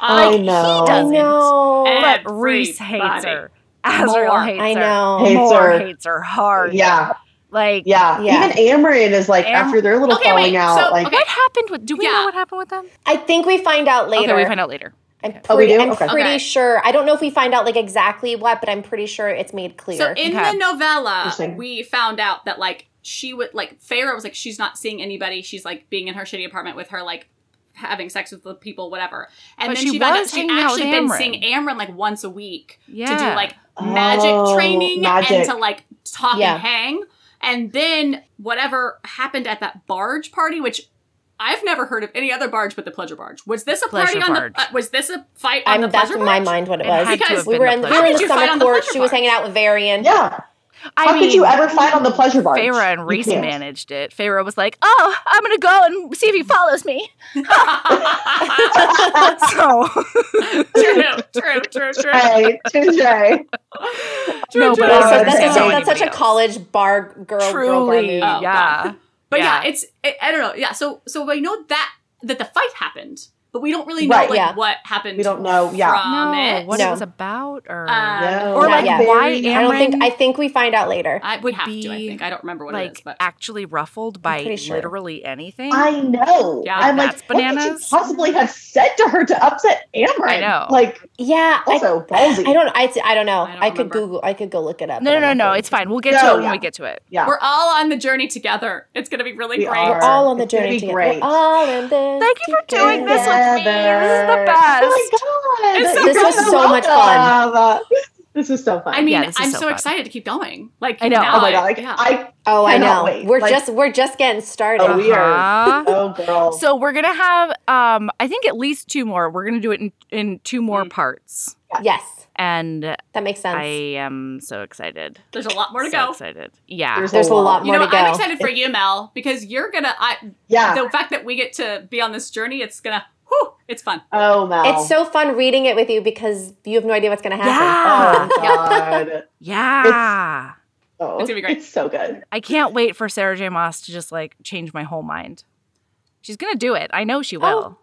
Speaker 4: I
Speaker 2: Uh,
Speaker 3: like, he
Speaker 4: know.
Speaker 5: I
Speaker 3: doesn't.
Speaker 5: know.
Speaker 2: And-
Speaker 3: But Reese hates
Speaker 2: Everybody.
Speaker 3: her. Azrael
Speaker 2: More.
Speaker 3: hates her.
Speaker 5: I know.
Speaker 4: Hates
Speaker 3: More
Speaker 4: her.
Speaker 3: hates her hard.
Speaker 4: yeah.
Speaker 3: Like
Speaker 4: Yeah.
Speaker 5: Yeah.
Speaker 4: Even Amarin is like
Speaker 3: Am-
Speaker 4: after their little
Speaker 2: Okay,
Speaker 4: falling
Speaker 2: wait,
Speaker 4: out.
Speaker 2: so-
Speaker 4: like
Speaker 2: okay.
Speaker 3: what happened with do we
Speaker 2: Yeah.
Speaker 3: know what happened with them?
Speaker 5: I think we find out later.
Speaker 3: Okay, we find out later.
Speaker 5: I'm
Speaker 4: Oh, we
Speaker 5: pretty,
Speaker 4: do?
Speaker 5: I'm
Speaker 4: Okay.
Speaker 5: pretty
Speaker 2: Okay.
Speaker 5: sure. I don't know if we find out like exactly what, but I'm pretty sure it's made clear.
Speaker 2: So in
Speaker 3: Okay.
Speaker 2: the novella,
Speaker 4: Interesting.
Speaker 2: we found out that like she would like Pharaoh was like she's not seeing anybody. She's like being in her shitty apartment with her like having sex with the people, whatever. And
Speaker 3: But
Speaker 2: then
Speaker 3: she
Speaker 2: she, found out
Speaker 3: was
Speaker 2: she
Speaker 3: hanging out
Speaker 2: actually
Speaker 3: with
Speaker 2: been
Speaker 3: Amryn.
Speaker 2: seeing Amron like once a week
Speaker 3: yeah.
Speaker 2: to do like magic
Speaker 4: Oh,
Speaker 2: training
Speaker 4: magic.
Speaker 2: and to like talk
Speaker 5: Yeah.
Speaker 2: and hang. And then whatever happened at that barge party, which I've never heard of any other barge but the pleasure barge. Was this a party
Speaker 3: Pleasure
Speaker 2: on
Speaker 3: barge.
Speaker 2: the? uh, was this a fight on
Speaker 5: I'm,
Speaker 2: the
Speaker 5: that's
Speaker 2: pleasure
Speaker 5: in my
Speaker 2: barge?
Speaker 5: mind what it
Speaker 3: It
Speaker 5: was.
Speaker 3: had to
Speaker 2: Because
Speaker 3: have
Speaker 5: we
Speaker 3: been
Speaker 5: were
Speaker 3: the
Speaker 5: in, we
Speaker 3: pleasure
Speaker 5: were in
Speaker 2: How
Speaker 5: the
Speaker 2: did you fight
Speaker 5: summer
Speaker 2: on the
Speaker 5: court.
Speaker 2: pleasure
Speaker 5: She was
Speaker 2: barge?
Speaker 5: hanging out with Varian.
Speaker 4: Yeah.
Speaker 3: I
Speaker 4: How
Speaker 3: mean,
Speaker 4: could you ever fight on the pleasure barge?
Speaker 3: Feyre and Reese
Speaker 4: You can't.
Speaker 3: managed it. Feyre was like, "Oh, I'm gonna go and see if he follows
Speaker 4: [LAUGHS]
Speaker 3: me." [LAUGHS] so
Speaker 2: [LAUGHS] true, true, true,
Speaker 4: [LAUGHS]
Speaker 2: true.
Speaker 3: [LAUGHS]
Speaker 4: Right, touche.
Speaker 3: no,
Speaker 2: true.
Speaker 3: but I
Speaker 5: That's
Speaker 3: don't
Speaker 5: such- that's,
Speaker 3: understand how
Speaker 5: such a, that's such a
Speaker 3: anybody else-
Speaker 5: college bar girl, girl bar
Speaker 3: Truly,
Speaker 5: move.
Speaker 2: Oh,
Speaker 3: yeah,
Speaker 2: But yeah,
Speaker 3: Yeah.
Speaker 2: it's I, I don't know. Yeah, so so we know that that the fight happened, but we don't really know
Speaker 4: Right,
Speaker 2: like
Speaker 5: yeah.
Speaker 2: what happened.
Speaker 4: We don't know, yeah.
Speaker 2: from
Speaker 3: no, Uh,
Speaker 2: it.
Speaker 3: what
Speaker 5: No.
Speaker 3: it was about, or
Speaker 2: Um,
Speaker 4: No,
Speaker 3: or
Speaker 5: not
Speaker 3: like
Speaker 5: yet.
Speaker 3: why
Speaker 4: Very-
Speaker 5: I don't think.
Speaker 3: Amryn
Speaker 5: I think we find out later.
Speaker 2: I would
Speaker 3: would
Speaker 2: have to. I
Speaker 3: be,
Speaker 2: think I don't remember what it is,
Speaker 3: like
Speaker 2: but
Speaker 3: actually ruffled by
Speaker 5: pretty sure.
Speaker 3: literally anything.
Speaker 4: I know.
Speaker 2: Yeah,
Speaker 4: I'm like,
Speaker 3: that's
Speaker 4: what could you
Speaker 3: bananas.
Speaker 4: possibly have said to her to upset Amber?
Speaker 3: I know.
Speaker 4: Like,
Speaker 5: Yeah. I-
Speaker 4: also
Speaker 5: I,
Speaker 4: ballsy.
Speaker 5: don't. I, I don't know.
Speaker 2: I
Speaker 5: I,
Speaker 2: don't
Speaker 5: could
Speaker 2: remember.
Speaker 5: Google. I could go look it up.
Speaker 3: no,
Speaker 5: but
Speaker 3: no, no,
Speaker 5: I'm
Speaker 3: no.
Speaker 5: not
Speaker 3: It's fine. We'll get to
Speaker 4: No,
Speaker 3: it when
Speaker 4: yeah.
Speaker 3: we get to it.
Speaker 4: yeah.
Speaker 2: we're all on the journey together. It's gonna be really
Speaker 4: We
Speaker 2: great.
Speaker 5: gonna-
Speaker 4: are.
Speaker 5: We're all on the
Speaker 4: It's gonna
Speaker 5: journey
Speaker 4: be
Speaker 5: together.
Speaker 4: great.
Speaker 5: We're all in this.
Speaker 3: Thank you for doing this
Speaker 5: together.
Speaker 3: with me. This is the
Speaker 4: Together.
Speaker 3: best.
Speaker 4: Oh my god.
Speaker 2: It's so
Speaker 4: You're
Speaker 2: This was
Speaker 5: so much fun.
Speaker 4: welcome. This is so fun.
Speaker 2: I mean,
Speaker 3: Yeah, this is
Speaker 2: I'm
Speaker 3: so
Speaker 2: so,
Speaker 3: fun.
Speaker 2: excited to keep going. Like
Speaker 3: I know.
Speaker 2: now
Speaker 4: oh my god. Like,
Speaker 2: yeah.
Speaker 4: I
Speaker 5: Oh, I
Speaker 4: Cannot
Speaker 5: know.
Speaker 4: wait.
Speaker 5: We're
Speaker 4: Like-
Speaker 5: just we're just getting started.
Speaker 4: Oh, we are- [LAUGHS]
Speaker 3: Uh-huh.
Speaker 4: oh girl.
Speaker 3: So we're gonna have, um, I think at least two more. We're gonna do it in, in two more
Speaker 2: Mm.
Speaker 3: parts,
Speaker 5: Yes,
Speaker 3: and
Speaker 5: that makes sense.
Speaker 3: I am so excited.
Speaker 2: There's a lot more to
Speaker 3: so
Speaker 2: go.
Speaker 3: excited. Yeah,
Speaker 5: There's a lot
Speaker 2: You
Speaker 5: More
Speaker 2: know,
Speaker 5: to
Speaker 2: I'm
Speaker 5: go.
Speaker 2: excited for you, Mel, because you're gonna. I,
Speaker 4: Yeah.
Speaker 2: The fact that we get to be on this journey, it's gonna. Whew, it's fun.
Speaker 4: oh Mel.
Speaker 5: It's so fun reading it with you because you have no idea what's going to happen.
Speaker 3: [LAUGHS]
Speaker 4: Oh
Speaker 3: yeah,
Speaker 4: god.
Speaker 3: yeah.
Speaker 4: Oh,
Speaker 2: It's gonna be great.
Speaker 4: It's so good.
Speaker 3: I can't wait for Sarah J. Moss to just like change my whole mind. She's gonna do it. I know she will.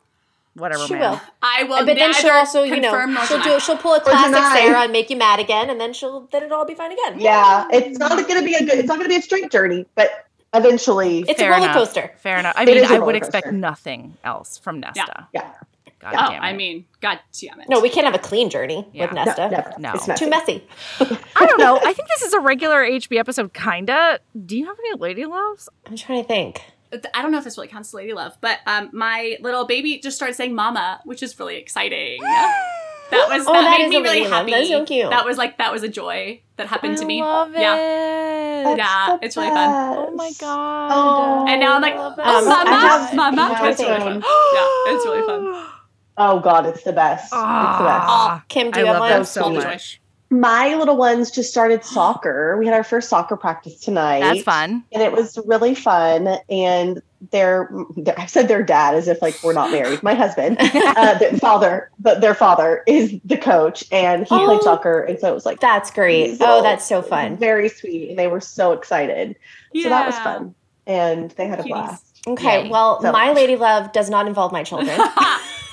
Speaker 3: Whatever,
Speaker 5: Oh. she
Speaker 3: man.
Speaker 5: will.
Speaker 2: I will.
Speaker 5: but then she'll
Speaker 2: neither
Speaker 5: also, you know,
Speaker 2: confirm nor
Speaker 5: she'll
Speaker 2: deny.
Speaker 5: do she'll pull a
Speaker 4: deny.
Speaker 5: classic Sarah and make you mad again, and then she'll then it'll all be fine again.
Speaker 4: Yeah. It's not gonna be a good it's not gonna be a straight journey, but eventually
Speaker 5: It's
Speaker 3: Fair
Speaker 5: a roller
Speaker 3: enough.
Speaker 5: coaster.
Speaker 3: Fair enough. I
Speaker 4: It
Speaker 3: mean,
Speaker 4: is a
Speaker 3: I would
Speaker 4: roller
Speaker 3: expect
Speaker 4: coaster.
Speaker 3: nothing else from Nesta.
Speaker 4: Yeah.
Speaker 3: God
Speaker 2: Oh,
Speaker 3: damn it.
Speaker 2: I mean, god damn it.
Speaker 5: No, we can't have a clean journey
Speaker 3: Yeah.
Speaker 5: with
Speaker 3: No,
Speaker 5: Nesta.
Speaker 4: never.
Speaker 3: No.
Speaker 4: It's
Speaker 5: Too messy.
Speaker 3: I don't know. I think this is a regular HB episode, kinda. Do you have any lady loves?
Speaker 5: I'm trying to think.
Speaker 2: I don't know if this really counts as lady love, but um, my little baby just started saying "mama," which is really exciting. that was
Speaker 5: Oh,
Speaker 2: that,
Speaker 5: that
Speaker 2: made
Speaker 5: is
Speaker 2: me
Speaker 5: a
Speaker 2: really
Speaker 5: lady love.
Speaker 2: happy.
Speaker 5: That is so cute.
Speaker 2: That was like that was a joy that happened to me.
Speaker 3: I love
Speaker 2: Yeah,
Speaker 3: it.
Speaker 2: Yeah, it's really fun.
Speaker 3: Oh my god.
Speaker 4: Oh.
Speaker 2: and now I'm like,
Speaker 3: Um,
Speaker 2: oh,
Speaker 5: I
Speaker 2: mama,
Speaker 5: have- I
Speaker 2: mama.
Speaker 5: have
Speaker 2: That's
Speaker 5: a
Speaker 2: really [GASPS] fun.
Speaker 4: phone.
Speaker 2: yeah, it's really fun.
Speaker 4: Oh god, it's the best. It's the best.
Speaker 3: Ah,
Speaker 5: Kim, do
Speaker 3: I
Speaker 5: you have
Speaker 3: love
Speaker 5: one?
Speaker 3: them
Speaker 4: those.
Speaker 3: so
Speaker 2: Small joy.
Speaker 3: much.
Speaker 4: My little ones just started soccer. We had our first soccer practice tonight.
Speaker 3: That's fun.
Speaker 4: and it was really fun. And their, their I said their dad as if like we're not married.
Speaker 3: [LAUGHS]
Speaker 4: My husband, uh, their father, but their father is the coach, and he
Speaker 5: Oh.
Speaker 4: played soccer, and so it was like
Speaker 5: That's great.
Speaker 4: these
Speaker 5: Oh,
Speaker 4: little-
Speaker 5: that's so fun.
Speaker 4: very sweet, and they were so excited. So that was
Speaker 2: Yeah.
Speaker 4: fun, and they had a
Speaker 2: Cuties. [LAUGHS]
Speaker 4: blast.
Speaker 5: Okay,
Speaker 3: Yay.
Speaker 5: well,
Speaker 4: So-
Speaker 5: my lady love does not involve
Speaker 3: [LAUGHS]
Speaker 5: my children.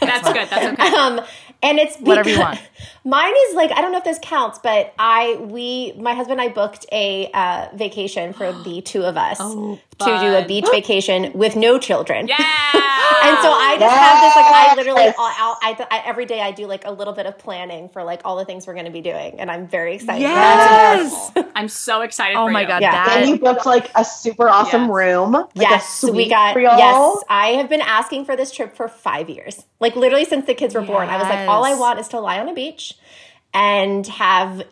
Speaker 2: that's good. That's okay.
Speaker 5: um, and it's
Speaker 3: Whatever you
Speaker 5: because-
Speaker 3: want.
Speaker 5: [LAUGHS] Mine is like I don't know if this counts, but I we my husband and I booked a uh, vacation for
Speaker 3: [GASPS]
Speaker 5: the two of us
Speaker 3: Oh,
Speaker 5: to do a
Speaker 2: fun.
Speaker 5: beach vacation with
Speaker 3: [GASPS]
Speaker 5: no children.
Speaker 2: Yeah.
Speaker 3: [LAUGHS]
Speaker 5: And so I just have this like I literally all, all, I, I every day I do like a little bit of planning for like all the things we're going to be doing, and I'm very excited. about it.
Speaker 3: Yes.
Speaker 2: I'm so excited.
Speaker 3: [LAUGHS] Oh
Speaker 2: for
Speaker 3: my
Speaker 2: you. [LAUGHS]
Speaker 3: god,
Speaker 5: Yeah.
Speaker 4: And you
Speaker 3: that
Speaker 4: booked like a super awesome
Speaker 2: Yes.
Speaker 4: room. Like a
Speaker 5: yes, we
Speaker 4: suite
Speaker 5: got.
Speaker 4: for y'all.
Speaker 5: Yes, I have been asking for this trip for five years. Like literally since the kids were born, I was like, all I
Speaker 3: Yes.
Speaker 5: want is to lie on a beach and have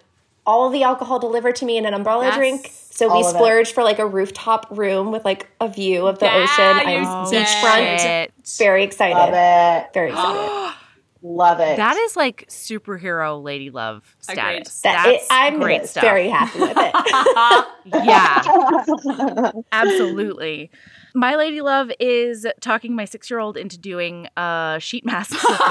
Speaker 5: all the alcohol delivered to me in an umbrella
Speaker 2: Yes.
Speaker 5: drink. So
Speaker 4: All
Speaker 5: we
Speaker 4: of it.
Speaker 5: splurged for like a rooftop room with like a view of the
Speaker 2: Yeah,
Speaker 5: ocean.
Speaker 2: you
Speaker 5: I'm
Speaker 2: did.
Speaker 5: beachfront.
Speaker 3: shit.
Speaker 5: Very
Speaker 4: Love
Speaker 5: excited.
Speaker 4: it.
Speaker 5: Very excited.
Speaker 3: [GASPS]
Speaker 4: Love it. [LAUGHS]
Speaker 3: That is like superhero lady love
Speaker 2: Agreed.
Speaker 3: status.
Speaker 5: That
Speaker 3: That's
Speaker 5: it, I'm
Speaker 3: great stuff. [LAUGHS]
Speaker 5: very happy with it.
Speaker 3: yeah. Absolutely. My lady love is talking my six year old into doing uh, sheet masks with
Speaker 2: [LAUGHS]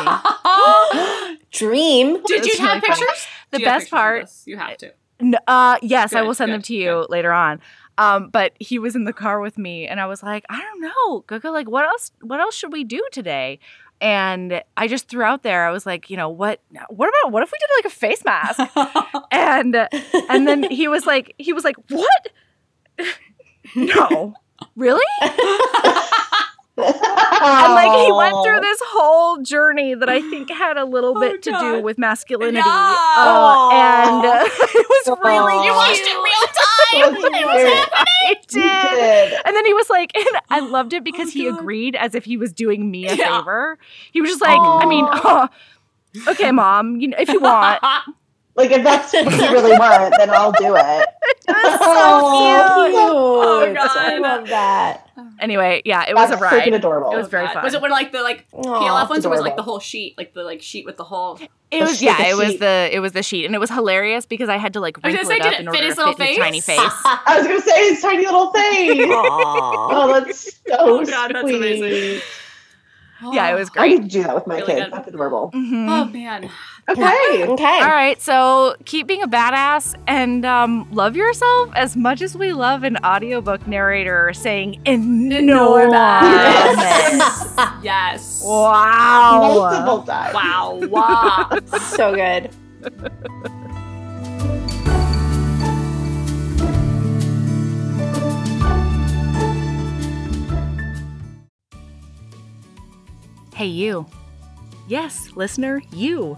Speaker 3: me.
Speaker 5: Dream.
Speaker 2: Did
Speaker 3: That's
Speaker 2: you
Speaker 3: really funny.
Speaker 2: have pictures?
Speaker 3: The
Speaker 2: Do you have
Speaker 3: best
Speaker 2: pictures of
Speaker 3: part-
Speaker 2: this? You have to.
Speaker 3: N- uh, yes, I
Speaker 2: Good,
Speaker 3: will send them
Speaker 2: good,
Speaker 3: to you later on. Um, but he was in the car with me, and I was like, I don't know, Guga, like what else? What else should we do today? And I just threw out there. I was like, you know what? What about what if we did like a face mask?
Speaker 2: [LAUGHS]
Speaker 3: and and then he was like, he [LAUGHS] was like, what? no, really? And like he went
Speaker 4: Oh.
Speaker 3: through this whole journey that I think had a little bit to do
Speaker 2: Oh, God.
Speaker 3: with masculinity,
Speaker 2: No.
Speaker 3: uh, and [LAUGHS] uh, it was
Speaker 4: Oh.
Speaker 3: really
Speaker 2: You
Speaker 4: [LAUGHS]
Speaker 2: watched it
Speaker 3: [LAUGHS]
Speaker 2: real time. It was happening.
Speaker 3: it
Speaker 4: You
Speaker 3: did.
Speaker 4: did.
Speaker 3: And then he was like, and
Speaker 2: [GASPS]
Speaker 3: I loved it because
Speaker 2: Oh,
Speaker 3: he
Speaker 2: God.
Speaker 3: agreed as if he was doing me a
Speaker 2: Yeah.
Speaker 3: favor. He was just like, I mean, [LAUGHS] okay, mom, you know, if you
Speaker 2: [LAUGHS]
Speaker 3: want.
Speaker 4: Like if that's what you really want, then I'll
Speaker 3: [LAUGHS]
Speaker 4: do it.
Speaker 5: Oh,
Speaker 4: [LAUGHS] Oh,
Speaker 5: cute. Oh,
Speaker 2: God.
Speaker 5: I love that.
Speaker 3: Anyway, yeah, it was
Speaker 4: That's
Speaker 3: a
Speaker 4: freaking
Speaker 3: ride. It
Speaker 4: adorable.
Speaker 3: was very fun.
Speaker 2: Was it one of, like the like
Speaker 5: Aw,
Speaker 2: PLF ones, or was it, like
Speaker 4: adorable.
Speaker 2: the whole sheet, like the like sheet with the whole?
Speaker 3: It was
Speaker 4: sheet,
Speaker 3: yeah,
Speaker 4: the
Speaker 3: it was
Speaker 4: sheet.
Speaker 3: the it was the sheet, and it was hilarious because I had to like
Speaker 2: I
Speaker 3: wrinkle
Speaker 2: was gonna
Speaker 3: it
Speaker 2: say,
Speaker 3: up
Speaker 2: did it
Speaker 3: in order
Speaker 2: fit
Speaker 3: to
Speaker 2: his
Speaker 3: fit
Speaker 2: little
Speaker 3: his
Speaker 2: face?
Speaker 3: tiny
Speaker 2: [LAUGHS]
Speaker 3: face.
Speaker 4: I was gonna say it's tiny little thing.
Speaker 5: Aw.
Speaker 4: oh, that's
Speaker 3: [LAUGHS]
Speaker 4: so
Speaker 2: Oh, God, that's
Speaker 4: sweet.
Speaker 2: amazing.
Speaker 3: [GASPS] yeah, it was
Speaker 4: I
Speaker 3: great.
Speaker 4: need to do that with my
Speaker 2: Really
Speaker 4: kids.
Speaker 2: good.
Speaker 4: That's adorable.
Speaker 3: Mhm.
Speaker 2: Oh man,
Speaker 4: Okay.
Speaker 5: okay.
Speaker 3: All right, so keep being a badass and um, love yourself as much as we love an audiobook narrator saying enormous.
Speaker 2: [LAUGHS] Yes. yes.
Speaker 3: [LAUGHS] Wow.
Speaker 4: Multiple times.
Speaker 2: Wow. Wow.
Speaker 5: So good.
Speaker 3: Hey, you. Yes, listener, you.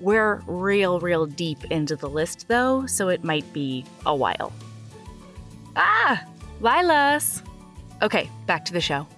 Speaker 3: We're real, real deep into the list though, so it might be a while. Ah, Lilas! Okay, back to the show.